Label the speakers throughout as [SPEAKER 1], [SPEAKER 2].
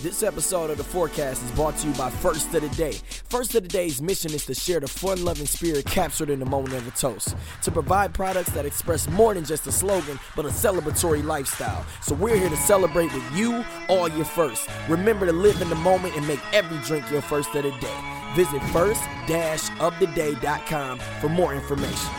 [SPEAKER 1] This episode of The Forecast is brought to you by First of the Day. First of the Day's mission is to share the fun loving spirit captured in the moment of a toast, to provide products that express more than just a slogan, but a celebratory lifestyle. So we're here to celebrate with you all your firsts. Remember to live in the moment and make every drink your first of the day. Visit first oftheday.com for more information.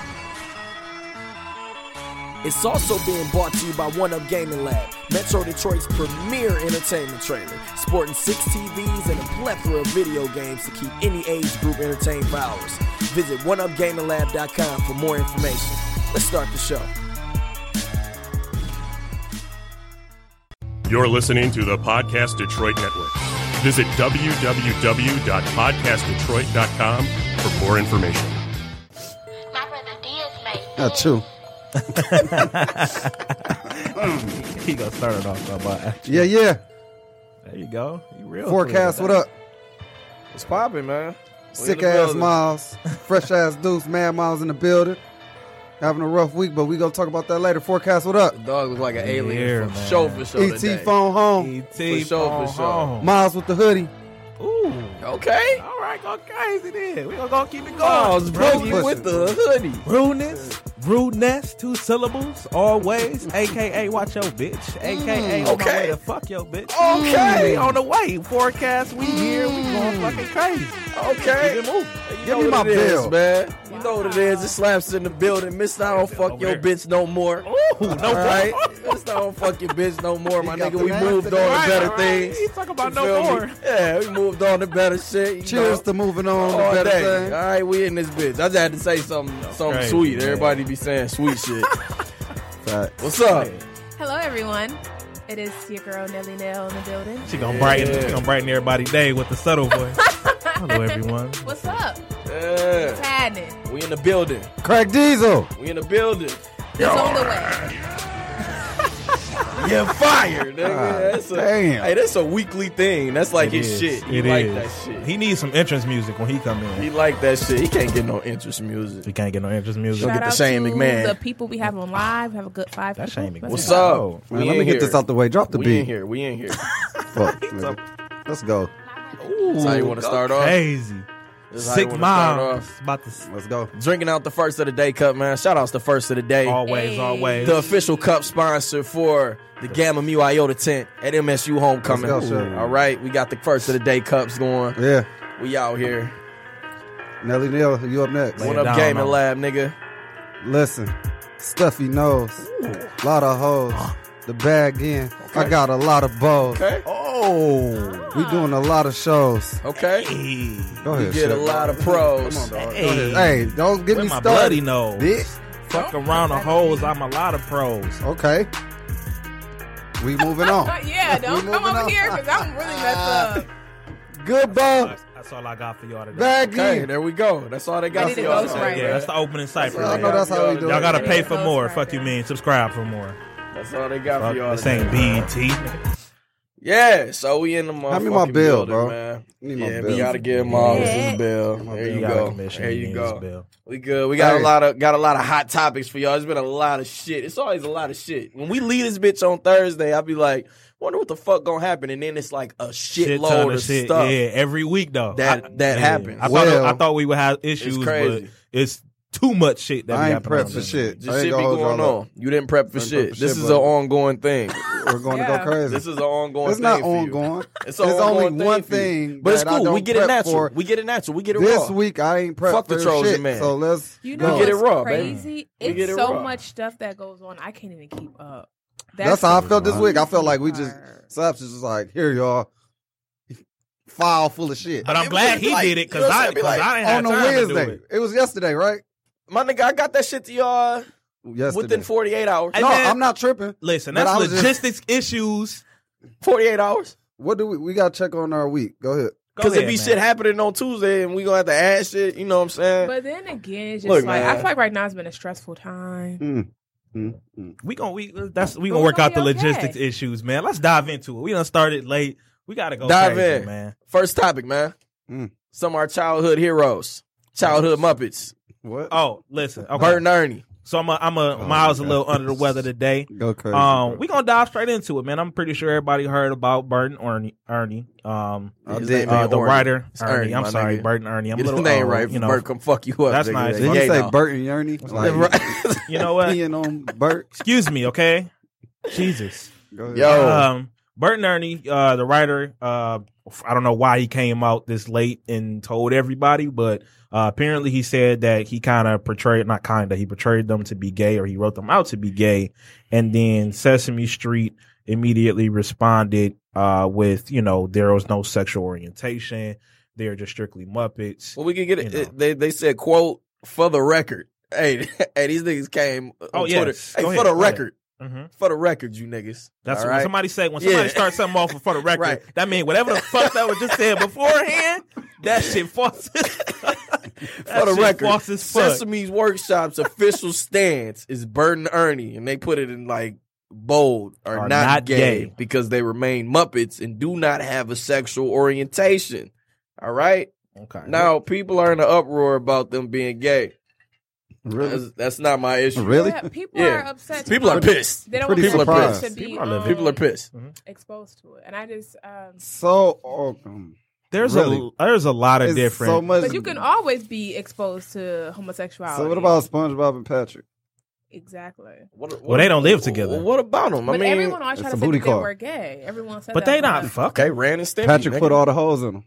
[SPEAKER 1] It's also being brought to you by One Up Gaming Lab, Metro Detroit's premier entertainment trailer, sporting six TVs and a plethora of video games to keep any age group entertained for hours. Visit oneupgaminglab.com for more information. Let's start the show.
[SPEAKER 2] You're listening to the Podcast Detroit Network. Visit www.podcastdetroit.com for more information.
[SPEAKER 3] My brother D is made.
[SPEAKER 4] Not true.
[SPEAKER 5] He gonna start it off about.
[SPEAKER 4] Yeah, yeah.
[SPEAKER 5] There you go. You real
[SPEAKER 4] Forecast, what up?
[SPEAKER 6] It's popping, man.
[SPEAKER 4] Sick ass Miles, fresh ass Deuce, Mad Miles in the building. Having a rough week, but we gonna talk about that later. Forecast, what up?
[SPEAKER 6] Dog looks like an alien.
[SPEAKER 5] here,
[SPEAKER 6] for
[SPEAKER 5] man. E
[SPEAKER 6] show for show.
[SPEAKER 4] ET
[SPEAKER 6] today.
[SPEAKER 4] phone home.
[SPEAKER 5] ET
[SPEAKER 6] For sure, for sure.
[SPEAKER 4] Miles with the hoodie.
[SPEAKER 5] Ooh.
[SPEAKER 6] Okay.
[SPEAKER 5] All right, go crazy then. We gonna go keep it going.
[SPEAKER 6] Oh, it's
[SPEAKER 4] bro,
[SPEAKER 6] Boogie
[SPEAKER 4] push
[SPEAKER 6] with
[SPEAKER 4] it.
[SPEAKER 6] the hoodie.
[SPEAKER 5] Rudeness, rudeness, two syllables, always. AKA watch your bitch. AKA on my
[SPEAKER 6] Mm, okay.
[SPEAKER 5] way to fuck your bitch.
[SPEAKER 6] Okay. Mm.
[SPEAKER 5] We on the way. Forecast, we here. We going fucking crazy.
[SPEAKER 6] Okay.
[SPEAKER 5] Keep it moving.
[SPEAKER 6] You
[SPEAKER 4] Give
[SPEAKER 6] know
[SPEAKER 4] me
[SPEAKER 6] what
[SPEAKER 4] my
[SPEAKER 6] it is,
[SPEAKER 4] bill.
[SPEAKER 6] man. You know what it is. It slaps in the building. Mister, I don't fuck
[SPEAKER 5] Over
[SPEAKER 6] your
[SPEAKER 5] there.
[SPEAKER 6] bitch no more.
[SPEAKER 5] Ooh, no
[SPEAKER 6] All
[SPEAKER 5] more.
[SPEAKER 6] right, Mister, I don't fuck your bitch no more, my
[SPEAKER 4] got
[SPEAKER 6] nigga.
[SPEAKER 4] the
[SPEAKER 6] We
[SPEAKER 4] nasty
[SPEAKER 6] moved on
[SPEAKER 4] nigga.
[SPEAKER 6] to better
[SPEAKER 5] All right.
[SPEAKER 6] things.
[SPEAKER 5] He talking about
[SPEAKER 6] You
[SPEAKER 5] no
[SPEAKER 6] feel me?
[SPEAKER 5] more.
[SPEAKER 6] Yeah, we moved on to better shit. you
[SPEAKER 4] Cheers
[SPEAKER 6] know.
[SPEAKER 4] to moving on to
[SPEAKER 6] all
[SPEAKER 4] better
[SPEAKER 6] day.
[SPEAKER 4] things.
[SPEAKER 6] All right, we in this bitch. I just had to say something, something
[SPEAKER 5] crazy,
[SPEAKER 6] sweet.
[SPEAKER 5] man.
[SPEAKER 6] Everybody be saying sweet shit.
[SPEAKER 4] Facts.
[SPEAKER 6] What's up?
[SPEAKER 7] Hello, everyone. It is your girl Nelly Nell in the building.
[SPEAKER 5] She gonna brighten.
[SPEAKER 6] Yeah.
[SPEAKER 5] She gonna brighten everybody's day with the subtle voice. Hello, everyone.
[SPEAKER 7] What's up?
[SPEAKER 6] Yeah,
[SPEAKER 7] What's happening?
[SPEAKER 6] we in the building.
[SPEAKER 4] Crack Diesel.
[SPEAKER 6] We in the building.
[SPEAKER 7] It's on the way.
[SPEAKER 6] You're fired, nigga.
[SPEAKER 4] Ah,
[SPEAKER 6] that's a,
[SPEAKER 4] damn.
[SPEAKER 6] Hey, that's a weekly thing. That's like his shit. He
[SPEAKER 5] It
[SPEAKER 6] like
[SPEAKER 5] is.
[SPEAKER 6] that shit.
[SPEAKER 5] He needs some entrance music when he come in.
[SPEAKER 6] He like that shit. He can't get no interest music.
[SPEAKER 5] We can't get no entrance music.
[SPEAKER 6] Shout Don't get the Shane
[SPEAKER 7] to
[SPEAKER 6] McMahon.
[SPEAKER 7] The people we have on live, we have a good five.
[SPEAKER 5] That's
[SPEAKER 7] people.
[SPEAKER 5] Shane McMahon.
[SPEAKER 7] That's
[SPEAKER 6] What's
[SPEAKER 7] it.
[SPEAKER 6] up?
[SPEAKER 5] Oh,
[SPEAKER 4] Man,
[SPEAKER 6] We
[SPEAKER 4] let
[SPEAKER 6] in
[SPEAKER 4] me
[SPEAKER 6] here.
[SPEAKER 4] get this out the way. Drop the
[SPEAKER 6] we
[SPEAKER 4] beat.
[SPEAKER 6] in here. We in here.
[SPEAKER 4] Fuck, nigga. Let's go.
[SPEAKER 6] That's how you want to start off.
[SPEAKER 5] Crazy.
[SPEAKER 6] That's how you
[SPEAKER 5] Sick
[SPEAKER 6] wanna start
[SPEAKER 5] miles.
[SPEAKER 6] off.
[SPEAKER 5] About to s-
[SPEAKER 4] Let's go.
[SPEAKER 6] Drinking out the first of the day cup, man. Shout outs to first of the day.
[SPEAKER 5] always,
[SPEAKER 7] Hey.
[SPEAKER 5] always.
[SPEAKER 6] the official cup sponsor for the Gamma Mu Iota tent at MSU Homecoming.
[SPEAKER 4] Let's go, sir.
[SPEAKER 6] All right, we got the first of the day cups going.
[SPEAKER 4] Yeah.
[SPEAKER 6] We out here.
[SPEAKER 4] Nelly Neal, you up next.
[SPEAKER 5] Lay it
[SPEAKER 6] One up
[SPEAKER 5] down
[SPEAKER 6] gaming
[SPEAKER 5] on 'em.
[SPEAKER 6] lab, nigga.
[SPEAKER 4] Listen, stuffy nose, lot of hoes, the bag in. I got a lot of balls.
[SPEAKER 6] Ah. Okay.
[SPEAKER 5] oh,
[SPEAKER 4] We doing a lot of shows.
[SPEAKER 6] Okay.
[SPEAKER 5] hey,
[SPEAKER 4] Go
[SPEAKER 6] We
[SPEAKER 4] ahead,
[SPEAKER 6] get a
[SPEAKER 4] Shep.
[SPEAKER 6] lot of pros.
[SPEAKER 5] hey,
[SPEAKER 4] Hey, don't get
[SPEAKER 5] Where
[SPEAKER 4] me
[SPEAKER 5] my
[SPEAKER 4] started.
[SPEAKER 5] bloody nose?
[SPEAKER 4] Bitch.
[SPEAKER 5] fuck around the holes. I'm a lot of pros.
[SPEAKER 4] Okay. We moving on.
[SPEAKER 7] Yeah, don't
[SPEAKER 4] We
[SPEAKER 7] come
[SPEAKER 4] moving
[SPEAKER 7] over
[SPEAKER 4] on.
[SPEAKER 7] here because I'm really messed up.
[SPEAKER 6] Oh.
[SPEAKER 4] Goodbye.
[SPEAKER 5] That's all I got for y'all today.
[SPEAKER 4] Back
[SPEAKER 6] Okay,
[SPEAKER 4] in.
[SPEAKER 6] there we go. That's all they got
[SPEAKER 7] They
[SPEAKER 6] for
[SPEAKER 7] did
[SPEAKER 6] y'all.
[SPEAKER 7] it
[SPEAKER 6] today,
[SPEAKER 7] right.
[SPEAKER 5] yeah,
[SPEAKER 6] man.
[SPEAKER 5] that's the opening cipher.
[SPEAKER 4] I know
[SPEAKER 5] y'all.
[SPEAKER 4] that's how we do
[SPEAKER 5] Y'all
[SPEAKER 4] it.
[SPEAKER 5] gotta
[SPEAKER 7] They
[SPEAKER 5] pay
[SPEAKER 7] did
[SPEAKER 5] for
[SPEAKER 7] those
[SPEAKER 5] more.
[SPEAKER 7] right
[SPEAKER 5] Fuck you,
[SPEAKER 7] there.
[SPEAKER 5] mean. Subscribe for more.
[SPEAKER 6] That's all they got
[SPEAKER 5] Fuck,
[SPEAKER 6] for y'all.
[SPEAKER 5] this ain't
[SPEAKER 6] today, man.
[SPEAKER 5] BET.
[SPEAKER 6] Yeah, so we in the motherfucking
[SPEAKER 4] Hand me my bill,
[SPEAKER 6] building,
[SPEAKER 4] bro.
[SPEAKER 6] man.
[SPEAKER 4] Need my
[SPEAKER 6] Yeah,
[SPEAKER 4] bill.
[SPEAKER 6] we gotta give Miles
[SPEAKER 7] Yeah.
[SPEAKER 6] his bill.
[SPEAKER 4] My
[SPEAKER 6] There
[SPEAKER 4] bill.
[SPEAKER 6] you
[SPEAKER 4] Got
[SPEAKER 6] go.
[SPEAKER 5] commission.
[SPEAKER 6] There you
[SPEAKER 5] He needs
[SPEAKER 6] go.
[SPEAKER 5] bill.
[SPEAKER 6] We good. We got
[SPEAKER 4] Hey.
[SPEAKER 6] a lot of got a lot of hot topics for y'all. It's been a lot of shit. It's always a lot of shit. When we leave this bitch on Thursday, I'll be like, wonder what the fuck gonna happen. And then it's like a
[SPEAKER 5] Shit ton
[SPEAKER 6] shitload
[SPEAKER 5] of
[SPEAKER 6] of
[SPEAKER 5] shit.
[SPEAKER 6] stuff.
[SPEAKER 5] Yeah, every week though.
[SPEAKER 6] That- that
[SPEAKER 5] yeah.
[SPEAKER 6] happens.
[SPEAKER 5] I thought
[SPEAKER 4] Well,
[SPEAKER 5] I thought we would have issues,
[SPEAKER 6] crazy.
[SPEAKER 5] but it's too much shit that
[SPEAKER 4] I
[SPEAKER 5] be
[SPEAKER 4] ain't
[SPEAKER 5] happening
[SPEAKER 4] prepped
[SPEAKER 5] on
[SPEAKER 4] for
[SPEAKER 5] this.
[SPEAKER 4] shit. I
[SPEAKER 6] Just
[SPEAKER 4] ain't
[SPEAKER 6] shit be
[SPEAKER 4] gonna hold
[SPEAKER 6] going
[SPEAKER 4] y'all up.
[SPEAKER 6] on. You didn't prep for
[SPEAKER 4] Didn't
[SPEAKER 6] shit.
[SPEAKER 4] prep for
[SPEAKER 6] this
[SPEAKER 4] shit,
[SPEAKER 6] is an
[SPEAKER 4] brother.
[SPEAKER 6] ongoing thing.
[SPEAKER 4] We're going to
[SPEAKER 7] Yeah.
[SPEAKER 4] go crazy.
[SPEAKER 6] This is an ongoing
[SPEAKER 4] it's
[SPEAKER 6] thing.
[SPEAKER 4] not
[SPEAKER 6] for you.
[SPEAKER 4] ongoing.
[SPEAKER 6] It's,
[SPEAKER 4] It's,
[SPEAKER 6] an ongoing
[SPEAKER 4] only one
[SPEAKER 6] for you.
[SPEAKER 4] thing.
[SPEAKER 6] But it's
[SPEAKER 4] that I
[SPEAKER 6] cool. We
[SPEAKER 4] don't
[SPEAKER 6] get it
[SPEAKER 4] prep
[SPEAKER 6] natural.
[SPEAKER 4] for.
[SPEAKER 6] We get it natural. We get it
[SPEAKER 4] This
[SPEAKER 6] raw.
[SPEAKER 4] week I ain't prepped
[SPEAKER 6] Fuck the
[SPEAKER 4] for
[SPEAKER 6] Trojan
[SPEAKER 4] shit.
[SPEAKER 6] man.
[SPEAKER 4] So let's
[SPEAKER 7] You
[SPEAKER 4] go.
[SPEAKER 7] know
[SPEAKER 6] We get it
[SPEAKER 7] what's
[SPEAKER 6] raw, baby.
[SPEAKER 7] crazy?
[SPEAKER 6] We
[SPEAKER 7] It's
[SPEAKER 6] get it
[SPEAKER 7] so
[SPEAKER 6] raw.
[SPEAKER 7] much stuff that goes on. I can't even keep up.
[SPEAKER 4] That's, how I felt this
[SPEAKER 5] Wow.
[SPEAKER 4] week. I felt like we just
[SPEAKER 7] Hard.
[SPEAKER 4] slaps is just like here y'all file full of shit
[SPEAKER 5] But I'm
[SPEAKER 6] It was
[SPEAKER 5] glad
[SPEAKER 6] just
[SPEAKER 5] he
[SPEAKER 6] like-
[SPEAKER 5] did it
[SPEAKER 6] you know
[SPEAKER 5] because
[SPEAKER 6] what I'm
[SPEAKER 5] I,
[SPEAKER 6] saying? Be
[SPEAKER 5] 'cause
[SPEAKER 6] like,
[SPEAKER 5] I didn't
[SPEAKER 4] on
[SPEAKER 5] have
[SPEAKER 4] a
[SPEAKER 5] time to do
[SPEAKER 4] Wednesday.
[SPEAKER 5] it.
[SPEAKER 4] It was yesterday, right?
[SPEAKER 6] My nigga, I got that shit to y'all
[SPEAKER 4] Yesterday.
[SPEAKER 6] within 48 hours.
[SPEAKER 5] Hey,
[SPEAKER 4] no,
[SPEAKER 5] man.
[SPEAKER 4] I'm not tripping.
[SPEAKER 5] Listen,
[SPEAKER 4] But
[SPEAKER 5] that's
[SPEAKER 4] I was just-
[SPEAKER 5] logistics issues.
[SPEAKER 6] 48 hours.
[SPEAKER 4] What do we? We got to check on our week. Go ahead.
[SPEAKER 5] Go
[SPEAKER 6] Because if
[SPEAKER 5] ahead,
[SPEAKER 6] be
[SPEAKER 5] man.
[SPEAKER 6] shit happening on Tuesday and we gonna have to add shit, you know what I'm saying?
[SPEAKER 7] But then again, it's just
[SPEAKER 6] Look,
[SPEAKER 7] like
[SPEAKER 6] man.
[SPEAKER 7] I feel like right now it's been a stressful time.
[SPEAKER 6] Mm.
[SPEAKER 5] we gonna we that's we
[SPEAKER 7] But
[SPEAKER 5] gonna
[SPEAKER 7] we
[SPEAKER 5] work
[SPEAKER 7] gonna
[SPEAKER 5] out the
[SPEAKER 7] be okay.
[SPEAKER 5] logistics issues, man. Let's dive into it. We done started late. We gotta go
[SPEAKER 6] Dive
[SPEAKER 5] crazy,
[SPEAKER 6] in.
[SPEAKER 5] man.
[SPEAKER 6] First topic, man.
[SPEAKER 4] Mm.
[SPEAKER 6] Some of our childhood heroes, childhood Muppets,
[SPEAKER 4] What?
[SPEAKER 5] Oh, listen, okay.
[SPEAKER 6] Bert and Ernie.
[SPEAKER 5] So I'm a, I'm a Miles a little under the weather today.
[SPEAKER 4] Go crazy.
[SPEAKER 5] Um,
[SPEAKER 4] bro.
[SPEAKER 5] we gonna dive straight into it, man. I'm pretty sure everybody heard about Burton Ernie. Ernie, um,
[SPEAKER 4] I
[SPEAKER 6] His
[SPEAKER 4] did.
[SPEAKER 6] name
[SPEAKER 5] uh,
[SPEAKER 6] ain't
[SPEAKER 5] the
[SPEAKER 6] Ernie.
[SPEAKER 5] writer
[SPEAKER 6] It's
[SPEAKER 5] Ernie.
[SPEAKER 6] Ernie,
[SPEAKER 5] I'm
[SPEAKER 6] my
[SPEAKER 5] sorry,
[SPEAKER 6] nigga.
[SPEAKER 5] Burton Ernie. I'm a
[SPEAKER 6] Get his
[SPEAKER 5] little
[SPEAKER 6] name
[SPEAKER 5] old,
[SPEAKER 6] right.
[SPEAKER 5] You
[SPEAKER 6] You
[SPEAKER 5] know,
[SPEAKER 6] Bert come fuck you up.
[SPEAKER 5] That's
[SPEAKER 6] nigga.
[SPEAKER 5] nice.
[SPEAKER 6] Like,
[SPEAKER 4] Did you
[SPEAKER 6] yeah,
[SPEAKER 4] say
[SPEAKER 6] no.
[SPEAKER 4] Bert and Ernie? Like,
[SPEAKER 6] Right.
[SPEAKER 5] you know what?
[SPEAKER 4] peeing on Bert.
[SPEAKER 5] Excuse me, okay? Jesus.
[SPEAKER 4] Go ahead.
[SPEAKER 6] Yo.
[SPEAKER 5] Um, Burton Ernie, uh, the writer, uh, I don't know why he came out this late and told everybody, but uh, apparently he said that he kind of portrayed, not kind of, he portrayed them to be gay or he wrote them out to be gay. And then Sesame Street immediately responded uh, with, you know, there was no sexual orientation. They're just strictly Muppets.
[SPEAKER 6] Well, we can get
[SPEAKER 5] You
[SPEAKER 6] it.
[SPEAKER 5] know.
[SPEAKER 6] it- They they said quote for the record. Hey, hey, these niggas came on
[SPEAKER 5] Oh,
[SPEAKER 6] Twitter.
[SPEAKER 5] yes.
[SPEAKER 6] Hey,
[SPEAKER 5] Go
[SPEAKER 6] for
[SPEAKER 5] ahead.
[SPEAKER 6] the
[SPEAKER 5] Go ahead.
[SPEAKER 6] record,
[SPEAKER 5] Mm-hmm.
[SPEAKER 6] for the record, you niggas.
[SPEAKER 5] That's
[SPEAKER 6] All
[SPEAKER 5] what
[SPEAKER 6] right?
[SPEAKER 5] somebody say when somebody
[SPEAKER 6] Yeah.
[SPEAKER 5] starts something off for the record.
[SPEAKER 6] Right.
[SPEAKER 5] That means whatever the fuck that was just said beforehand, that shit false.
[SPEAKER 6] For the record,
[SPEAKER 5] false as fuck.
[SPEAKER 6] Sesame's Workshop's official stance is Burton Ernie, and they put it in like bold are,
[SPEAKER 5] Are
[SPEAKER 6] not,
[SPEAKER 5] not
[SPEAKER 6] gay,
[SPEAKER 5] gay.
[SPEAKER 6] because they remain Muppets and do not have a sexual orientation. All right,
[SPEAKER 5] Okay.
[SPEAKER 6] now people are in an uproar about them being gay.
[SPEAKER 4] Really?
[SPEAKER 6] That's, that's not my issue.
[SPEAKER 4] Really?
[SPEAKER 7] Yeah, people
[SPEAKER 6] Yeah.
[SPEAKER 7] are upset.
[SPEAKER 6] People are pissed.
[SPEAKER 7] They don't
[SPEAKER 4] Pretty
[SPEAKER 7] want
[SPEAKER 6] people are
[SPEAKER 7] people
[SPEAKER 6] pissed.
[SPEAKER 7] to be
[SPEAKER 5] People are living.
[SPEAKER 7] um,
[SPEAKER 6] People are pissed.
[SPEAKER 7] exposed to it, and I just. Um,
[SPEAKER 4] So, oh, um,
[SPEAKER 5] there's
[SPEAKER 4] Really?
[SPEAKER 5] a there's a lot of
[SPEAKER 4] it's
[SPEAKER 5] different.
[SPEAKER 4] so much.
[SPEAKER 7] but you can always be exposed to homosexuality.
[SPEAKER 4] So, what about SpongeBob and Patrick?
[SPEAKER 7] exactly?
[SPEAKER 6] What, what-
[SPEAKER 5] Well, they don't live together.
[SPEAKER 6] What about them? I
[SPEAKER 7] but
[SPEAKER 6] mean,
[SPEAKER 7] everyone always
[SPEAKER 4] it's
[SPEAKER 7] try
[SPEAKER 4] a
[SPEAKER 7] to
[SPEAKER 4] booty
[SPEAKER 7] say that they
[SPEAKER 4] call.
[SPEAKER 7] were gay. Everyone said
[SPEAKER 5] but
[SPEAKER 7] that.
[SPEAKER 5] they not
[SPEAKER 7] but-
[SPEAKER 5] fucking.
[SPEAKER 6] okay, Ran and Stimpy.
[SPEAKER 4] Patrick
[SPEAKER 6] nigga.
[SPEAKER 4] put all the holes in them.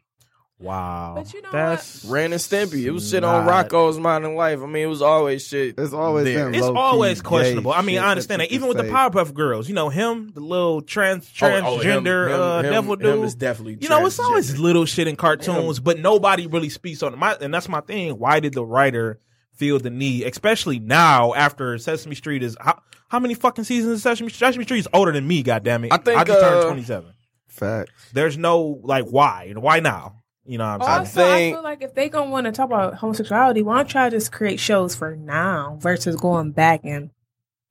[SPEAKER 5] Wow.
[SPEAKER 7] But you know
[SPEAKER 5] That's
[SPEAKER 6] Ran and Stimpy. It was shit on
[SPEAKER 5] not-
[SPEAKER 6] Rocco's modern life. I mean, it was always shit.
[SPEAKER 4] It's always
[SPEAKER 6] there.
[SPEAKER 4] them.
[SPEAKER 5] It's
[SPEAKER 4] low-key
[SPEAKER 5] always
[SPEAKER 4] gay
[SPEAKER 5] questionable. I mean,
[SPEAKER 4] shit
[SPEAKER 5] I understand
[SPEAKER 4] that
[SPEAKER 5] that.
[SPEAKER 4] you
[SPEAKER 5] Even with the
[SPEAKER 4] say.
[SPEAKER 5] Powerpuff Girls, you know him, the little trans
[SPEAKER 6] Oh, oh, him-
[SPEAKER 5] transgender
[SPEAKER 6] him-
[SPEAKER 5] uh,
[SPEAKER 6] him-
[SPEAKER 5] devil
[SPEAKER 6] him
[SPEAKER 5] dude.
[SPEAKER 6] is definitely
[SPEAKER 5] you know, it's
[SPEAKER 6] transgender.
[SPEAKER 5] always little shit in cartoons, but nobody really speaks on it. My, and that's my thing. Why did the writer feel the need, especially now after Sesame Street is how, how many fucking seasons of Sesame Street? Sesame Street is older than me. Goddamn it!
[SPEAKER 6] I think,
[SPEAKER 5] I just turned
[SPEAKER 6] uh,
[SPEAKER 5] twenty seven.
[SPEAKER 4] Facts.
[SPEAKER 5] There's no like why. Why now? You know what I'm saying?
[SPEAKER 7] Also,
[SPEAKER 6] I
[SPEAKER 7] I,
[SPEAKER 6] think-
[SPEAKER 7] feel like if they gonna want to talk about homosexuality, why don't y'all just create shows for now versus going back and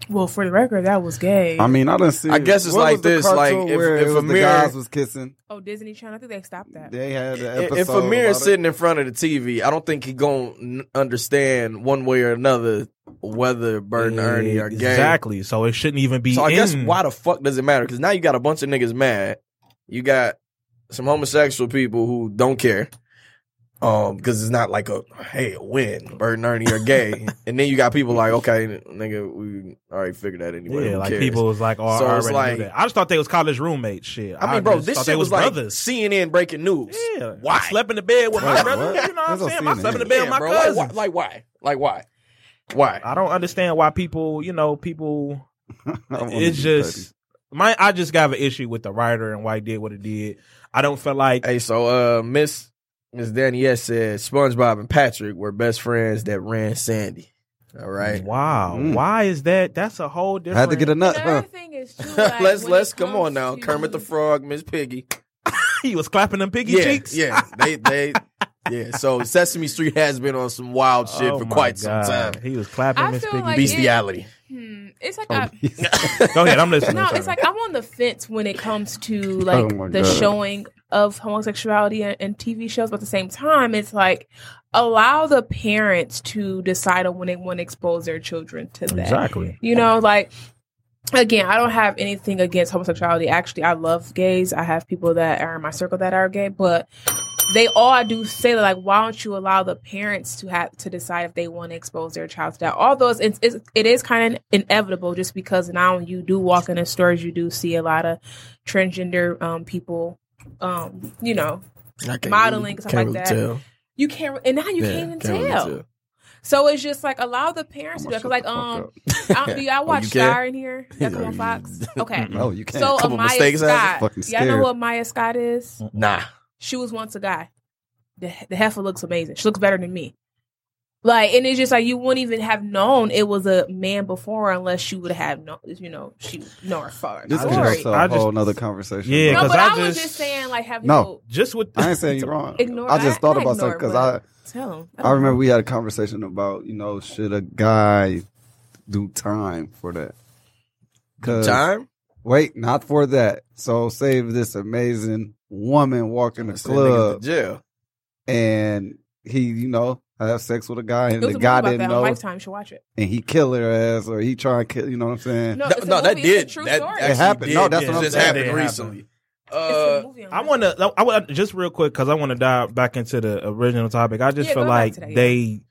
[SPEAKER 7] well, for the record, that was gay.
[SPEAKER 4] I mean, I didn't see.
[SPEAKER 6] I guess it's
[SPEAKER 4] what
[SPEAKER 6] like
[SPEAKER 4] was the
[SPEAKER 6] this, like,
[SPEAKER 4] cartoon
[SPEAKER 6] if-
[SPEAKER 4] where
[SPEAKER 6] if
[SPEAKER 4] it was the
[SPEAKER 6] Amir-
[SPEAKER 4] guys was kissing,
[SPEAKER 7] oh, Disney Channel, I think they stopped that.
[SPEAKER 4] they had the
[SPEAKER 6] I-
[SPEAKER 4] episode.
[SPEAKER 6] If Amir
[SPEAKER 4] about
[SPEAKER 6] is
[SPEAKER 4] it.
[SPEAKER 6] sitting in front of the TV, I don't think he gonna n- understand one way or another whether Bird and Ernie are gay.
[SPEAKER 5] Exactly. So it shouldn't even be.
[SPEAKER 6] So I
[SPEAKER 5] in,
[SPEAKER 6] guess why the fuck does it matter? Because now you got a bunch of niggas mad. You got some homosexual people who don't care. Um, because it's not like a hey a win. Bird and Ernie are gay, and then you got people like okay, nigga, we already figured that anyway.
[SPEAKER 5] Yeah,
[SPEAKER 6] Who
[SPEAKER 5] like
[SPEAKER 6] cares?
[SPEAKER 5] people was like, oh,
[SPEAKER 6] So
[SPEAKER 5] I
[SPEAKER 6] it's
[SPEAKER 5] already knew
[SPEAKER 6] like-
[SPEAKER 5] that. I just thought they was college roommates. Shit.
[SPEAKER 6] I mean, bro,
[SPEAKER 5] just
[SPEAKER 6] this
[SPEAKER 5] thought they
[SPEAKER 6] shit was
[SPEAKER 5] was
[SPEAKER 6] like
[SPEAKER 5] brothers.
[SPEAKER 6] CNN breaking news.
[SPEAKER 5] Yeah.
[SPEAKER 6] Why?
[SPEAKER 5] I slept in the bed with my
[SPEAKER 4] What?
[SPEAKER 5] brother.
[SPEAKER 4] What?
[SPEAKER 5] You know what I'm
[SPEAKER 4] That's
[SPEAKER 5] saying?
[SPEAKER 4] what
[SPEAKER 5] I
[SPEAKER 4] I'm
[SPEAKER 5] slept in the
[SPEAKER 4] saying.
[SPEAKER 5] bed with my cousins.
[SPEAKER 6] Like, like why? Like why? Why?
[SPEAKER 5] I don't understand why people, you know, people.
[SPEAKER 4] I wanna
[SPEAKER 5] It's
[SPEAKER 4] be
[SPEAKER 5] just my. I just got an issue with the writer and why he did what it did. I don't feel like
[SPEAKER 6] Hey, so uh, Miss Miss Danielle said SpongeBob and Patrick were best friends that ran Sandy. All right.
[SPEAKER 5] wow.
[SPEAKER 4] Mm.
[SPEAKER 5] Why is that? That's a whole
[SPEAKER 4] petty. had
[SPEAKER 5] different.
[SPEAKER 4] to get a nut, huh?
[SPEAKER 7] Another thing is too, like,
[SPEAKER 6] let's
[SPEAKER 7] when
[SPEAKER 6] let's
[SPEAKER 7] it
[SPEAKER 6] come on
[SPEAKER 7] comes
[SPEAKER 6] now.
[SPEAKER 7] to-
[SPEAKER 6] Kermit the Frog, Miss Piggy.
[SPEAKER 5] he was clapping them piggy
[SPEAKER 6] yeah,
[SPEAKER 5] cheeks.
[SPEAKER 6] yeah. They they yeah. So Sesame Street has been on some wild shit
[SPEAKER 5] Oh
[SPEAKER 6] for
[SPEAKER 5] my
[SPEAKER 6] quite some
[SPEAKER 5] God.
[SPEAKER 6] time.
[SPEAKER 5] He was clapping
[SPEAKER 7] I
[SPEAKER 5] Miss
[SPEAKER 7] feel
[SPEAKER 5] Piggy.
[SPEAKER 7] like-
[SPEAKER 6] Bestiality.
[SPEAKER 7] Hmm, it's
[SPEAKER 4] Oh,
[SPEAKER 7] like I,
[SPEAKER 5] Go ahead, I'm listening.
[SPEAKER 7] no,
[SPEAKER 5] sorry.
[SPEAKER 7] it's like I'm on the fence when it comes to like
[SPEAKER 4] Oh my
[SPEAKER 7] the
[SPEAKER 4] God.
[SPEAKER 7] showing of homosexuality and, and TV shows, but at the same time, it's like allow the parents to decide on when they want to expose their children to that.
[SPEAKER 5] exactly.
[SPEAKER 7] You know, like again, I don't have anything against homosexuality. Actually, I love gays. I have people that are in my circle that are gay, but they all do say that like why don't you allow the parents to have to decide if they want to expose their child to that although it's, it's, it's it is kind of inevitable just because now you do walk in the stores you do see a lot of transgender um people um you know
[SPEAKER 6] I can't
[SPEAKER 7] Modeling, stuff
[SPEAKER 6] can't
[SPEAKER 7] like that.
[SPEAKER 6] Tell.
[SPEAKER 7] you can't and now you
[SPEAKER 6] Yeah,
[SPEAKER 7] can't even
[SPEAKER 6] really
[SPEAKER 7] tell so it's just like allow the parents to do it. 'Cause, like um I don't, do y'all
[SPEAKER 6] Oh,
[SPEAKER 7] watch
[SPEAKER 6] you can?
[SPEAKER 7] Star in here? That's on Fox. Okay.
[SPEAKER 4] No, you can't.
[SPEAKER 7] So uh,
[SPEAKER 6] Couple
[SPEAKER 7] Amaya
[SPEAKER 6] mistakes happen.
[SPEAKER 7] Scott.
[SPEAKER 4] Fucking
[SPEAKER 7] Y'all know
[SPEAKER 4] scared.
[SPEAKER 7] who Amaya Scott is?
[SPEAKER 6] Nah.
[SPEAKER 7] She was once a guy. The the heifer looks amazing. She looks better than me. Like, and it's just like you wouldn't even have known it was a man before unless you would have known, you know, she know her far.
[SPEAKER 4] this
[SPEAKER 5] I
[SPEAKER 4] is
[SPEAKER 5] just-
[SPEAKER 7] story.
[SPEAKER 4] also a
[SPEAKER 5] I
[SPEAKER 4] whole
[SPEAKER 5] just-
[SPEAKER 4] nother conversation.
[SPEAKER 5] Yeah,
[SPEAKER 4] bro.
[SPEAKER 7] No,
[SPEAKER 5] 'cause
[SPEAKER 7] but
[SPEAKER 5] I
[SPEAKER 7] I, was
[SPEAKER 5] just-
[SPEAKER 7] just saying, like, have
[SPEAKER 4] No.
[SPEAKER 7] people
[SPEAKER 5] Just with
[SPEAKER 4] I ain't saying you're wrong.
[SPEAKER 7] ignore?
[SPEAKER 4] I just thought
[SPEAKER 7] I
[SPEAKER 4] about something
[SPEAKER 7] ignore,
[SPEAKER 4] because I
[SPEAKER 7] but tell 'em.
[SPEAKER 4] I remember we had a conversation about you know should a guy do time for that? 'Cause-
[SPEAKER 6] Time?
[SPEAKER 4] Wait, not for that. So save this amazing woman walking the
[SPEAKER 6] Send niggas to
[SPEAKER 4] club
[SPEAKER 6] jail.
[SPEAKER 4] and he, you know, I have sex with a guy and
[SPEAKER 7] It was
[SPEAKER 4] the
[SPEAKER 7] a
[SPEAKER 4] guy
[SPEAKER 7] movie about
[SPEAKER 4] didn't
[SPEAKER 7] that on
[SPEAKER 4] know
[SPEAKER 7] Lifetime. You should watch it.
[SPEAKER 4] and he kill her ass or he try and kill you know what I'm saying?
[SPEAKER 7] No,
[SPEAKER 6] No,
[SPEAKER 7] it's a
[SPEAKER 6] no,
[SPEAKER 7] movie.
[SPEAKER 6] that
[SPEAKER 7] It's
[SPEAKER 6] did.
[SPEAKER 7] A true
[SPEAKER 6] that
[SPEAKER 7] story.
[SPEAKER 6] actually
[SPEAKER 4] happened.
[SPEAKER 6] did.
[SPEAKER 4] No, that's what I'm
[SPEAKER 6] This
[SPEAKER 4] saying.
[SPEAKER 6] happened
[SPEAKER 5] It happened.
[SPEAKER 6] recently.
[SPEAKER 7] it's
[SPEAKER 6] Uh,
[SPEAKER 7] a movie on
[SPEAKER 5] I want
[SPEAKER 7] Lifetime.
[SPEAKER 5] to. I want just real quick because I want to dive back into the original topic. I just
[SPEAKER 7] Yeah,
[SPEAKER 5] feel
[SPEAKER 7] go back
[SPEAKER 5] like
[SPEAKER 7] to that, yeah.
[SPEAKER 5] they,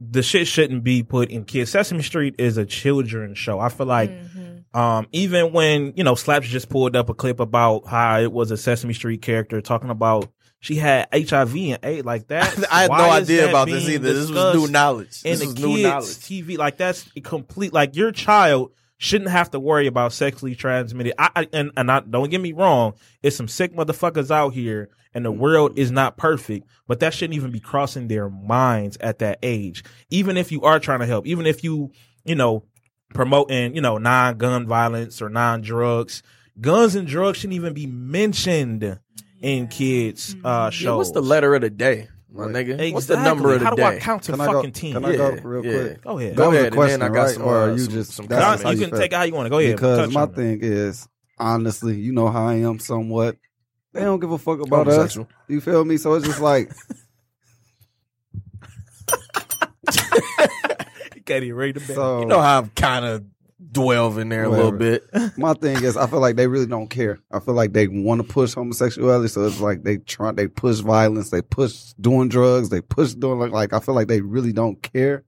[SPEAKER 5] the shit shouldn't be put in kids. Sesame Street is a children's show. I feel like
[SPEAKER 7] Mhm.
[SPEAKER 5] um, even when you know Slaps just pulled up a clip about how it was a Sesame Street character talking about she had HIV and AIDS like that.
[SPEAKER 6] I had no
[SPEAKER 5] Why is
[SPEAKER 6] idea
[SPEAKER 5] that
[SPEAKER 6] about this
[SPEAKER 5] being
[SPEAKER 6] either. This was new
[SPEAKER 5] discussed
[SPEAKER 6] knowledge.
[SPEAKER 5] in
[SPEAKER 6] This
[SPEAKER 5] the
[SPEAKER 6] was
[SPEAKER 5] kids
[SPEAKER 6] new knowledge.
[SPEAKER 5] TV. Like that's complete. Like your child shouldn't have to worry about sexually transmitted. I, I and and I don't get me wrong. It's some sick motherfuckers out here, and the
[SPEAKER 6] Mm-hmm.
[SPEAKER 5] world is not perfect. But that shouldn't even be crossing their minds at that age. Even if you are trying to help, even if you you know promoting you know non-gun violence or non-drugs, guns and drugs shouldn't even be mentioned in kids uh shows.
[SPEAKER 6] Yeah, what's the letter of the day, my nigga? What's the number of the
[SPEAKER 5] How do
[SPEAKER 6] day?
[SPEAKER 5] I count to
[SPEAKER 4] Can I go-
[SPEAKER 5] fucking ten?
[SPEAKER 4] can I go real quick?
[SPEAKER 5] Go ahead.
[SPEAKER 4] That was a
[SPEAKER 6] ahead, and then I
[SPEAKER 4] question,
[SPEAKER 6] got
[SPEAKER 4] right?
[SPEAKER 6] some,
[SPEAKER 4] Or
[SPEAKER 6] uh,
[SPEAKER 4] you
[SPEAKER 6] some-
[SPEAKER 4] just
[SPEAKER 6] some
[SPEAKER 4] that's
[SPEAKER 6] comments.
[SPEAKER 4] how
[SPEAKER 5] you can
[SPEAKER 4] feel.
[SPEAKER 5] take it how you want to. Go ahead.
[SPEAKER 4] because
[SPEAKER 5] Touch
[SPEAKER 4] my
[SPEAKER 5] on it.
[SPEAKER 4] thing is honestly, you know how I am somewhat. They don't give a fuck about us.
[SPEAKER 6] Homosexual.
[SPEAKER 4] You feel me? So it's just like
[SPEAKER 5] Katie, ready to bed.
[SPEAKER 4] so.
[SPEAKER 6] You know how I'm kind of dwelling there a little bit.
[SPEAKER 4] my thing is, I feel like they really don't care. I feel like they want to push homosexuality, so it's like they try, they push violence, they push doing drugs, they push doing like, like I feel like they really don't care.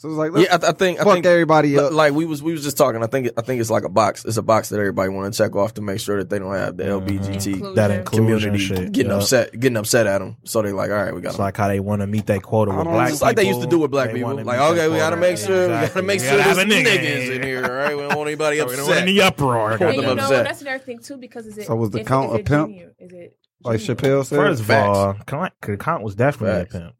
[SPEAKER 4] So it's like, let's
[SPEAKER 6] Yeah, I, th- I think I
[SPEAKER 4] fuck
[SPEAKER 6] think
[SPEAKER 4] everybody
[SPEAKER 6] li-
[SPEAKER 4] up.
[SPEAKER 6] like we was we was just talking. I think I think it's like a box. It's a box that everybody want to check off to make sure that they don't have the LBGT
[SPEAKER 7] Inclusion.
[SPEAKER 5] that inclusion
[SPEAKER 6] community
[SPEAKER 5] Mm-hmm. shit.
[SPEAKER 6] getting
[SPEAKER 5] yeah.
[SPEAKER 6] upset, getting upset at them. So they like, all right, we got
[SPEAKER 5] It's
[SPEAKER 6] to
[SPEAKER 5] like how they want to meet that quota with
[SPEAKER 4] I don't-
[SPEAKER 5] black
[SPEAKER 6] It's like they used to do with black
[SPEAKER 5] They
[SPEAKER 6] people.
[SPEAKER 5] wanna
[SPEAKER 6] Like,
[SPEAKER 5] meet
[SPEAKER 6] okay,
[SPEAKER 5] that
[SPEAKER 6] we gotta
[SPEAKER 5] quota.
[SPEAKER 6] make sure, we
[SPEAKER 5] Exactly.
[SPEAKER 6] gotta make
[SPEAKER 5] We
[SPEAKER 6] sure
[SPEAKER 5] gotta have
[SPEAKER 6] there's
[SPEAKER 5] a nigga
[SPEAKER 6] niggas in here, all right? We don't want anybody
[SPEAKER 5] We don't want
[SPEAKER 6] upset.
[SPEAKER 5] any uproar.
[SPEAKER 6] Hold
[SPEAKER 7] And
[SPEAKER 6] them
[SPEAKER 7] you know,
[SPEAKER 6] upset.
[SPEAKER 7] that's another thing too, because is it
[SPEAKER 4] So was the
[SPEAKER 7] is it-
[SPEAKER 4] count
[SPEAKER 7] is
[SPEAKER 4] a
[SPEAKER 7] it
[SPEAKER 4] pimp?
[SPEAKER 7] junior? Is it
[SPEAKER 4] Like
[SPEAKER 7] junior?
[SPEAKER 4] Chappelle said,
[SPEAKER 5] First of
[SPEAKER 6] Facts.
[SPEAKER 5] all, Kant, Kant was definitely
[SPEAKER 6] Facts.
[SPEAKER 5] a pimp.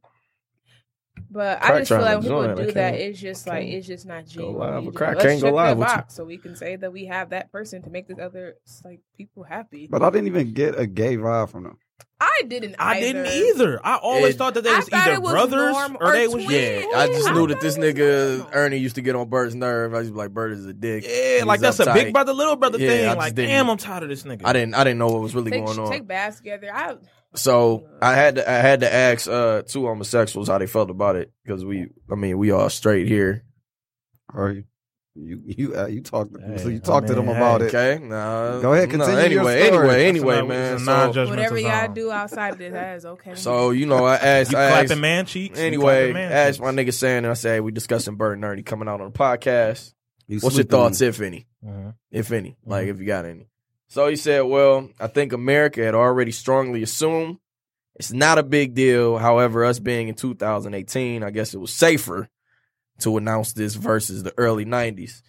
[SPEAKER 7] But I
[SPEAKER 6] Crack
[SPEAKER 7] just feel
[SPEAKER 6] trying to
[SPEAKER 7] like when people
[SPEAKER 6] join, I
[SPEAKER 7] do that,
[SPEAKER 6] can't-
[SPEAKER 7] it's just like
[SPEAKER 6] can't
[SPEAKER 7] it's just not
[SPEAKER 6] go
[SPEAKER 7] genuine.
[SPEAKER 6] live.
[SPEAKER 7] You
[SPEAKER 6] A
[SPEAKER 7] just-
[SPEAKER 6] crack
[SPEAKER 7] let's
[SPEAKER 6] can't go
[SPEAKER 7] check
[SPEAKER 6] live
[SPEAKER 7] that
[SPEAKER 6] with you.
[SPEAKER 7] box so we can say that we have that person to make this other like people happy.
[SPEAKER 4] but I didn't even get a gay vibe from them.
[SPEAKER 7] I didn't.
[SPEAKER 5] I didn't either. I always
[SPEAKER 6] It-
[SPEAKER 5] thought that they
[SPEAKER 7] I
[SPEAKER 5] was
[SPEAKER 7] thought
[SPEAKER 5] either
[SPEAKER 7] it was
[SPEAKER 5] brothers
[SPEAKER 7] norm
[SPEAKER 5] or
[SPEAKER 7] or
[SPEAKER 5] they was
[SPEAKER 7] twins.
[SPEAKER 6] Yeah, I just
[SPEAKER 7] I
[SPEAKER 6] knew that
[SPEAKER 7] thought
[SPEAKER 6] this
[SPEAKER 7] it was
[SPEAKER 6] nigga
[SPEAKER 7] normal.
[SPEAKER 6] Ernie used to get on Bird's nerve. I used to be like, Bird is a dick.
[SPEAKER 5] Yeah,
[SPEAKER 6] He's
[SPEAKER 5] like that's a
[SPEAKER 6] uptight.
[SPEAKER 5] big brother, little brother
[SPEAKER 6] Yeah, I
[SPEAKER 5] thing.
[SPEAKER 6] just
[SPEAKER 5] Like,
[SPEAKER 6] didn't- e-
[SPEAKER 5] damn, I'm tired of this nigga.
[SPEAKER 6] I didn't I didn't know what was really
[SPEAKER 7] Take,
[SPEAKER 6] going on.
[SPEAKER 7] take baths together. I
[SPEAKER 6] So I had to I had to ask uh two homosexuals how they felt about it because we I mean we all straight here.
[SPEAKER 4] Or you, you, you, uh, you talked, to them, so
[SPEAKER 5] Hey,
[SPEAKER 4] you talked to
[SPEAKER 5] I mean,
[SPEAKER 4] them about it.
[SPEAKER 6] Okay, no,
[SPEAKER 4] Go ahead,
[SPEAKER 6] no,
[SPEAKER 4] continue your
[SPEAKER 6] anyway,
[SPEAKER 4] story.
[SPEAKER 6] anyway,
[SPEAKER 5] That's
[SPEAKER 6] anyway,
[SPEAKER 5] not-
[SPEAKER 6] man.
[SPEAKER 5] it's a
[SPEAKER 6] So,
[SPEAKER 5] non-judgmental
[SPEAKER 7] whatever y'all
[SPEAKER 5] zone.
[SPEAKER 7] do outside of this, that is okay.
[SPEAKER 6] so you know I asked
[SPEAKER 5] you
[SPEAKER 6] I asked,
[SPEAKER 5] clapping man cheeks. You
[SPEAKER 6] anyway,
[SPEAKER 5] clapping man cheeks.
[SPEAKER 6] asked my nigga Sanders. I said hey, we discussing Bird and Ernie coming out on the podcast.
[SPEAKER 4] You
[SPEAKER 6] What's your
[SPEAKER 4] sleeping on Mm-hmm.
[SPEAKER 6] thoughts,
[SPEAKER 4] them.
[SPEAKER 6] if any?
[SPEAKER 5] Mhm.
[SPEAKER 6] if any, like if you got any. So he said, Well, I think America had already strongly assumed it's not a big deal. However, us being in 2018, I guess it was safer to announce this versus the early 90s.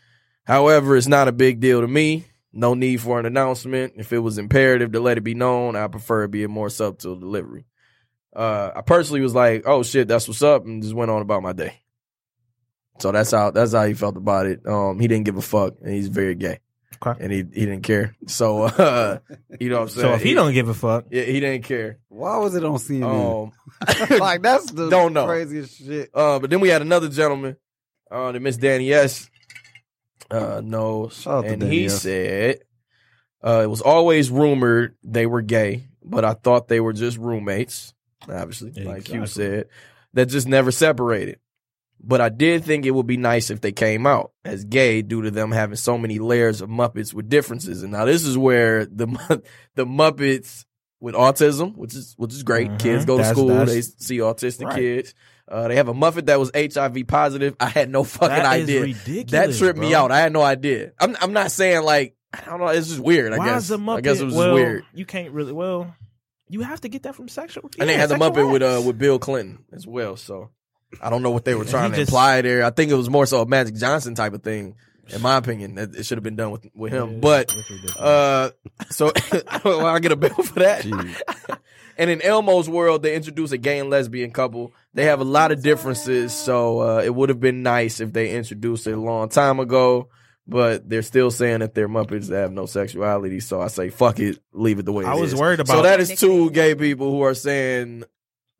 [SPEAKER 6] However, it's not a big deal to me. No need for an announcement. If it was imperative to let it be known, I prefer it be a more subtle delivery. Uh, I personally was like, "Oh shit, that's what's up," and just went on about my day. So that's how that's how he felt about it. Um, he didn't give a fuck, and he's very gay,
[SPEAKER 5] Okay.
[SPEAKER 6] and he he didn't care. So uh, you know what I'm saying?
[SPEAKER 5] So if he don't give a fuck,
[SPEAKER 6] yeah, he didn't care.
[SPEAKER 4] Why was it on CNN?
[SPEAKER 6] Um,
[SPEAKER 4] like that's the
[SPEAKER 6] Don't know.
[SPEAKER 4] craziest shit.
[SPEAKER 6] Uh, but then we had another gentleman, uh, the Miss Danny S. Uh, no,
[SPEAKER 4] Shout out to
[SPEAKER 6] and
[SPEAKER 4] Danny
[SPEAKER 6] he
[SPEAKER 4] S.
[SPEAKER 6] said uh, it was always rumored they were gay, but I thought they were just roommates. Obviously, like you
[SPEAKER 5] Exactly.
[SPEAKER 6] said, that just never separated. But I did think it would be nice if they came out as gay due to them having so many layers of Muppets with differences. And now this is where the Mu- the Muppets with autism, which is which is great.
[SPEAKER 5] Mhm.
[SPEAKER 6] Kids go to
[SPEAKER 5] That's-
[SPEAKER 6] school,
[SPEAKER 5] that's-
[SPEAKER 6] they see autistic
[SPEAKER 5] Right.
[SPEAKER 6] kids. Uh, they have a Muffet that was HIV positive. I had no fucking
[SPEAKER 5] that is
[SPEAKER 6] idea.
[SPEAKER 5] ridiculous.
[SPEAKER 6] that tripped me
[SPEAKER 5] bro.
[SPEAKER 6] out. I had no idea. I'm I'm not saying like I don't know. It's just weird. I
[SPEAKER 5] Why
[SPEAKER 6] guess.
[SPEAKER 5] is the Muppet?
[SPEAKER 6] I guess it was just
[SPEAKER 5] well,
[SPEAKER 6] weird.
[SPEAKER 5] You can't really. Well, you have to get that from sexual.
[SPEAKER 6] And they
[SPEAKER 5] yeah,
[SPEAKER 6] had the
[SPEAKER 5] sexual
[SPEAKER 6] Muppet with uh
[SPEAKER 5] acts.
[SPEAKER 6] with Bill Clinton as well. So I don't know what they were
[SPEAKER 5] And
[SPEAKER 6] trying
[SPEAKER 5] he
[SPEAKER 6] to
[SPEAKER 5] just-
[SPEAKER 6] imply there. I think it was more so a Magic Johnson type of thing, in my opinion. That it should have been done with with him.
[SPEAKER 5] Yeah,
[SPEAKER 6] But
[SPEAKER 5] it's ridiculous.
[SPEAKER 6] uh, so well, I get a bill for that. and in Elmo's world, they introduce a gay and lesbian couple. They have a lot of differences, so uh, it would have been nice if they introduced it a long time ago. But they're still saying that they're Muppets that have no sexuality, so I say fuck it, leave it the way.
[SPEAKER 5] I
[SPEAKER 6] it
[SPEAKER 5] was
[SPEAKER 6] is.
[SPEAKER 5] worried about
[SPEAKER 6] So that is two gay people who are saying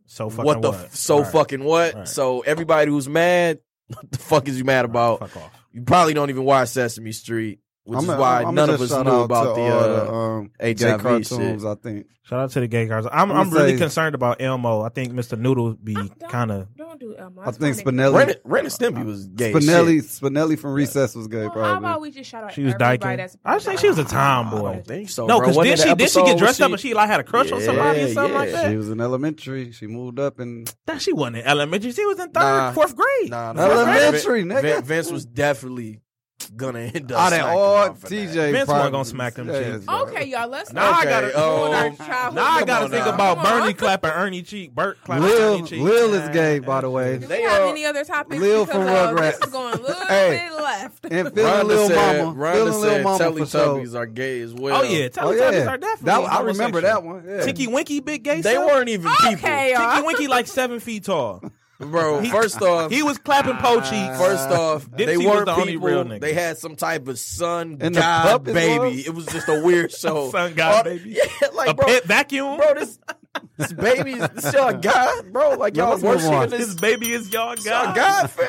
[SPEAKER 5] so fucking
[SPEAKER 6] what the
[SPEAKER 5] what?
[SPEAKER 6] f- so
[SPEAKER 5] Right.
[SPEAKER 6] fucking what.
[SPEAKER 5] Right.
[SPEAKER 6] So everybody who's mad, what the fuck is you mad
[SPEAKER 5] Right,
[SPEAKER 6] about?
[SPEAKER 5] Fuck off.
[SPEAKER 6] You probably don't even watch Sesame Street. which
[SPEAKER 4] I'm
[SPEAKER 6] is
[SPEAKER 4] gonna-
[SPEAKER 6] why
[SPEAKER 4] I'm gonna
[SPEAKER 6] none of
[SPEAKER 4] just
[SPEAKER 6] us
[SPEAKER 4] shout
[SPEAKER 6] knew
[SPEAKER 4] out
[SPEAKER 6] about
[SPEAKER 4] to
[SPEAKER 6] the,
[SPEAKER 4] all
[SPEAKER 6] uh,
[SPEAKER 4] um, J
[SPEAKER 6] HIV
[SPEAKER 4] cartoons.
[SPEAKER 6] shit.
[SPEAKER 4] I think
[SPEAKER 5] Shout out to the gay guys. I'm
[SPEAKER 4] I'ma
[SPEAKER 5] I'm really
[SPEAKER 4] say-
[SPEAKER 5] concerned about Elmo. I think Mr. Noodle be
[SPEAKER 7] I'm done.
[SPEAKER 5] kind of
[SPEAKER 7] Don't do Elmo.
[SPEAKER 4] I
[SPEAKER 7] That's
[SPEAKER 4] think
[SPEAKER 7] my nigga.
[SPEAKER 4] Spinelli.
[SPEAKER 6] Ren, Ren and Stimpy was gay. as
[SPEAKER 4] Spinelli.
[SPEAKER 6] shit.
[SPEAKER 4] Spinelli from Recess was gay.
[SPEAKER 7] Well, how about
[SPEAKER 4] probably.
[SPEAKER 7] we just shout out
[SPEAKER 5] She was
[SPEAKER 7] everybody
[SPEAKER 5] dyking.
[SPEAKER 7] that's-
[SPEAKER 5] I just think she was a
[SPEAKER 6] I
[SPEAKER 5] tomboy.
[SPEAKER 6] don't think so.
[SPEAKER 5] No,
[SPEAKER 6] Oh, bro.
[SPEAKER 5] because
[SPEAKER 6] Wasn't
[SPEAKER 5] did
[SPEAKER 6] it
[SPEAKER 5] she
[SPEAKER 6] an
[SPEAKER 5] did she
[SPEAKER 6] episode
[SPEAKER 5] get
[SPEAKER 6] where
[SPEAKER 5] dressed
[SPEAKER 6] she-
[SPEAKER 5] up and she like had a crush on somebody or
[SPEAKER 6] Yeah,
[SPEAKER 5] something
[SPEAKER 6] yeah.
[SPEAKER 5] like that?
[SPEAKER 4] She was in elementary. She moved up and
[SPEAKER 5] That she wasn't in elementary. She was in third,
[SPEAKER 6] Nah.
[SPEAKER 5] fourth grade.
[SPEAKER 6] Nah,
[SPEAKER 4] Elementary,
[SPEAKER 6] Vin-
[SPEAKER 4] nigga.
[SPEAKER 6] Vin- Vince was definitely gonna end up.
[SPEAKER 4] out of
[SPEAKER 6] smacking
[SPEAKER 4] all
[SPEAKER 6] her for that.
[SPEAKER 4] TJ.
[SPEAKER 5] Vince
[SPEAKER 4] probably-
[SPEAKER 5] wasn't gonna smack them chicks.
[SPEAKER 4] bro.
[SPEAKER 7] Okay, y'all. Let's
[SPEAKER 5] Now I gotta-
[SPEAKER 7] ruin
[SPEAKER 6] um,
[SPEAKER 7] our childhood.
[SPEAKER 5] Now I
[SPEAKER 6] Come
[SPEAKER 5] gotta
[SPEAKER 6] on
[SPEAKER 5] think
[SPEAKER 6] now.
[SPEAKER 5] about
[SPEAKER 7] Come on.
[SPEAKER 5] Bernie clapping Ernie Cheek, Bert clapping
[SPEAKER 4] Lil
[SPEAKER 5] Ernie Cheek.
[SPEAKER 4] Lil is gay, by the way.
[SPEAKER 7] Do
[SPEAKER 6] They
[SPEAKER 7] we have
[SPEAKER 6] are-
[SPEAKER 7] any other topics?
[SPEAKER 4] Lil
[SPEAKER 7] because,
[SPEAKER 4] from
[SPEAKER 7] uh,
[SPEAKER 4] Rugrats.
[SPEAKER 7] This is going a little
[SPEAKER 4] Hey.
[SPEAKER 7] bit left.
[SPEAKER 4] And feeling
[SPEAKER 6] Rhonda
[SPEAKER 4] Lil
[SPEAKER 6] said,
[SPEAKER 4] Mama,
[SPEAKER 6] Rhonda
[SPEAKER 4] feeling Lil
[SPEAKER 6] said
[SPEAKER 4] Mama for sure.
[SPEAKER 6] Teletubbies are gay as well.
[SPEAKER 5] Oh yeah, Teletubbies
[SPEAKER 4] Oh yeah,
[SPEAKER 5] are
[SPEAKER 4] that,
[SPEAKER 5] definitely.
[SPEAKER 4] I remember that one. Yeah.
[SPEAKER 5] Tinky Winky, big gay.
[SPEAKER 6] They
[SPEAKER 5] son.
[SPEAKER 6] weren't even
[SPEAKER 7] Okay, y'all.
[SPEAKER 5] Tinky Winky like seven feet tall.
[SPEAKER 6] people, bro. First off,
[SPEAKER 5] He was clapping Poe cheeks.
[SPEAKER 6] First off,
[SPEAKER 5] Dipsy
[SPEAKER 6] they
[SPEAKER 5] was
[SPEAKER 6] weren't
[SPEAKER 5] the only
[SPEAKER 6] people.
[SPEAKER 5] real nigga.
[SPEAKER 6] They had some type of sun
[SPEAKER 4] And the
[SPEAKER 6] god
[SPEAKER 4] puppet
[SPEAKER 6] baby.
[SPEAKER 4] was?
[SPEAKER 6] It was just a weird show.
[SPEAKER 5] Sun god
[SPEAKER 6] All-
[SPEAKER 5] baby?
[SPEAKER 6] Yeah, like
[SPEAKER 5] a
[SPEAKER 6] bro,
[SPEAKER 5] pet vacuum.
[SPEAKER 6] bro, this this baby is still a god, bro. Like
[SPEAKER 4] Now,
[SPEAKER 6] y'all
[SPEAKER 4] let's move on.
[SPEAKER 6] worshiping
[SPEAKER 5] this
[SPEAKER 6] this
[SPEAKER 5] baby is y'all God.
[SPEAKER 6] god, god fam.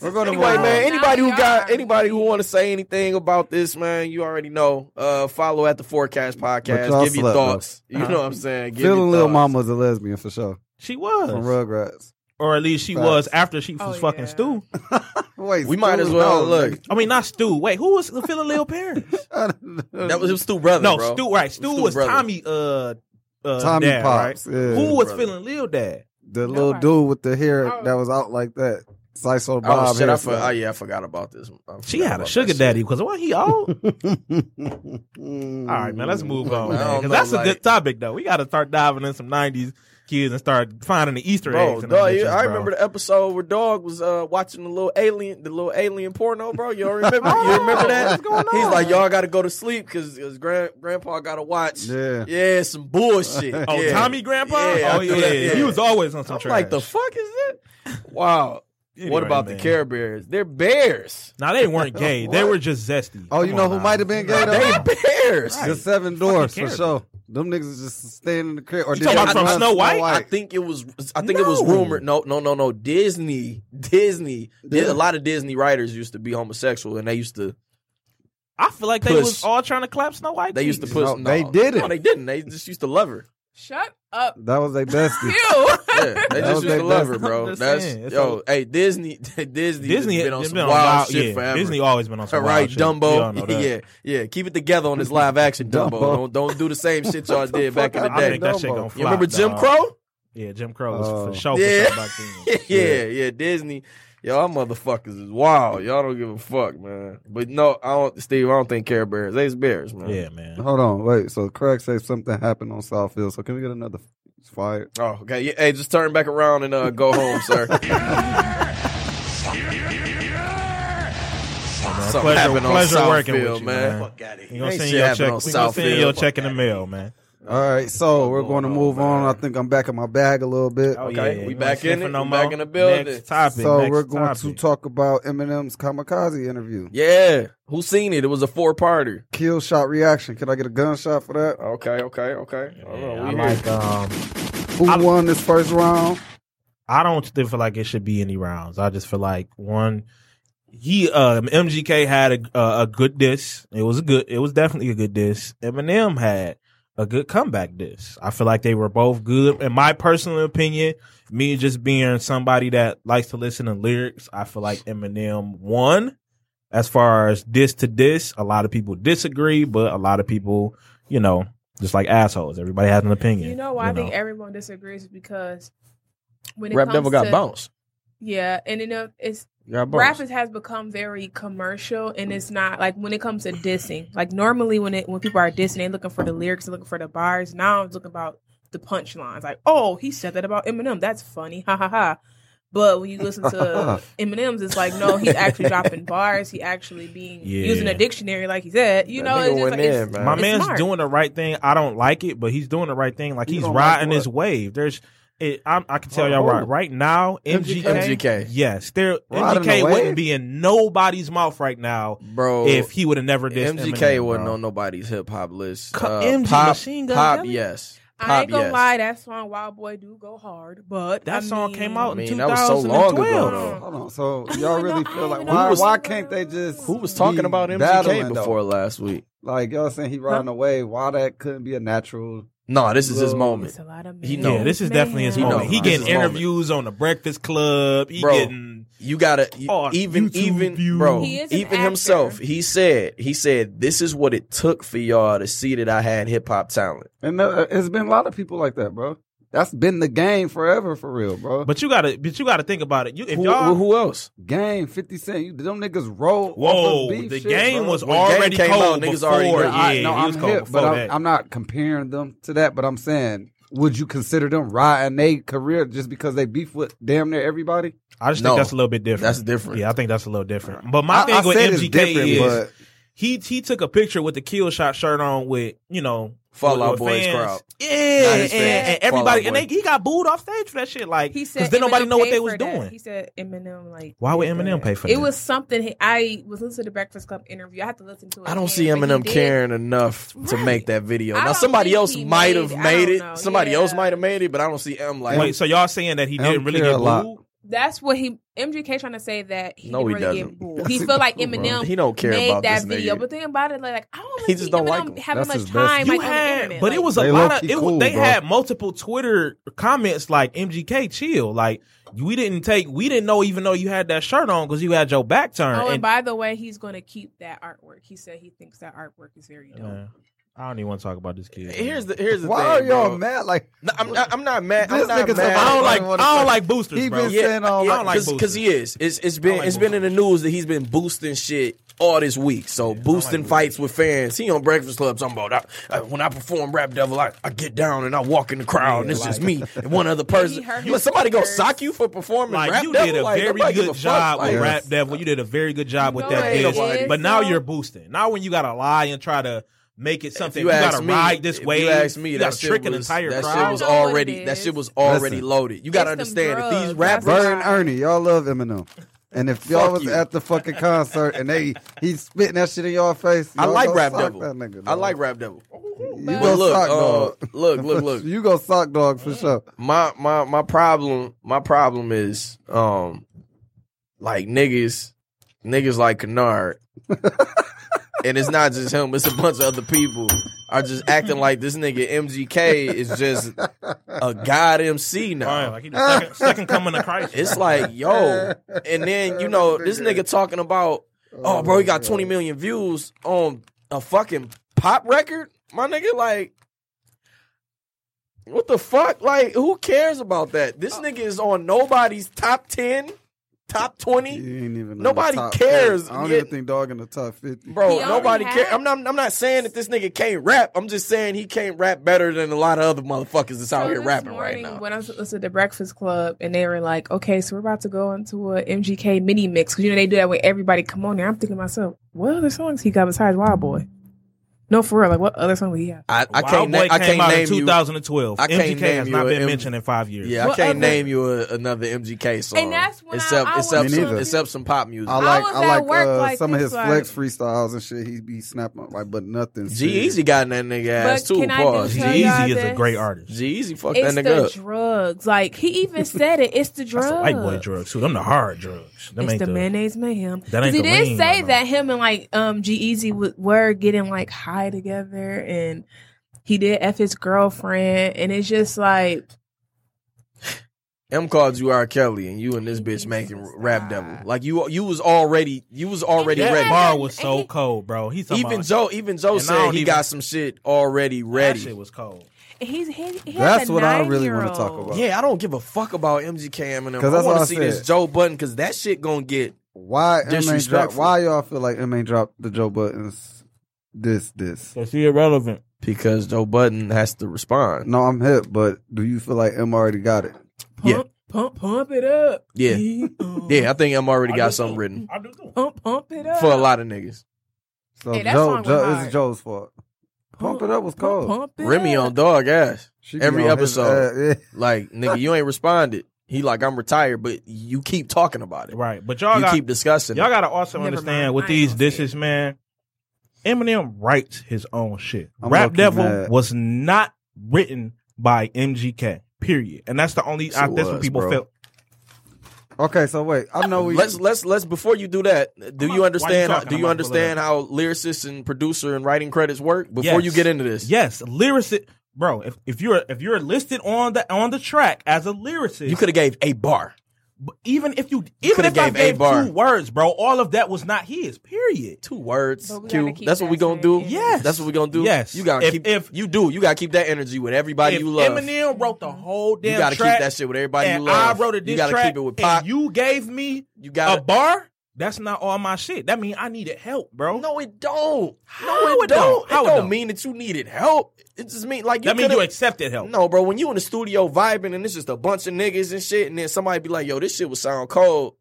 [SPEAKER 4] We're gonna
[SPEAKER 6] Anyway,
[SPEAKER 4] move
[SPEAKER 6] man,
[SPEAKER 4] on.
[SPEAKER 6] anybody who
[SPEAKER 7] Now
[SPEAKER 6] got
[SPEAKER 7] y'all-
[SPEAKER 6] anybody who want to say anything about this, man, you already know. Uh, follow at the Forecast
[SPEAKER 4] But y'all
[SPEAKER 6] Podcast. Give your
[SPEAKER 4] slept, though.
[SPEAKER 6] thoughts. You know what I'm saying. Give
[SPEAKER 4] Feeling
[SPEAKER 6] your
[SPEAKER 4] Lil
[SPEAKER 6] thoughts.
[SPEAKER 4] Mama was a lesbian for sure
[SPEAKER 5] She
[SPEAKER 4] from
[SPEAKER 5] was,
[SPEAKER 4] Rugrats.
[SPEAKER 5] or at least she
[SPEAKER 4] Facts.
[SPEAKER 5] was after she was
[SPEAKER 7] Oh,
[SPEAKER 5] fucking
[SPEAKER 7] yeah.
[SPEAKER 5] Stu.
[SPEAKER 4] Wait,
[SPEAKER 6] We might
[SPEAKER 4] Stu,
[SPEAKER 6] as well
[SPEAKER 4] no,
[SPEAKER 6] look.
[SPEAKER 5] I mean, not Stu. Wait, who was the Philly Lil parents?
[SPEAKER 6] That was it was Stu brother.
[SPEAKER 5] no,
[SPEAKER 6] bro.
[SPEAKER 5] Stu. Right, Stu
[SPEAKER 6] Stu
[SPEAKER 5] was
[SPEAKER 6] brother.
[SPEAKER 5] Tommy. Uh, uh,
[SPEAKER 4] Tommy
[SPEAKER 5] dad,
[SPEAKER 4] Pops,
[SPEAKER 5] Right?
[SPEAKER 4] yeah.
[SPEAKER 5] Who was
[SPEAKER 6] Brother.
[SPEAKER 5] feeling Lil dad?
[SPEAKER 4] the little dude with the hair that was out like that. Sisal Bob.
[SPEAKER 6] Oh shit! I
[SPEAKER 4] hairstyle.
[SPEAKER 6] for, oh yeah, I forgot about this. I forgot
[SPEAKER 5] She had a
[SPEAKER 6] about
[SPEAKER 5] sugar
[SPEAKER 6] that shit.
[SPEAKER 5] daddy because wasn't he old?
[SPEAKER 4] Mm.
[SPEAKER 5] All right, man, let's move on.
[SPEAKER 6] I
[SPEAKER 5] Because
[SPEAKER 6] don't know,
[SPEAKER 5] that's
[SPEAKER 6] like-
[SPEAKER 5] a good topic, though. We got to start diving in some '90s kids and start finding the Easter
[SPEAKER 6] Bro,
[SPEAKER 5] eggs. and
[SPEAKER 6] dog,
[SPEAKER 5] them
[SPEAKER 6] you-
[SPEAKER 5] bitches,
[SPEAKER 6] I
[SPEAKER 5] bro.
[SPEAKER 6] remember the episode where Dog was uh, watching the little alien, the little alien porno, bro. You all remember? you remember that?
[SPEAKER 5] Oh, What's going
[SPEAKER 6] He's
[SPEAKER 5] on?
[SPEAKER 6] like, y'all got to go to sleep because his grand grandpa got to watch.
[SPEAKER 4] Yeah.
[SPEAKER 6] yeah, some bullshit.
[SPEAKER 5] Oh,
[SPEAKER 6] yeah.
[SPEAKER 5] Tommy Grandpa.
[SPEAKER 6] Yeah,
[SPEAKER 5] oh
[SPEAKER 6] I
[SPEAKER 5] yeah,
[SPEAKER 6] thought- yeah.
[SPEAKER 5] he was always on some
[SPEAKER 6] I'm
[SPEAKER 5] trash.
[SPEAKER 6] like, the fuck is that? Wow.
[SPEAKER 5] Anyway,
[SPEAKER 6] what about
[SPEAKER 5] man.
[SPEAKER 6] the Care Bears? They're bears.
[SPEAKER 5] Now they weren't gay. they were just zesty.
[SPEAKER 4] Oh, you
[SPEAKER 5] Come
[SPEAKER 4] know
[SPEAKER 5] on
[SPEAKER 4] who
[SPEAKER 5] now.
[SPEAKER 4] might have been gay though?
[SPEAKER 6] They bears.
[SPEAKER 4] The Seven Doors for
[SPEAKER 5] care.
[SPEAKER 4] sure. Them niggas is just staying in the crib. Or
[SPEAKER 5] You
[SPEAKER 4] did
[SPEAKER 5] talking
[SPEAKER 4] they
[SPEAKER 5] about from
[SPEAKER 4] run
[SPEAKER 5] Snow White?
[SPEAKER 6] I think it was. I think it was
[SPEAKER 5] No.
[SPEAKER 6] rumored. No, no, no, no. Disney, Disney. Di-
[SPEAKER 4] Yeah.
[SPEAKER 6] A lot of Disney writers used to be homosexual, and they used to.
[SPEAKER 5] I feel like they
[SPEAKER 6] Puss.
[SPEAKER 5] was all trying to clap Snow White.
[SPEAKER 6] They used to
[SPEAKER 5] cheeks.
[SPEAKER 6] put.
[SPEAKER 4] No,
[SPEAKER 6] No,
[SPEAKER 4] they didn't.
[SPEAKER 6] No, they didn't. They just used to love her.
[SPEAKER 7] Shut up,
[SPEAKER 4] that was their bestie.
[SPEAKER 7] you.
[SPEAKER 6] Yeah, they
[SPEAKER 4] That
[SPEAKER 6] just
[SPEAKER 4] was
[SPEAKER 6] used
[SPEAKER 4] their
[SPEAKER 6] to love her,
[SPEAKER 5] best. I'm
[SPEAKER 6] bro.
[SPEAKER 5] just
[SPEAKER 6] That's
[SPEAKER 5] saying, it's
[SPEAKER 6] yo.
[SPEAKER 5] all-
[SPEAKER 6] hey, Disney, Disney,
[SPEAKER 5] Disney
[SPEAKER 6] Disney been on some wild, shit
[SPEAKER 5] yeah,
[SPEAKER 6] forever.
[SPEAKER 5] Disney always been on
[SPEAKER 6] all
[SPEAKER 5] some
[SPEAKER 6] right,
[SPEAKER 5] wild shit.
[SPEAKER 6] Dumbo.
[SPEAKER 5] We all know that.
[SPEAKER 6] Yeah, yeah. Keep it together on this live action Dumbo.
[SPEAKER 4] Dumbo.
[SPEAKER 6] Don't don't do the same shit y'all did back in the
[SPEAKER 4] fuck
[SPEAKER 5] I
[SPEAKER 4] Yeah,
[SPEAKER 6] day.
[SPEAKER 5] think that shit
[SPEAKER 4] Dumbo.
[SPEAKER 5] gonna fly.
[SPEAKER 6] you remember Jim
[SPEAKER 5] dog.
[SPEAKER 6] Crow?
[SPEAKER 5] Yeah, Jim Crow was
[SPEAKER 4] Oh.
[SPEAKER 5] for sure.
[SPEAKER 6] Yeah.
[SPEAKER 5] Yeah. Back then.
[SPEAKER 6] yeah, yeah. Disney, y'all motherfuckers is wild. Y'all don't give a fuck, man. But no, I don't. Steve, I don't think Care Bears. They's bears, man.
[SPEAKER 5] yeah, man.
[SPEAKER 4] Hold on, wait. So Craig says something happened on Southfield. So can we get another f- fire?
[SPEAKER 6] Oh, okay. Yeah, hey, just turn back around and uh, go home, sir. Something
[SPEAKER 5] Pleasure-
[SPEAKER 6] happened on
[SPEAKER 5] pleasure working
[SPEAKER 6] Southfield,
[SPEAKER 5] with you, man.
[SPEAKER 6] man.
[SPEAKER 5] You gonna
[SPEAKER 6] Ain't
[SPEAKER 5] send
[SPEAKER 6] shit
[SPEAKER 5] your
[SPEAKER 6] happened
[SPEAKER 5] check?
[SPEAKER 6] on
[SPEAKER 5] We gonna send
[SPEAKER 6] Southfield.
[SPEAKER 5] your check in the mail, man.
[SPEAKER 4] All right, so we're going to
[SPEAKER 6] on,
[SPEAKER 4] move on.
[SPEAKER 6] man?
[SPEAKER 4] I think I'm back in my bag a little bit.
[SPEAKER 5] Oh,
[SPEAKER 6] Okay, we
[SPEAKER 5] You ain't
[SPEAKER 6] back in
[SPEAKER 5] sniffing
[SPEAKER 6] it.
[SPEAKER 5] no
[SPEAKER 6] We
[SPEAKER 5] more.
[SPEAKER 6] back in the building.
[SPEAKER 5] Next topic.
[SPEAKER 4] So
[SPEAKER 5] next
[SPEAKER 4] we're going to
[SPEAKER 5] topic.
[SPEAKER 4] talk about Eminem's Kamikaze interview.
[SPEAKER 6] Yeah. Who seen it? It was a four parter.
[SPEAKER 4] Kill shot reaction. Can I get a gunshot for that?
[SPEAKER 6] Okay, okay, okay. I don't know.
[SPEAKER 5] Yeah, I
[SPEAKER 6] We
[SPEAKER 5] like.
[SPEAKER 6] here.
[SPEAKER 5] Um,
[SPEAKER 4] Who won this first round?
[SPEAKER 5] I don't still feel like it should be any rounds. I just feel like one. He um MGK had a uh, a good diss. It was a good. It was definitely a good diss. Eminem had a good comeback diss. I feel like they were both good. In my personal opinion, me just being somebody that likes to listen to lyrics, I feel like Eminem won. As far as diss to diss, a lot of people disagree, but a lot of people, you know, just like assholes. Everybody has an opinion.
[SPEAKER 7] You know why I think
[SPEAKER 5] know.
[SPEAKER 7] everyone disagrees is because when it
[SPEAKER 6] Rap
[SPEAKER 7] comes
[SPEAKER 6] Devil
[SPEAKER 7] to,
[SPEAKER 6] got bounced.
[SPEAKER 7] Yeah, and you know it's
[SPEAKER 6] Got
[SPEAKER 7] rap
[SPEAKER 6] bounced.
[SPEAKER 7] is, has become very commercial, and it's not like when it comes to dissing. Like normally when it when people are dissing, they're looking for the lyrics, they're looking for the bars. Now I'm looking about the punchlines. Like, oh, he said that about Eminem. That's funny. Ha ha ha. But when you listen to Eminem's, it's like no, he's actually dropping bars. He actually being
[SPEAKER 5] Yeah.
[SPEAKER 7] using a dictionary, like he said. You
[SPEAKER 6] That
[SPEAKER 7] know,
[SPEAKER 6] nigga
[SPEAKER 7] it's just
[SPEAKER 6] went
[SPEAKER 7] like
[SPEAKER 6] in,
[SPEAKER 7] it's,
[SPEAKER 6] man.
[SPEAKER 5] My
[SPEAKER 7] it's
[SPEAKER 5] man's
[SPEAKER 7] smart.
[SPEAKER 5] doing the right thing. I don't like it, but he's doing the right thing. Like
[SPEAKER 4] You
[SPEAKER 5] he's
[SPEAKER 4] don't like
[SPEAKER 5] riding
[SPEAKER 4] what?
[SPEAKER 5] this wave. There's, it, I'm, I can tell y'all
[SPEAKER 4] Hold
[SPEAKER 5] right,
[SPEAKER 4] on.
[SPEAKER 5] right now,
[SPEAKER 4] MGK?
[SPEAKER 5] MGK,
[SPEAKER 6] MGK.
[SPEAKER 5] yes, there,
[SPEAKER 4] Riding the
[SPEAKER 5] MGK
[SPEAKER 4] wave?
[SPEAKER 5] wouldn't be in nobody's mouth right now
[SPEAKER 6] Bro,
[SPEAKER 5] if he would have never dissed
[SPEAKER 6] MGK
[SPEAKER 5] Eminem,
[SPEAKER 6] wasn't
[SPEAKER 5] bro.
[SPEAKER 6] on nobody's hip hop list.
[SPEAKER 5] Co-
[SPEAKER 6] Uh,
[SPEAKER 5] MG
[SPEAKER 6] pop,
[SPEAKER 5] Machine Gun
[SPEAKER 6] pop
[SPEAKER 5] Kelly?
[SPEAKER 6] yes.
[SPEAKER 7] I
[SPEAKER 6] Pop,
[SPEAKER 7] ain't gonna
[SPEAKER 6] yes.
[SPEAKER 7] lie, that song Wild Boy do go hard, but
[SPEAKER 5] That
[SPEAKER 7] I
[SPEAKER 5] song
[SPEAKER 7] mean,
[SPEAKER 5] came out in
[SPEAKER 6] I mean, that was so long ago,
[SPEAKER 5] 2012.
[SPEAKER 6] though.
[SPEAKER 4] Hold on. So
[SPEAKER 7] I
[SPEAKER 4] y'all
[SPEAKER 7] don't
[SPEAKER 4] really
[SPEAKER 7] know.
[SPEAKER 4] feel
[SPEAKER 7] I
[SPEAKER 4] like
[SPEAKER 7] don't
[SPEAKER 4] why?
[SPEAKER 7] know.
[SPEAKER 4] Why can't they just?
[SPEAKER 6] Who was talking
[SPEAKER 4] be
[SPEAKER 6] about
[SPEAKER 4] battling,
[SPEAKER 6] MGK
[SPEAKER 4] though?
[SPEAKER 6] before last week?
[SPEAKER 4] Like y'all saying he riding away. Why that couldn't be a natural?
[SPEAKER 6] No, this is his
[SPEAKER 4] Bro.
[SPEAKER 6] moment.
[SPEAKER 7] It's a lot of
[SPEAKER 6] He
[SPEAKER 7] men.
[SPEAKER 6] know.
[SPEAKER 5] Yeah, this is definitely his
[SPEAKER 6] He
[SPEAKER 5] moment.
[SPEAKER 6] know.
[SPEAKER 5] He
[SPEAKER 6] This
[SPEAKER 5] getting
[SPEAKER 6] is his moment.
[SPEAKER 5] interviews on the Breakfast Club. He
[SPEAKER 6] Bro.
[SPEAKER 5] getting
[SPEAKER 6] You gotta you-
[SPEAKER 5] Oh,
[SPEAKER 6] even
[SPEAKER 5] YouTube
[SPEAKER 6] even
[SPEAKER 5] views.
[SPEAKER 6] bro
[SPEAKER 7] He is an
[SPEAKER 6] even
[SPEAKER 7] actor.
[SPEAKER 6] himself. He said he said this is what it took for y'all to see that I had hip hop talent.
[SPEAKER 4] And uh, it's been a lot of people like that, bro. That's been the game forever, for real, bro.
[SPEAKER 5] But you gotta, but you gotta think about it. You, if
[SPEAKER 6] Who,
[SPEAKER 5] y'all,
[SPEAKER 6] who else?
[SPEAKER 4] game Fifty Cent, you, them niggas roll.
[SPEAKER 5] whoa,
[SPEAKER 4] off of beef
[SPEAKER 5] the
[SPEAKER 4] shit,
[SPEAKER 5] game
[SPEAKER 4] bro.
[SPEAKER 5] was
[SPEAKER 6] When Game
[SPEAKER 5] already
[SPEAKER 6] came
[SPEAKER 5] cold
[SPEAKER 6] out, niggas
[SPEAKER 5] before.
[SPEAKER 6] already knew.
[SPEAKER 4] But
[SPEAKER 5] yeah,
[SPEAKER 4] I, no,
[SPEAKER 5] he
[SPEAKER 4] I'm
[SPEAKER 5] was cold
[SPEAKER 4] hip,
[SPEAKER 5] before
[SPEAKER 4] but
[SPEAKER 5] that.
[SPEAKER 4] I'm, I'm not comparing them to that. But I'm saying, would you consider them riding their career just because they beef with damn near everybody?
[SPEAKER 5] I just
[SPEAKER 6] No.
[SPEAKER 5] think that's a little bit different.
[SPEAKER 6] That's different.
[SPEAKER 5] Yeah, I think that's a little different. But my
[SPEAKER 4] I-
[SPEAKER 5] thing
[SPEAKER 4] I
[SPEAKER 5] with
[SPEAKER 4] said it's
[SPEAKER 5] MGK
[SPEAKER 4] different,
[SPEAKER 5] is
[SPEAKER 4] but-
[SPEAKER 5] he he took a picture with the kill shot shirt on with you know
[SPEAKER 6] Fall
[SPEAKER 5] with-
[SPEAKER 6] Out
[SPEAKER 5] with
[SPEAKER 6] Boy's
[SPEAKER 5] fans.
[SPEAKER 6] crowd.
[SPEAKER 5] Yeah,
[SPEAKER 6] Not
[SPEAKER 5] and,
[SPEAKER 6] his fans.
[SPEAKER 5] and
[SPEAKER 6] Fall
[SPEAKER 5] everybody
[SPEAKER 6] Out
[SPEAKER 5] and
[SPEAKER 6] Boy.
[SPEAKER 5] they, he got booed off stage for that shit. Like,
[SPEAKER 7] He
[SPEAKER 5] because
[SPEAKER 7] said
[SPEAKER 5] then nobody
[SPEAKER 7] Eminem
[SPEAKER 5] know what
[SPEAKER 7] paid
[SPEAKER 5] they was
[SPEAKER 7] for that.
[SPEAKER 5] doing.
[SPEAKER 7] He said Eminem like.
[SPEAKER 5] Why would
[SPEAKER 7] did
[SPEAKER 5] Eminem
[SPEAKER 7] that.
[SPEAKER 5] pay for
[SPEAKER 7] it?
[SPEAKER 5] that?
[SPEAKER 7] was something he- I was listening to the Breakfast Club interview. I had to listen to it.
[SPEAKER 6] I don't
[SPEAKER 7] again,
[SPEAKER 6] see
[SPEAKER 7] but he
[SPEAKER 6] Eminem
[SPEAKER 7] did-
[SPEAKER 6] caring enough to
[SPEAKER 7] Right.
[SPEAKER 6] make that video.
[SPEAKER 7] I
[SPEAKER 6] Now
[SPEAKER 7] don't
[SPEAKER 6] somebody
[SPEAKER 7] think
[SPEAKER 6] else
[SPEAKER 7] he
[SPEAKER 6] might
[SPEAKER 7] made
[SPEAKER 6] have
[SPEAKER 7] it. I
[SPEAKER 6] made
[SPEAKER 7] don't
[SPEAKER 6] it.
[SPEAKER 7] know.
[SPEAKER 6] Somebody
[SPEAKER 7] Yeah.
[SPEAKER 6] else might have made it, but I don't see M like
[SPEAKER 5] Wait, so y'all saying that he
[SPEAKER 4] I don't
[SPEAKER 5] didn't really
[SPEAKER 4] care
[SPEAKER 5] get
[SPEAKER 4] a lot.
[SPEAKER 5] booed?
[SPEAKER 7] That's what he MGK trying to say that he
[SPEAKER 6] No,
[SPEAKER 7] didn't
[SPEAKER 6] he
[SPEAKER 7] really
[SPEAKER 6] doesn't.
[SPEAKER 7] get booed. He
[SPEAKER 4] That's
[SPEAKER 7] feel like
[SPEAKER 4] cool, bro.
[SPEAKER 7] Eminem
[SPEAKER 6] he don't care
[SPEAKER 7] made
[SPEAKER 6] about
[SPEAKER 7] that
[SPEAKER 6] this
[SPEAKER 7] video.
[SPEAKER 6] nigga.
[SPEAKER 7] But think about it, like I don't really
[SPEAKER 6] He just
[SPEAKER 7] see
[SPEAKER 6] don't
[SPEAKER 7] Eminem
[SPEAKER 6] like him.
[SPEAKER 4] That's
[SPEAKER 7] having much
[SPEAKER 4] his best.
[SPEAKER 7] time
[SPEAKER 5] you
[SPEAKER 7] like on
[SPEAKER 5] had,
[SPEAKER 7] the internet.
[SPEAKER 5] but it
[SPEAKER 7] Like,
[SPEAKER 5] was a
[SPEAKER 4] They
[SPEAKER 5] lot of.
[SPEAKER 4] low-key
[SPEAKER 5] It, was-
[SPEAKER 4] cool,
[SPEAKER 5] they
[SPEAKER 4] bro.
[SPEAKER 5] had multiple Twitter comments like MGK chill. Like we didn't take, we didn't know even though you had that shirt on because you had your back turned.
[SPEAKER 7] Oh, and,
[SPEAKER 5] and-
[SPEAKER 7] by the way, he's going to keep that artwork. He said he thinks that artwork is very dope.
[SPEAKER 5] Man, I don't even want to talk about this kid.
[SPEAKER 6] Here's the here's the
[SPEAKER 4] Why
[SPEAKER 6] thing.
[SPEAKER 4] are y'all
[SPEAKER 6] bro.
[SPEAKER 4] mad? Like
[SPEAKER 6] No, I'm not. I'm not mad.
[SPEAKER 4] This
[SPEAKER 6] I'm not
[SPEAKER 4] nigga's
[SPEAKER 6] mad.
[SPEAKER 5] I don't like.
[SPEAKER 4] I
[SPEAKER 5] I
[SPEAKER 4] don't
[SPEAKER 5] don't like boosters,
[SPEAKER 4] He
[SPEAKER 5] bro.
[SPEAKER 4] been saying all
[SPEAKER 5] I
[SPEAKER 4] like-
[SPEAKER 5] don't like boosters.
[SPEAKER 6] because he is. It's it's been
[SPEAKER 5] like
[SPEAKER 6] it's been in the
[SPEAKER 5] boosters.
[SPEAKER 6] news that he's been boosting shit all this week. So boosting fights with fans. He on Breakfast Club talking about I, I, when I perform Rap Devil, I, I get down and I walk in the crowd and it's just me and one other person.
[SPEAKER 7] heard
[SPEAKER 6] But somebody gonna
[SPEAKER 7] his words.
[SPEAKER 6] sock you for performing
[SPEAKER 5] Like
[SPEAKER 6] Rap
[SPEAKER 5] you
[SPEAKER 6] Devil.
[SPEAKER 5] did a
[SPEAKER 6] Like,
[SPEAKER 5] very
[SPEAKER 6] nobody give a
[SPEAKER 5] good
[SPEAKER 6] fuck.
[SPEAKER 5] job with
[SPEAKER 6] Like,
[SPEAKER 4] Yes.
[SPEAKER 5] Rap Devil. You did a very good job with
[SPEAKER 7] know
[SPEAKER 5] that
[SPEAKER 7] what
[SPEAKER 6] it
[SPEAKER 5] bitch.
[SPEAKER 6] is,
[SPEAKER 5] but now
[SPEAKER 7] though?
[SPEAKER 5] you're boosting. Now when you gotta lie and try to make it something,
[SPEAKER 6] if you,
[SPEAKER 5] you,
[SPEAKER 6] ask
[SPEAKER 5] gotta
[SPEAKER 6] me,
[SPEAKER 5] ride this
[SPEAKER 6] if
[SPEAKER 5] way.
[SPEAKER 6] You ask me, that
[SPEAKER 5] gotta
[SPEAKER 6] shit
[SPEAKER 5] trick
[SPEAKER 6] was,
[SPEAKER 5] an entire
[SPEAKER 6] that
[SPEAKER 5] crowd.
[SPEAKER 6] shit was
[SPEAKER 7] I don't know what
[SPEAKER 6] already
[SPEAKER 7] it
[SPEAKER 6] that
[SPEAKER 7] is.
[SPEAKER 6] shit was already
[SPEAKER 4] Listen.
[SPEAKER 6] loaded. You gotta
[SPEAKER 7] It's
[SPEAKER 6] understand
[SPEAKER 7] them
[SPEAKER 6] if these
[SPEAKER 7] drugs.
[SPEAKER 6] rappers
[SPEAKER 7] That's
[SPEAKER 4] Bird and Ernie, y'all love Eminem. And if y'all
[SPEAKER 6] Fuck
[SPEAKER 4] was
[SPEAKER 6] you.
[SPEAKER 4] at the fucking concert and they he's spitting that shit in y'all face,
[SPEAKER 6] I
[SPEAKER 4] y'all
[SPEAKER 6] like
[SPEAKER 4] go
[SPEAKER 6] Rap
[SPEAKER 4] sock
[SPEAKER 6] Devil.
[SPEAKER 4] That nigga,
[SPEAKER 6] I
[SPEAKER 4] dog.
[SPEAKER 6] like Rap Devil.
[SPEAKER 4] You
[SPEAKER 7] But
[SPEAKER 4] go
[SPEAKER 6] look,
[SPEAKER 4] sock
[SPEAKER 6] uh,
[SPEAKER 4] dog.
[SPEAKER 6] look, look, look.
[SPEAKER 4] you go sock dog for sure.
[SPEAKER 6] my my my problem my problem is um like niggas niggas like Kennard and it's not just him it's a bunch of other people are just acting like this nigga MGK is just a god MC now.
[SPEAKER 5] All right, like he the second, second coming of Christ.
[SPEAKER 6] It's like, yo. And then, you know, this nigga talking about, oh, bro, he got 20 million views on a fucking pop record. My nigga, like, what the fuck? Like, who cares about that? This
[SPEAKER 7] Uh,
[SPEAKER 6] nigga is on nobody's top 10, top 20.
[SPEAKER 4] You ain't even in the
[SPEAKER 6] Nobody
[SPEAKER 4] top
[SPEAKER 6] cares.
[SPEAKER 4] 10. I don't
[SPEAKER 6] Yeah.
[SPEAKER 4] even think dog in the top fifty.
[SPEAKER 6] Bro,
[SPEAKER 7] He only
[SPEAKER 6] nobody
[SPEAKER 7] has-
[SPEAKER 6] cares. I'm not, I'm not saying that this nigga can't rap. I'm just saying he can't rap better than a lot of other motherfuckers that's out
[SPEAKER 7] So
[SPEAKER 6] here
[SPEAKER 7] this
[SPEAKER 6] rapping
[SPEAKER 7] morning,
[SPEAKER 6] right now.
[SPEAKER 7] When I was listening to Breakfast Club, and they were like, "Okay, so we're about to go into a MGK mini mix because you know they do that when everybody come on there." I'm thinking to myself, what other songs he got besides Wild Boy? No, for real, like what other songs he have?
[SPEAKER 6] I, I
[SPEAKER 5] Wild
[SPEAKER 6] can't, na-
[SPEAKER 5] Boy
[SPEAKER 6] I
[SPEAKER 5] came
[SPEAKER 6] can't
[SPEAKER 5] out
[SPEAKER 6] name
[SPEAKER 5] in
[SPEAKER 6] you.
[SPEAKER 5] 2012.
[SPEAKER 6] I can't
[SPEAKER 5] MGK has
[SPEAKER 6] name
[SPEAKER 5] not
[SPEAKER 6] you
[SPEAKER 5] been
[SPEAKER 6] a M-
[SPEAKER 5] mentioned in five years.
[SPEAKER 6] Yeah,
[SPEAKER 7] What
[SPEAKER 6] I can't
[SPEAKER 7] other-
[SPEAKER 6] name you a, another MGK song.
[SPEAKER 7] And that's when I-
[SPEAKER 6] except
[SPEAKER 7] I was
[SPEAKER 6] except
[SPEAKER 4] Me
[SPEAKER 6] some,
[SPEAKER 4] neither.
[SPEAKER 6] except some pop music.
[SPEAKER 4] I like
[SPEAKER 7] was
[SPEAKER 4] I,
[SPEAKER 7] at
[SPEAKER 4] like,
[SPEAKER 7] work
[SPEAKER 4] uh,
[SPEAKER 7] like
[SPEAKER 4] some of
[SPEAKER 7] this,
[SPEAKER 4] his flex
[SPEAKER 7] like-
[SPEAKER 4] freestyles and shit. He be snapping up like, but nothing.
[SPEAKER 6] G
[SPEAKER 4] serious.
[SPEAKER 6] Easy got in that nigga ass too.
[SPEAKER 7] can I
[SPEAKER 6] Pause.
[SPEAKER 7] do
[SPEAKER 6] G
[SPEAKER 7] tell
[SPEAKER 5] Easy
[SPEAKER 6] Easy,
[SPEAKER 7] y'all
[SPEAKER 5] is a
[SPEAKER 7] this?
[SPEAKER 5] great artist.
[SPEAKER 6] G Easy, fuck
[SPEAKER 7] It's
[SPEAKER 6] that
[SPEAKER 7] the
[SPEAKER 6] nigga up.
[SPEAKER 7] drugs. Like he even said it. It's the drugs.
[SPEAKER 5] That's the white boy drugs too. Them the hard drugs. Them
[SPEAKER 7] It's
[SPEAKER 5] ain't
[SPEAKER 7] the
[SPEAKER 5] the,
[SPEAKER 7] mayonnaise mayhem.
[SPEAKER 5] That ain't
[SPEAKER 7] Because
[SPEAKER 5] the
[SPEAKER 7] he
[SPEAKER 5] lean,
[SPEAKER 7] did
[SPEAKER 5] I
[SPEAKER 7] say
[SPEAKER 5] know.
[SPEAKER 7] that him and like um G Easy were getting like high together, and he did f his girlfriend, and it's just like
[SPEAKER 6] M called you R Kelly, and you and this bitch making rap devil. Like you, you was already, you was already
[SPEAKER 5] That
[SPEAKER 7] Yeah.
[SPEAKER 6] ready.
[SPEAKER 5] bar was so
[SPEAKER 7] And he-
[SPEAKER 5] cold, bro. He's talking
[SPEAKER 6] Even
[SPEAKER 5] about,
[SPEAKER 6] Joe, even Joe
[SPEAKER 5] And I
[SPEAKER 6] said
[SPEAKER 5] don't
[SPEAKER 6] he
[SPEAKER 5] even-
[SPEAKER 6] got some shit already
[SPEAKER 5] That shit
[SPEAKER 6] ready.
[SPEAKER 5] was cold.
[SPEAKER 7] he's he, he
[SPEAKER 4] That's
[SPEAKER 7] has a
[SPEAKER 4] what I really wanna
[SPEAKER 7] nine-year-old.
[SPEAKER 4] talk about.
[SPEAKER 6] Yeah, I don't give a fuck about MGK Eminem.
[SPEAKER 4] 'Cause
[SPEAKER 6] I
[SPEAKER 4] that's
[SPEAKER 6] want
[SPEAKER 4] what I
[SPEAKER 6] to see this
[SPEAKER 4] said.
[SPEAKER 6] Joe Button because that shit gonna get.
[SPEAKER 4] Why M ain't drop?
[SPEAKER 6] Disrespectful.
[SPEAKER 4] Why y'all feel like M ain't drop the Joe Buttons? This this.
[SPEAKER 5] Cause he irrelevant.
[SPEAKER 6] Because Joe Button has to respond.
[SPEAKER 4] No, I'm hip, but do you feel like M already got it?
[SPEAKER 7] Pump,
[SPEAKER 6] Yeah.
[SPEAKER 7] pump, pump it up.
[SPEAKER 6] Yeah.
[SPEAKER 7] Uh,
[SPEAKER 6] Yeah, I think M already got something written
[SPEAKER 5] I do too.
[SPEAKER 7] Pump, pump it up
[SPEAKER 6] for a lot of niggas.
[SPEAKER 4] So
[SPEAKER 7] Hey, that song
[SPEAKER 4] Joe,
[SPEAKER 7] went
[SPEAKER 4] Joe it's
[SPEAKER 7] hard.
[SPEAKER 4] Joe's fault. Pump it up was
[SPEAKER 7] Pump,
[SPEAKER 4] cold.
[SPEAKER 7] pump it
[SPEAKER 6] Remy
[SPEAKER 7] up.
[SPEAKER 6] on dog ass.
[SPEAKER 4] She be
[SPEAKER 6] Every
[SPEAKER 4] on his
[SPEAKER 6] episode.
[SPEAKER 4] ass, yeah.
[SPEAKER 6] Like, nigga, you ain't responded. He like, I'm retired, but you keep talking about it.
[SPEAKER 5] Right, but y'all
[SPEAKER 6] you
[SPEAKER 5] got
[SPEAKER 6] keep discussing
[SPEAKER 5] y'all
[SPEAKER 6] it.
[SPEAKER 5] gotta also
[SPEAKER 7] Never
[SPEAKER 5] understand
[SPEAKER 7] mind.
[SPEAKER 5] with
[SPEAKER 7] I ain't
[SPEAKER 5] these
[SPEAKER 7] gonna say it.
[SPEAKER 5] dishes, man. Eminem writes his own shit.
[SPEAKER 4] I'm
[SPEAKER 5] Rap
[SPEAKER 4] low-key
[SPEAKER 5] Devil
[SPEAKER 4] mad.
[SPEAKER 5] was not written by MGK. Period. And that's the only.
[SPEAKER 6] it
[SPEAKER 5] I, that's what
[SPEAKER 6] was,
[SPEAKER 5] people
[SPEAKER 6] bro.
[SPEAKER 5] felt.
[SPEAKER 4] Okay, so wait. I know we.
[SPEAKER 6] Let's let's let's before you do that. Do
[SPEAKER 5] I'm
[SPEAKER 6] you
[SPEAKER 5] not-
[SPEAKER 6] understand?
[SPEAKER 5] why you
[SPEAKER 6] How,
[SPEAKER 5] talking?
[SPEAKER 6] do
[SPEAKER 5] I'm
[SPEAKER 6] you
[SPEAKER 5] not
[SPEAKER 6] understand how lyricists and producer and writing credits work? Before
[SPEAKER 5] Yes.
[SPEAKER 6] you get into this,
[SPEAKER 5] Yes, lyricist, bro. If, if you're if you're listed on the on the track as a lyricist,
[SPEAKER 6] you could have gave a bar.
[SPEAKER 5] But even if you even
[SPEAKER 6] coulda
[SPEAKER 5] if I
[SPEAKER 6] gave a
[SPEAKER 5] gave
[SPEAKER 6] bar.
[SPEAKER 5] two words, bro, all of that was not his. Period.
[SPEAKER 6] Two words.
[SPEAKER 7] But we gotta
[SPEAKER 6] Q.
[SPEAKER 7] keep
[SPEAKER 6] That's what
[SPEAKER 7] that
[SPEAKER 6] we gonna do.
[SPEAKER 7] same energy.
[SPEAKER 5] Yes.
[SPEAKER 6] That's what we gonna do.
[SPEAKER 5] Yes.
[SPEAKER 6] You gotta
[SPEAKER 5] If-
[SPEAKER 6] keep.
[SPEAKER 5] if-
[SPEAKER 6] you do, you gotta keep that energy with everybody
[SPEAKER 5] if
[SPEAKER 6] you love.
[SPEAKER 5] Eminem wrote the whole damn
[SPEAKER 6] you gotta
[SPEAKER 5] track,
[SPEAKER 6] keep that shit with everybody
[SPEAKER 5] and
[SPEAKER 6] you love.
[SPEAKER 5] I wrote a diss
[SPEAKER 6] you gotta
[SPEAKER 5] track,
[SPEAKER 6] keep it with
[SPEAKER 5] and
[SPEAKER 6] Pac. You,
[SPEAKER 5] you gave me
[SPEAKER 6] gotta.
[SPEAKER 5] a bar. That's not all my shit. That mean I needed help, bro.
[SPEAKER 6] no, it don't.
[SPEAKER 5] How
[SPEAKER 6] No, it
[SPEAKER 5] it don't?
[SPEAKER 6] don't. It
[SPEAKER 5] How it
[SPEAKER 6] don't
[SPEAKER 5] don't?
[SPEAKER 6] mean that you needed help. It just mean like you
[SPEAKER 5] that mean
[SPEAKER 6] coulda-
[SPEAKER 5] you accepted help.
[SPEAKER 6] No, bro, when you in the studio vibing and it's just a bunch of niggas and shit, and then somebody be like, yo, this shit would sound cold.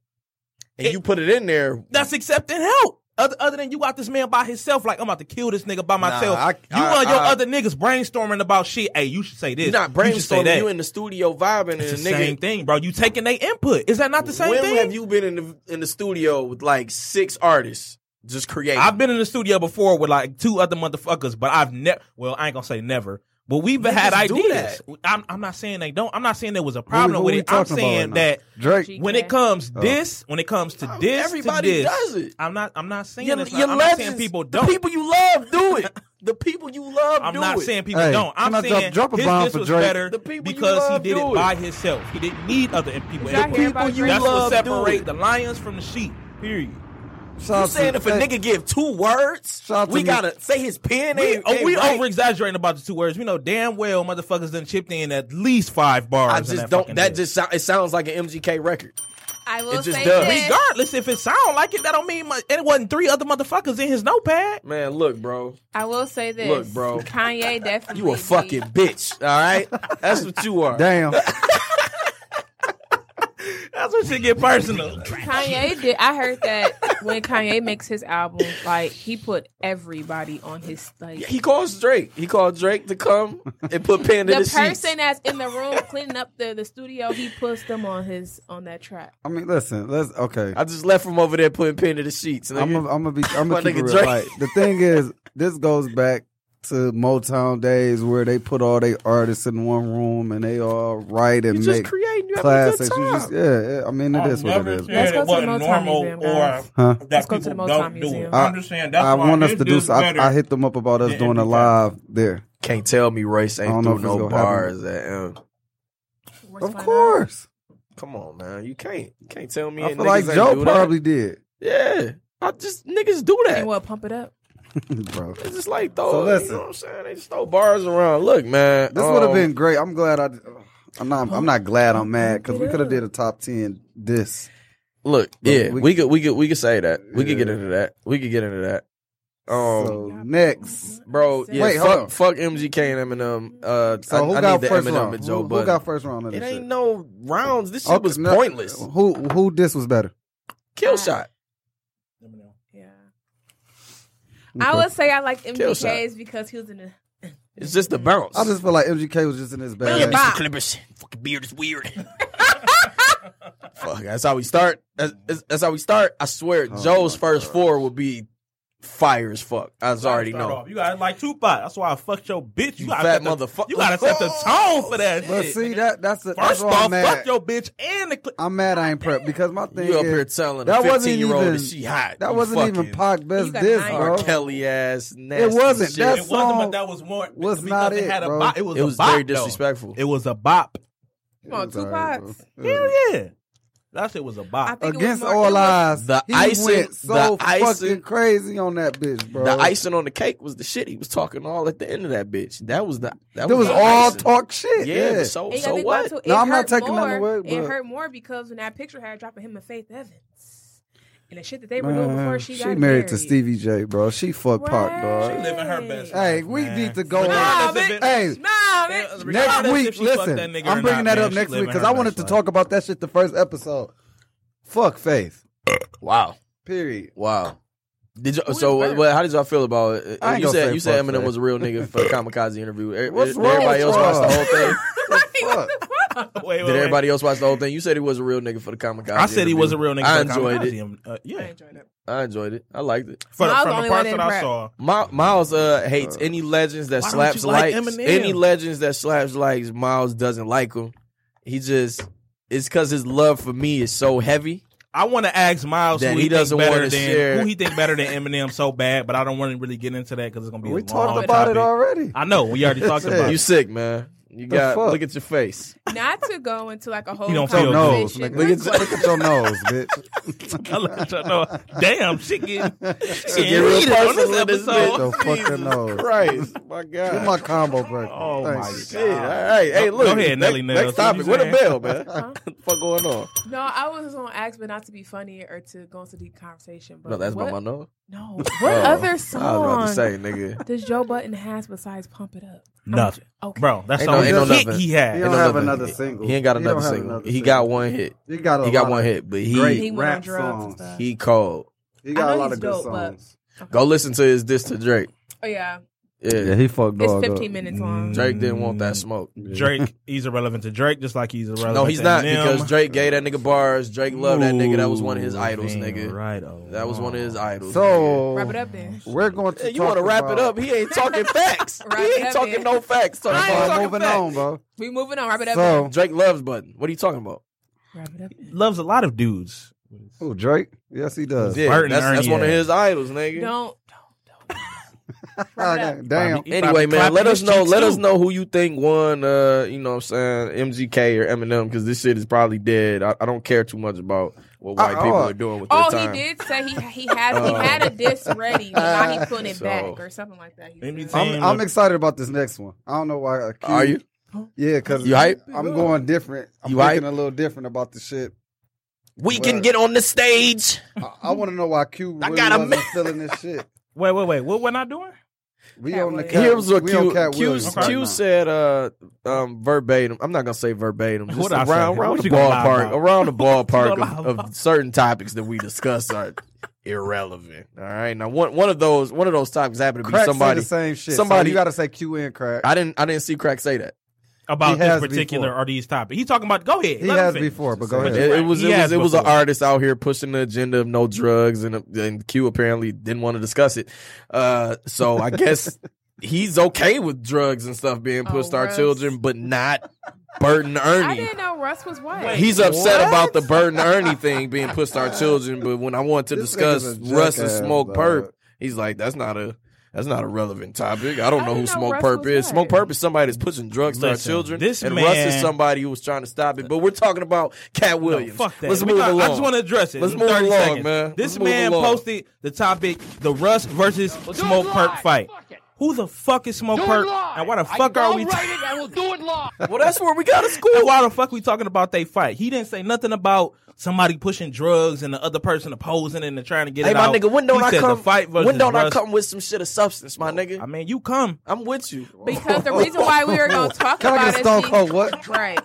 [SPEAKER 6] And
[SPEAKER 5] It-
[SPEAKER 6] you put it in there.
[SPEAKER 5] That's accepting help. Other, other than you got this man by himself, like I'm about to kill this nigga by myself.
[SPEAKER 6] I-
[SPEAKER 5] you
[SPEAKER 6] I-
[SPEAKER 5] and your
[SPEAKER 6] I-
[SPEAKER 5] other niggas brainstorming about shit. Hey, you should say this.
[SPEAKER 6] You're not
[SPEAKER 5] You should say
[SPEAKER 6] brainstorming.
[SPEAKER 5] that.
[SPEAKER 6] You, in the studio vibing and a
[SPEAKER 5] It's the
[SPEAKER 6] nigga.
[SPEAKER 5] same thing, bro. You taking their input. Is that not the same
[SPEAKER 6] when
[SPEAKER 5] thing?
[SPEAKER 6] have you been in the in the studio with like six artists just creating?
[SPEAKER 5] I've been in the studio before with like two other motherfuckers, but I've never. Well, I ain't gonna say never, but we've had
[SPEAKER 6] just do
[SPEAKER 5] ideas. I'm, I'm not saying they don't. I'm not saying there was a
[SPEAKER 4] Who-
[SPEAKER 5] problem
[SPEAKER 4] who
[SPEAKER 5] with
[SPEAKER 4] we
[SPEAKER 5] it. I'm
[SPEAKER 4] talking about
[SPEAKER 5] saying
[SPEAKER 4] right now?
[SPEAKER 5] that
[SPEAKER 4] Drake.
[SPEAKER 5] when it comes this, when it comes to this, to
[SPEAKER 6] Oh. everybody
[SPEAKER 5] this,
[SPEAKER 6] does it.
[SPEAKER 5] I'm not. I'm not saying.
[SPEAKER 6] your,
[SPEAKER 5] it's
[SPEAKER 6] your
[SPEAKER 5] not, I'm
[SPEAKER 6] legends,
[SPEAKER 5] not saying people
[SPEAKER 6] the
[SPEAKER 5] don't.
[SPEAKER 6] people you love do it. the people you love
[SPEAKER 5] I'm
[SPEAKER 6] do
[SPEAKER 5] not
[SPEAKER 6] it.
[SPEAKER 5] saying people
[SPEAKER 4] Hey,
[SPEAKER 5] don't. I'm
[SPEAKER 4] can I drop-
[SPEAKER 5] saying
[SPEAKER 4] drop a
[SPEAKER 5] his
[SPEAKER 4] bomb
[SPEAKER 5] this
[SPEAKER 4] for
[SPEAKER 5] was
[SPEAKER 4] Drake?
[SPEAKER 5] better
[SPEAKER 6] The people you
[SPEAKER 5] because
[SPEAKER 6] love
[SPEAKER 5] he did
[SPEAKER 6] do
[SPEAKER 5] it
[SPEAKER 6] it.
[SPEAKER 5] by himself. He didn't need other people.
[SPEAKER 7] Did y'all
[SPEAKER 5] input.
[SPEAKER 7] hear about Drake?
[SPEAKER 5] That's what
[SPEAKER 6] Love do
[SPEAKER 5] separate
[SPEAKER 6] it.
[SPEAKER 5] the lions from the sheep. Period.
[SPEAKER 6] You saying if a nigga give two words,
[SPEAKER 4] Shout out to
[SPEAKER 6] we
[SPEAKER 4] me.
[SPEAKER 6] gotta say his pen
[SPEAKER 5] We,
[SPEAKER 6] ain't,
[SPEAKER 5] oh,
[SPEAKER 6] ain't
[SPEAKER 5] we
[SPEAKER 6] right.
[SPEAKER 5] over exaggerating about the two words. We know damn well motherfuckers done chipped in at least five bars.
[SPEAKER 6] I
[SPEAKER 5] in
[SPEAKER 6] just
[SPEAKER 5] that
[SPEAKER 6] don't.
[SPEAKER 5] fucking
[SPEAKER 6] That
[SPEAKER 5] day.
[SPEAKER 6] just sou- it sounds like an MGK record.
[SPEAKER 8] I will
[SPEAKER 6] It just
[SPEAKER 8] say
[SPEAKER 6] does.
[SPEAKER 8] this.
[SPEAKER 5] regardless if it sound like it, that don't mean much. And it wasn't three other motherfuckers in his notepad.
[SPEAKER 6] Man, look, bro,
[SPEAKER 8] I will say this.
[SPEAKER 6] Look, bro.
[SPEAKER 8] Kanye definitely.
[SPEAKER 6] you a fucking bitch. All right, that's what you are.
[SPEAKER 4] Damn.
[SPEAKER 5] That's what shit get personal.
[SPEAKER 7] Kanye did. I heard that when Kanye makes his album, like he put everybody on his like.
[SPEAKER 6] He calls Drake. He called Drake to come and put pen to
[SPEAKER 7] the
[SPEAKER 6] the,
[SPEAKER 7] person
[SPEAKER 6] sheets.
[SPEAKER 7] that's in the room cleaning up the, the studio, he puts them on his on that track.
[SPEAKER 4] I mean, listen. Let's okay.
[SPEAKER 6] I just left from over there putting pen to the sheets.
[SPEAKER 4] I'm
[SPEAKER 6] nigga.
[SPEAKER 4] gonna I'm gonna be I'm
[SPEAKER 6] My
[SPEAKER 4] gonna keep it real.
[SPEAKER 6] nigga Drake.
[SPEAKER 4] Like, the thing is, this goes back to Motown days where they put all their artists in one room and they all write and
[SPEAKER 6] you just
[SPEAKER 4] make
[SPEAKER 6] creating. You having a
[SPEAKER 4] classics.
[SPEAKER 6] good
[SPEAKER 4] You
[SPEAKER 6] time.
[SPEAKER 4] just, yeah, yeah, I mean, it is what it is. bro.
[SPEAKER 7] Let's go to the Motown Museum, guys.
[SPEAKER 4] Huh?
[SPEAKER 2] that
[SPEAKER 7] Let's go to the
[SPEAKER 2] people
[SPEAKER 7] Motown
[SPEAKER 2] don't do it.
[SPEAKER 7] Museum.
[SPEAKER 4] I-
[SPEAKER 2] understand. That's
[SPEAKER 4] I
[SPEAKER 2] why
[SPEAKER 4] want us
[SPEAKER 2] his
[SPEAKER 4] to do.
[SPEAKER 2] is
[SPEAKER 4] so- I,
[SPEAKER 2] better.
[SPEAKER 4] I hit them up about us
[SPEAKER 2] than
[SPEAKER 4] doing a
[SPEAKER 2] MGK.
[SPEAKER 4] live there.
[SPEAKER 6] Can't tell me Royce
[SPEAKER 4] I
[SPEAKER 6] ain't
[SPEAKER 4] don't know if
[SPEAKER 6] through
[SPEAKER 4] it's
[SPEAKER 6] no
[SPEAKER 4] gonna happen.
[SPEAKER 6] bars at M.
[SPEAKER 7] Where's
[SPEAKER 4] Of
[SPEAKER 7] my
[SPEAKER 4] course,
[SPEAKER 6] Come on, man. You can't. You can't tell me.
[SPEAKER 4] I
[SPEAKER 6] that
[SPEAKER 4] feel like
[SPEAKER 6] niggas ain't
[SPEAKER 4] Joe
[SPEAKER 6] do that.
[SPEAKER 4] probably did,
[SPEAKER 6] Yeah. I just niggas do
[SPEAKER 7] number?
[SPEAKER 6] that.
[SPEAKER 7] And what? Pump it up.
[SPEAKER 4] bro.
[SPEAKER 6] It's just like throw.
[SPEAKER 4] So
[SPEAKER 6] you
[SPEAKER 4] listen.
[SPEAKER 6] know what I'm saying? They just throw bars around. Look, man.
[SPEAKER 4] This would have
[SPEAKER 6] um,
[SPEAKER 4] been great. I'm glad I. I'm not. I'm not glad. I'm mad because we could have did a top ten. This.
[SPEAKER 6] Look,
[SPEAKER 4] But
[SPEAKER 6] yeah, we,
[SPEAKER 4] we-
[SPEAKER 6] could we could we could say that. We could get
[SPEAKER 4] Yeah.
[SPEAKER 6] into that. We could get into that. Um,
[SPEAKER 4] so next.
[SPEAKER 6] bro, yeah,
[SPEAKER 4] Wait, hold
[SPEAKER 6] fuck,
[SPEAKER 4] on.
[SPEAKER 6] fuck MGK and Eminem. Uh,
[SPEAKER 4] So
[SPEAKER 6] I,
[SPEAKER 4] who
[SPEAKER 6] I
[SPEAKER 4] got
[SPEAKER 6] need
[SPEAKER 4] first
[SPEAKER 6] the Eminem
[SPEAKER 4] round?
[SPEAKER 6] and Joe
[SPEAKER 4] who, who
[SPEAKER 6] Budden.
[SPEAKER 4] got first round? Of
[SPEAKER 6] it
[SPEAKER 4] this
[SPEAKER 6] ain't
[SPEAKER 4] shit?
[SPEAKER 6] no rounds. This shit
[SPEAKER 4] Okay,
[SPEAKER 6] was
[SPEAKER 4] no-
[SPEAKER 6] pointless.
[SPEAKER 4] Who who this was better?
[SPEAKER 6] Kill shot.
[SPEAKER 7] Yeah. I would say I like
[SPEAKER 6] Kill shot.
[SPEAKER 7] MGK's because he was in
[SPEAKER 6] Uh,
[SPEAKER 7] the.
[SPEAKER 6] It's just a bounce.
[SPEAKER 4] I just feel like MGK was just in his bag.
[SPEAKER 7] Bop.
[SPEAKER 6] Clippers. Fucking beard is weird. Fuck, that's how we start. That's, that's- that's how we start. I swear,
[SPEAKER 4] Oh
[SPEAKER 6] Joe's first four will be fire as fuck. I was already
[SPEAKER 5] Start
[SPEAKER 6] know.
[SPEAKER 5] off. You got like Tupac. That's why I fucked your bitch.
[SPEAKER 6] You
[SPEAKER 5] You, gotta set
[SPEAKER 6] fat
[SPEAKER 5] the-
[SPEAKER 6] motherfucker.
[SPEAKER 5] You gotta set the tone for that
[SPEAKER 4] But
[SPEAKER 5] shit.
[SPEAKER 4] see that that's the, that's
[SPEAKER 5] First
[SPEAKER 4] why
[SPEAKER 5] off,
[SPEAKER 4] I'm mad.
[SPEAKER 5] fuck your bitch and the. Cl-
[SPEAKER 4] I'm mad I ain't prepped because my thing
[SPEAKER 6] You up
[SPEAKER 4] is,
[SPEAKER 6] here telling a
[SPEAKER 4] that wasn't
[SPEAKER 6] 15 year old
[SPEAKER 4] even-
[SPEAKER 6] that she hot.
[SPEAKER 4] that
[SPEAKER 6] You
[SPEAKER 4] wasn't even
[SPEAKER 6] fucking
[SPEAKER 4] Pac best
[SPEAKER 7] got
[SPEAKER 4] this,
[SPEAKER 7] nine
[SPEAKER 6] R.
[SPEAKER 4] bro.
[SPEAKER 7] years.
[SPEAKER 6] Kelly ass nasty.
[SPEAKER 4] It wasn't.
[SPEAKER 6] shit.
[SPEAKER 4] That's-
[SPEAKER 5] it wasn't,
[SPEAKER 4] song
[SPEAKER 5] but that was more.
[SPEAKER 4] was
[SPEAKER 5] because
[SPEAKER 4] not
[SPEAKER 5] it,
[SPEAKER 4] it,
[SPEAKER 5] had a
[SPEAKER 4] bro.
[SPEAKER 5] bop. It was,
[SPEAKER 6] it
[SPEAKER 5] a
[SPEAKER 6] was
[SPEAKER 5] bop,
[SPEAKER 6] very
[SPEAKER 5] though.
[SPEAKER 6] disrespectful.
[SPEAKER 5] It was a bop.
[SPEAKER 7] Come on,
[SPEAKER 4] It was alright,
[SPEAKER 7] Tupac.
[SPEAKER 4] bro. Yeah.
[SPEAKER 5] Hell yeah, that shit was a bop.
[SPEAKER 7] I think
[SPEAKER 4] Against
[SPEAKER 7] it was more, it
[SPEAKER 4] all
[SPEAKER 7] was-
[SPEAKER 4] odds,
[SPEAKER 6] The
[SPEAKER 4] he
[SPEAKER 6] icing-
[SPEAKER 4] went so
[SPEAKER 6] the icing-
[SPEAKER 4] fucking crazy on that bitch, bro.
[SPEAKER 6] the icing on the cake was the shit he was talking all at the end of that bitch. That was the that
[SPEAKER 4] That was
[SPEAKER 6] was, the
[SPEAKER 4] all
[SPEAKER 6] icing.
[SPEAKER 4] talk shit.
[SPEAKER 6] Yeah,
[SPEAKER 4] Yeah,
[SPEAKER 6] but so
[SPEAKER 7] And you
[SPEAKER 6] Oh,
[SPEAKER 7] gotta
[SPEAKER 6] so
[SPEAKER 7] think about
[SPEAKER 6] what?
[SPEAKER 7] it, too,
[SPEAKER 4] No,
[SPEAKER 7] it
[SPEAKER 4] I'm not
[SPEAKER 7] hurt
[SPEAKER 4] taking
[SPEAKER 7] more,
[SPEAKER 4] nothing away,
[SPEAKER 7] It
[SPEAKER 4] but-
[SPEAKER 7] hurt more because when that picture had dropping him and Faith Evans, and the shit that they were doing
[SPEAKER 4] Man,
[SPEAKER 7] before she, got
[SPEAKER 4] married
[SPEAKER 7] married
[SPEAKER 4] to Stevie J, bro. She fucked Pac,
[SPEAKER 7] Right.
[SPEAKER 4] dog.
[SPEAKER 5] living her best.
[SPEAKER 4] Hey,
[SPEAKER 5] life,
[SPEAKER 4] we
[SPEAKER 5] man.
[SPEAKER 4] need to go
[SPEAKER 5] Regardless
[SPEAKER 7] on.
[SPEAKER 5] if it-
[SPEAKER 4] Hey,
[SPEAKER 7] Nah, man.
[SPEAKER 5] Regardless
[SPEAKER 4] next
[SPEAKER 5] if
[SPEAKER 4] week,
[SPEAKER 5] she fucked
[SPEAKER 4] listen,
[SPEAKER 5] that nigga or
[SPEAKER 4] I'm bringing
[SPEAKER 5] not,
[SPEAKER 4] that
[SPEAKER 5] man,
[SPEAKER 4] up
[SPEAKER 5] she
[SPEAKER 4] next week
[SPEAKER 5] living
[SPEAKER 4] because
[SPEAKER 5] her
[SPEAKER 4] I wanted
[SPEAKER 5] best
[SPEAKER 4] to
[SPEAKER 5] life.
[SPEAKER 4] talk about that shit the first episode. Fuck Faith.
[SPEAKER 6] Wow,
[SPEAKER 4] Period.
[SPEAKER 6] wow. Did you, so uh, well, how did y'all feel about it?
[SPEAKER 4] I ain't
[SPEAKER 6] you
[SPEAKER 4] gonna
[SPEAKER 6] said
[SPEAKER 4] say
[SPEAKER 6] you said
[SPEAKER 4] fuck
[SPEAKER 6] Eminem
[SPEAKER 4] that.
[SPEAKER 6] was a real nigga for the kamikaze interview. Er-
[SPEAKER 4] What's
[SPEAKER 6] er-
[SPEAKER 4] wrong
[SPEAKER 6] Everybody
[SPEAKER 4] with
[SPEAKER 6] else watched the
[SPEAKER 4] y'all?
[SPEAKER 6] whole thing.
[SPEAKER 4] Fuck.
[SPEAKER 5] wait, wait,
[SPEAKER 6] Did
[SPEAKER 5] wait.
[SPEAKER 6] everybody else watch the whole thing? You said he was a real nigga for the kamikaze.
[SPEAKER 5] I said he was a real nigga.
[SPEAKER 6] I
[SPEAKER 5] but
[SPEAKER 6] enjoyed
[SPEAKER 5] Kamikaze,
[SPEAKER 6] it.
[SPEAKER 5] um, Uh,
[SPEAKER 7] I
[SPEAKER 5] yeah,
[SPEAKER 7] enjoyed it.
[SPEAKER 6] I enjoyed it. I liked it.
[SPEAKER 5] For the,
[SPEAKER 7] Miles
[SPEAKER 5] from
[SPEAKER 7] the
[SPEAKER 5] the
[SPEAKER 7] only
[SPEAKER 5] parts
[SPEAKER 7] one
[SPEAKER 5] that
[SPEAKER 7] that
[SPEAKER 5] I
[SPEAKER 7] didn't
[SPEAKER 5] saw,
[SPEAKER 6] My, Miles uh, hates any legends that
[SPEAKER 5] Why don't
[SPEAKER 6] slaps
[SPEAKER 5] you like
[SPEAKER 6] likes.
[SPEAKER 5] Eminem?
[SPEAKER 6] Any legends that slaps likes, Miles doesn't like them. He just it's because his love for me is so heavy.
[SPEAKER 5] I want to ask Miles
[SPEAKER 6] That
[SPEAKER 5] who
[SPEAKER 6] he
[SPEAKER 5] he, doesn't
[SPEAKER 6] doesn't
[SPEAKER 5] better
[SPEAKER 6] wanna
[SPEAKER 5] than
[SPEAKER 6] share.
[SPEAKER 5] who he think better than Eminem so bad, but I don't want to really get into that because it's gonna be.
[SPEAKER 4] We
[SPEAKER 5] a
[SPEAKER 4] talked
[SPEAKER 5] long
[SPEAKER 4] about it
[SPEAKER 5] topic.
[SPEAKER 4] already.
[SPEAKER 5] I know we already talked about
[SPEAKER 6] You
[SPEAKER 5] it.
[SPEAKER 6] sick, man. You got
[SPEAKER 4] fuck?
[SPEAKER 6] look at your face.
[SPEAKER 7] Not to go into like a whole
[SPEAKER 5] don't feel
[SPEAKER 4] Your
[SPEAKER 5] good.
[SPEAKER 4] nose,
[SPEAKER 7] conversation.
[SPEAKER 4] nigga. Look at, look at your nose, bitch.
[SPEAKER 5] I look at y'all, no, damn, shit getting, shit
[SPEAKER 6] Get
[SPEAKER 5] getting
[SPEAKER 6] real
[SPEAKER 5] heated on this
[SPEAKER 6] personal in this
[SPEAKER 5] episode.
[SPEAKER 4] bitch. Your fucking
[SPEAKER 6] Jesus
[SPEAKER 4] nose.
[SPEAKER 6] Christ, my God.
[SPEAKER 4] Get my combo break.
[SPEAKER 5] Oh, my
[SPEAKER 4] Thanks.
[SPEAKER 5] God.
[SPEAKER 6] Shit. All right. Hey,
[SPEAKER 5] Go-
[SPEAKER 6] look.
[SPEAKER 5] go ahead,
[SPEAKER 6] next,
[SPEAKER 5] Nelly Nails.
[SPEAKER 6] Next topic.
[SPEAKER 5] What
[SPEAKER 6] What
[SPEAKER 5] you
[SPEAKER 6] a bell, man. What the fuck going on?
[SPEAKER 7] No, I was gonna ask, but not to be funny or to go into deep conversation. But
[SPEAKER 6] No, that's not
[SPEAKER 7] what,
[SPEAKER 6] my nose.
[SPEAKER 7] No, what other song
[SPEAKER 6] I was about to say, nigga.
[SPEAKER 7] does Joe Button has besides "Pump It Up"? I'm-
[SPEAKER 5] Nothing.
[SPEAKER 7] okay,
[SPEAKER 5] Bro, that's
[SPEAKER 6] Ain't
[SPEAKER 5] the
[SPEAKER 6] no-
[SPEAKER 5] only
[SPEAKER 6] ain't no
[SPEAKER 5] hit
[SPEAKER 6] nothing.
[SPEAKER 5] he
[SPEAKER 4] He
[SPEAKER 5] had.
[SPEAKER 4] don't
[SPEAKER 6] Ain't
[SPEAKER 4] have
[SPEAKER 6] nothing.
[SPEAKER 4] another single.
[SPEAKER 6] He ain't got
[SPEAKER 4] He don't
[SPEAKER 6] another
[SPEAKER 4] have
[SPEAKER 6] single.
[SPEAKER 4] another
[SPEAKER 6] He
[SPEAKER 4] single.
[SPEAKER 6] got one hit.
[SPEAKER 4] He got a
[SPEAKER 6] He got
[SPEAKER 4] lot
[SPEAKER 6] one
[SPEAKER 4] of
[SPEAKER 6] hit, but
[SPEAKER 4] Great
[SPEAKER 7] He
[SPEAKER 6] he
[SPEAKER 7] went on
[SPEAKER 4] rap
[SPEAKER 7] drugs and
[SPEAKER 4] songs.
[SPEAKER 7] stuff.
[SPEAKER 6] he called.
[SPEAKER 4] He
[SPEAKER 7] I
[SPEAKER 4] got a
[SPEAKER 7] know
[SPEAKER 4] lot
[SPEAKER 7] he's
[SPEAKER 4] of good
[SPEAKER 7] dope, but-
[SPEAKER 4] songs.
[SPEAKER 6] Go listen to his diss to Drake.
[SPEAKER 7] Oh yeah,
[SPEAKER 6] Yeah.
[SPEAKER 4] he fucked
[SPEAKER 7] it's
[SPEAKER 6] uh,
[SPEAKER 7] 15 minutes long.
[SPEAKER 6] Drake didn't want that smoke.
[SPEAKER 5] Mm. Drake, he's irrelevant to Drake, just like he's irrelevant.
[SPEAKER 6] No, he's
[SPEAKER 5] to
[SPEAKER 6] not
[SPEAKER 5] Eminem.
[SPEAKER 6] because Drake gave that nigga bars. Drake loved that nigga. That was one of his
[SPEAKER 5] Ooh,
[SPEAKER 6] idols,
[SPEAKER 5] damn
[SPEAKER 6] nigga.
[SPEAKER 5] Right, oh,
[SPEAKER 6] That was one of his idols.
[SPEAKER 4] So
[SPEAKER 7] Wrap it up then.
[SPEAKER 4] We're going
[SPEAKER 6] nigga. Hey,
[SPEAKER 4] to.
[SPEAKER 6] you want to
[SPEAKER 4] talk
[SPEAKER 6] wrap it
[SPEAKER 4] about-
[SPEAKER 6] up? He ain't talking facts.
[SPEAKER 7] Wrap
[SPEAKER 6] he
[SPEAKER 7] it
[SPEAKER 6] ain't
[SPEAKER 7] up,
[SPEAKER 6] talking
[SPEAKER 7] man.
[SPEAKER 6] no facts. Talking
[SPEAKER 4] That's why
[SPEAKER 6] about
[SPEAKER 4] I'm
[SPEAKER 6] moving
[SPEAKER 4] moving on, bro.
[SPEAKER 7] We moving on. Wrap it up. then.
[SPEAKER 4] So,
[SPEAKER 6] Drake loves button. What are you talking about?
[SPEAKER 7] Wrap it up. then.
[SPEAKER 5] loves a lot of dudes.
[SPEAKER 4] oh Drake, yes he does.
[SPEAKER 6] Yeah,
[SPEAKER 5] Burton
[SPEAKER 6] that's,
[SPEAKER 5] and
[SPEAKER 6] that's
[SPEAKER 5] Ernie
[SPEAKER 6] one of
[SPEAKER 5] had.
[SPEAKER 6] his idols, nigga.
[SPEAKER 7] Don't.
[SPEAKER 4] Ah, Damn,
[SPEAKER 5] Bobby-
[SPEAKER 6] Anyway,
[SPEAKER 5] Bobby
[SPEAKER 6] man,
[SPEAKER 5] clapping
[SPEAKER 6] let us
[SPEAKER 5] his
[SPEAKER 6] know.
[SPEAKER 5] cheeks
[SPEAKER 6] Let
[SPEAKER 5] too.
[SPEAKER 6] us know who you think won. Uh, you know, what I'm saying MGK or Eminem, because this shit is probably dead. I, I don't care too much about what white
[SPEAKER 4] Uh,
[SPEAKER 6] people
[SPEAKER 4] uh.
[SPEAKER 6] are doing with their
[SPEAKER 7] Oh,
[SPEAKER 6] time.
[SPEAKER 7] he did say he he had he had a diss ready, but now he's putting it
[SPEAKER 6] So-
[SPEAKER 7] back or something like that. He
[SPEAKER 5] Maybe
[SPEAKER 7] said.
[SPEAKER 5] Damn,
[SPEAKER 4] I'm, I'm
[SPEAKER 5] look.
[SPEAKER 4] excited about this next one. I don't know why. uh, Q-
[SPEAKER 6] Are you?
[SPEAKER 4] Yeah, because
[SPEAKER 6] You hype?
[SPEAKER 4] I'm going different. I'm
[SPEAKER 6] You
[SPEAKER 4] thinking
[SPEAKER 6] hype?
[SPEAKER 4] a little different about the shit.
[SPEAKER 6] We
[SPEAKER 4] Word.
[SPEAKER 6] can get on the stage.
[SPEAKER 4] I, I want to know why Q really
[SPEAKER 6] got a
[SPEAKER 4] wasn't
[SPEAKER 6] man.
[SPEAKER 4] feeling this shit.
[SPEAKER 5] Wait, wait, wait. What we're not doing?
[SPEAKER 4] We
[SPEAKER 7] Cat
[SPEAKER 4] on the
[SPEAKER 7] Williams.
[SPEAKER 4] cat,
[SPEAKER 6] Here's what
[SPEAKER 4] we on
[SPEAKER 6] Q,
[SPEAKER 4] Cat
[SPEAKER 6] Q,
[SPEAKER 4] Williams
[SPEAKER 5] right
[SPEAKER 6] Q
[SPEAKER 5] now.
[SPEAKER 6] said uh, um, verbatim. I'm not gonna say verbatim. Just
[SPEAKER 5] What I
[SPEAKER 6] around
[SPEAKER 5] say?
[SPEAKER 6] around
[SPEAKER 5] What
[SPEAKER 6] the
[SPEAKER 5] you gonna lie
[SPEAKER 6] ballpark,
[SPEAKER 5] about?
[SPEAKER 6] around the
[SPEAKER 5] What you
[SPEAKER 6] ballpark
[SPEAKER 5] gonna lie
[SPEAKER 6] of,
[SPEAKER 5] about?
[SPEAKER 6] of certain topics that we discuss are irrelevant. All right, now one one of those one of those topics happened to be
[SPEAKER 4] Crack
[SPEAKER 6] somebody.
[SPEAKER 4] say the same shit. Somebody,
[SPEAKER 6] somebody-
[SPEAKER 4] you got to say Q and Crack.
[SPEAKER 6] I didn't I didn't see Crack say that.
[SPEAKER 5] About
[SPEAKER 4] He
[SPEAKER 5] this
[SPEAKER 4] has
[SPEAKER 5] particular
[SPEAKER 4] before.
[SPEAKER 5] or these topics. He's talking about. Go ahead.
[SPEAKER 4] he
[SPEAKER 5] let him
[SPEAKER 4] has
[SPEAKER 5] finish.
[SPEAKER 4] before, but go
[SPEAKER 5] But
[SPEAKER 4] ahead.
[SPEAKER 5] you-
[SPEAKER 6] It, it
[SPEAKER 5] Right.
[SPEAKER 6] was
[SPEAKER 5] He
[SPEAKER 6] it
[SPEAKER 5] has
[SPEAKER 6] was, it was an
[SPEAKER 5] before.
[SPEAKER 6] artist out here pushing the agenda of no drugs, and and Q apparently didn't want to discuss it. Uh, so I guess he's okay with drugs and stuff being
[SPEAKER 7] Oh,
[SPEAKER 6] pushed to our
[SPEAKER 7] Russ.
[SPEAKER 6] children, but not Burton
[SPEAKER 7] I
[SPEAKER 6] Ernie.
[SPEAKER 7] didn't know Russ was white.
[SPEAKER 6] He's upset about the Burton Ernie thing being pushed to our children, but when I wanted to
[SPEAKER 4] This
[SPEAKER 6] discuss
[SPEAKER 4] nigga's a
[SPEAKER 6] Russ and
[SPEAKER 4] jackass,
[SPEAKER 6] Smoke
[SPEAKER 4] dog.
[SPEAKER 6] Perp, he's like, "That's not a." That's not a relevant topic. I don't
[SPEAKER 7] I
[SPEAKER 6] know who
[SPEAKER 7] didn't know
[SPEAKER 6] Smoke
[SPEAKER 7] Russ
[SPEAKER 6] Perp
[SPEAKER 7] was
[SPEAKER 6] is.
[SPEAKER 7] white.
[SPEAKER 6] Smoke Perp is somebody that's pushing drugs to our
[SPEAKER 5] Listen,
[SPEAKER 6] children.
[SPEAKER 5] this
[SPEAKER 6] and Russ is
[SPEAKER 5] man-
[SPEAKER 6] somebody who was trying to stop it. But we're talking about Cat Williams.
[SPEAKER 5] No, Oh, fuck that.
[SPEAKER 6] Let's
[SPEAKER 5] We
[SPEAKER 6] move
[SPEAKER 5] got-
[SPEAKER 6] along.
[SPEAKER 5] I just want to address it.
[SPEAKER 6] Let's
[SPEAKER 5] in
[SPEAKER 6] move
[SPEAKER 5] 30
[SPEAKER 6] along,
[SPEAKER 5] seconds.
[SPEAKER 6] man.
[SPEAKER 5] This
[SPEAKER 6] Let's move
[SPEAKER 5] man
[SPEAKER 6] along.
[SPEAKER 5] posted the topic: the Russ versus Smoke Perp fight. Who the fuck is Smoke Perp? And why the fuck are we?
[SPEAKER 6] well, that's where we got to
[SPEAKER 5] And
[SPEAKER 6] school.
[SPEAKER 5] why the fuck we talking about they fight? He didn't say nothing about somebody pushing drugs and the other person opposing and trying to get
[SPEAKER 6] Hey,
[SPEAKER 5] it
[SPEAKER 6] my
[SPEAKER 5] out.
[SPEAKER 6] nigga, when don't
[SPEAKER 5] he
[SPEAKER 6] I
[SPEAKER 5] said
[SPEAKER 6] come?
[SPEAKER 5] The fight versus
[SPEAKER 6] when don't I
[SPEAKER 5] Russ-
[SPEAKER 6] come with some shit of substance, my nigga?
[SPEAKER 5] I
[SPEAKER 6] I'm,
[SPEAKER 5] mean, you come.
[SPEAKER 6] with you.
[SPEAKER 7] because the reason why we were going to talk
[SPEAKER 4] Can I
[SPEAKER 7] about
[SPEAKER 4] get a
[SPEAKER 7] it
[SPEAKER 4] Stone
[SPEAKER 7] be-
[SPEAKER 4] Cold what?
[SPEAKER 7] right.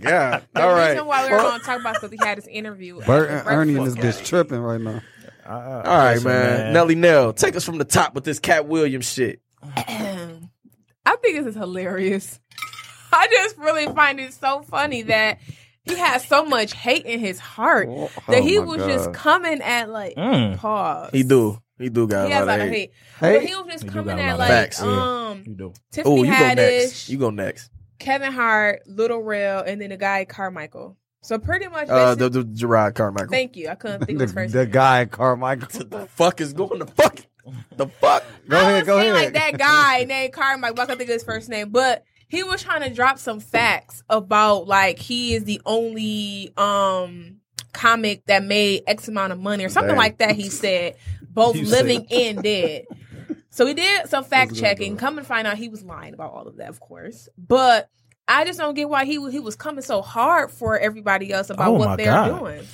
[SPEAKER 6] God.
[SPEAKER 7] The
[SPEAKER 6] All
[SPEAKER 7] reason
[SPEAKER 6] right.
[SPEAKER 7] why we were going to talk about it because he had his interview.
[SPEAKER 4] Bert and
[SPEAKER 7] Right
[SPEAKER 4] Ernie and
[SPEAKER 7] before-
[SPEAKER 4] this bitch tripping right now.
[SPEAKER 6] All right,
[SPEAKER 5] Listen,
[SPEAKER 6] man.
[SPEAKER 5] man.
[SPEAKER 6] Nelly Nell, take us from the top with this Cat Williams shit.
[SPEAKER 7] I think this is hilarious. I just really find it so funny that he has so much hate in his heart
[SPEAKER 4] Oh,
[SPEAKER 7] that he
[SPEAKER 4] my
[SPEAKER 7] was
[SPEAKER 4] God.
[SPEAKER 7] just coming at like
[SPEAKER 5] Mm.
[SPEAKER 7] pause.
[SPEAKER 6] He do. He do got
[SPEAKER 7] He
[SPEAKER 6] a
[SPEAKER 7] has
[SPEAKER 6] lot of hate.
[SPEAKER 7] hate. But
[SPEAKER 4] Hey.
[SPEAKER 7] he was just
[SPEAKER 5] He do
[SPEAKER 7] coming
[SPEAKER 5] got a lot
[SPEAKER 7] at
[SPEAKER 5] of
[SPEAKER 7] like
[SPEAKER 6] Facts, yeah.
[SPEAKER 7] um
[SPEAKER 5] You do.
[SPEAKER 7] Tiffany
[SPEAKER 6] Oh, you go next.
[SPEAKER 7] Haddish,
[SPEAKER 6] You go next.
[SPEAKER 7] Kevin Hart, Little Rail, and then the guy Carmichael. So pretty much.
[SPEAKER 6] Uh, the,
[SPEAKER 7] basically-
[SPEAKER 6] the Gerard Carmichael.
[SPEAKER 7] thank you. I couldn't think of
[SPEAKER 4] The,
[SPEAKER 7] his first
[SPEAKER 4] the guy Carmichael.
[SPEAKER 6] the fuck is going to fuck? The fuck?
[SPEAKER 4] Go
[SPEAKER 7] I
[SPEAKER 4] ahead,
[SPEAKER 7] was
[SPEAKER 4] go
[SPEAKER 7] saying,
[SPEAKER 4] ahead.
[SPEAKER 7] Like that guy named Carmichael. I can't think of his first name, but he was trying to drop some facts about like he is the only um comic that made X amount of money or something
[SPEAKER 4] Damn.
[SPEAKER 7] like that. He said both
[SPEAKER 4] You
[SPEAKER 7] living and dead. So he did some fact checking. Come and find out he was lying about all of that, of course. But I just don't get why he was, he was coming so hard for everybody else about
[SPEAKER 5] Oh my
[SPEAKER 7] what they're
[SPEAKER 5] God.
[SPEAKER 7] doing.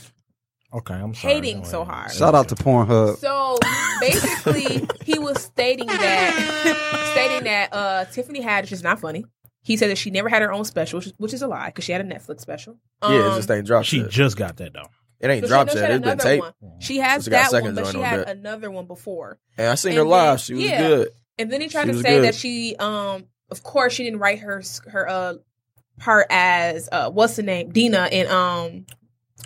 [SPEAKER 5] Okay, I'm
[SPEAKER 7] Hating so hard.
[SPEAKER 4] Shout out to Pornhub.
[SPEAKER 7] So basically, he was stating that stating that uh, Tiffany Haddish is not funny. He said that she never had her own special, which is, which is a lie because she had a Netflix special. Um,
[SPEAKER 6] yeah, it just ain't dropped
[SPEAKER 5] She
[SPEAKER 6] yet.
[SPEAKER 5] just got that though.
[SPEAKER 6] it ain't
[SPEAKER 7] so she-
[SPEAKER 6] dropped
[SPEAKER 7] no, she
[SPEAKER 6] yet.
[SPEAKER 7] had
[SPEAKER 6] It's been
[SPEAKER 7] another
[SPEAKER 6] taped. Mm.
[SPEAKER 7] one. She has
[SPEAKER 6] She got a
[SPEAKER 7] that
[SPEAKER 6] second
[SPEAKER 7] one, but
[SPEAKER 6] joint
[SPEAKER 7] she
[SPEAKER 6] on
[SPEAKER 7] had
[SPEAKER 6] that.
[SPEAKER 7] another one before.
[SPEAKER 6] And I seen
[SPEAKER 7] And
[SPEAKER 6] her
[SPEAKER 7] then-
[SPEAKER 6] live. She was
[SPEAKER 7] yeah.
[SPEAKER 6] good.
[SPEAKER 7] And then he
[SPEAKER 6] She
[SPEAKER 7] tried to
[SPEAKER 6] was
[SPEAKER 7] say
[SPEAKER 6] good.
[SPEAKER 7] that she, um, of course, she didn't write her s- her uh, her as uh, what's the name Dina in um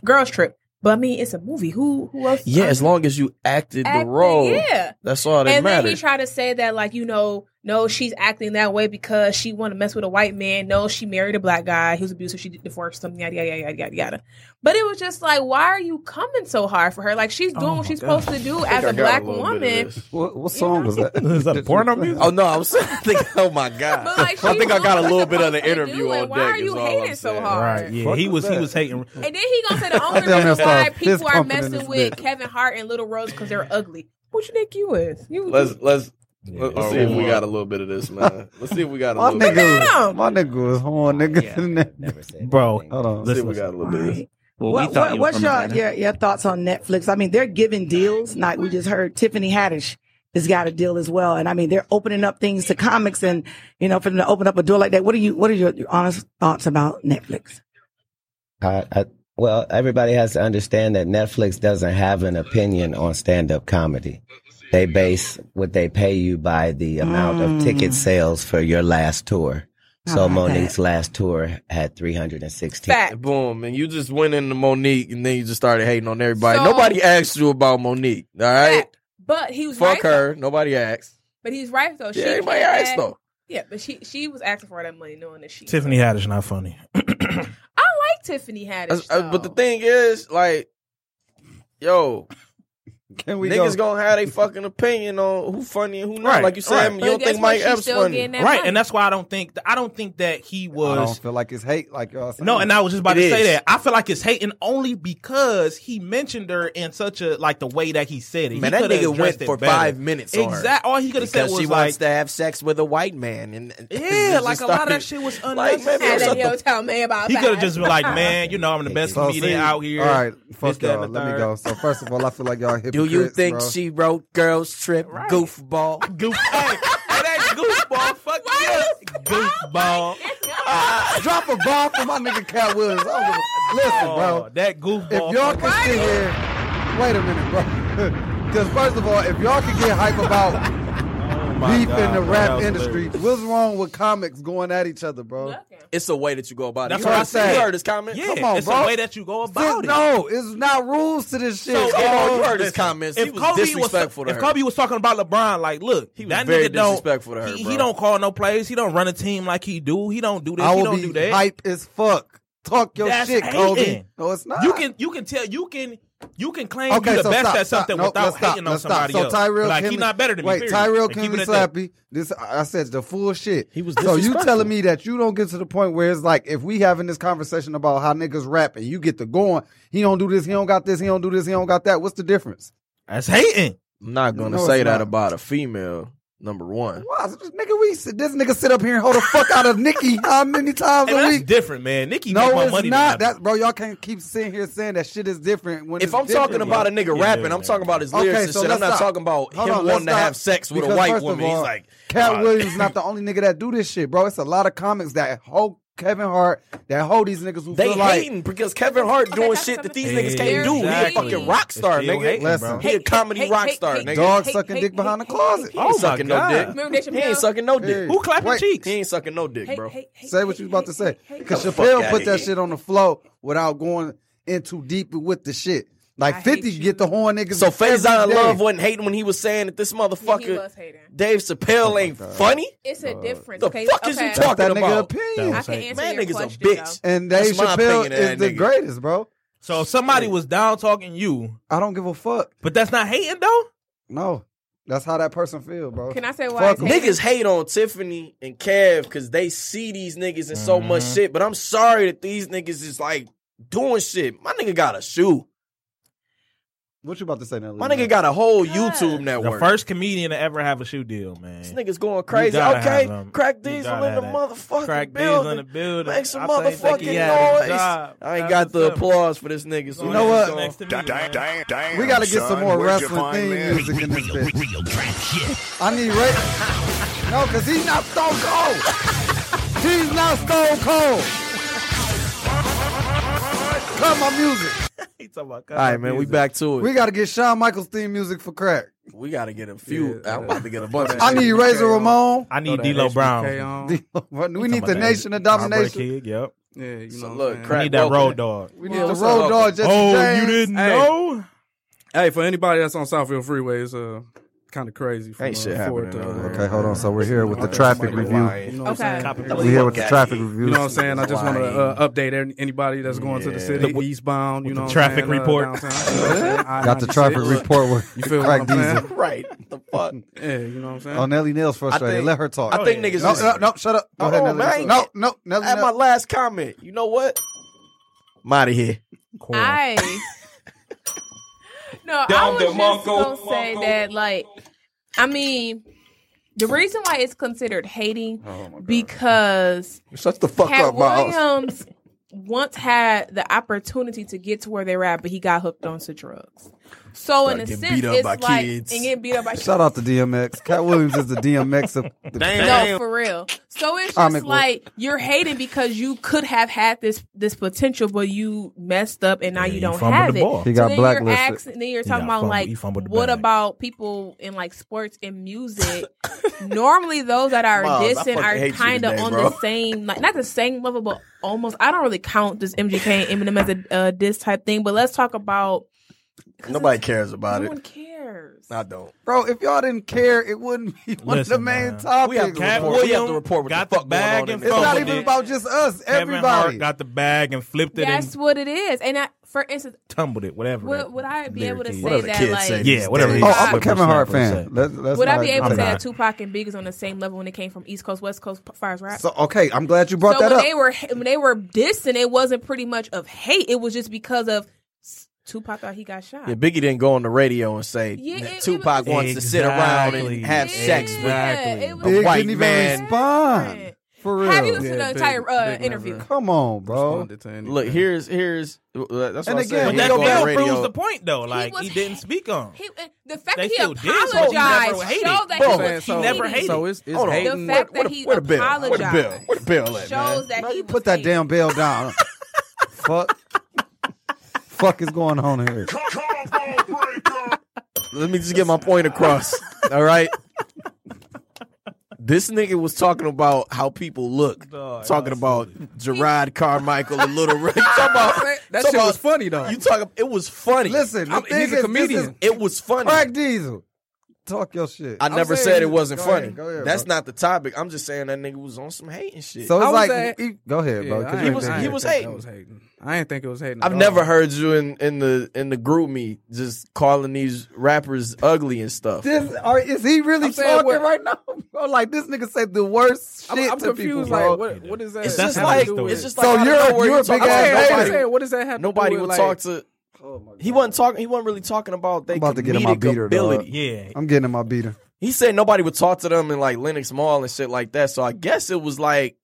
[SPEAKER 7] Girls Trip. But I mean, it's a movie. Who who else?
[SPEAKER 6] Yeah, as long as you acted the
[SPEAKER 7] Acting,
[SPEAKER 6] role,
[SPEAKER 7] Yeah,
[SPEAKER 6] that's all that
[SPEAKER 7] and then he
[SPEAKER 6] matters.
[SPEAKER 7] tried to say that like you know no she's acting that way because she want to mess with a white man no she married a black guy he was abusive she divorced something yada yada yada yada yada but it was just like why are you coming so hard for her like she's doing
[SPEAKER 5] Oh,
[SPEAKER 7] what
[SPEAKER 5] my
[SPEAKER 7] she's
[SPEAKER 5] God.
[SPEAKER 7] supposed to do
[SPEAKER 6] I think
[SPEAKER 7] as a
[SPEAKER 6] I got
[SPEAKER 7] black
[SPEAKER 6] little bit of
[SPEAKER 7] woman
[SPEAKER 6] this.
[SPEAKER 4] What, what
[SPEAKER 7] You
[SPEAKER 4] song
[SPEAKER 7] know?
[SPEAKER 4] was that?
[SPEAKER 5] Is that porno music?
[SPEAKER 6] Oh no, I was I think. Oh my god,
[SPEAKER 7] But, like,
[SPEAKER 6] I
[SPEAKER 7] she
[SPEAKER 6] think I
[SPEAKER 7] knows
[SPEAKER 6] got a
[SPEAKER 7] what
[SPEAKER 6] little
[SPEAKER 7] you're
[SPEAKER 6] bit of the
[SPEAKER 7] supposed to do,
[SPEAKER 6] interview
[SPEAKER 7] and
[SPEAKER 6] on
[SPEAKER 7] why
[SPEAKER 6] deck.
[SPEAKER 7] are you
[SPEAKER 6] is all I'm
[SPEAKER 7] hating so
[SPEAKER 6] saying.
[SPEAKER 7] hard?
[SPEAKER 5] Right. Yeah,
[SPEAKER 4] Fuck
[SPEAKER 5] he
[SPEAKER 4] was
[SPEAKER 5] was he
[SPEAKER 4] that?
[SPEAKER 5] was hating.
[SPEAKER 7] and then he gonna say the only
[SPEAKER 4] I damn near
[SPEAKER 7] reason why
[SPEAKER 4] started fist
[SPEAKER 7] people are
[SPEAKER 4] pumping in
[SPEAKER 7] messing
[SPEAKER 4] this
[SPEAKER 7] with
[SPEAKER 4] bitch.
[SPEAKER 7] Kevin Hart and Little Rose because they're ugly what you think you is you
[SPEAKER 6] Let's let's let's
[SPEAKER 2] Yeah.
[SPEAKER 6] see if we got a little bit of this, man. Let's see if we got a
[SPEAKER 4] My
[SPEAKER 6] little bit.
[SPEAKER 4] nigga,
[SPEAKER 7] at
[SPEAKER 4] was,
[SPEAKER 7] him.
[SPEAKER 4] my nigga was horn,
[SPEAKER 5] Oh,
[SPEAKER 4] nigga. in that-
[SPEAKER 9] Never said
[SPEAKER 5] Bro,
[SPEAKER 9] anything.
[SPEAKER 4] Hold on.
[SPEAKER 6] Let's
[SPEAKER 5] Listen,
[SPEAKER 6] see if we got a little
[SPEAKER 10] All
[SPEAKER 6] bit. Of this.
[SPEAKER 10] right.
[SPEAKER 9] Well, we
[SPEAKER 10] What,
[SPEAKER 9] thought
[SPEAKER 10] what,
[SPEAKER 9] you
[SPEAKER 10] what's
[SPEAKER 9] were
[SPEAKER 10] your,
[SPEAKER 9] from Atlanta.
[SPEAKER 10] your your thoughts on Netflix? I mean, they're giving deals. Like we just heard, Tiffany Haddish has got a deal as well, and I mean, they're opening up things to comics, and you know, for them to open up a door like that. What are you? What are your, your honest thoughts about Netflix?
[SPEAKER 9] I, I, well, everybody has to understand that Netflix doesn't have an opinion on stand-up comedy. They base what they pay you by the amount
[SPEAKER 10] Mm.
[SPEAKER 9] of ticket sales for your last tour. So
[SPEAKER 10] How about
[SPEAKER 9] Monique's last tour had 316.
[SPEAKER 7] fact
[SPEAKER 6] Boom, and you just went into Monique, and then you just started hating on everybody.
[SPEAKER 7] So-
[SPEAKER 6] Nobody asked you about Monique, all right?
[SPEAKER 7] fact. but he was
[SPEAKER 6] Fuck
[SPEAKER 7] right though.
[SPEAKER 6] her. Nobody asked.
[SPEAKER 7] but he's right though
[SPEAKER 6] yeah,
[SPEAKER 7] she
[SPEAKER 6] anybody
[SPEAKER 7] came
[SPEAKER 6] asked
[SPEAKER 7] back-
[SPEAKER 6] though.
[SPEAKER 7] Yeah, but she she was asking for all that money, knowing that she
[SPEAKER 5] Tiffany Haddish not funny.
[SPEAKER 7] I like Tiffany Haddish,
[SPEAKER 6] That's- uh, But the
[SPEAKER 7] though.
[SPEAKER 6] thing is, like, yo,
[SPEAKER 4] Can we
[SPEAKER 6] niggas
[SPEAKER 4] go?
[SPEAKER 6] gonna have their fucking opinion on who funny and who not.
[SPEAKER 5] Right,
[SPEAKER 6] Like you said,
[SPEAKER 5] right.
[SPEAKER 6] you
[SPEAKER 7] But
[SPEAKER 6] don't
[SPEAKER 7] guess
[SPEAKER 6] think
[SPEAKER 7] what?
[SPEAKER 6] Mike
[SPEAKER 7] She's
[SPEAKER 6] Epps
[SPEAKER 7] still
[SPEAKER 6] funny.
[SPEAKER 7] getting that
[SPEAKER 5] right,
[SPEAKER 7] money.
[SPEAKER 5] and that's why I don't think I don't think that he
[SPEAKER 4] I don't
[SPEAKER 5] was
[SPEAKER 4] feel like it's hate, like y'all saying.
[SPEAKER 5] No, and I was just about
[SPEAKER 6] It
[SPEAKER 5] to say
[SPEAKER 6] is.
[SPEAKER 5] that. I feel like it's hating only because he mentioned her in such a like the way that he said it.
[SPEAKER 6] Man,
[SPEAKER 5] he
[SPEAKER 6] that
[SPEAKER 5] coulda
[SPEAKER 6] nigga went
[SPEAKER 5] addressed it
[SPEAKER 6] for
[SPEAKER 5] better.
[SPEAKER 6] five minutes. on her.
[SPEAKER 5] Exact. All he could have said
[SPEAKER 6] Because
[SPEAKER 5] was
[SPEAKER 6] she
[SPEAKER 5] like,
[SPEAKER 6] wants to have sex with a white man, and
[SPEAKER 5] yeah, like a lot of that
[SPEAKER 6] started-
[SPEAKER 5] shit was
[SPEAKER 6] Like,
[SPEAKER 5] unnecessary.
[SPEAKER 6] man,
[SPEAKER 7] And
[SPEAKER 6] shut
[SPEAKER 7] then
[SPEAKER 6] the-
[SPEAKER 7] he'll tell me about
[SPEAKER 5] he
[SPEAKER 7] that.
[SPEAKER 5] could have just been like, man, you know, I'm the
[SPEAKER 9] Thank
[SPEAKER 5] best
[SPEAKER 9] you.
[SPEAKER 4] So,
[SPEAKER 5] comedian
[SPEAKER 4] see,
[SPEAKER 5] out here.
[SPEAKER 4] All right, fuck
[SPEAKER 5] that, and
[SPEAKER 4] y'all.
[SPEAKER 5] the
[SPEAKER 4] Let me
[SPEAKER 5] third.
[SPEAKER 4] go. So first of all, I feel like y'all hypocrites.
[SPEAKER 6] Do you think
[SPEAKER 4] bro.
[SPEAKER 6] she wrote Girls Trip
[SPEAKER 5] Right.
[SPEAKER 6] Goofball?
[SPEAKER 5] Goof. hey, that goofball. Fuck
[SPEAKER 7] Why
[SPEAKER 5] you, goofball.
[SPEAKER 4] Drop a bomb for my nigga Cat Williams. I don't give a- Listen,
[SPEAKER 5] Oh,
[SPEAKER 4] bro.
[SPEAKER 5] that goofball.
[SPEAKER 4] If y'all
[SPEAKER 5] fuck-
[SPEAKER 4] can sit here, wait a minute, bro. Because first of all, if y'all can get hype about
[SPEAKER 5] Oh my
[SPEAKER 4] beef in
[SPEAKER 5] God,
[SPEAKER 4] the
[SPEAKER 5] bro, that
[SPEAKER 4] rap
[SPEAKER 5] was
[SPEAKER 4] industry,
[SPEAKER 5] hilarious.
[SPEAKER 4] what's wrong with comics going at each other, bro?
[SPEAKER 6] It's the way that you go about it.
[SPEAKER 5] That's
[SPEAKER 6] You
[SPEAKER 5] what
[SPEAKER 6] heard-
[SPEAKER 5] I said.
[SPEAKER 6] You heard his comment?
[SPEAKER 5] Yeah,
[SPEAKER 6] Come
[SPEAKER 4] on,
[SPEAKER 5] it's
[SPEAKER 4] bro.
[SPEAKER 5] the way that you go
[SPEAKER 4] Sis,
[SPEAKER 5] about it.
[SPEAKER 4] no, it's not rules to this shit.
[SPEAKER 5] So,
[SPEAKER 4] bro.
[SPEAKER 6] Come
[SPEAKER 5] if-
[SPEAKER 6] on, you heard his
[SPEAKER 5] listen,
[SPEAKER 6] comments. he
[SPEAKER 5] If
[SPEAKER 6] was
[SPEAKER 5] Kobe
[SPEAKER 6] disrespectful
[SPEAKER 5] was,
[SPEAKER 6] to
[SPEAKER 5] if
[SPEAKER 6] her.
[SPEAKER 5] Kobe was talking about LeBron, like, look,
[SPEAKER 6] He was
[SPEAKER 5] that
[SPEAKER 6] very
[SPEAKER 5] nigga don't
[SPEAKER 6] disrespectful to her,
[SPEAKER 5] He,
[SPEAKER 6] bro.
[SPEAKER 5] he don't call no plays. He don't run a team like he do. He don't do this.
[SPEAKER 4] I
[SPEAKER 5] he
[SPEAKER 4] will
[SPEAKER 5] don't
[SPEAKER 4] be
[SPEAKER 5] do that.
[SPEAKER 4] hype as fuck. Talk your
[SPEAKER 5] That's
[SPEAKER 4] shit, Kobe.
[SPEAKER 5] hating.
[SPEAKER 4] No, it's not.
[SPEAKER 5] You can you can tell you can you can claim you the best at something
[SPEAKER 4] Nope,
[SPEAKER 5] without
[SPEAKER 4] let's stop,
[SPEAKER 5] hating on
[SPEAKER 4] let's stop.
[SPEAKER 5] somebody else.
[SPEAKER 4] So Tyrell
[SPEAKER 5] like
[SPEAKER 4] Kinley,
[SPEAKER 5] he not better than
[SPEAKER 4] wait,
[SPEAKER 5] me. period.
[SPEAKER 4] Tyrell
[SPEAKER 5] And keep
[SPEAKER 4] Kinley
[SPEAKER 5] it at that.
[SPEAKER 4] Slappy. This I said the full shit.
[SPEAKER 6] He was
[SPEAKER 4] so you
[SPEAKER 6] disrespectful.
[SPEAKER 4] telling me that you don't get to the point where it's like if we having this conversation about how niggas rap and you get to going, he don't do this, he don't got this, he don't do this, he don't got that. What's the difference?
[SPEAKER 5] That's hating.
[SPEAKER 6] I'm not going to
[SPEAKER 4] No, it's
[SPEAKER 6] say that
[SPEAKER 4] not.
[SPEAKER 6] about a female, number one.
[SPEAKER 4] Why? This nigga, we sit- this nigga sit up here and hold the fuck out of Nikki how many times
[SPEAKER 5] Hey,
[SPEAKER 4] a
[SPEAKER 5] that's
[SPEAKER 4] week?
[SPEAKER 5] different, man. Nikki
[SPEAKER 4] No,
[SPEAKER 5] make more
[SPEAKER 4] it's
[SPEAKER 5] money
[SPEAKER 4] not.
[SPEAKER 5] than I
[SPEAKER 4] That bro, y'all can't keep sitting here saying that shit is different. When
[SPEAKER 6] If
[SPEAKER 4] it's
[SPEAKER 6] I'm talking
[SPEAKER 4] different,
[SPEAKER 6] about a
[SPEAKER 4] bro.
[SPEAKER 6] nigga
[SPEAKER 5] Yeah,
[SPEAKER 6] rapping,
[SPEAKER 5] yeah,
[SPEAKER 6] I'm talking about his
[SPEAKER 4] Okay,
[SPEAKER 6] lyrics and
[SPEAKER 4] so
[SPEAKER 6] shit.
[SPEAKER 4] let's
[SPEAKER 6] I'm not
[SPEAKER 4] stop.
[SPEAKER 6] talking
[SPEAKER 4] Hold
[SPEAKER 6] about him
[SPEAKER 4] on, let's
[SPEAKER 6] wanting to
[SPEAKER 4] stop.
[SPEAKER 6] have sex with a
[SPEAKER 4] Because
[SPEAKER 6] white
[SPEAKER 4] first of
[SPEAKER 6] woman. He's
[SPEAKER 4] all,
[SPEAKER 6] like,
[SPEAKER 4] Cat
[SPEAKER 6] "Wow."
[SPEAKER 4] Williams not the only nigga that do this shit, bro. It's a lot of comics that hold Kevin Hart, that hold these niggas who
[SPEAKER 6] They
[SPEAKER 4] feel like
[SPEAKER 6] hating because Kevin Hart
[SPEAKER 7] Okay,
[SPEAKER 6] doing
[SPEAKER 7] that's
[SPEAKER 6] shit that these
[SPEAKER 5] something-
[SPEAKER 6] niggas can't do. He a
[SPEAKER 5] Exactly.
[SPEAKER 6] fucking rock star,
[SPEAKER 5] It's still
[SPEAKER 6] nigga.
[SPEAKER 5] hating,
[SPEAKER 4] Listen.
[SPEAKER 5] bro.
[SPEAKER 6] He a comedy rock star, nigga.
[SPEAKER 4] Dog sucking dick behind the closet.
[SPEAKER 6] He ain't
[SPEAKER 5] Oh, my
[SPEAKER 6] sucking no
[SPEAKER 5] God.
[SPEAKER 6] dick.
[SPEAKER 7] Remember Dave
[SPEAKER 6] He ain't
[SPEAKER 7] Chappelle?
[SPEAKER 6] sucking no dick.
[SPEAKER 5] Who clapping
[SPEAKER 4] Wait.
[SPEAKER 5] cheeks?
[SPEAKER 6] He ain't sucking no dick,
[SPEAKER 7] Hey,
[SPEAKER 6] bro.
[SPEAKER 7] hey, hey,
[SPEAKER 4] say what
[SPEAKER 7] hey,
[SPEAKER 4] you was about
[SPEAKER 7] hey,
[SPEAKER 4] to say.
[SPEAKER 7] hey, hey.
[SPEAKER 4] Because
[SPEAKER 6] the fuck
[SPEAKER 4] Chappelle
[SPEAKER 6] outta
[SPEAKER 4] put that
[SPEAKER 6] here.
[SPEAKER 4] shit on the floor without going in too deep with the shit. Like
[SPEAKER 7] I hate
[SPEAKER 4] 50
[SPEAKER 7] you.
[SPEAKER 4] get the horn niggas.
[SPEAKER 6] So FaZe Out of
[SPEAKER 4] every day.
[SPEAKER 6] Love wasn't hating when he was saying that this
[SPEAKER 7] Yeah, he
[SPEAKER 6] motherfucker
[SPEAKER 7] was hating.
[SPEAKER 6] Dave Chappelle ain't funny.
[SPEAKER 7] It's a difference.
[SPEAKER 6] the
[SPEAKER 7] okay,
[SPEAKER 6] fuck
[SPEAKER 7] okay.
[SPEAKER 6] is you
[SPEAKER 4] That's that
[SPEAKER 6] talking
[SPEAKER 4] nigga
[SPEAKER 6] about?
[SPEAKER 4] opinion.
[SPEAKER 7] I can answer
[SPEAKER 6] Man,
[SPEAKER 7] your
[SPEAKER 6] nigga's a
[SPEAKER 7] question,
[SPEAKER 6] bitch.
[SPEAKER 4] And Dave
[SPEAKER 6] That's my
[SPEAKER 4] Chappelle
[SPEAKER 6] opinion of
[SPEAKER 4] is
[SPEAKER 6] that
[SPEAKER 4] the
[SPEAKER 6] nigga.
[SPEAKER 4] greatest, bro.
[SPEAKER 5] So if somebody was down talking you,
[SPEAKER 4] I don't give a fuck.
[SPEAKER 5] but that's not hating though.
[SPEAKER 4] No. That's how that person feel, bro.
[SPEAKER 7] though. Can I say
[SPEAKER 4] Fuck
[SPEAKER 7] why? it's
[SPEAKER 4] him.
[SPEAKER 7] hating?
[SPEAKER 6] Niggas hate on Tiffany and Kev because they see these niggas and so much
[SPEAKER 5] Mm-hmm.
[SPEAKER 6] shit. But I'm sorry that these niggas is like doing shit. My nigga got a shoe.
[SPEAKER 4] what you about to say, Nelly?
[SPEAKER 6] My nigga got a whole YouTube
[SPEAKER 5] The
[SPEAKER 6] network.
[SPEAKER 5] first comedian to ever have a shoe deal, man.
[SPEAKER 6] This nigga's going crazy.
[SPEAKER 5] gotta have
[SPEAKER 6] Okay,
[SPEAKER 5] them.
[SPEAKER 6] crack
[SPEAKER 5] You
[SPEAKER 6] diesel
[SPEAKER 5] gotta
[SPEAKER 6] in the
[SPEAKER 5] have that.
[SPEAKER 6] motherfucking
[SPEAKER 5] Crack deals
[SPEAKER 6] building.
[SPEAKER 5] in the building.
[SPEAKER 6] Make some
[SPEAKER 5] I think- think
[SPEAKER 6] motherfucking
[SPEAKER 5] he had a
[SPEAKER 6] noise.
[SPEAKER 5] job.
[SPEAKER 6] I ain't
[SPEAKER 5] That's
[SPEAKER 6] got the
[SPEAKER 5] what's up.
[SPEAKER 6] applause for this niggas.
[SPEAKER 5] You
[SPEAKER 4] know what?
[SPEAKER 5] Next to me, man.
[SPEAKER 4] We gotta get some more wrestling theme music in this bitch. I need Ray. No, cause he's not Stone Cold. He's not Stone Cold. Cut my music.
[SPEAKER 5] He talking about
[SPEAKER 6] All right, man, we back to it.
[SPEAKER 4] We gotta get Shawn Michaels theme music for crack.
[SPEAKER 6] We got to get a few.
[SPEAKER 11] Yeah,
[SPEAKER 6] I'm about to get a bunch. of
[SPEAKER 4] I need
[SPEAKER 6] shit.
[SPEAKER 4] Razor Ramon.
[SPEAKER 5] I
[SPEAKER 11] Throw
[SPEAKER 5] need
[SPEAKER 11] that
[SPEAKER 5] D'Lo
[SPEAKER 11] HBK
[SPEAKER 5] Brown.
[SPEAKER 11] on.
[SPEAKER 4] we
[SPEAKER 5] You
[SPEAKER 4] need
[SPEAKER 5] talking
[SPEAKER 4] the
[SPEAKER 5] about that
[SPEAKER 4] Nation of
[SPEAKER 5] Heartbreak
[SPEAKER 4] Domination.
[SPEAKER 5] Kid, Yep.
[SPEAKER 11] Yeah, you
[SPEAKER 6] So
[SPEAKER 11] know.
[SPEAKER 6] look,
[SPEAKER 11] man.
[SPEAKER 5] We
[SPEAKER 6] crack
[SPEAKER 5] need that
[SPEAKER 6] Welker.
[SPEAKER 5] road dog.
[SPEAKER 4] We need
[SPEAKER 6] Well,
[SPEAKER 4] the
[SPEAKER 6] what's
[SPEAKER 4] Road
[SPEAKER 6] up?
[SPEAKER 4] Dog. Jesse
[SPEAKER 5] Oh,
[SPEAKER 4] James.
[SPEAKER 5] you didn't
[SPEAKER 11] Hey.
[SPEAKER 5] know?
[SPEAKER 11] Hey, for anybody that's on Southfield Freeway, it's uh, kind of crazy. From,
[SPEAKER 6] Ain't
[SPEAKER 11] uh,
[SPEAKER 6] shit
[SPEAKER 11] Ford
[SPEAKER 6] happening
[SPEAKER 11] to,
[SPEAKER 6] over there.
[SPEAKER 4] Okay, hold on. So we're here with the
[SPEAKER 11] Okay.
[SPEAKER 4] traffic
[SPEAKER 11] Somebody
[SPEAKER 4] review.
[SPEAKER 11] You know what I'm
[SPEAKER 7] Okay.
[SPEAKER 11] saying?
[SPEAKER 4] We're here with the traffic review.
[SPEAKER 11] You know what I'm saying? I just want to
[SPEAKER 6] lying.
[SPEAKER 11] uh, update any- anybody that's going to the
[SPEAKER 6] Yeah.
[SPEAKER 11] city
[SPEAKER 5] The-
[SPEAKER 11] eastbound. You
[SPEAKER 5] with the
[SPEAKER 11] know, what I'm
[SPEAKER 5] traffic
[SPEAKER 11] saying, uh,
[SPEAKER 5] report.
[SPEAKER 11] downtown. You know what I'm saying?
[SPEAKER 4] Got the
[SPEAKER 11] I-96.
[SPEAKER 4] traffic report with
[SPEAKER 11] You feel what
[SPEAKER 4] Crack
[SPEAKER 11] I'm saying?
[SPEAKER 4] Diesel.
[SPEAKER 6] Right. The fuck.
[SPEAKER 11] Yeah, you know what I'm saying.
[SPEAKER 4] Oh, Nelly Nails frustrated.
[SPEAKER 6] I think-
[SPEAKER 4] Let her talk.
[SPEAKER 5] Oh,
[SPEAKER 6] I think niggas.
[SPEAKER 4] No,
[SPEAKER 6] just-
[SPEAKER 4] no, no, shut up. Go
[SPEAKER 6] Hold
[SPEAKER 4] ahead,
[SPEAKER 6] on,
[SPEAKER 4] Nelly.
[SPEAKER 6] man.
[SPEAKER 4] No, no, Nelly.
[SPEAKER 6] At my
[SPEAKER 4] Nails.
[SPEAKER 6] last comment, you know what? uh, I'm out of here.
[SPEAKER 7] I no, I was just gonna say that, like, I mean, the reason why it's considered hating because
[SPEAKER 6] Shut the fuck
[SPEAKER 7] Cat
[SPEAKER 6] up, Miles.
[SPEAKER 7] Williams once had the opportunity to get to where they're at, but he got hooked onto drugs. So in
[SPEAKER 6] Gotta
[SPEAKER 7] a
[SPEAKER 6] get
[SPEAKER 7] sense,
[SPEAKER 6] beat up
[SPEAKER 7] it's
[SPEAKER 6] by
[SPEAKER 7] like
[SPEAKER 6] kids.
[SPEAKER 7] and get beat up by
[SPEAKER 4] Shout out to DMX. Cat Williams is the DMX of the
[SPEAKER 7] No, for real. So it's
[SPEAKER 4] Comic
[SPEAKER 7] just
[SPEAKER 4] book.
[SPEAKER 7] like you're hating because you could have had this this potential, but you messed up and now
[SPEAKER 5] Yeah,
[SPEAKER 7] you
[SPEAKER 5] you
[SPEAKER 7] don't
[SPEAKER 5] fumbled
[SPEAKER 7] have
[SPEAKER 5] the
[SPEAKER 7] it.
[SPEAKER 5] ball.
[SPEAKER 4] He
[SPEAKER 7] So
[SPEAKER 4] got
[SPEAKER 7] then
[SPEAKER 4] blacklisted.
[SPEAKER 7] You're asking, then you're talking
[SPEAKER 5] got
[SPEAKER 7] about
[SPEAKER 5] fumbled- he
[SPEAKER 7] like
[SPEAKER 5] fumbled the
[SPEAKER 7] what
[SPEAKER 5] bag.
[SPEAKER 7] about people in like sports and music? Normally, those that are
[SPEAKER 6] Miles, I
[SPEAKER 7] dissing
[SPEAKER 6] fucking hate
[SPEAKER 7] are
[SPEAKER 6] you
[SPEAKER 7] kind of
[SPEAKER 6] today,
[SPEAKER 7] on
[SPEAKER 6] bro.
[SPEAKER 7] the same, like not the same level, but almost. I don't really count this MGK and Eminem as a uh, diss type thing, but let's talk about. 'cause
[SPEAKER 6] Nobody
[SPEAKER 7] it's-
[SPEAKER 6] cares about
[SPEAKER 7] no
[SPEAKER 6] it.
[SPEAKER 7] one cares.
[SPEAKER 6] I don't.
[SPEAKER 4] Bro, if y'all didn't care, it wouldn't be one of the
[SPEAKER 5] Listen,
[SPEAKER 4] main
[SPEAKER 5] man.
[SPEAKER 4] topics.
[SPEAKER 6] We have
[SPEAKER 5] Cat
[SPEAKER 6] Cat Williams
[SPEAKER 5] Williams
[SPEAKER 6] report what
[SPEAKER 5] got
[SPEAKER 6] the
[SPEAKER 5] the
[SPEAKER 6] fuck going on
[SPEAKER 5] bag
[SPEAKER 6] in
[SPEAKER 5] and
[SPEAKER 6] this
[SPEAKER 4] it's not
[SPEAKER 5] fumbled
[SPEAKER 4] even
[SPEAKER 5] it.
[SPEAKER 4] about just us.
[SPEAKER 5] Kevin Hart
[SPEAKER 4] Everybody.
[SPEAKER 5] got the bag and flipped it
[SPEAKER 7] That's
[SPEAKER 5] and
[SPEAKER 7] what it is. And I, for instance,
[SPEAKER 5] tumbled it. Whatever.
[SPEAKER 7] Would,
[SPEAKER 5] that
[SPEAKER 7] would I be able
[SPEAKER 5] lyric is.
[SPEAKER 7] to say
[SPEAKER 6] Whatever the
[SPEAKER 7] that?
[SPEAKER 6] kids
[SPEAKER 7] Like,
[SPEAKER 6] say.
[SPEAKER 5] Yeah, whatever. it
[SPEAKER 4] Oh,
[SPEAKER 5] is.
[SPEAKER 4] I'm a Kevin Hart fan.
[SPEAKER 5] Whippersnapper say.
[SPEAKER 4] Let's, let's
[SPEAKER 7] would I
[SPEAKER 4] not-
[SPEAKER 7] be able
[SPEAKER 5] I'm
[SPEAKER 7] to say
[SPEAKER 5] not.
[SPEAKER 7] that Tupac and Biggs on the same level when it came from East Coast West Coast fires rap?
[SPEAKER 4] So, okay, I'm glad you brought
[SPEAKER 7] So
[SPEAKER 4] that
[SPEAKER 7] when
[SPEAKER 4] up.
[SPEAKER 7] they were when they were dissing, it wasn't pretty much of hate. It was just because of s- Tupac thought he got shot.
[SPEAKER 6] Yeah, Biggie didn't go on the radio and say
[SPEAKER 7] Yeah,
[SPEAKER 6] that
[SPEAKER 7] it-
[SPEAKER 6] Tupac
[SPEAKER 7] it was-
[SPEAKER 6] wants to sit around and
[SPEAKER 5] Exactly.
[SPEAKER 6] have sex with.
[SPEAKER 5] Exactly.
[SPEAKER 7] it was
[SPEAKER 4] Big
[SPEAKER 6] white
[SPEAKER 4] didn't even
[SPEAKER 6] man.
[SPEAKER 4] respond.
[SPEAKER 7] different.
[SPEAKER 4] For real.
[SPEAKER 7] Have you listened to
[SPEAKER 11] Yeah,
[SPEAKER 7] the
[SPEAKER 11] Big-
[SPEAKER 7] entire uh,
[SPEAKER 11] Big
[SPEAKER 7] interview?
[SPEAKER 11] never-
[SPEAKER 4] Come on, bro.
[SPEAKER 11] Responded to anything.
[SPEAKER 6] Look, here's here's uh, that's
[SPEAKER 4] And
[SPEAKER 6] what I
[SPEAKER 4] again,
[SPEAKER 6] said.
[SPEAKER 4] But
[SPEAKER 6] He
[SPEAKER 5] That
[SPEAKER 6] didn't go on
[SPEAKER 5] still
[SPEAKER 6] the radio.
[SPEAKER 5] proves the point though. Like
[SPEAKER 7] was
[SPEAKER 5] he didn't
[SPEAKER 7] ha-
[SPEAKER 5] speak on.
[SPEAKER 7] He, uh, the fact
[SPEAKER 5] They
[SPEAKER 7] that he
[SPEAKER 5] still did, so he never
[SPEAKER 7] apologized
[SPEAKER 5] hated.
[SPEAKER 7] showed that
[SPEAKER 6] Bro,
[SPEAKER 7] he
[SPEAKER 11] Man,
[SPEAKER 7] was
[SPEAKER 11] so-
[SPEAKER 5] he never hated.
[SPEAKER 11] So it's, it's
[SPEAKER 6] Hold on.
[SPEAKER 11] hating.
[SPEAKER 7] The fact
[SPEAKER 6] Where-
[SPEAKER 7] that he
[SPEAKER 6] where the bill? Where the
[SPEAKER 7] apologized
[SPEAKER 6] bill? Where the bill at, man?
[SPEAKER 7] shows that
[SPEAKER 4] Bro,
[SPEAKER 7] he
[SPEAKER 4] you
[SPEAKER 7] was
[SPEAKER 4] put that
[SPEAKER 7] hating.
[SPEAKER 4] damn bell down. Fuck. Fuck is going on here?
[SPEAKER 6] Let me just get my point across. All right. This nigga was talking about how people look.
[SPEAKER 5] Dog,
[SPEAKER 6] talking about Gerard Carmichael and Little Rick. talking about,
[SPEAKER 11] That
[SPEAKER 6] talking
[SPEAKER 11] shit was
[SPEAKER 6] about-
[SPEAKER 11] funny though.
[SPEAKER 6] You talking? It was funny.
[SPEAKER 4] Listen, the
[SPEAKER 11] I'm-
[SPEAKER 4] thing
[SPEAKER 11] he's a
[SPEAKER 4] is,
[SPEAKER 11] comedian.
[SPEAKER 4] This is
[SPEAKER 6] it was funny.
[SPEAKER 4] Crack Diesel. Talk your shit.
[SPEAKER 6] I
[SPEAKER 4] I'm
[SPEAKER 6] never
[SPEAKER 4] saying
[SPEAKER 6] said
[SPEAKER 4] he-
[SPEAKER 6] it wasn't
[SPEAKER 4] go
[SPEAKER 6] funny.
[SPEAKER 4] ahead, go ahead,
[SPEAKER 6] That's
[SPEAKER 4] bro.
[SPEAKER 6] not the topic. I'm just saying that nigga was on some hating shit.
[SPEAKER 4] So
[SPEAKER 11] I
[SPEAKER 4] it's
[SPEAKER 11] was
[SPEAKER 4] like,
[SPEAKER 11] at-
[SPEAKER 4] he- go ahead, bro. 'cause
[SPEAKER 11] I
[SPEAKER 4] you
[SPEAKER 11] ain't
[SPEAKER 4] ain't
[SPEAKER 6] was-
[SPEAKER 4] been
[SPEAKER 11] think
[SPEAKER 6] he
[SPEAKER 4] here.
[SPEAKER 6] was
[SPEAKER 11] that
[SPEAKER 6] hating.
[SPEAKER 11] was hating. I ain't think it was hating.
[SPEAKER 6] I've
[SPEAKER 11] at
[SPEAKER 6] never
[SPEAKER 11] all.
[SPEAKER 6] heard you in, in the in the group me just calling these rappers ugly and stuff.
[SPEAKER 4] This, are, is he really
[SPEAKER 11] I'm saying
[SPEAKER 4] talking
[SPEAKER 11] what-
[SPEAKER 4] right now? Bro, like this nigga said the worst
[SPEAKER 11] I'm,
[SPEAKER 4] shit
[SPEAKER 11] I'm
[SPEAKER 4] to
[SPEAKER 11] confused.
[SPEAKER 4] people.
[SPEAKER 11] like,
[SPEAKER 4] bro.
[SPEAKER 11] what, what is that?
[SPEAKER 6] It's
[SPEAKER 5] that
[SPEAKER 6] just
[SPEAKER 5] happened
[SPEAKER 6] like
[SPEAKER 5] to it.
[SPEAKER 6] it's just
[SPEAKER 4] So
[SPEAKER 6] like out of
[SPEAKER 4] you're a-
[SPEAKER 6] nowhere,
[SPEAKER 4] you're a
[SPEAKER 6] talking
[SPEAKER 4] big
[SPEAKER 6] about
[SPEAKER 11] I'm
[SPEAKER 4] ass
[SPEAKER 11] saying,
[SPEAKER 4] hater.
[SPEAKER 11] I'm
[SPEAKER 6] nobody-
[SPEAKER 11] saying, what does that have?
[SPEAKER 6] Nobody Oh
[SPEAKER 11] to do
[SPEAKER 6] would
[SPEAKER 11] with,
[SPEAKER 6] talk
[SPEAKER 11] like,
[SPEAKER 6] to. He wasn't talking. He wasn't really talking about they
[SPEAKER 4] I'm about to get in my
[SPEAKER 6] comedic
[SPEAKER 4] beater, dog.
[SPEAKER 6] ability.
[SPEAKER 5] Yeah.
[SPEAKER 4] I'm getting in my beater.
[SPEAKER 6] He said nobody would talk to them in like Lennox Mall and shit like that. So I guess it was like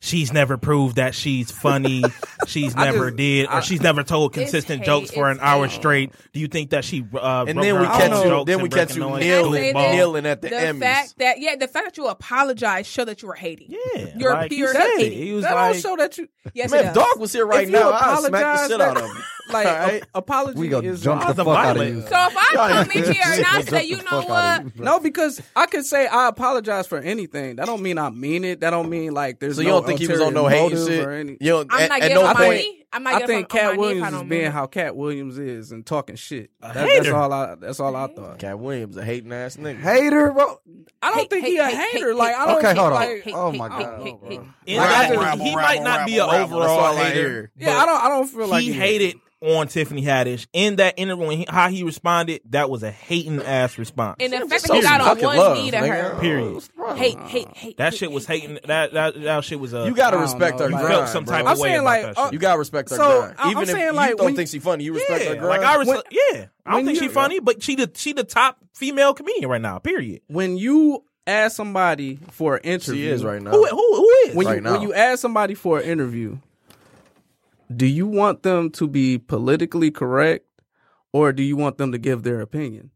[SPEAKER 5] She's never proved that she's funny. she's never did, or she's never told consistent
[SPEAKER 7] hate,
[SPEAKER 5] jokes for an
[SPEAKER 7] it's
[SPEAKER 5] hour
[SPEAKER 7] hate.
[SPEAKER 5] straight. Do you think that she? Uh,
[SPEAKER 6] And
[SPEAKER 5] wrote
[SPEAKER 6] then
[SPEAKER 5] her
[SPEAKER 6] we
[SPEAKER 5] own
[SPEAKER 6] catch you-
[SPEAKER 5] jokes
[SPEAKER 6] then
[SPEAKER 5] and
[SPEAKER 6] we catch you
[SPEAKER 5] recognized-
[SPEAKER 7] Can I
[SPEAKER 6] kneeling,
[SPEAKER 7] say
[SPEAKER 5] Ball.
[SPEAKER 7] this?
[SPEAKER 6] kneeling at the Emmys.
[SPEAKER 7] fact that yeah, the fact that you apologized showed that you were hating.
[SPEAKER 5] Yeah,
[SPEAKER 7] You're
[SPEAKER 5] like you
[SPEAKER 7] pure
[SPEAKER 5] said,
[SPEAKER 7] hating.
[SPEAKER 5] He was
[SPEAKER 11] That
[SPEAKER 5] like,
[SPEAKER 11] don't show that you.
[SPEAKER 7] Yes,
[SPEAKER 6] man,
[SPEAKER 7] it
[SPEAKER 6] if
[SPEAKER 7] does.
[SPEAKER 6] Dog was here right
[SPEAKER 11] If you
[SPEAKER 6] now, I'd smack the
[SPEAKER 11] apologize,
[SPEAKER 6] shit
[SPEAKER 11] that-
[SPEAKER 6] out of him.
[SPEAKER 11] Like
[SPEAKER 6] All right?
[SPEAKER 11] a- apology
[SPEAKER 4] We gonna
[SPEAKER 11] is
[SPEAKER 4] jump
[SPEAKER 11] not-
[SPEAKER 4] the
[SPEAKER 5] the
[SPEAKER 4] fuck out of
[SPEAKER 5] violence.
[SPEAKER 4] you.
[SPEAKER 7] So if I come in here and I
[SPEAKER 4] Jump the
[SPEAKER 7] say, you know
[SPEAKER 4] fuck out
[SPEAKER 7] what,
[SPEAKER 4] of you, bro.
[SPEAKER 11] No, because I could say I apologize for anything. That don't mean I mean it. That don't mean like there's.
[SPEAKER 6] So
[SPEAKER 11] no
[SPEAKER 6] you don't think he was on no
[SPEAKER 11] ulterior
[SPEAKER 6] hating
[SPEAKER 11] motive
[SPEAKER 6] shit?
[SPEAKER 11] or any-
[SPEAKER 6] You don't,
[SPEAKER 7] I'm
[SPEAKER 6] at,
[SPEAKER 7] not
[SPEAKER 6] at
[SPEAKER 7] getting
[SPEAKER 6] no
[SPEAKER 7] on my
[SPEAKER 6] point.
[SPEAKER 7] knee. I'm not
[SPEAKER 11] I
[SPEAKER 7] getting
[SPEAKER 11] think
[SPEAKER 7] on-
[SPEAKER 11] Cat
[SPEAKER 7] on my knee if I
[SPEAKER 11] Williams
[SPEAKER 7] don't
[SPEAKER 11] is
[SPEAKER 7] mean
[SPEAKER 11] being
[SPEAKER 7] it.
[SPEAKER 11] how Cat Williams is and talking shit. That- that's
[SPEAKER 5] hater.
[SPEAKER 11] all I. That's all I thought.
[SPEAKER 6] Cat Williams, a hating ass nigga.
[SPEAKER 4] Hater, bro.
[SPEAKER 11] I don't
[SPEAKER 7] Hate,
[SPEAKER 11] think
[SPEAKER 7] hate,
[SPEAKER 11] he a
[SPEAKER 7] hate,
[SPEAKER 11] hater.
[SPEAKER 7] hate,
[SPEAKER 11] like I
[SPEAKER 7] hate,
[SPEAKER 11] don't
[SPEAKER 4] Okay,
[SPEAKER 11] think,
[SPEAKER 4] hold on.
[SPEAKER 11] like-
[SPEAKER 7] Hate,
[SPEAKER 4] Oh
[SPEAKER 7] hate,
[SPEAKER 4] my
[SPEAKER 7] hate,
[SPEAKER 4] God.
[SPEAKER 7] hate, hate, hate.
[SPEAKER 5] in
[SPEAKER 11] Like,
[SPEAKER 5] that
[SPEAKER 11] I
[SPEAKER 5] sense,
[SPEAKER 11] just-
[SPEAKER 5] he might not be an overall hater.
[SPEAKER 11] yeah, I don't. I don't feel like
[SPEAKER 5] he
[SPEAKER 11] is.
[SPEAKER 5] hated on Tiffany Haddish in that interview. and he- how he responded, that was a hating ass response.
[SPEAKER 7] And the fact
[SPEAKER 6] Just
[SPEAKER 7] that he
[SPEAKER 6] show
[SPEAKER 7] got
[SPEAKER 6] some
[SPEAKER 7] on
[SPEAKER 6] fucking
[SPEAKER 7] one
[SPEAKER 6] love,
[SPEAKER 7] knee to
[SPEAKER 6] nigga.
[SPEAKER 7] her.
[SPEAKER 5] Period.
[SPEAKER 7] Hate, hate, hate.
[SPEAKER 5] That
[SPEAKER 7] hate,
[SPEAKER 5] shit was
[SPEAKER 7] hate,
[SPEAKER 5] hating.
[SPEAKER 7] hate.
[SPEAKER 5] That that, that shit was a.
[SPEAKER 6] You gotta
[SPEAKER 11] I don't
[SPEAKER 6] respect
[SPEAKER 11] know,
[SPEAKER 6] her
[SPEAKER 11] like-
[SPEAKER 6] grind,
[SPEAKER 5] felt some
[SPEAKER 6] bro.
[SPEAKER 5] type
[SPEAKER 11] I'm
[SPEAKER 5] of way
[SPEAKER 11] saying,
[SPEAKER 5] about
[SPEAKER 11] like,
[SPEAKER 5] that
[SPEAKER 11] uh,
[SPEAKER 5] shit.
[SPEAKER 6] You gotta respect her
[SPEAKER 11] So,
[SPEAKER 6] grind.
[SPEAKER 11] I- I'm
[SPEAKER 6] Even if
[SPEAKER 11] saying,
[SPEAKER 6] you
[SPEAKER 11] like,
[SPEAKER 6] don't
[SPEAKER 11] when-
[SPEAKER 6] think she funny, you respect her
[SPEAKER 5] Yeah,
[SPEAKER 6] grind.
[SPEAKER 5] like I res-
[SPEAKER 11] When-
[SPEAKER 5] yeah, I
[SPEAKER 11] when
[SPEAKER 5] don't think
[SPEAKER 11] you-
[SPEAKER 5] she funny, but she the she the top female comedian right now. Period.
[SPEAKER 11] when you ask somebody for an interview.
[SPEAKER 6] she is right now.
[SPEAKER 5] Who who who is?
[SPEAKER 11] when
[SPEAKER 6] right
[SPEAKER 11] you
[SPEAKER 6] now.
[SPEAKER 11] when you ask somebody for an interview, do you want them to be politically correct or do you want them to give their opinion?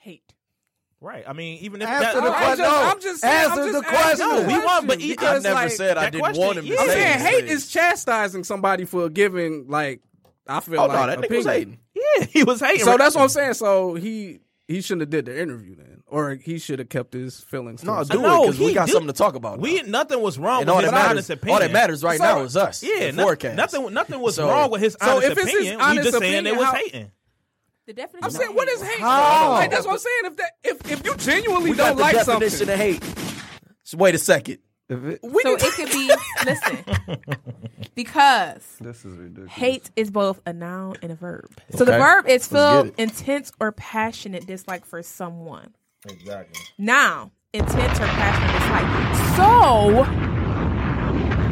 [SPEAKER 7] Hate.
[SPEAKER 5] right. I mean, even if
[SPEAKER 4] Answer
[SPEAKER 5] that,
[SPEAKER 4] the
[SPEAKER 11] I'm
[SPEAKER 4] question.
[SPEAKER 11] just-
[SPEAKER 4] No.
[SPEAKER 11] I'm just- I'm
[SPEAKER 4] Answer
[SPEAKER 11] just
[SPEAKER 4] the
[SPEAKER 11] asking
[SPEAKER 4] question.
[SPEAKER 5] No, we want, but e,
[SPEAKER 11] Because,
[SPEAKER 6] I never
[SPEAKER 11] like,
[SPEAKER 6] said I
[SPEAKER 5] that
[SPEAKER 6] didn't
[SPEAKER 5] question-
[SPEAKER 6] want him to
[SPEAKER 5] yeah.
[SPEAKER 11] I'm
[SPEAKER 6] say
[SPEAKER 11] saying
[SPEAKER 6] these
[SPEAKER 11] hate
[SPEAKER 6] things.
[SPEAKER 11] is chastising somebody for giving like I feel
[SPEAKER 6] Oh, no,
[SPEAKER 11] like
[SPEAKER 6] that nigga was hating.
[SPEAKER 5] Yeah, he was hating.
[SPEAKER 11] So that's what I'm saying. So he he shouldn't have did the interview then, or he should have kept his feelings. to
[SPEAKER 6] No,
[SPEAKER 11] himself.
[SPEAKER 6] do it because we got something to talk about.
[SPEAKER 5] We nothing was wrong
[SPEAKER 6] And
[SPEAKER 5] with
[SPEAKER 6] all
[SPEAKER 5] his
[SPEAKER 6] that matters-
[SPEAKER 5] honest
[SPEAKER 6] all
[SPEAKER 5] opinion.
[SPEAKER 6] that matters right now is us,
[SPEAKER 5] Yeah,
[SPEAKER 6] the
[SPEAKER 5] no-
[SPEAKER 6] forecast.
[SPEAKER 5] nothing. Nothing was
[SPEAKER 6] So-
[SPEAKER 5] wrong with his
[SPEAKER 11] So
[SPEAKER 5] honest
[SPEAKER 11] if it's his
[SPEAKER 5] opinion. we
[SPEAKER 11] honest
[SPEAKER 5] just saying they
[SPEAKER 11] opinion,
[SPEAKER 5] was
[SPEAKER 11] how-
[SPEAKER 5] hating.
[SPEAKER 8] The definition.
[SPEAKER 11] I'm saying, what is hate?
[SPEAKER 6] How?
[SPEAKER 11] Like, that's what I'm saying. If that if if you genuinely
[SPEAKER 6] We got
[SPEAKER 11] don't
[SPEAKER 6] the
[SPEAKER 11] like
[SPEAKER 6] definition
[SPEAKER 11] something,
[SPEAKER 6] of hate. So wait a second.
[SPEAKER 4] If it,
[SPEAKER 11] we
[SPEAKER 8] So
[SPEAKER 11] need to-
[SPEAKER 8] it could be listen because
[SPEAKER 4] this is ridiculous.
[SPEAKER 7] Hate is both a noun and a verb. So the
[SPEAKER 6] Okay.
[SPEAKER 7] verb is
[SPEAKER 6] Let's
[SPEAKER 7] filled
[SPEAKER 6] get
[SPEAKER 7] intense or passionate dislike for someone.
[SPEAKER 5] Exactly.
[SPEAKER 7] Now, intense or passionate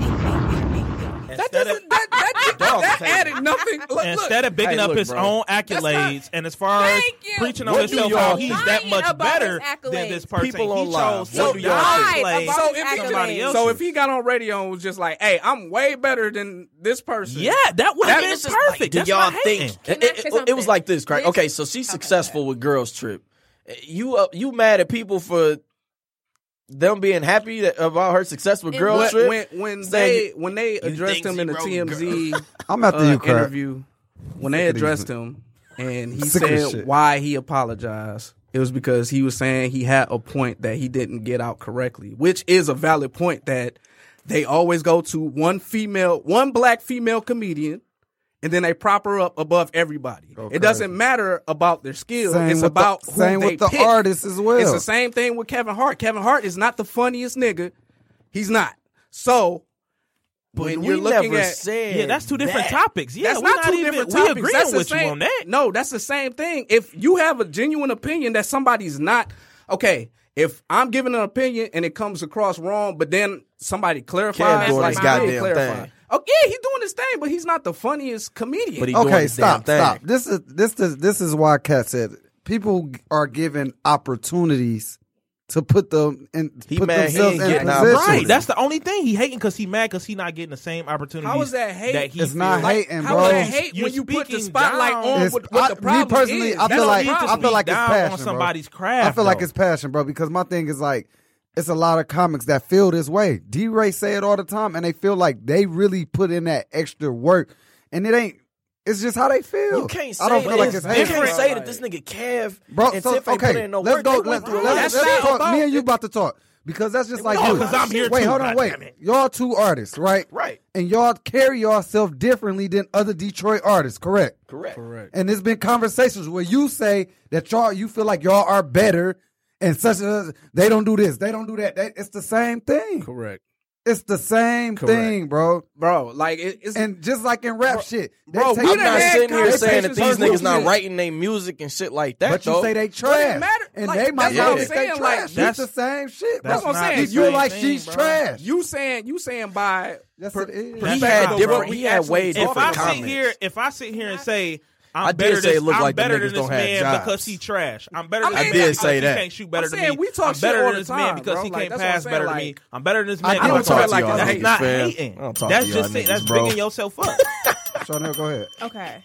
[SPEAKER 7] dislike. So.
[SPEAKER 11] that doesn't that that, that,
[SPEAKER 6] Dog is hating.
[SPEAKER 11] added nothing. Look,
[SPEAKER 5] Instead
[SPEAKER 11] look.
[SPEAKER 5] of bigging
[SPEAKER 6] Hey,
[SPEAKER 5] up
[SPEAKER 6] look,
[SPEAKER 5] his
[SPEAKER 6] bro.
[SPEAKER 5] own
[SPEAKER 11] not-
[SPEAKER 5] accolades and as far as
[SPEAKER 7] Thank you.
[SPEAKER 5] preaching on
[SPEAKER 6] What do
[SPEAKER 5] himself,
[SPEAKER 6] y'all
[SPEAKER 5] how he's that
[SPEAKER 7] think?
[SPEAKER 5] much
[SPEAKER 7] Lying
[SPEAKER 5] better
[SPEAKER 7] about his
[SPEAKER 5] than this
[SPEAKER 7] accolades.
[SPEAKER 5] person.
[SPEAKER 6] People
[SPEAKER 5] he
[SPEAKER 6] on live.
[SPEAKER 5] chose
[SPEAKER 6] What
[SPEAKER 5] to
[SPEAKER 6] do y'all
[SPEAKER 7] think?
[SPEAKER 5] downplay
[SPEAKER 7] About
[SPEAKER 11] so if,
[SPEAKER 7] his
[SPEAKER 5] somebody
[SPEAKER 7] accolades.
[SPEAKER 5] else.
[SPEAKER 11] so if he got on radio and was just like, "Hey, I'm way better than this person."
[SPEAKER 5] yeah, that would
[SPEAKER 6] I
[SPEAKER 5] have
[SPEAKER 6] mean,
[SPEAKER 5] been
[SPEAKER 6] it's just like,
[SPEAKER 5] perfect.
[SPEAKER 6] did
[SPEAKER 5] That's
[SPEAKER 6] y'all
[SPEAKER 5] not hating.
[SPEAKER 6] think
[SPEAKER 7] Can
[SPEAKER 6] it,
[SPEAKER 7] I
[SPEAKER 6] eh, oh, it-
[SPEAKER 7] say
[SPEAKER 6] it was
[SPEAKER 7] something?
[SPEAKER 6] like this, Craig?
[SPEAKER 7] This-
[SPEAKER 6] Okay, so she's
[SPEAKER 7] okay.
[SPEAKER 6] successful with Girls Trip. You uh, you mad at people for them being happy that, about her success with
[SPEAKER 8] It
[SPEAKER 6] Girls
[SPEAKER 8] was-
[SPEAKER 11] But
[SPEAKER 6] Trip?
[SPEAKER 11] when when
[SPEAKER 6] Say
[SPEAKER 11] they when they addressed
[SPEAKER 6] think
[SPEAKER 11] him in the
[SPEAKER 6] zero
[SPEAKER 11] TMZ
[SPEAKER 4] I'm after
[SPEAKER 11] uh,
[SPEAKER 4] you, Kurt.
[SPEAKER 11] interview, when they
[SPEAKER 4] Sick of these
[SPEAKER 11] addressed him and he
[SPEAKER 4] Sick of this
[SPEAKER 11] said
[SPEAKER 4] shit.
[SPEAKER 11] why he apologized, it was because he was saying he had a point that he didn't get out correctly, which is a valid point that they always go to one female, one black female comedian. And then they prop her up above everybody.
[SPEAKER 4] Go
[SPEAKER 11] it doesn't
[SPEAKER 4] crazy.
[SPEAKER 11] matter about their skill.
[SPEAKER 4] Same
[SPEAKER 11] it's
[SPEAKER 4] with the-
[SPEAKER 11] about who
[SPEAKER 4] same
[SPEAKER 11] they
[SPEAKER 4] with the
[SPEAKER 11] pick.
[SPEAKER 4] artists as well.
[SPEAKER 11] It's the same thing with Kevin Hart. Kevin Hart is not the funniest nigga. He's not. So when
[SPEAKER 6] But
[SPEAKER 11] you're
[SPEAKER 6] we
[SPEAKER 11] looking
[SPEAKER 6] never
[SPEAKER 11] at
[SPEAKER 6] said
[SPEAKER 5] Yeah, that's two different
[SPEAKER 6] that.
[SPEAKER 5] topics. Yeah,
[SPEAKER 11] that's
[SPEAKER 5] we're
[SPEAKER 11] not two
[SPEAKER 5] even,
[SPEAKER 11] different
[SPEAKER 5] we
[SPEAKER 11] topics.
[SPEAKER 5] agreeing
[SPEAKER 11] That's the
[SPEAKER 5] with
[SPEAKER 11] same-
[SPEAKER 5] you on that.
[SPEAKER 11] No, that's the same thing. If you have a genuine opinion that somebody's not okay, if I'm giving an opinion and it comes across wrong, but then somebody clarifies,
[SPEAKER 6] doing
[SPEAKER 11] like
[SPEAKER 6] his
[SPEAKER 11] he
[SPEAKER 6] goddamn
[SPEAKER 11] did clarify.
[SPEAKER 6] thing.
[SPEAKER 11] Oh yeah, he's doing his thing, but he's not the funniest comedian.
[SPEAKER 6] But he doing
[SPEAKER 4] Okay,
[SPEAKER 6] his
[SPEAKER 4] stop,
[SPEAKER 6] damn
[SPEAKER 4] stop.
[SPEAKER 6] thing.
[SPEAKER 4] This is this is this is why Cat said it. people g- are given opportunities to put them in
[SPEAKER 6] He
[SPEAKER 4] put
[SPEAKER 6] mad he
[SPEAKER 4] themselves
[SPEAKER 6] ain't
[SPEAKER 4] in
[SPEAKER 6] getting
[SPEAKER 4] position.
[SPEAKER 6] opportunities.
[SPEAKER 5] Right, that's the only thing he hating because he mad because he not getting the same opportunity.
[SPEAKER 11] How is that hate?
[SPEAKER 5] That he
[SPEAKER 4] It's not
[SPEAKER 5] feels-
[SPEAKER 4] hating,
[SPEAKER 11] How
[SPEAKER 4] bro.
[SPEAKER 11] would I hate
[SPEAKER 5] You
[SPEAKER 11] when you put the
[SPEAKER 5] speaking
[SPEAKER 11] spotlight
[SPEAKER 5] down.
[SPEAKER 11] on
[SPEAKER 4] It's-
[SPEAKER 11] what, what
[SPEAKER 4] I-
[SPEAKER 11] the problem
[SPEAKER 4] me personally,
[SPEAKER 11] is?
[SPEAKER 4] I
[SPEAKER 11] That's
[SPEAKER 4] feel
[SPEAKER 11] the
[SPEAKER 4] like
[SPEAKER 11] problem.
[SPEAKER 4] I feel like it's
[SPEAKER 5] down on
[SPEAKER 4] passion. bro.
[SPEAKER 5] somebody's craft,
[SPEAKER 4] I feel like
[SPEAKER 5] though.
[SPEAKER 4] it's passion, bro. Because my thing is like it's a lot of comics that feel this way. D. Ray say it all the time, and they feel like they really put in that extra work, and it ain't. It's just how they feel.
[SPEAKER 6] You can't say
[SPEAKER 4] I don't feel
[SPEAKER 6] that
[SPEAKER 4] like it's
[SPEAKER 6] You
[SPEAKER 4] hate.
[SPEAKER 6] can't say that this nigga Kev
[SPEAKER 4] Bro,
[SPEAKER 6] and
[SPEAKER 4] so,
[SPEAKER 6] Tiff ain't put
[SPEAKER 4] okay,
[SPEAKER 6] in no
[SPEAKER 4] let's
[SPEAKER 6] work.
[SPEAKER 4] go.
[SPEAKER 6] They
[SPEAKER 4] Let's,
[SPEAKER 6] went
[SPEAKER 4] do
[SPEAKER 6] through a
[SPEAKER 4] it.
[SPEAKER 6] lot.
[SPEAKER 4] let's,
[SPEAKER 11] That's
[SPEAKER 4] let's
[SPEAKER 11] not
[SPEAKER 4] talk.
[SPEAKER 11] about-
[SPEAKER 4] Me and you about to talk because that's just like
[SPEAKER 5] No,
[SPEAKER 4] you.
[SPEAKER 5] 'cause I'm here
[SPEAKER 4] Wait,
[SPEAKER 5] too,
[SPEAKER 4] hold on. Wait,
[SPEAKER 5] goddammit.
[SPEAKER 4] y'all two artists, right?
[SPEAKER 6] Right.
[SPEAKER 4] And y'all carry yourself differently than other Detroit artists, correct?
[SPEAKER 6] Correct.
[SPEAKER 4] And there's been conversations where you say that y'all you feel like y'all are better and such and they don't do this, they don't do that. They, it's the same thing.
[SPEAKER 11] Correct,
[SPEAKER 4] It's the same
[SPEAKER 11] Correct.
[SPEAKER 4] thing, bro.
[SPEAKER 11] bro. Like it, it's
[SPEAKER 4] And just like in rap shit, they
[SPEAKER 11] bro,
[SPEAKER 4] take-
[SPEAKER 11] we
[SPEAKER 6] I'm
[SPEAKER 11] done
[SPEAKER 6] not
[SPEAKER 11] had
[SPEAKER 6] sitting here saying that
[SPEAKER 11] conversations
[SPEAKER 6] these
[SPEAKER 11] personally.
[SPEAKER 6] niggas not writing their music and shit like that.
[SPEAKER 4] But you
[SPEAKER 6] though.
[SPEAKER 4] say they
[SPEAKER 11] But it
[SPEAKER 4] trash,
[SPEAKER 11] matter-
[SPEAKER 4] and
[SPEAKER 11] like,
[SPEAKER 4] they might
[SPEAKER 11] that's
[SPEAKER 4] not
[SPEAKER 11] what
[SPEAKER 4] think
[SPEAKER 11] I'm
[SPEAKER 4] they
[SPEAKER 11] saying, like,
[SPEAKER 4] trash.
[SPEAKER 5] that's-
[SPEAKER 4] That's the same shit.
[SPEAKER 5] that's
[SPEAKER 4] bro.
[SPEAKER 11] what I'm saying.
[SPEAKER 4] If you
[SPEAKER 11] Same
[SPEAKER 4] like
[SPEAKER 5] thing,
[SPEAKER 4] she's
[SPEAKER 5] bro.
[SPEAKER 4] trash.
[SPEAKER 11] You saying you saying by
[SPEAKER 4] That's
[SPEAKER 11] per-
[SPEAKER 4] what it is. He
[SPEAKER 6] he
[SPEAKER 5] That's
[SPEAKER 6] had
[SPEAKER 5] how-
[SPEAKER 6] different.
[SPEAKER 5] bro,
[SPEAKER 6] he had way
[SPEAKER 11] if
[SPEAKER 5] If
[SPEAKER 6] different
[SPEAKER 5] I sit
[SPEAKER 6] comments.
[SPEAKER 5] here, if I sit here and say I'm
[SPEAKER 6] I did
[SPEAKER 5] better
[SPEAKER 6] say
[SPEAKER 5] than
[SPEAKER 6] it looked
[SPEAKER 5] I'm
[SPEAKER 6] like the
[SPEAKER 5] better
[SPEAKER 6] niggas
[SPEAKER 5] than this
[SPEAKER 6] don't have
[SPEAKER 5] man
[SPEAKER 6] jobs.
[SPEAKER 5] because he trash. I'm better
[SPEAKER 11] I
[SPEAKER 5] than
[SPEAKER 11] mean, I
[SPEAKER 5] this man
[SPEAKER 11] did
[SPEAKER 5] because
[SPEAKER 6] say
[SPEAKER 5] he
[SPEAKER 6] that.
[SPEAKER 5] can't shoot better
[SPEAKER 11] I'm
[SPEAKER 5] than
[SPEAKER 11] saying
[SPEAKER 5] me.
[SPEAKER 11] we talk
[SPEAKER 5] I'm better
[SPEAKER 11] shit all
[SPEAKER 5] than this
[SPEAKER 11] the
[SPEAKER 5] man
[SPEAKER 11] time,
[SPEAKER 5] because
[SPEAKER 11] bro.
[SPEAKER 5] he
[SPEAKER 11] Like,
[SPEAKER 5] can't
[SPEAKER 11] that's what I'm
[SPEAKER 5] pass
[SPEAKER 11] saying,
[SPEAKER 5] better than me.
[SPEAKER 11] like-
[SPEAKER 5] I'm better than this
[SPEAKER 4] I
[SPEAKER 5] man.
[SPEAKER 4] don't
[SPEAKER 5] because
[SPEAKER 4] talk
[SPEAKER 5] I'm
[SPEAKER 4] to
[SPEAKER 5] better
[SPEAKER 4] y'all
[SPEAKER 5] than- that's
[SPEAKER 4] niggas,
[SPEAKER 5] not
[SPEAKER 6] fam. I
[SPEAKER 5] hating.
[SPEAKER 6] don't talk to
[SPEAKER 5] That's
[SPEAKER 6] y'all
[SPEAKER 5] just saying- that's
[SPEAKER 6] niggas, bro.
[SPEAKER 5] bringing yourself up.
[SPEAKER 4] Chanel, go ahead.
[SPEAKER 8] Okay.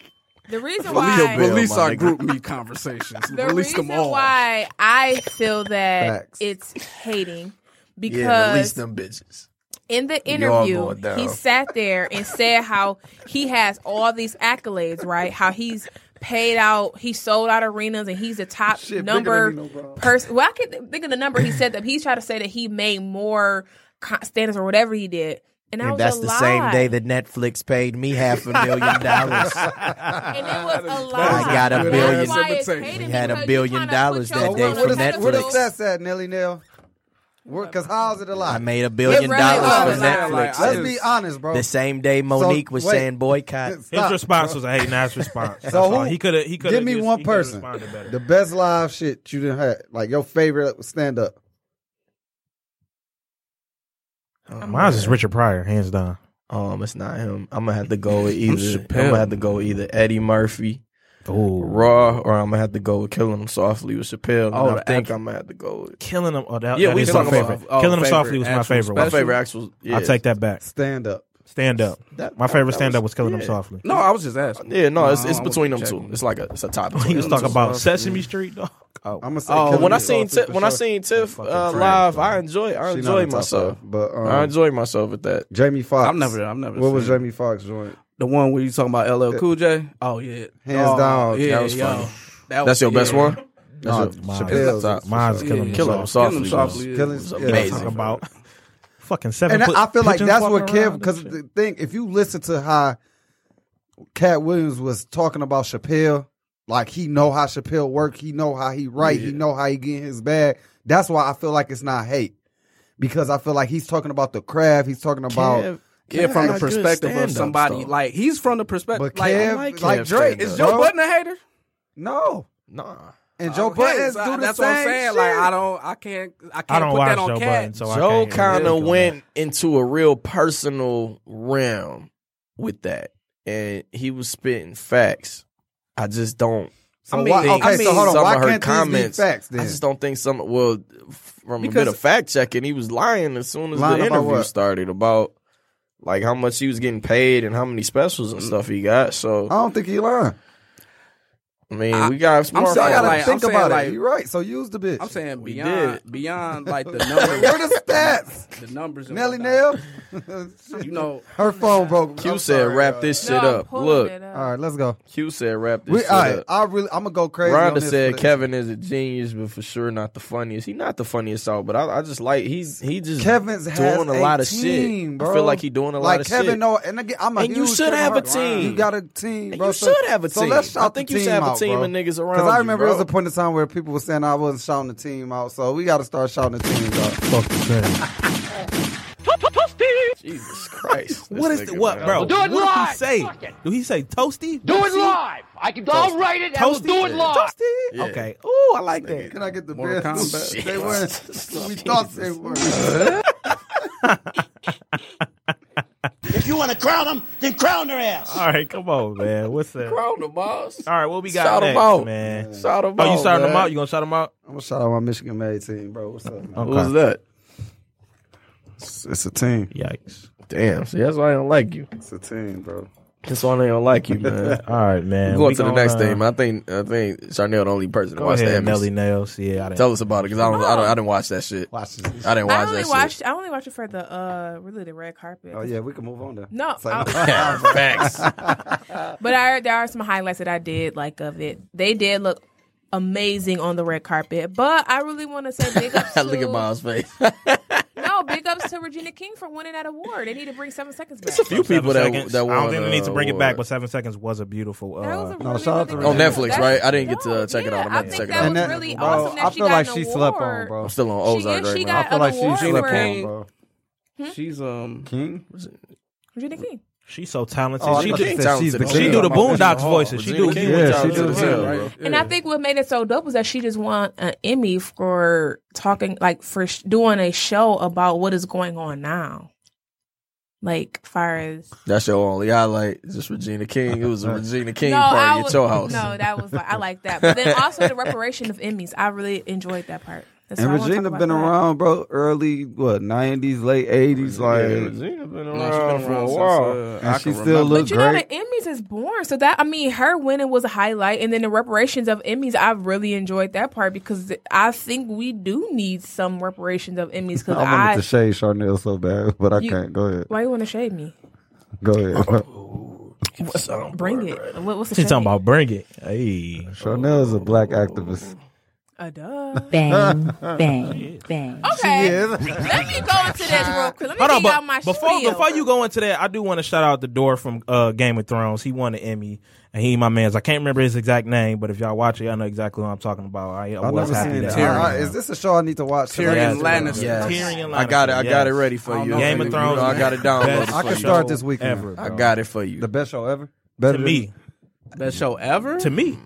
[SPEAKER 8] The reason
[SPEAKER 6] Leo
[SPEAKER 8] why
[SPEAKER 6] Bill.
[SPEAKER 11] release
[SPEAKER 6] my
[SPEAKER 11] our
[SPEAKER 6] nigga.
[SPEAKER 11] group me conversations.
[SPEAKER 8] the
[SPEAKER 11] release
[SPEAKER 8] reason
[SPEAKER 11] them all.
[SPEAKER 8] why I feel that
[SPEAKER 4] Facts.
[SPEAKER 8] it's hating because
[SPEAKER 6] yeah, release them bitches.
[SPEAKER 8] in the
[SPEAKER 6] Y'all
[SPEAKER 8] interview,
[SPEAKER 6] going down.
[SPEAKER 8] he sat there and said how he has all these accolades, right? How he's paid out, he sold out arenas, and he's the top
[SPEAKER 4] Shit, bigger
[SPEAKER 8] number
[SPEAKER 4] than Nino Brown.
[SPEAKER 8] person. Well, I can think of the number he said that he's trying to say that he made more co- standards or whatever he did. And, I was a lie.
[SPEAKER 6] that Netflix paid me half a million dollars.
[SPEAKER 8] and it was a lie.
[SPEAKER 6] I got a
[SPEAKER 8] That's
[SPEAKER 6] billion.
[SPEAKER 8] why it's
[SPEAKER 11] We
[SPEAKER 8] hated
[SPEAKER 6] had a
[SPEAKER 8] because you
[SPEAKER 6] billion
[SPEAKER 8] kinda
[SPEAKER 6] dollars
[SPEAKER 8] put
[SPEAKER 6] that
[SPEAKER 8] your
[SPEAKER 6] day
[SPEAKER 8] work
[SPEAKER 6] from
[SPEAKER 4] What is,
[SPEAKER 6] Netflix.
[SPEAKER 4] what
[SPEAKER 8] capital-
[SPEAKER 4] is that said, Nelly Nell? Because how's it a lie?
[SPEAKER 6] I made a billion
[SPEAKER 8] really was
[SPEAKER 6] dollars for
[SPEAKER 8] a lie.
[SPEAKER 4] Let's
[SPEAKER 6] Netflix.
[SPEAKER 11] I
[SPEAKER 4] be
[SPEAKER 11] just-
[SPEAKER 4] honest, bro.
[SPEAKER 6] the same day Monique was
[SPEAKER 4] wait.
[SPEAKER 6] saying boycott.
[SPEAKER 5] His
[SPEAKER 4] Stop.
[SPEAKER 5] response was a hating ass response. That's
[SPEAKER 4] So
[SPEAKER 5] all.
[SPEAKER 4] who-
[SPEAKER 5] he could have. He could
[SPEAKER 4] Give me one person. The best live shit you done had, like your favorite stand up.
[SPEAKER 5] Mine's is Richard Pryor, hands down.
[SPEAKER 6] Um, it's not him. I'm gonna have to go with either. I'm
[SPEAKER 11] Chappelle.
[SPEAKER 6] gonna have to go with either Eddie Murphy,
[SPEAKER 5] Oh,
[SPEAKER 6] Raw, or I'm gonna have to go with Killing Him Softly with Chappelle.
[SPEAKER 11] Oh,
[SPEAKER 6] and I
[SPEAKER 11] the
[SPEAKER 6] think
[SPEAKER 11] act-
[SPEAKER 6] I'm gonna have to go with
[SPEAKER 5] killing him. Oh, that,
[SPEAKER 6] Yeah,
[SPEAKER 5] that
[SPEAKER 6] we
[SPEAKER 5] is
[SPEAKER 6] talking
[SPEAKER 5] my
[SPEAKER 6] about-
[SPEAKER 5] favorite.
[SPEAKER 11] oh,
[SPEAKER 5] killing him
[SPEAKER 11] favorite
[SPEAKER 5] softly was my
[SPEAKER 11] actual
[SPEAKER 5] favorite.
[SPEAKER 6] my
[SPEAKER 5] one.
[SPEAKER 11] special.
[SPEAKER 6] favorite actual. Yeah.
[SPEAKER 5] I take that back.
[SPEAKER 4] Stand up.
[SPEAKER 5] Stand up.
[SPEAKER 6] That-
[SPEAKER 5] My favorite
[SPEAKER 6] that
[SPEAKER 5] stand up
[SPEAKER 6] was-
[SPEAKER 5] was killing him
[SPEAKER 6] yeah.
[SPEAKER 5] softly.
[SPEAKER 11] No, I was just asking.
[SPEAKER 6] Yeah, no, it's, it's
[SPEAKER 11] I
[SPEAKER 6] between them
[SPEAKER 11] wasn't
[SPEAKER 6] two. It's like a it's a top.
[SPEAKER 5] He was talking about Sesame Street. Dog. Oh,
[SPEAKER 4] I'm gonna say.
[SPEAKER 6] Oh,
[SPEAKER 4] Kelly
[SPEAKER 6] when I
[SPEAKER 4] Clarkson
[SPEAKER 6] seen Tiff,
[SPEAKER 4] for
[SPEAKER 6] when I
[SPEAKER 4] sure.
[SPEAKER 6] seen Tiff
[SPEAKER 5] Fucking
[SPEAKER 6] uh,
[SPEAKER 5] trash,
[SPEAKER 6] live,
[SPEAKER 5] man.
[SPEAKER 6] I enjoy, I
[SPEAKER 4] She not
[SPEAKER 6] enjoy
[SPEAKER 4] in the top
[SPEAKER 6] myself.
[SPEAKER 4] five, but um,
[SPEAKER 6] I enjoy myself at that.
[SPEAKER 4] Jamie Foxx.
[SPEAKER 11] I've never, I've never.
[SPEAKER 4] What was
[SPEAKER 11] seen it.
[SPEAKER 4] Jamie Foxx joint?
[SPEAKER 11] the one where you talking about LL Cool J? Oh yeah,
[SPEAKER 4] Hands
[SPEAKER 11] Oh,
[SPEAKER 4] down, that was
[SPEAKER 11] yo.
[SPEAKER 4] funny.
[SPEAKER 11] That was-
[SPEAKER 6] That's your best
[SPEAKER 11] yeah.
[SPEAKER 6] one.
[SPEAKER 4] Nah,
[SPEAKER 6] That's
[SPEAKER 5] Mine's-
[SPEAKER 4] Chappelle's.
[SPEAKER 6] Mine's
[SPEAKER 5] Mine's
[SPEAKER 11] Yeah.
[SPEAKER 5] killing me.
[SPEAKER 6] Killing
[SPEAKER 5] soft.
[SPEAKER 6] them
[SPEAKER 11] Killing them
[SPEAKER 6] softly. was-
[SPEAKER 11] softly, yeah.
[SPEAKER 4] Killing,
[SPEAKER 6] was
[SPEAKER 4] yeah,
[SPEAKER 6] amazing.
[SPEAKER 5] talk
[SPEAKER 6] Amazing.
[SPEAKER 5] about fucking seven
[SPEAKER 4] And
[SPEAKER 5] foot.
[SPEAKER 4] I I feel like
[SPEAKER 5] pigeons
[SPEAKER 4] that's
[SPEAKER 5] walking
[SPEAKER 4] what Kev.
[SPEAKER 5] around
[SPEAKER 4] Because
[SPEAKER 5] and
[SPEAKER 4] the
[SPEAKER 5] shit.
[SPEAKER 4] thing, if you listen to how Cat Williams was talking about Chappelle, like he know how Chappelle work, he know how he write, he know how he get his bag. That's why I feel like it's not hate, because I feel like he's talking about the craft. He's talking about.
[SPEAKER 6] Kev-
[SPEAKER 11] Yeah,
[SPEAKER 6] Kev
[SPEAKER 11] from the
[SPEAKER 6] had good
[SPEAKER 11] perspective of
[SPEAKER 6] stand-ups,
[SPEAKER 11] somebody
[SPEAKER 6] though.
[SPEAKER 11] like he's from the perspective.
[SPEAKER 4] But
[SPEAKER 11] like,
[SPEAKER 4] Kev,
[SPEAKER 11] like,
[SPEAKER 4] like,
[SPEAKER 6] Kev
[SPEAKER 4] Drake,
[SPEAKER 6] stand
[SPEAKER 11] is
[SPEAKER 6] up.
[SPEAKER 11] Joe
[SPEAKER 4] bro.
[SPEAKER 11] Budden a hater?
[SPEAKER 4] No,
[SPEAKER 6] nah.
[SPEAKER 4] and Joe
[SPEAKER 11] Okay,
[SPEAKER 4] Budden
[SPEAKER 11] so
[SPEAKER 4] do the
[SPEAKER 11] that's
[SPEAKER 4] same
[SPEAKER 11] what I'm saying.
[SPEAKER 4] shit.
[SPEAKER 11] Like I don't, I can't, I can't
[SPEAKER 5] I don't
[SPEAKER 11] put
[SPEAKER 5] watch
[SPEAKER 11] that on
[SPEAKER 5] Joe
[SPEAKER 11] Cat.
[SPEAKER 5] Budden, so
[SPEAKER 6] Joe
[SPEAKER 5] I can't.
[SPEAKER 6] kind of went into a real personal realm with that, and he was spitting facts. I just don't.
[SPEAKER 4] so
[SPEAKER 11] I mean,
[SPEAKER 4] why, okay,
[SPEAKER 11] I
[SPEAKER 4] so
[SPEAKER 11] mean,
[SPEAKER 4] hold on.
[SPEAKER 6] some
[SPEAKER 4] Why
[SPEAKER 6] of her
[SPEAKER 4] can't
[SPEAKER 6] comments,
[SPEAKER 4] these be facts then?
[SPEAKER 6] I just don't think some. Well, from a bit
[SPEAKER 11] Because-
[SPEAKER 6] of fact checking, he was lying as soon as
[SPEAKER 4] Lying
[SPEAKER 6] the
[SPEAKER 4] about
[SPEAKER 6] interview
[SPEAKER 4] what?
[SPEAKER 6] started about like how much he was getting paid and how many specials
[SPEAKER 4] Mm.
[SPEAKER 6] and stuff he got. So
[SPEAKER 4] I don't think he lying.
[SPEAKER 6] I mean,
[SPEAKER 11] I-
[SPEAKER 6] we got smartphones.
[SPEAKER 11] I'm
[SPEAKER 4] So Oh, I
[SPEAKER 11] saying,
[SPEAKER 4] gotta
[SPEAKER 11] like,
[SPEAKER 4] think
[SPEAKER 11] I'm saying,
[SPEAKER 4] about it.
[SPEAKER 11] like-
[SPEAKER 4] You're right. So use the bitch.
[SPEAKER 11] I'm saying
[SPEAKER 6] We
[SPEAKER 11] beyond, beyond like the numbers.
[SPEAKER 4] Where the stats?
[SPEAKER 11] The numbers. and
[SPEAKER 4] Nelly
[SPEAKER 11] whatnot.
[SPEAKER 4] Nail.
[SPEAKER 11] You know,
[SPEAKER 4] Her phone broke.
[SPEAKER 6] Q
[SPEAKER 4] I'm
[SPEAKER 6] said,
[SPEAKER 4] sorry,
[SPEAKER 6] "Wrap
[SPEAKER 4] y'all.
[SPEAKER 6] this shit up." Look,
[SPEAKER 4] All right, let's go.
[SPEAKER 6] Q said, "Wrap this
[SPEAKER 4] We,
[SPEAKER 6] shit
[SPEAKER 4] all right,
[SPEAKER 6] up."
[SPEAKER 4] I really, I'm gonna go crazy. on
[SPEAKER 6] Rhonda
[SPEAKER 4] this
[SPEAKER 6] said
[SPEAKER 4] for this.
[SPEAKER 6] Kevin is a genius, but for sure not the funniest. He not the funniest out, but I, I just like he's he just
[SPEAKER 4] Kevin's has
[SPEAKER 6] doing a lot of
[SPEAKER 4] team,
[SPEAKER 6] shit.
[SPEAKER 4] Bro.
[SPEAKER 6] I feel like he doing a lot
[SPEAKER 4] Like
[SPEAKER 6] of
[SPEAKER 4] Kevin
[SPEAKER 6] shit.
[SPEAKER 4] know, and again, I'm a
[SPEAKER 6] And you
[SPEAKER 4] huge
[SPEAKER 6] should
[SPEAKER 4] Kevin
[SPEAKER 6] have a
[SPEAKER 4] Hart.
[SPEAKER 6] team.
[SPEAKER 4] You got a team,
[SPEAKER 6] And
[SPEAKER 4] bro.
[SPEAKER 6] you
[SPEAKER 4] so-
[SPEAKER 6] should have a
[SPEAKER 4] so
[SPEAKER 6] team.
[SPEAKER 4] let's shout
[SPEAKER 6] I think
[SPEAKER 4] the
[SPEAKER 6] you should have a
[SPEAKER 4] out,
[SPEAKER 6] team
[SPEAKER 4] bro.
[SPEAKER 6] of niggas around
[SPEAKER 4] I
[SPEAKER 6] you,
[SPEAKER 4] remember there was
[SPEAKER 6] bro.
[SPEAKER 4] a point in time where people were saying I wasn't shouting the team out, so we got to start shouting the team out.
[SPEAKER 5] Fuck the thing.
[SPEAKER 6] Jesus Christ!
[SPEAKER 5] What
[SPEAKER 6] this
[SPEAKER 5] is the,
[SPEAKER 6] nigga,
[SPEAKER 5] what,
[SPEAKER 6] man.
[SPEAKER 5] bro?
[SPEAKER 12] Do it
[SPEAKER 5] what
[SPEAKER 12] live.
[SPEAKER 5] Did he say?
[SPEAKER 12] Fuck it.
[SPEAKER 5] Do he say toasty?
[SPEAKER 12] Do it live. I can. I'll write it. and we'll
[SPEAKER 5] Toasty?
[SPEAKER 12] do it live.
[SPEAKER 5] Toasty?
[SPEAKER 6] Yeah.
[SPEAKER 5] Okay. Ooh, I like that.
[SPEAKER 4] Can I get the
[SPEAKER 11] Mortal
[SPEAKER 4] best?
[SPEAKER 11] Kombat.
[SPEAKER 4] They weren't. We thought they were.
[SPEAKER 12] If you want to crown them, then crown their ass.
[SPEAKER 5] All right, come on, man. What's that? All
[SPEAKER 6] Crown the boss.
[SPEAKER 5] right, what we got
[SPEAKER 6] Shout 'em
[SPEAKER 5] next,
[SPEAKER 6] out.
[SPEAKER 5] man?
[SPEAKER 6] Shout him
[SPEAKER 5] Oh, you
[SPEAKER 6] out,
[SPEAKER 5] starting
[SPEAKER 6] man.
[SPEAKER 5] them out? You gonna shout them out?
[SPEAKER 4] I'm gonna shout out my Michigan Made team, bro. What's up? Man?
[SPEAKER 6] Who's that?
[SPEAKER 4] It's, it's a team.
[SPEAKER 5] Yikes!
[SPEAKER 6] Damn. See, that's why I don't like you.
[SPEAKER 4] It's a team, bro.
[SPEAKER 6] That's why they don't like you, man.
[SPEAKER 5] All right, man.
[SPEAKER 6] We're going
[SPEAKER 5] We
[SPEAKER 6] to the
[SPEAKER 5] gonna,
[SPEAKER 6] next
[SPEAKER 5] uh,
[SPEAKER 6] thing. man. I think I think Charnel the only person to
[SPEAKER 5] Go
[SPEAKER 6] watch
[SPEAKER 5] ahead,
[SPEAKER 6] that.
[SPEAKER 5] Nelly Nails. Yeah, I didn't.
[SPEAKER 6] Tell us about it because I don't, I don't I didn't watch that shit.
[SPEAKER 4] Watch this.
[SPEAKER 6] I didn't
[SPEAKER 7] I
[SPEAKER 6] watch
[SPEAKER 7] only
[SPEAKER 6] that
[SPEAKER 7] watched. I only watched it for the uh, really the red carpet.
[SPEAKER 4] Oh yeah, we can move on there.
[SPEAKER 7] No,
[SPEAKER 4] It's like-
[SPEAKER 7] I-
[SPEAKER 6] shit. Facts.
[SPEAKER 7] But I heard there are some highlights that I did like of it. They did look amazing on the red carpet. But I really want to say big ups to
[SPEAKER 6] Look at Miles' face.
[SPEAKER 7] no big ups to Regina King for winning that award. They need to bring seven seconds back.
[SPEAKER 6] It's a few
[SPEAKER 5] Seven
[SPEAKER 6] people that,
[SPEAKER 5] seconds.
[SPEAKER 6] that won.
[SPEAKER 5] I don't think we need to
[SPEAKER 6] uh,
[SPEAKER 5] bring it back,
[SPEAKER 6] award.
[SPEAKER 5] but seven seconds was a beautiful. Uh,
[SPEAKER 7] That was a
[SPEAKER 4] No,
[SPEAKER 7] really,
[SPEAKER 4] shout out
[SPEAKER 7] really
[SPEAKER 4] to
[SPEAKER 7] good
[SPEAKER 4] Regina.
[SPEAKER 7] award.
[SPEAKER 4] On Netflix,
[SPEAKER 7] That's-
[SPEAKER 6] right? I didn't get to,
[SPEAKER 7] No,
[SPEAKER 6] uh, check it out. I'm
[SPEAKER 7] Yeah, I
[SPEAKER 6] gonna
[SPEAKER 7] think
[SPEAKER 6] check it
[SPEAKER 7] that
[SPEAKER 6] out.
[SPEAKER 7] was
[SPEAKER 4] And that-
[SPEAKER 7] really
[SPEAKER 4] bro,
[SPEAKER 7] awesome that
[SPEAKER 4] I
[SPEAKER 7] she
[SPEAKER 4] feel
[SPEAKER 7] got
[SPEAKER 4] like
[SPEAKER 7] an
[SPEAKER 4] she
[SPEAKER 7] award.
[SPEAKER 4] slept on, bro.
[SPEAKER 6] I'm still on
[SPEAKER 7] She,
[SPEAKER 6] Ozark
[SPEAKER 7] yeah, she
[SPEAKER 6] right now.
[SPEAKER 7] got uh-huh.
[SPEAKER 4] I feel
[SPEAKER 7] an
[SPEAKER 4] like she
[SPEAKER 7] award
[SPEAKER 4] slept
[SPEAKER 7] for
[SPEAKER 4] on, bro.
[SPEAKER 11] she's um.
[SPEAKER 4] King.
[SPEAKER 7] Regina King.
[SPEAKER 5] she's so talented.
[SPEAKER 4] Oh,
[SPEAKER 5] she
[SPEAKER 4] I thought
[SPEAKER 5] do,
[SPEAKER 4] you
[SPEAKER 6] did-
[SPEAKER 4] said she's
[SPEAKER 6] she
[SPEAKER 4] the
[SPEAKER 5] she
[SPEAKER 4] king.
[SPEAKER 5] do the Boondocks
[SPEAKER 6] Hall.
[SPEAKER 5] voices. She do.
[SPEAKER 6] Regina King
[SPEAKER 4] Yeah,
[SPEAKER 6] was
[SPEAKER 4] she
[SPEAKER 6] talented
[SPEAKER 4] do
[SPEAKER 6] as
[SPEAKER 4] too,
[SPEAKER 6] hell,
[SPEAKER 4] bro.
[SPEAKER 6] bro.
[SPEAKER 7] And I think what made it so dope was that she just won an Emmy for talking, like, for sh- doing a show about what is going on now. Like, far as.
[SPEAKER 6] That's your only highlight. Just Regina King. It was a Regina King
[SPEAKER 7] I
[SPEAKER 6] party
[SPEAKER 7] was-
[SPEAKER 6] at your house.
[SPEAKER 7] No, that was like I like that. But then also the reparation of Emmys, I really enjoyed that part. That's
[SPEAKER 4] And
[SPEAKER 7] why I wanna
[SPEAKER 4] Regina
[SPEAKER 7] talk
[SPEAKER 4] been
[SPEAKER 7] about that.
[SPEAKER 4] around, bro. Early what nineties, late eighties, like.
[SPEAKER 6] yeah, Regina been around,
[SPEAKER 11] No, she's been
[SPEAKER 6] for a
[SPEAKER 11] around since,
[SPEAKER 6] while.
[SPEAKER 11] uh,
[SPEAKER 4] And
[SPEAKER 11] I
[SPEAKER 4] she
[SPEAKER 11] can
[SPEAKER 4] still
[SPEAKER 11] remember.
[SPEAKER 4] look
[SPEAKER 7] But you know
[SPEAKER 4] great.
[SPEAKER 7] the Emmys is born, so that I mean, her winning was a highlight, and then the reparations of Emmys. I really enjoyed that part because I think we do need some reparations of Emmys. Because
[SPEAKER 4] I wanted
[SPEAKER 7] I,
[SPEAKER 4] to shade Charnel so bad, but I
[SPEAKER 7] You-
[SPEAKER 4] can't. Go ahead.
[SPEAKER 7] why you want to shade me?
[SPEAKER 4] Go ahead.
[SPEAKER 7] Bring it. What, what's the
[SPEAKER 5] She's
[SPEAKER 7] shade?
[SPEAKER 5] talking about bring it. Hey,
[SPEAKER 4] Charnel is a black activist.
[SPEAKER 7] A duh.
[SPEAKER 12] Bang, bang, bang.
[SPEAKER 7] Okay,
[SPEAKER 4] is.
[SPEAKER 7] let me go into this real quick. Let me
[SPEAKER 5] Hold on,
[SPEAKER 7] dig
[SPEAKER 5] but
[SPEAKER 7] out my
[SPEAKER 5] before
[SPEAKER 7] spiel.
[SPEAKER 5] before you go into that, I do want to shout out the door from uh, Game of Thrones. He won an Emmy, and he my man's. I can't remember his exact name, but if y'all watch it, y'all know exactly who I'm talking about. I, I
[SPEAKER 4] I've
[SPEAKER 5] was
[SPEAKER 4] never
[SPEAKER 5] happy
[SPEAKER 4] seen
[SPEAKER 5] that
[SPEAKER 4] it.
[SPEAKER 11] Tyrion.
[SPEAKER 4] All right, Is this a show I need to watch?
[SPEAKER 11] Tyrion
[SPEAKER 4] Yes.
[SPEAKER 11] Lannister.
[SPEAKER 6] Yes.
[SPEAKER 5] Tyrion
[SPEAKER 6] I got it. I got it
[SPEAKER 5] Lannister,
[SPEAKER 6] ready
[SPEAKER 5] yes.
[SPEAKER 6] for
[SPEAKER 11] I don't
[SPEAKER 6] you.
[SPEAKER 11] know.
[SPEAKER 5] Game of
[SPEAKER 6] You
[SPEAKER 5] Thrones.
[SPEAKER 6] know I got it downloaded
[SPEAKER 5] Best
[SPEAKER 6] for
[SPEAKER 4] I can
[SPEAKER 6] you.
[SPEAKER 4] start this weekend.
[SPEAKER 5] Ever,
[SPEAKER 6] I
[SPEAKER 5] bro.
[SPEAKER 6] got it for you.
[SPEAKER 4] The best show ever. Better
[SPEAKER 5] to me.
[SPEAKER 11] Best show ever.
[SPEAKER 5] To me,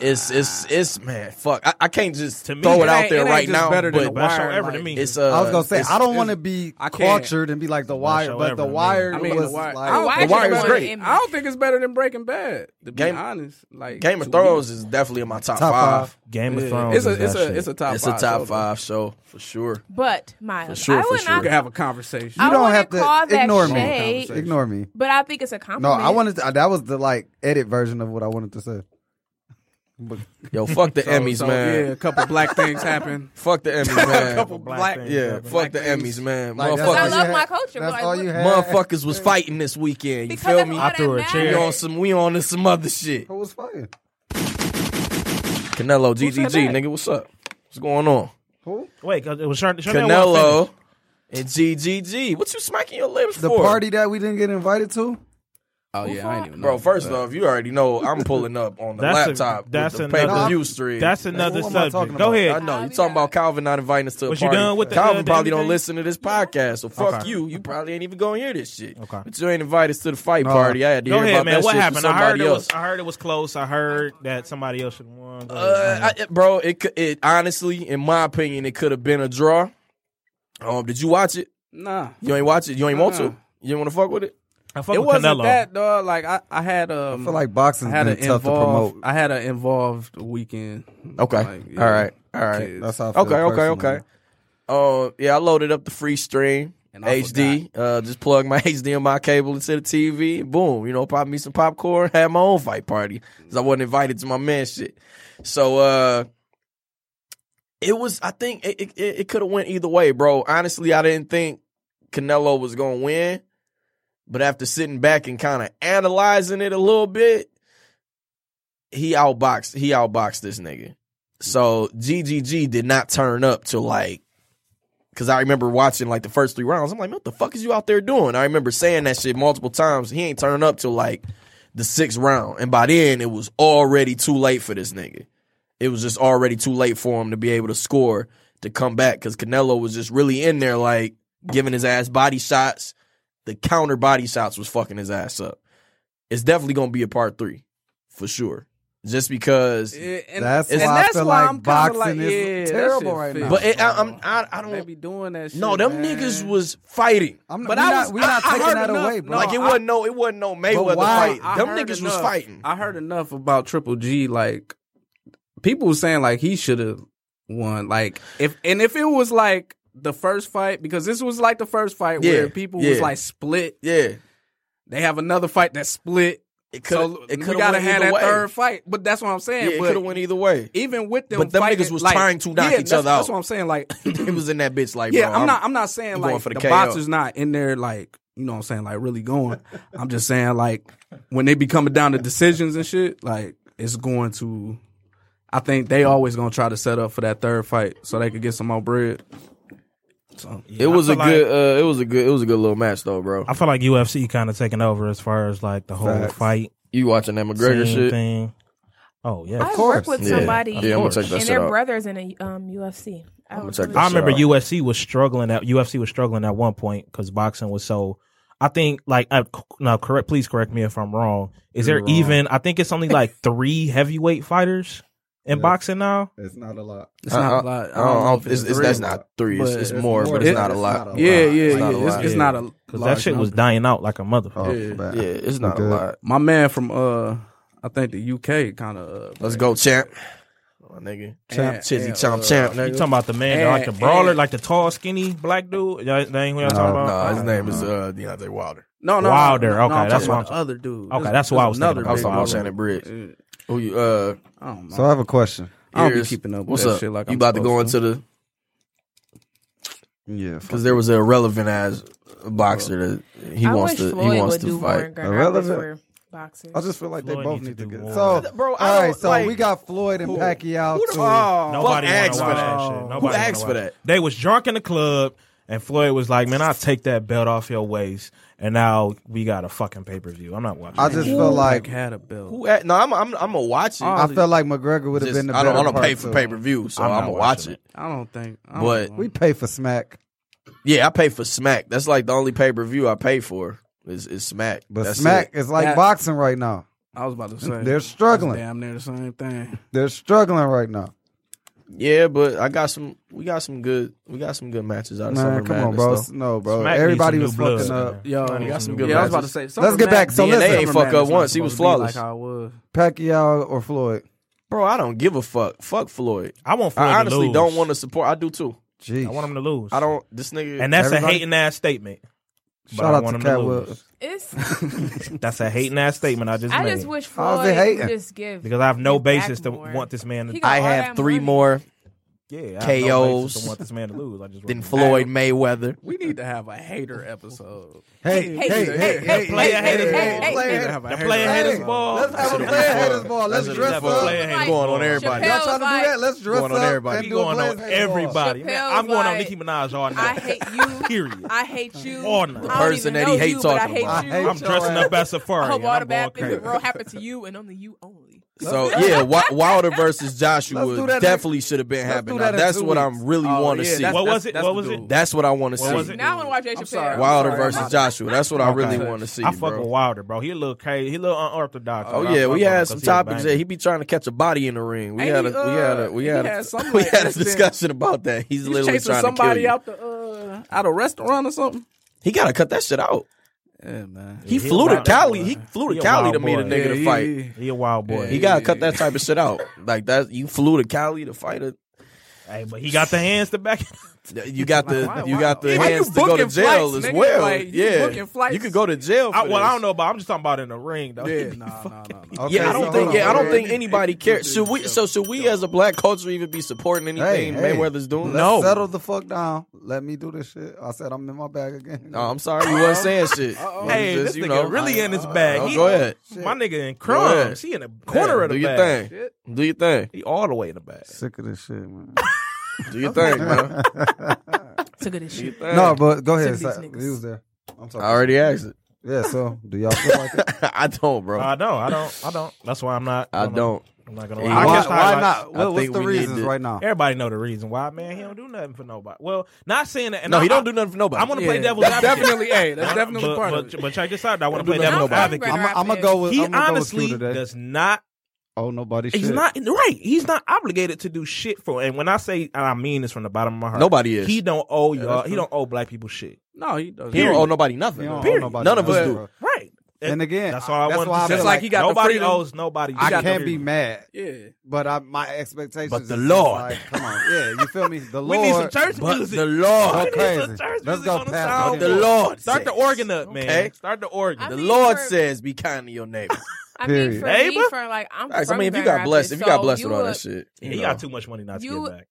[SPEAKER 6] It's it's it's man, fuck. I, I can't just
[SPEAKER 5] To me,
[SPEAKER 6] throw it
[SPEAKER 5] it
[SPEAKER 6] out
[SPEAKER 11] ain't-
[SPEAKER 6] there
[SPEAKER 11] it ain't
[SPEAKER 6] right
[SPEAKER 11] just
[SPEAKER 6] now.
[SPEAKER 11] better than
[SPEAKER 6] but
[SPEAKER 11] The
[SPEAKER 5] best show
[SPEAKER 11] Wire,
[SPEAKER 5] ever to
[SPEAKER 11] like,
[SPEAKER 5] me.
[SPEAKER 6] It's uh,
[SPEAKER 4] I was gonna say
[SPEAKER 6] it's-
[SPEAKER 4] I don't want to
[SPEAKER 6] it's-
[SPEAKER 4] be
[SPEAKER 11] I can't.
[SPEAKER 4] cultured and be like the
[SPEAKER 5] show
[SPEAKER 4] wire,
[SPEAKER 5] ever
[SPEAKER 4] but the
[SPEAKER 5] to me.
[SPEAKER 4] wire
[SPEAKER 11] I mean,
[SPEAKER 4] was
[SPEAKER 11] the wire.
[SPEAKER 4] like
[SPEAKER 11] I don't
[SPEAKER 7] Why
[SPEAKER 11] think
[SPEAKER 6] The Wire
[SPEAKER 11] it's
[SPEAKER 6] is
[SPEAKER 11] better-
[SPEAKER 6] great.
[SPEAKER 11] I don't think it's better than Breaking Bad. To be
[SPEAKER 6] Game-
[SPEAKER 11] honest, like
[SPEAKER 6] Game
[SPEAKER 11] to
[SPEAKER 6] of
[SPEAKER 11] me.
[SPEAKER 6] Thrones is definitely in my top,
[SPEAKER 4] top
[SPEAKER 6] five.
[SPEAKER 4] five.
[SPEAKER 5] Game of
[SPEAKER 11] Yeah.
[SPEAKER 5] Thrones.
[SPEAKER 11] It's
[SPEAKER 5] is
[SPEAKER 11] a it's
[SPEAKER 5] that
[SPEAKER 11] a it's a
[SPEAKER 5] shit.
[SPEAKER 11] top.
[SPEAKER 6] It's a
[SPEAKER 11] five
[SPEAKER 6] top
[SPEAKER 11] show.
[SPEAKER 6] five show for sure.
[SPEAKER 7] but Miles,
[SPEAKER 6] sure,
[SPEAKER 7] I
[SPEAKER 6] for
[SPEAKER 7] would
[SPEAKER 6] sure.
[SPEAKER 11] We
[SPEAKER 7] not.
[SPEAKER 11] can have a conversation.
[SPEAKER 7] I
[SPEAKER 4] You don't
[SPEAKER 7] wouldn't
[SPEAKER 4] have to
[SPEAKER 7] call that
[SPEAKER 4] ignore me.
[SPEAKER 7] shade.
[SPEAKER 4] Ignore me.
[SPEAKER 7] But I think it's a
[SPEAKER 4] No,
[SPEAKER 7] compliment.
[SPEAKER 4] I wanted to, that was the like edit version of what I wanted to say.
[SPEAKER 6] Yo, fuck the
[SPEAKER 11] So-
[SPEAKER 6] Emmys,
[SPEAKER 11] so,
[SPEAKER 6] man.
[SPEAKER 11] Yeah, a couple black things happen.
[SPEAKER 6] Fuck the Emmys, man.
[SPEAKER 11] a couple black.
[SPEAKER 6] yeah, fuck the Emmys, man.
[SPEAKER 11] Like, that's
[SPEAKER 6] Motherfuckers,
[SPEAKER 11] all you
[SPEAKER 8] love my culture. but like, what-
[SPEAKER 6] motherfuckers was fighting this weekend. You
[SPEAKER 8] Because
[SPEAKER 6] feel
[SPEAKER 8] that's
[SPEAKER 6] me?
[SPEAKER 8] all I that threw a chair.
[SPEAKER 6] We on some, we on to some other shit.
[SPEAKER 4] Who was fighting?
[SPEAKER 6] Canelo,
[SPEAKER 5] said
[SPEAKER 6] GGG,
[SPEAKER 5] that?
[SPEAKER 6] nigga, what's up? What's going on?
[SPEAKER 4] Who?
[SPEAKER 5] Wait, 'cause it was Charn- Charnel
[SPEAKER 6] Canelo and GGG. What you smacking your lips
[SPEAKER 4] The
[SPEAKER 6] for?
[SPEAKER 4] party that we didn't get invited to?
[SPEAKER 11] Oh yeah, I ain't even
[SPEAKER 6] Bro,
[SPEAKER 11] know.
[SPEAKER 6] first off, you already know I'm pulling up on the
[SPEAKER 5] That's a-
[SPEAKER 6] laptop.
[SPEAKER 5] that's
[SPEAKER 6] with the
[SPEAKER 5] another-
[SPEAKER 6] pay-per-view stream.
[SPEAKER 5] That's another
[SPEAKER 4] What am I talking
[SPEAKER 5] subject. Go
[SPEAKER 4] about?
[SPEAKER 5] ahead.
[SPEAKER 6] I know you talking about Calvin not inviting us to a
[SPEAKER 5] What you
[SPEAKER 6] party.
[SPEAKER 5] done with the-
[SPEAKER 6] Calvin
[SPEAKER 5] uh, the
[SPEAKER 6] probably don't
[SPEAKER 5] everything?
[SPEAKER 6] listen to this podcast, so fuck
[SPEAKER 5] Okay.
[SPEAKER 6] you. You probably ain't even gonna hear this shit.
[SPEAKER 5] Okay.
[SPEAKER 6] But you ain't invite us to the fight party. I had to
[SPEAKER 5] Go
[SPEAKER 6] hear
[SPEAKER 5] ahead,
[SPEAKER 6] about
[SPEAKER 5] man.
[SPEAKER 6] that
[SPEAKER 5] What
[SPEAKER 6] shit
[SPEAKER 5] happened?
[SPEAKER 6] from
[SPEAKER 5] I heard
[SPEAKER 6] somebody
[SPEAKER 5] it
[SPEAKER 6] else.
[SPEAKER 5] was. I heard it was close. I heard that somebody else should have won. Go ahead,
[SPEAKER 6] Uh,
[SPEAKER 5] man.
[SPEAKER 6] I, bro, it cou- it honestly, in my opinion, it could have been a draw. Um, did you watch it?
[SPEAKER 11] Nah,
[SPEAKER 6] You ain't watch it. You ain't want
[SPEAKER 11] Uh-uh.
[SPEAKER 6] to. You didn't want to fuck with it.
[SPEAKER 5] I fuck
[SPEAKER 11] it
[SPEAKER 5] with
[SPEAKER 11] wasn't
[SPEAKER 5] Canelo.
[SPEAKER 11] that dog. Like I, I had um,
[SPEAKER 4] I feel like boxing's
[SPEAKER 11] I had
[SPEAKER 4] been
[SPEAKER 11] an
[SPEAKER 4] tough to
[SPEAKER 11] involved.
[SPEAKER 4] promote.
[SPEAKER 11] I had an involved weekend.
[SPEAKER 6] Okay.
[SPEAKER 11] Like, yeah,
[SPEAKER 6] All right. All right.
[SPEAKER 11] kids.
[SPEAKER 4] That's how I feel
[SPEAKER 6] Okay. Okay.
[SPEAKER 4] personally.
[SPEAKER 6] Okay. Uh, yeah, I loaded up the free stream.
[SPEAKER 11] And I
[SPEAKER 6] HD, uh, just plug my HDMI cable into the TV. Boom, you know, pop me some popcorn. Had my own fight party because I wasn't invited to my man shit. So uh, it was. I think it it, it could have went either way, bro. Honestly, I didn't think Canelo was gonna win, but after sitting back and kind of analyzing it a little bit, he outboxed. He outboxed this nigga. So GGG did not turn up to like Cause I remember watching like the first three rounds. I'm like, man, what the fuck is you out there doing? I remember saying that shit multiple times. He ain't turning up till like the sixth round. And by then it was already too late for this nigga. It was just already too late for him to be able to score to come back. Cause Canelo was just really in there, like giving his ass body shots. The counter body shots was fucking his ass up. It's definitely gonna be a part three, for sure. Just because
[SPEAKER 11] It- and
[SPEAKER 4] That's
[SPEAKER 11] and
[SPEAKER 4] why I
[SPEAKER 11] that's
[SPEAKER 4] feel
[SPEAKER 11] why
[SPEAKER 4] like
[SPEAKER 11] I'm kind of
[SPEAKER 4] boxing
[SPEAKER 11] like,
[SPEAKER 4] is
[SPEAKER 11] yeah,
[SPEAKER 4] terrible
[SPEAKER 11] that shit
[SPEAKER 4] right now.
[SPEAKER 11] fits,
[SPEAKER 6] But it, I,
[SPEAKER 11] bro.
[SPEAKER 6] I'm, I, I
[SPEAKER 11] they
[SPEAKER 6] don't
[SPEAKER 11] be doing that. shit,
[SPEAKER 6] no, them
[SPEAKER 11] man.
[SPEAKER 6] niggas was fighting.
[SPEAKER 4] I'm-
[SPEAKER 6] but
[SPEAKER 4] we
[SPEAKER 6] I
[SPEAKER 4] not-
[SPEAKER 6] was,
[SPEAKER 4] we not
[SPEAKER 6] I- I
[SPEAKER 4] taking
[SPEAKER 6] heard
[SPEAKER 4] that
[SPEAKER 6] enough.
[SPEAKER 4] away, bro.
[SPEAKER 6] Like it
[SPEAKER 11] No,
[SPEAKER 6] wasn't no, it wasn't no Mayweather
[SPEAKER 4] why-
[SPEAKER 6] fight.
[SPEAKER 11] I
[SPEAKER 6] them
[SPEAKER 11] heard
[SPEAKER 6] niggas was
[SPEAKER 11] enough-
[SPEAKER 6] fighting.
[SPEAKER 11] I heard enough about Triple G. Like people was saying, like he should have won. Like if and if it was like the first fight, because this was like the first fight
[SPEAKER 6] Yeah,
[SPEAKER 11] where people was
[SPEAKER 6] yeah.
[SPEAKER 11] like split.
[SPEAKER 6] yeah,
[SPEAKER 11] They have another fight that split.
[SPEAKER 6] it could.
[SPEAKER 11] So
[SPEAKER 6] it
[SPEAKER 11] we
[SPEAKER 6] could
[SPEAKER 11] gotta
[SPEAKER 6] have
[SPEAKER 11] have
[SPEAKER 6] either
[SPEAKER 11] that
[SPEAKER 6] way.
[SPEAKER 11] third fight. But that's what I'm
[SPEAKER 6] Yeah,
[SPEAKER 11] saying.
[SPEAKER 6] it
[SPEAKER 11] but
[SPEAKER 6] could have went either way.
[SPEAKER 11] even with them,
[SPEAKER 6] But them
[SPEAKER 11] fighting,
[SPEAKER 6] niggas was
[SPEAKER 11] like-
[SPEAKER 6] trying to knock
[SPEAKER 11] yeah,
[SPEAKER 6] each
[SPEAKER 11] that's-
[SPEAKER 6] other out.
[SPEAKER 11] That's what I'm saying. Like
[SPEAKER 6] it was in that bitch like,
[SPEAKER 11] yeah,
[SPEAKER 6] bro,
[SPEAKER 11] I'm, not. I'm not saying
[SPEAKER 6] I'm going
[SPEAKER 11] like
[SPEAKER 6] for
[SPEAKER 11] the,
[SPEAKER 6] the KO.
[SPEAKER 11] boxer's not in there. Like you know, what I'm saying like really going. I'm just saying like when they be coming down to decisions and shit, like it's going to. I think they always gonna try to set up for that third fight so they could get some more bread. So
[SPEAKER 6] It was
[SPEAKER 5] I
[SPEAKER 6] a
[SPEAKER 5] feel like-
[SPEAKER 6] good. uh, it was a good. It was a good little match though, bro.
[SPEAKER 5] I feel like UFC kind of taking over as far as like the whole
[SPEAKER 4] Facts.
[SPEAKER 5] fight
[SPEAKER 6] You watching that McGregor
[SPEAKER 5] scene
[SPEAKER 6] shit?
[SPEAKER 5] thing. Oh yeah,
[SPEAKER 7] I
[SPEAKER 4] course.
[SPEAKER 7] work with
[SPEAKER 6] Yeah.
[SPEAKER 7] somebody,
[SPEAKER 6] Yeah, I'm gonna check that
[SPEAKER 7] and
[SPEAKER 6] shit
[SPEAKER 7] their
[SPEAKER 6] out.
[SPEAKER 7] brother's in a um, UFC. I
[SPEAKER 6] gonna
[SPEAKER 7] was
[SPEAKER 6] check that
[SPEAKER 5] I
[SPEAKER 7] really-
[SPEAKER 6] shit
[SPEAKER 5] remember
[SPEAKER 6] out.
[SPEAKER 5] UFC was struggling at UFC was struggling at one point because boxing was so. I think like uh, I, now correct. Please correct me if I'm wrong. Is
[SPEAKER 4] You're
[SPEAKER 5] there
[SPEAKER 4] wrong.
[SPEAKER 5] even? I think it's only like three heavyweight fighters in
[SPEAKER 4] Yeah.
[SPEAKER 5] boxing now.
[SPEAKER 4] It's not a lot.
[SPEAKER 11] it's not a lot. I don't know if
[SPEAKER 6] it's,
[SPEAKER 11] it's
[SPEAKER 6] it's,
[SPEAKER 11] three.
[SPEAKER 6] that's not three. It's,
[SPEAKER 11] But
[SPEAKER 6] it's
[SPEAKER 4] it's
[SPEAKER 6] more,
[SPEAKER 4] more
[SPEAKER 6] but
[SPEAKER 11] than-
[SPEAKER 6] it's not a
[SPEAKER 4] it's
[SPEAKER 6] lot.
[SPEAKER 4] not a
[SPEAKER 11] yeah, yeah,
[SPEAKER 4] lot.
[SPEAKER 11] yeah.
[SPEAKER 6] not a
[SPEAKER 11] It's,
[SPEAKER 6] lot.
[SPEAKER 11] it's not a
[SPEAKER 5] Because that
[SPEAKER 11] large
[SPEAKER 5] shit was
[SPEAKER 11] number.
[SPEAKER 5] dying out like a motherfucker.
[SPEAKER 4] Oh,
[SPEAKER 11] Yeah.
[SPEAKER 4] bad.
[SPEAKER 6] Yeah, it's not a
[SPEAKER 4] Okay.
[SPEAKER 6] lot.
[SPEAKER 11] My man from uh, I think the UK kind of uh,
[SPEAKER 6] Let's go, champ. Oh, nigga, champ,
[SPEAKER 11] Yeah,
[SPEAKER 6] chizzy,
[SPEAKER 11] yeah,
[SPEAKER 6] champ,
[SPEAKER 11] uh,
[SPEAKER 6] champ.
[SPEAKER 5] You
[SPEAKER 6] Nigga.
[SPEAKER 5] talking about the man, that like the
[SPEAKER 11] And-
[SPEAKER 5] brawler,
[SPEAKER 11] and-
[SPEAKER 5] like the tall, skinny black dude? That, that ain't who y'all
[SPEAKER 4] No,
[SPEAKER 5] talking about?
[SPEAKER 6] Nah, his name is uh, Deontay Wilder.
[SPEAKER 11] No, no,
[SPEAKER 5] Wilder.
[SPEAKER 11] No, no,
[SPEAKER 5] Okay,
[SPEAKER 11] I'm
[SPEAKER 5] that's
[SPEAKER 11] talking
[SPEAKER 5] what
[SPEAKER 11] about the other dude.
[SPEAKER 5] Okay,
[SPEAKER 11] There's-
[SPEAKER 5] that's what I was
[SPEAKER 11] there's
[SPEAKER 5] thinking
[SPEAKER 11] another
[SPEAKER 5] about.
[SPEAKER 6] I was talking about
[SPEAKER 11] big
[SPEAKER 6] Shannon
[SPEAKER 11] dude.
[SPEAKER 6] Bridge.
[SPEAKER 11] Yeah.
[SPEAKER 6] Who you? Uh,
[SPEAKER 11] I don't know.
[SPEAKER 4] So I have a question.
[SPEAKER 11] I don't be
[SPEAKER 6] Ears,
[SPEAKER 11] keeping up with
[SPEAKER 6] What's
[SPEAKER 11] that
[SPEAKER 6] up?
[SPEAKER 11] shit like
[SPEAKER 6] you
[SPEAKER 11] I'm
[SPEAKER 6] about to go
[SPEAKER 11] supposed
[SPEAKER 6] into the
[SPEAKER 4] Yeah. fuck
[SPEAKER 6] because there was a relevant ass boxer that he
[SPEAKER 7] I
[SPEAKER 6] wants
[SPEAKER 7] wish
[SPEAKER 6] to
[SPEAKER 7] Floyd
[SPEAKER 6] he wants
[SPEAKER 7] would do
[SPEAKER 6] to
[SPEAKER 7] more
[SPEAKER 6] fight.
[SPEAKER 7] ground
[SPEAKER 4] Irrelevant.
[SPEAKER 7] rounds for boxers.
[SPEAKER 4] I just feel like they
[SPEAKER 5] Floyd
[SPEAKER 4] both
[SPEAKER 5] needs
[SPEAKER 4] need
[SPEAKER 5] to
[SPEAKER 4] to
[SPEAKER 5] do
[SPEAKER 4] get.
[SPEAKER 5] more.
[SPEAKER 4] So,
[SPEAKER 6] Bro, I
[SPEAKER 4] all
[SPEAKER 6] don't,
[SPEAKER 4] right. So
[SPEAKER 6] like-
[SPEAKER 4] we got Floyd and Pacquiao.
[SPEAKER 6] who the
[SPEAKER 4] too.
[SPEAKER 6] fuck
[SPEAKER 5] Nobody wanna
[SPEAKER 6] asked for
[SPEAKER 5] watch
[SPEAKER 6] that?
[SPEAKER 5] that shit. Nobody wanna
[SPEAKER 6] asked for
[SPEAKER 5] watch-
[SPEAKER 6] that?
[SPEAKER 5] They was drunk in the club, and Floyd was like, "Man, I'll take that belt off your waist." And now we got a fucking pay per view. I'm not watching.
[SPEAKER 4] I
[SPEAKER 5] that.
[SPEAKER 4] just feel like
[SPEAKER 11] had a bill.
[SPEAKER 6] Who? At, no, I'm I'm I'm gonna watch it.
[SPEAKER 4] I felt like McGregor would have
[SPEAKER 6] Just-
[SPEAKER 4] been the
[SPEAKER 6] I
[SPEAKER 4] better
[SPEAKER 6] don't, I don't
[SPEAKER 4] part
[SPEAKER 6] pay for
[SPEAKER 4] too.
[SPEAKER 6] pay per view, so
[SPEAKER 5] I'm
[SPEAKER 6] I'm,
[SPEAKER 5] not
[SPEAKER 6] gonna watch
[SPEAKER 5] watching
[SPEAKER 6] it.
[SPEAKER 11] I don't think. I don't
[SPEAKER 6] But-
[SPEAKER 11] know.
[SPEAKER 4] We pay for smack,
[SPEAKER 6] Yeah, I pay for Smack. That's like the only pay per view I pay for is is Smack.
[SPEAKER 4] but
[SPEAKER 6] That's
[SPEAKER 4] smack
[SPEAKER 6] it.
[SPEAKER 4] is like
[SPEAKER 11] That-
[SPEAKER 4] boxing right now.
[SPEAKER 11] I was about to say
[SPEAKER 4] They're struggling.
[SPEAKER 11] that's Damn near the same thing.
[SPEAKER 4] They're struggling right now.
[SPEAKER 6] Yeah, but I got some. We got some good. We got some good matches out of Summer
[SPEAKER 4] Man, come on,
[SPEAKER 6] Madness,
[SPEAKER 4] bro.
[SPEAKER 6] though.
[SPEAKER 4] No, bro.
[SPEAKER 5] Smack needs
[SPEAKER 4] Everybody
[SPEAKER 5] some
[SPEAKER 4] was
[SPEAKER 5] new blood,
[SPEAKER 4] fucking up.
[SPEAKER 5] man.
[SPEAKER 11] Yo,
[SPEAKER 5] Smack needs
[SPEAKER 6] got
[SPEAKER 5] some
[SPEAKER 6] some
[SPEAKER 5] new
[SPEAKER 6] good
[SPEAKER 11] yeah, I
[SPEAKER 5] blood.
[SPEAKER 11] was about to
[SPEAKER 6] matches.
[SPEAKER 11] say.
[SPEAKER 4] Let's get back. So
[SPEAKER 11] Summer
[SPEAKER 4] listen.
[SPEAKER 11] Madness
[SPEAKER 6] ain't fuck
[SPEAKER 11] not
[SPEAKER 6] up once. He was
[SPEAKER 11] supposed to be
[SPEAKER 6] flawless.
[SPEAKER 11] Like how I was.
[SPEAKER 4] Pacquiao or Floyd?
[SPEAKER 6] Bro, I don't give a fuck. Fuck Floyd.
[SPEAKER 5] I want Floyd
[SPEAKER 6] I honestly
[SPEAKER 5] to lose.
[SPEAKER 6] don't want to support. I do too.
[SPEAKER 4] Jeez.
[SPEAKER 5] I want him to lose.
[SPEAKER 6] I don't. This nigga.
[SPEAKER 5] And that's
[SPEAKER 4] Everybody-
[SPEAKER 5] a hating ass statement. but
[SPEAKER 4] Shout
[SPEAKER 5] I
[SPEAKER 4] out
[SPEAKER 5] want
[SPEAKER 4] to
[SPEAKER 5] him
[SPEAKER 4] Cat
[SPEAKER 5] lose. That's a hating ass statement I just
[SPEAKER 7] I
[SPEAKER 5] made.
[SPEAKER 7] just wish
[SPEAKER 4] How's
[SPEAKER 7] Floyd
[SPEAKER 4] they hating?
[SPEAKER 7] would just give
[SPEAKER 5] because I have no
[SPEAKER 7] give back
[SPEAKER 5] basis to
[SPEAKER 7] more.
[SPEAKER 5] want this man to
[SPEAKER 7] He got
[SPEAKER 6] I
[SPEAKER 7] all
[SPEAKER 6] have
[SPEAKER 7] that
[SPEAKER 6] three
[SPEAKER 7] money.
[SPEAKER 6] more
[SPEAKER 5] yeah, I have no basis
[SPEAKER 6] KOs
[SPEAKER 5] to want this man to lose. I just
[SPEAKER 6] than
[SPEAKER 5] want-
[SPEAKER 6] Floyd Mayweather.
[SPEAKER 11] We need to have a hater episode.
[SPEAKER 4] Hey, hey, hey, hey, hey,
[SPEAKER 5] player haters
[SPEAKER 4] hey,
[SPEAKER 5] ball.
[SPEAKER 4] player
[SPEAKER 11] Hey,
[SPEAKER 4] haters.
[SPEAKER 11] hey,
[SPEAKER 5] The
[SPEAKER 11] hey,
[SPEAKER 5] player
[SPEAKER 11] hey,
[SPEAKER 5] haters
[SPEAKER 11] hey,
[SPEAKER 5] ball.
[SPEAKER 4] Let's have a player
[SPEAKER 6] That's what it is.
[SPEAKER 4] haters ball. Let's
[SPEAKER 6] That's what it
[SPEAKER 4] dress
[SPEAKER 6] is. That's
[SPEAKER 4] up.
[SPEAKER 6] what it
[SPEAKER 5] Player
[SPEAKER 6] is.
[SPEAKER 5] haters
[SPEAKER 6] going
[SPEAKER 5] ball.
[SPEAKER 6] on everybody.
[SPEAKER 4] Y'all
[SPEAKER 7] Chappelle-
[SPEAKER 4] trying to do
[SPEAKER 7] Like-
[SPEAKER 4] that? Let's dress
[SPEAKER 6] Going on
[SPEAKER 4] up
[SPEAKER 6] everybody.
[SPEAKER 4] and
[SPEAKER 5] We
[SPEAKER 4] do a
[SPEAKER 5] going
[SPEAKER 4] player
[SPEAKER 5] on
[SPEAKER 4] haters ball.
[SPEAKER 5] everybody. Man, I'm
[SPEAKER 7] Chappelle's
[SPEAKER 5] going on
[SPEAKER 7] like,
[SPEAKER 5] Nicki Minaj all night.
[SPEAKER 7] I hate you.
[SPEAKER 5] Period.
[SPEAKER 7] I hate you.
[SPEAKER 5] All night.
[SPEAKER 7] I
[SPEAKER 5] The
[SPEAKER 7] don't
[SPEAKER 6] person
[SPEAKER 7] even
[SPEAKER 6] that he
[SPEAKER 7] know
[SPEAKER 6] hate
[SPEAKER 7] you,
[SPEAKER 6] talking
[SPEAKER 7] but I
[SPEAKER 6] about.
[SPEAKER 7] hate
[SPEAKER 4] I
[SPEAKER 7] you.
[SPEAKER 4] hate
[SPEAKER 5] I'm dressing up as
[SPEAKER 7] I
[SPEAKER 5] Safari.
[SPEAKER 7] hope
[SPEAKER 5] and
[SPEAKER 7] all
[SPEAKER 5] I'm
[SPEAKER 7] the bad things in
[SPEAKER 5] okay.
[SPEAKER 7] the world happen to you and only you only.
[SPEAKER 6] So yeah, Wa- Wilder versus
[SPEAKER 4] Let's do
[SPEAKER 6] Joshua
[SPEAKER 4] that
[SPEAKER 6] definitely should have been
[SPEAKER 4] let's do
[SPEAKER 6] happening.
[SPEAKER 4] that
[SPEAKER 6] Now,
[SPEAKER 4] in
[SPEAKER 6] That's
[SPEAKER 4] two
[SPEAKER 6] what
[SPEAKER 4] weeks.
[SPEAKER 6] I'm really want to see.
[SPEAKER 5] that's-
[SPEAKER 6] What-
[SPEAKER 5] was it? What was it?
[SPEAKER 6] That's what I want to
[SPEAKER 5] What was
[SPEAKER 6] see.
[SPEAKER 5] it?
[SPEAKER 7] Now I want to watch Dave
[SPEAKER 11] I'm
[SPEAKER 7] Chappelle.
[SPEAKER 11] sorry.
[SPEAKER 6] Wilder
[SPEAKER 11] I'm
[SPEAKER 6] versus Joshua. That's what I really
[SPEAKER 4] Okay.
[SPEAKER 6] want to see,
[SPEAKER 5] I fuck with
[SPEAKER 6] bro.
[SPEAKER 5] Wilder, bro. He a little crazy. He a little unorthodox.
[SPEAKER 6] Oh
[SPEAKER 5] but I
[SPEAKER 6] yeah,
[SPEAKER 5] fuck
[SPEAKER 6] we
[SPEAKER 5] with him
[SPEAKER 6] had
[SPEAKER 5] 'cause
[SPEAKER 6] some
[SPEAKER 5] he a
[SPEAKER 6] topics
[SPEAKER 5] banger.
[SPEAKER 6] that he be trying to catch a body in the ring. We
[SPEAKER 11] And
[SPEAKER 6] had a
[SPEAKER 11] he,
[SPEAKER 6] we had a we
[SPEAKER 11] uh,
[SPEAKER 6] had
[SPEAKER 11] he
[SPEAKER 6] a
[SPEAKER 11] had some,
[SPEAKER 6] we
[SPEAKER 11] like,
[SPEAKER 6] had a
[SPEAKER 11] incident.
[SPEAKER 6] discussion about that. He's
[SPEAKER 11] He's
[SPEAKER 6] literally
[SPEAKER 11] chasing
[SPEAKER 6] trying to kill
[SPEAKER 11] somebody
[SPEAKER 6] you.
[SPEAKER 11] out the uh, out a restaurant or something.
[SPEAKER 6] He gotta cut that shit out.
[SPEAKER 11] Yeah, man.
[SPEAKER 6] He
[SPEAKER 5] he a
[SPEAKER 6] flew to
[SPEAKER 5] wild
[SPEAKER 6] Cali.
[SPEAKER 5] boy.
[SPEAKER 6] He flew
[SPEAKER 5] He
[SPEAKER 6] to
[SPEAKER 5] a
[SPEAKER 6] Cali
[SPEAKER 5] wild
[SPEAKER 6] to meet a
[SPEAKER 5] boy.
[SPEAKER 6] nigga to fight.
[SPEAKER 5] He a wild boy.
[SPEAKER 6] He gotta cut that type of shit out. Like that, you flew to Cali to fight a.
[SPEAKER 5] Hey, but he got the hands to back.
[SPEAKER 6] You got the
[SPEAKER 11] Like, why-
[SPEAKER 6] you got the
[SPEAKER 11] why-
[SPEAKER 6] hands
[SPEAKER 11] you
[SPEAKER 6] to go to
[SPEAKER 11] booking
[SPEAKER 6] jail
[SPEAKER 11] flights,
[SPEAKER 6] as
[SPEAKER 11] nigga?
[SPEAKER 6] well.
[SPEAKER 11] Like, you
[SPEAKER 6] yeah,
[SPEAKER 11] booking flights?
[SPEAKER 6] you could go to jail. For
[SPEAKER 5] I, well, I
[SPEAKER 6] this.
[SPEAKER 5] don't know, but I'm just talking about in the ring, though.
[SPEAKER 11] Yeah, nah, nah, nah, nah.
[SPEAKER 4] Okay,
[SPEAKER 6] Yeah, I
[SPEAKER 4] so
[SPEAKER 6] don't
[SPEAKER 4] hold
[SPEAKER 6] think.
[SPEAKER 4] on,
[SPEAKER 6] Yeah, I
[SPEAKER 4] hold
[SPEAKER 6] don't
[SPEAKER 4] on.
[SPEAKER 6] think anybody cares. Should we? So should we, as a black culture, even be supporting
[SPEAKER 4] Hey,
[SPEAKER 6] anything
[SPEAKER 4] hey,
[SPEAKER 6] Mayweather's doing?
[SPEAKER 4] let's settle the fuck down. Let me do this shit. I said I'm in my bag again.
[SPEAKER 6] No, I'm sorry, you wasn't saying shit. You
[SPEAKER 5] Hey,
[SPEAKER 6] just,
[SPEAKER 5] this
[SPEAKER 6] you
[SPEAKER 5] nigga
[SPEAKER 6] know,
[SPEAKER 5] really in his bag.
[SPEAKER 6] Oh,
[SPEAKER 5] He-
[SPEAKER 6] go ahead.
[SPEAKER 5] My nigga in
[SPEAKER 6] Go
[SPEAKER 5] crumbs.
[SPEAKER 6] ahead.
[SPEAKER 5] He in the corner
[SPEAKER 6] Yeah,
[SPEAKER 5] of the
[SPEAKER 6] do
[SPEAKER 5] bag.
[SPEAKER 6] your thing. Do your thing.
[SPEAKER 5] He all the way in the bag.
[SPEAKER 4] sick of this shit, man.
[SPEAKER 6] Do your thing, man.
[SPEAKER 7] It's a good issue.
[SPEAKER 4] no, but go ahead.
[SPEAKER 7] Sick of
[SPEAKER 4] Sa-
[SPEAKER 7] these
[SPEAKER 4] He
[SPEAKER 7] niggas.
[SPEAKER 4] was there. I'm
[SPEAKER 6] I
[SPEAKER 4] sorry.
[SPEAKER 6] already asked it.
[SPEAKER 4] Yeah. So, do y'all feel like it?
[SPEAKER 6] I don't, bro.
[SPEAKER 5] I don't. I don't. I don't. That's why I'm not.
[SPEAKER 6] I
[SPEAKER 5] I'm not-
[SPEAKER 6] don't.
[SPEAKER 5] I'm not gonna.
[SPEAKER 6] Hey,
[SPEAKER 5] lie.
[SPEAKER 4] Why,
[SPEAKER 5] I
[SPEAKER 6] why-
[SPEAKER 5] just
[SPEAKER 4] why
[SPEAKER 5] highlight-
[SPEAKER 4] not?
[SPEAKER 6] I
[SPEAKER 4] What, what's
[SPEAKER 6] think
[SPEAKER 4] the
[SPEAKER 6] we need
[SPEAKER 4] reasons
[SPEAKER 6] to-
[SPEAKER 4] right now?
[SPEAKER 5] Everybody know the reason why, man. He don't do nothing for nobody. Well, not saying that. And
[SPEAKER 6] No,
[SPEAKER 5] I,
[SPEAKER 6] he don't do nothing for
[SPEAKER 5] I,
[SPEAKER 6] nobody.
[SPEAKER 5] I'm gonna play
[SPEAKER 11] Yeah,
[SPEAKER 5] devil's
[SPEAKER 11] that's
[SPEAKER 5] advocate.
[SPEAKER 11] definitely a. That's
[SPEAKER 5] I'm-
[SPEAKER 11] definitely
[SPEAKER 5] but,
[SPEAKER 11] part
[SPEAKER 5] but,
[SPEAKER 11] of it.
[SPEAKER 5] But check this out. I want to
[SPEAKER 6] do
[SPEAKER 5] play
[SPEAKER 6] nothing for
[SPEAKER 5] devil's
[SPEAKER 6] nobody.
[SPEAKER 5] advocate.
[SPEAKER 7] Right
[SPEAKER 4] I'm gonna
[SPEAKER 7] after
[SPEAKER 4] go with.
[SPEAKER 5] He
[SPEAKER 4] I'm gonna
[SPEAKER 5] honestly
[SPEAKER 4] go with you today.
[SPEAKER 5] does not
[SPEAKER 4] Oh, nobody.
[SPEAKER 5] He's
[SPEAKER 4] shit.
[SPEAKER 5] not right. He's not obligated to do shit for. And when I say, and I mean this from the bottom of my heart.
[SPEAKER 6] Nobody is.
[SPEAKER 5] He don't owe
[SPEAKER 11] Yeah,
[SPEAKER 5] y'all.
[SPEAKER 11] that's
[SPEAKER 5] He
[SPEAKER 11] true.
[SPEAKER 5] don't owe black people shit.
[SPEAKER 11] no, he doesn't.
[SPEAKER 6] He don't owe nobody nothing.
[SPEAKER 4] He don't owe
[SPEAKER 6] Period.
[SPEAKER 4] nobody
[SPEAKER 6] None of us
[SPEAKER 4] nothing,
[SPEAKER 6] do.
[SPEAKER 4] bro.
[SPEAKER 5] Right.
[SPEAKER 4] And again,
[SPEAKER 5] that's all I
[SPEAKER 4] that's
[SPEAKER 5] wanted
[SPEAKER 4] why I
[SPEAKER 5] to say.
[SPEAKER 4] feel like- Just like he
[SPEAKER 11] got the
[SPEAKER 5] nobody
[SPEAKER 11] freedom.
[SPEAKER 5] owes nobody.
[SPEAKER 4] I
[SPEAKER 5] shit.
[SPEAKER 4] can't be mad,
[SPEAKER 11] Yeah.
[SPEAKER 4] but I, my expectations.
[SPEAKER 6] But the
[SPEAKER 4] is just
[SPEAKER 6] Lord.
[SPEAKER 4] like, come on, yeah, you feel me? The
[SPEAKER 5] We
[SPEAKER 4] Lord.
[SPEAKER 5] need some church
[SPEAKER 6] But
[SPEAKER 5] music.
[SPEAKER 6] the Lord,
[SPEAKER 4] Go
[SPEAKER 5] We need
[SPEAKER 4] crazy.
[SPEAKER 5] some church
[SPEAKER 4] Let's
[SPEAKER 5] music
[SPEAKER 4] go
[SPEAKER 5] on the
[SPEAKER 4] past
[SPEAKER 5] sound.
[SPEAKER 4] the
[SPEAKER 5] board.
[SPEAKER 6] Lord
[SPEAKER 5] Start the
[SPEAKER 6] says.
[SPEAKER 5] organ up, man.
[SPEAKER 6] Okay.
[SPEAKER 5] Start the organ.
[SPEAKER 7] I
[SPEAKER 6] the
[SPEAKER 7] mean,
[SPEAKER 6] Lord
[SPEAKER 7] for-
[SPEAKER 6] says, "Be kind to your neighbor."
[SPEAKER 7] I mean,
[SPEAKER 4] Period.
[SPEAKER 7] for
[SPEAKER 5] Hey,
[SPEAKER 7] me,
[SPEAKER 5] bro.
[SPEAKER 7] for like, I'm
[SPEAKER 6] Alright, so,
[SPEAKER 7] from
[SPEAKER 6] I mean, if you
[SPEAKER 7] Grand
[SPEAKER 6] got blessed,
[SPEAKER 7] Rapids,
[SPEAKER 6] if you got
[SPEAKER 7] so
[SPEAKER 6] blessed
[SPEAKER 7] you
[SPEAKER 6] with all
[SPEAKER 7] would-
[SPEAKER 6] that shit,
[SPEAKER 5] Yeah,
[SPEAKER 6] you
[SPEAKER 5] he
[SPEAKER 6] know.
[SPEAKER 5] got too much money not to
[SPEAKER 7] You-
[SPEAKER 5] get back.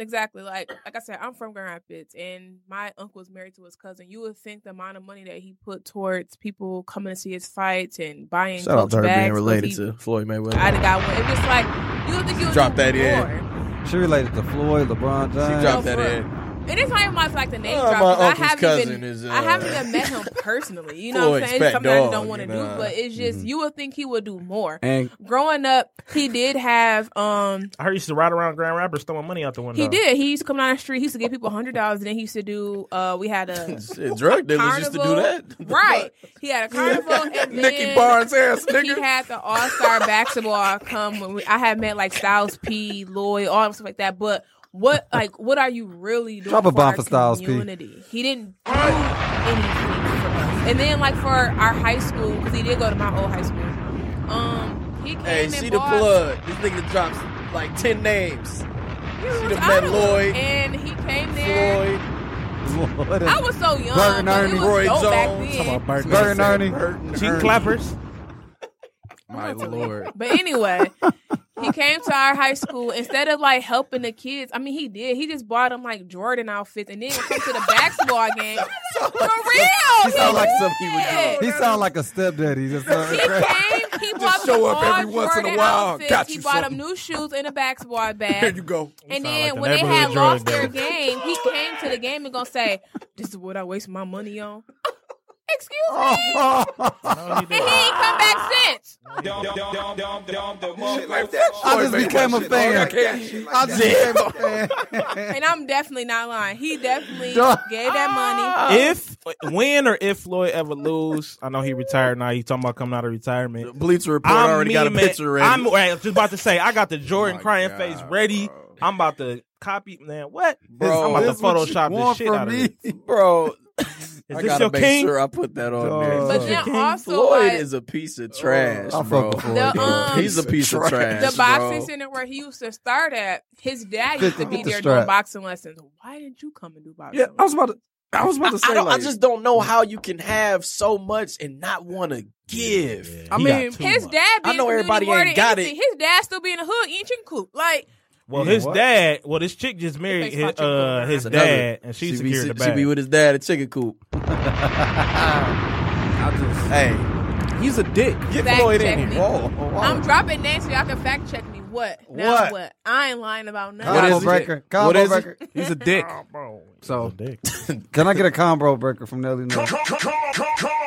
[SPEAKER 7] Exactly. Like like I said, I'm from Grand Rapids and my uncle is married to his cousin. You would think the amount of money that he put towards people coming to see his fights and buying
[SPEAKER 6] Shout out
[SPEAKER 7] Coach
[SPEAKER 6] to her being
[SPEAKER 7] bags 'cause
[SPEAKER 6] related
[SPEAKER 7] he-
[SPEAKER 6] to Floyd Mayweather.
[SPEAKER 7] I'd have got one. It was like you would think you would
[SPEAKER 6] Drop
[SPEAKER 7] do
[SPEAKER 6] that in.
[SPEAKER 7] more.
[SPEAKER 4] She related to Floyd, LeBron James.
[SPEAKER 6] she dropped
[SPEAKER 7] No,
[SPEAKER 6] that
[SPEAKER 7] for-
[SPEAKER 6] in.
[SPEAKER 7] And it's not even much like the name
[SPEAKER 6] Uh,
[SPEAKER 7] drop.
[SPEAKER 6] my
[SPEAKER 7] 'cause I
[SPEAKER 6] uncle's
[SPEAKER 7] haven't
[SPEAKER 6] cousin
[SPEAKER 7] even
[SPEAKER 6] is,
[SPEAKER 7] I haven't
[SPEAKER 6] uh,
[SPEAKER 7] even met him personally. You know what I'm
[SPEAKER 6] Floyd's
[SPEAKER 7] saying?
[SPEAKER 6] pet
[SPEAKER 7] Something that I
[SPEAKER 6] dog,
[SPEAKER 7] don't want to
[SPEAKER 6] you
[SPEAKER 7] do,
[SPEAKER 6] know. Mm-hmm.
[SPEAKER 7] but it's just you would think he would do more.
[SPEAKER 11] And
[SPEAKER 7] Growing up, he did have um
[SPEAKER 5] I heard he used to ride around Grand Rapids throwing money out the window.
[SPEAKER 7] he did. He used to come down the street. He used to give people hundred dollars, and then he used to do. Uh, we had a
[SPEAKER 6] Shit, drug dealers used to do that.
[SPEAKER 7] carnival. Right. He had a carnival and
[SPEAKER 11] Nicky
[SPEAKER 7] then
[SPEAKER 11] Barnes ass
[SPEAKER 7] He
[SPEAKER 11] nigga.
[SPEAKER 7] had the All Star basketball come. When we, I had met like Styles P, Lloyd, all that stuff like that. But what like what are you really doing
[SPEAKER 4] Drop a
[SPEAKER 7] for
[SPEAKER 4] bomb
[SPEAKER 7] our
[SPEAKER 4] for Styles P.
[SPEAKER 7] community? He didn't do anything for us. And then like for our high school, because he did go to my old high school. Um, he came
[SPEAKER 6] Hey,
[SPEAKER 7] and
[SPEAKER 6] see the
[SPEAKER 7] bought,
[SPEAKER 6] plug. This nigga drops like ten names.
[SPEAKER 7] He
[SPEAKER 6] She
[SPEAKER 7] was
[SPEAKER 6] done met
[SPEAKER 7] out.
[SPEAKER 6] Lloyd,
[SPEAKER 7] and he came there.
[SPEAKER 6] Floyd,
[SPEAKER 4] Floyd.
[SPEAKER 7] I was so young.
[SPEAKER 4] Bert and
[SPEAKER 7] but
[SPEAKER 4] Ernie.
[SPEAKER 7] it was
[SPEAKER 6] Roy
[SPEAKER 7] dope
[SPEAKER 6] Jones.
[SPEAKER 7] Back then.
[SPEAKER 4] Burton Burton Ernie.
[SPEAKER 5] Cheek clappers.
[SPEAKER 11] My lord.
[SPEAKER 7] But anyway, he came to our high school. Instead of like helping the kids, I mean, he did. He just bought them like Jordan outfits, and then when it comes to the basketball game, for real,
[SPEAKER 4] He sound like
[SPEAKER 7] did.
[SPEAKER 4] something he would do. He sound like a stepdaddy. He Just
[SPEAKER 7] He came. He bought
[SPEAKER 11] show
[SPEAKER 7] them
[SPEAKER 11] up
[SPEAKER 7] all
[SPEAKER 11] every once in a
[SPEAKER 7] Jordan
[SPEAKER 11] while.
[SPEAKER 7] outfits.
[SPEAKER 11] Got
[SPEAKER 7] he
[SPEAKER 11] you
[SPEAKER 7] bought them
[SPEAKER 11] something.
[SPEAKER 7] new shoes and a basketball
[SPEAKER 11] Here you
[SPEAKER 7] bag.
[SPEAKER 11] go.
[SPEAKER 7] And
[SPEAKER 5] sound
[SPEAKER 7] then
[SPEAKER 5] like the
[SPEAKER 7] when they had
[SPEAKER 5] neighborhood
[SPEAKER 7] lost
[SPEAKER 5] drug
[SPEAKER 7] their
[SPEAKER 5] dealer.
[SPEAKER 7] game, he came to the game and gonna say, "This is what I waste my money on." Excuse me.
[SPEAKER 5] No, he
[SPEAKER 7] And
[SPEAKER 5] didn't.
[SPEAKER 7] he ain't come back since.
[SPEAKER 4] I just became a fan. I just became a fan.
[SPEAKER 7] And I'm definitely not lying. He definitely
[SPEAKER 4] Duh.
[SPEAKER 7] gave that money.
[SPEAKER 5] If when or if Floyd ever lose, I know he retired now. He talking about coming out of retirement.
[SPEAKER 6] Bleacher Report already got a
[SPEAKER 5] memeing-
[SPEAKER 6] picture ready. Oh
[SPEAKER 5] I'm right, I was just about to say I got the Jordan
[SPEAKER 6] my
[SPEAKER 5] crying
[SPEAKER 6] God,
[SPEAKER 5] face ready.
[SPEAKER 6] bro.
[SPEAKER 5] I'm about to copy man. What?
[SPEAKER 6] Bro,
[SPEAKER 5] I'm about
[SPEAKER 4] This
[SPEAKER 5] to
[SPEAKER 4] what you
[SPEAKER 5] Photoshop this
[SPEAKER 4] want
[SPEAKER 5] shit
[SPEAKER 4] from
[SPEAKER 5] out
[SPEAKER 4] me?
[SPEAKER 5] of it.
[SPEAKER 6] bro.
[SPEAKER 5] Is
[SPEAKER 6] I
[SPEAKER 5] this
[SPEAKER 6] gotta
[SPEAKER 5] your
[SPEAKER 6] make
[SPEAKER 5] king?
[SPEAKER 6] sure I put that on there.
[SPEAKER 4] Dog.
[SPEAKER 7] But
[SPEAKER 4] King
[SPEAKER 7] then also,
[SPEAKER 6] Floyd
[SPEAKER 7] like,
[SPEAKER 6] is a piece of trash,
[SPEAKER 4] I
[SPEAKER 6] bro.
[SPEAKER 4] fuck with Floyd.
[SPEAKER 7] The,
[SPEAKER 4] bro.
[SPEAKER 7] um,
[SPEAKER 6] He's a piece of trash.
[SPEAKER 7] the boxing
[SPEAKER 6] bro.
[SPEAKER 7] center where he used to start at, his dad used to
[SPEAKER 4] Get the-
[SPEAKER 7] be
[SPEAKER 4] get the
[SPEAKER 7] there
[SPEAKER 4] strap.
[SPEAKER 7] doing boxing lessons. Why didn't you come and do boxing?
[SPEAKER 11] Yeah, I was about to. I was about to say,
[SPEAKER 6] I, don't- I
[SPEAKER 11] like-
[SPEAKER 6] just don't know how you can have so much and not want to give.
[SPEAKER 11] I He got mean, too
[SPEAKER 7] His dad be
[SPEAKER 6] I
[SPEAKER 7] in
[SPEAKER 6] know
[SPEAKER 7] the
[SPEAKER 6] everybody
[SPEAKER 7] community more
[SPEAKER 6] ain't
[SPEAKER 7] than
[SPEAKER 6] got
[SPEAKER 7] anything.
[SPEAKER 6] it.
[SPEAKER 7] His dad still be in the hood eating coop. Like
[SPEAKER 5] Well,
[SPEAKER 6] Yeah,
[SPEAKER 5] his
[SPEAKER 6] what?
[SPEAKER 5] dad. Well, this chick just married
[SPEAKER 7] Thanks,
[SPEAKER 5] his,
[SPEAKER 7] Patrick.
[SPEAKER 5] uh, his
[SPEAKER 6] Another-
[SPEAKER 5] dad, and she,
[SPEAKER 6] she be,
[SPEAKER 5] secured the
[SPEAKER 6] she,
[SPEAKER 5] bag.
[SPEAKER 6] she be with his dad at chicken coop.
[SPEAKER 11] I just,
[SPEAKER 6] Hey,
[SPEAKER 11] he's a dick.
[SPEAKER 6] get
[SPEAKER 7] Fact
[SPEAKER 6] Floyd
[SPEAKER 7] check
[SPEAKER 6] in
[SPEAKER 7] me.
[SPEAKER 6] here. Whoa,
[SPEAKER 11] oh,
[SPEAKER 6] whoa, whoa.
[SPEAKER 7] I'm dropping names so y'all can fact check me. What? Now
[SPEAKER 6] What?
[SPEAKER 7] what? I ain't lying about nothing.
[SPEAKER 6] What
[SPEAKER 4] Combo
[SPEAKER 6] is it?
[SPEAKER 4] breaker.
[SPEAKER 6] What
[SPEAKER 4] Combo
[SPEAKER 6] is it?
[SPEAKER 4] breaker.
[SPEAKER 11] He's a dick.
[SPEAKER 6] Oh,
[SPEAKER 5] Oh,
[SPEAKER 11] So
[SPEAKER 4] Can I get a combo breaker from Nelly? Because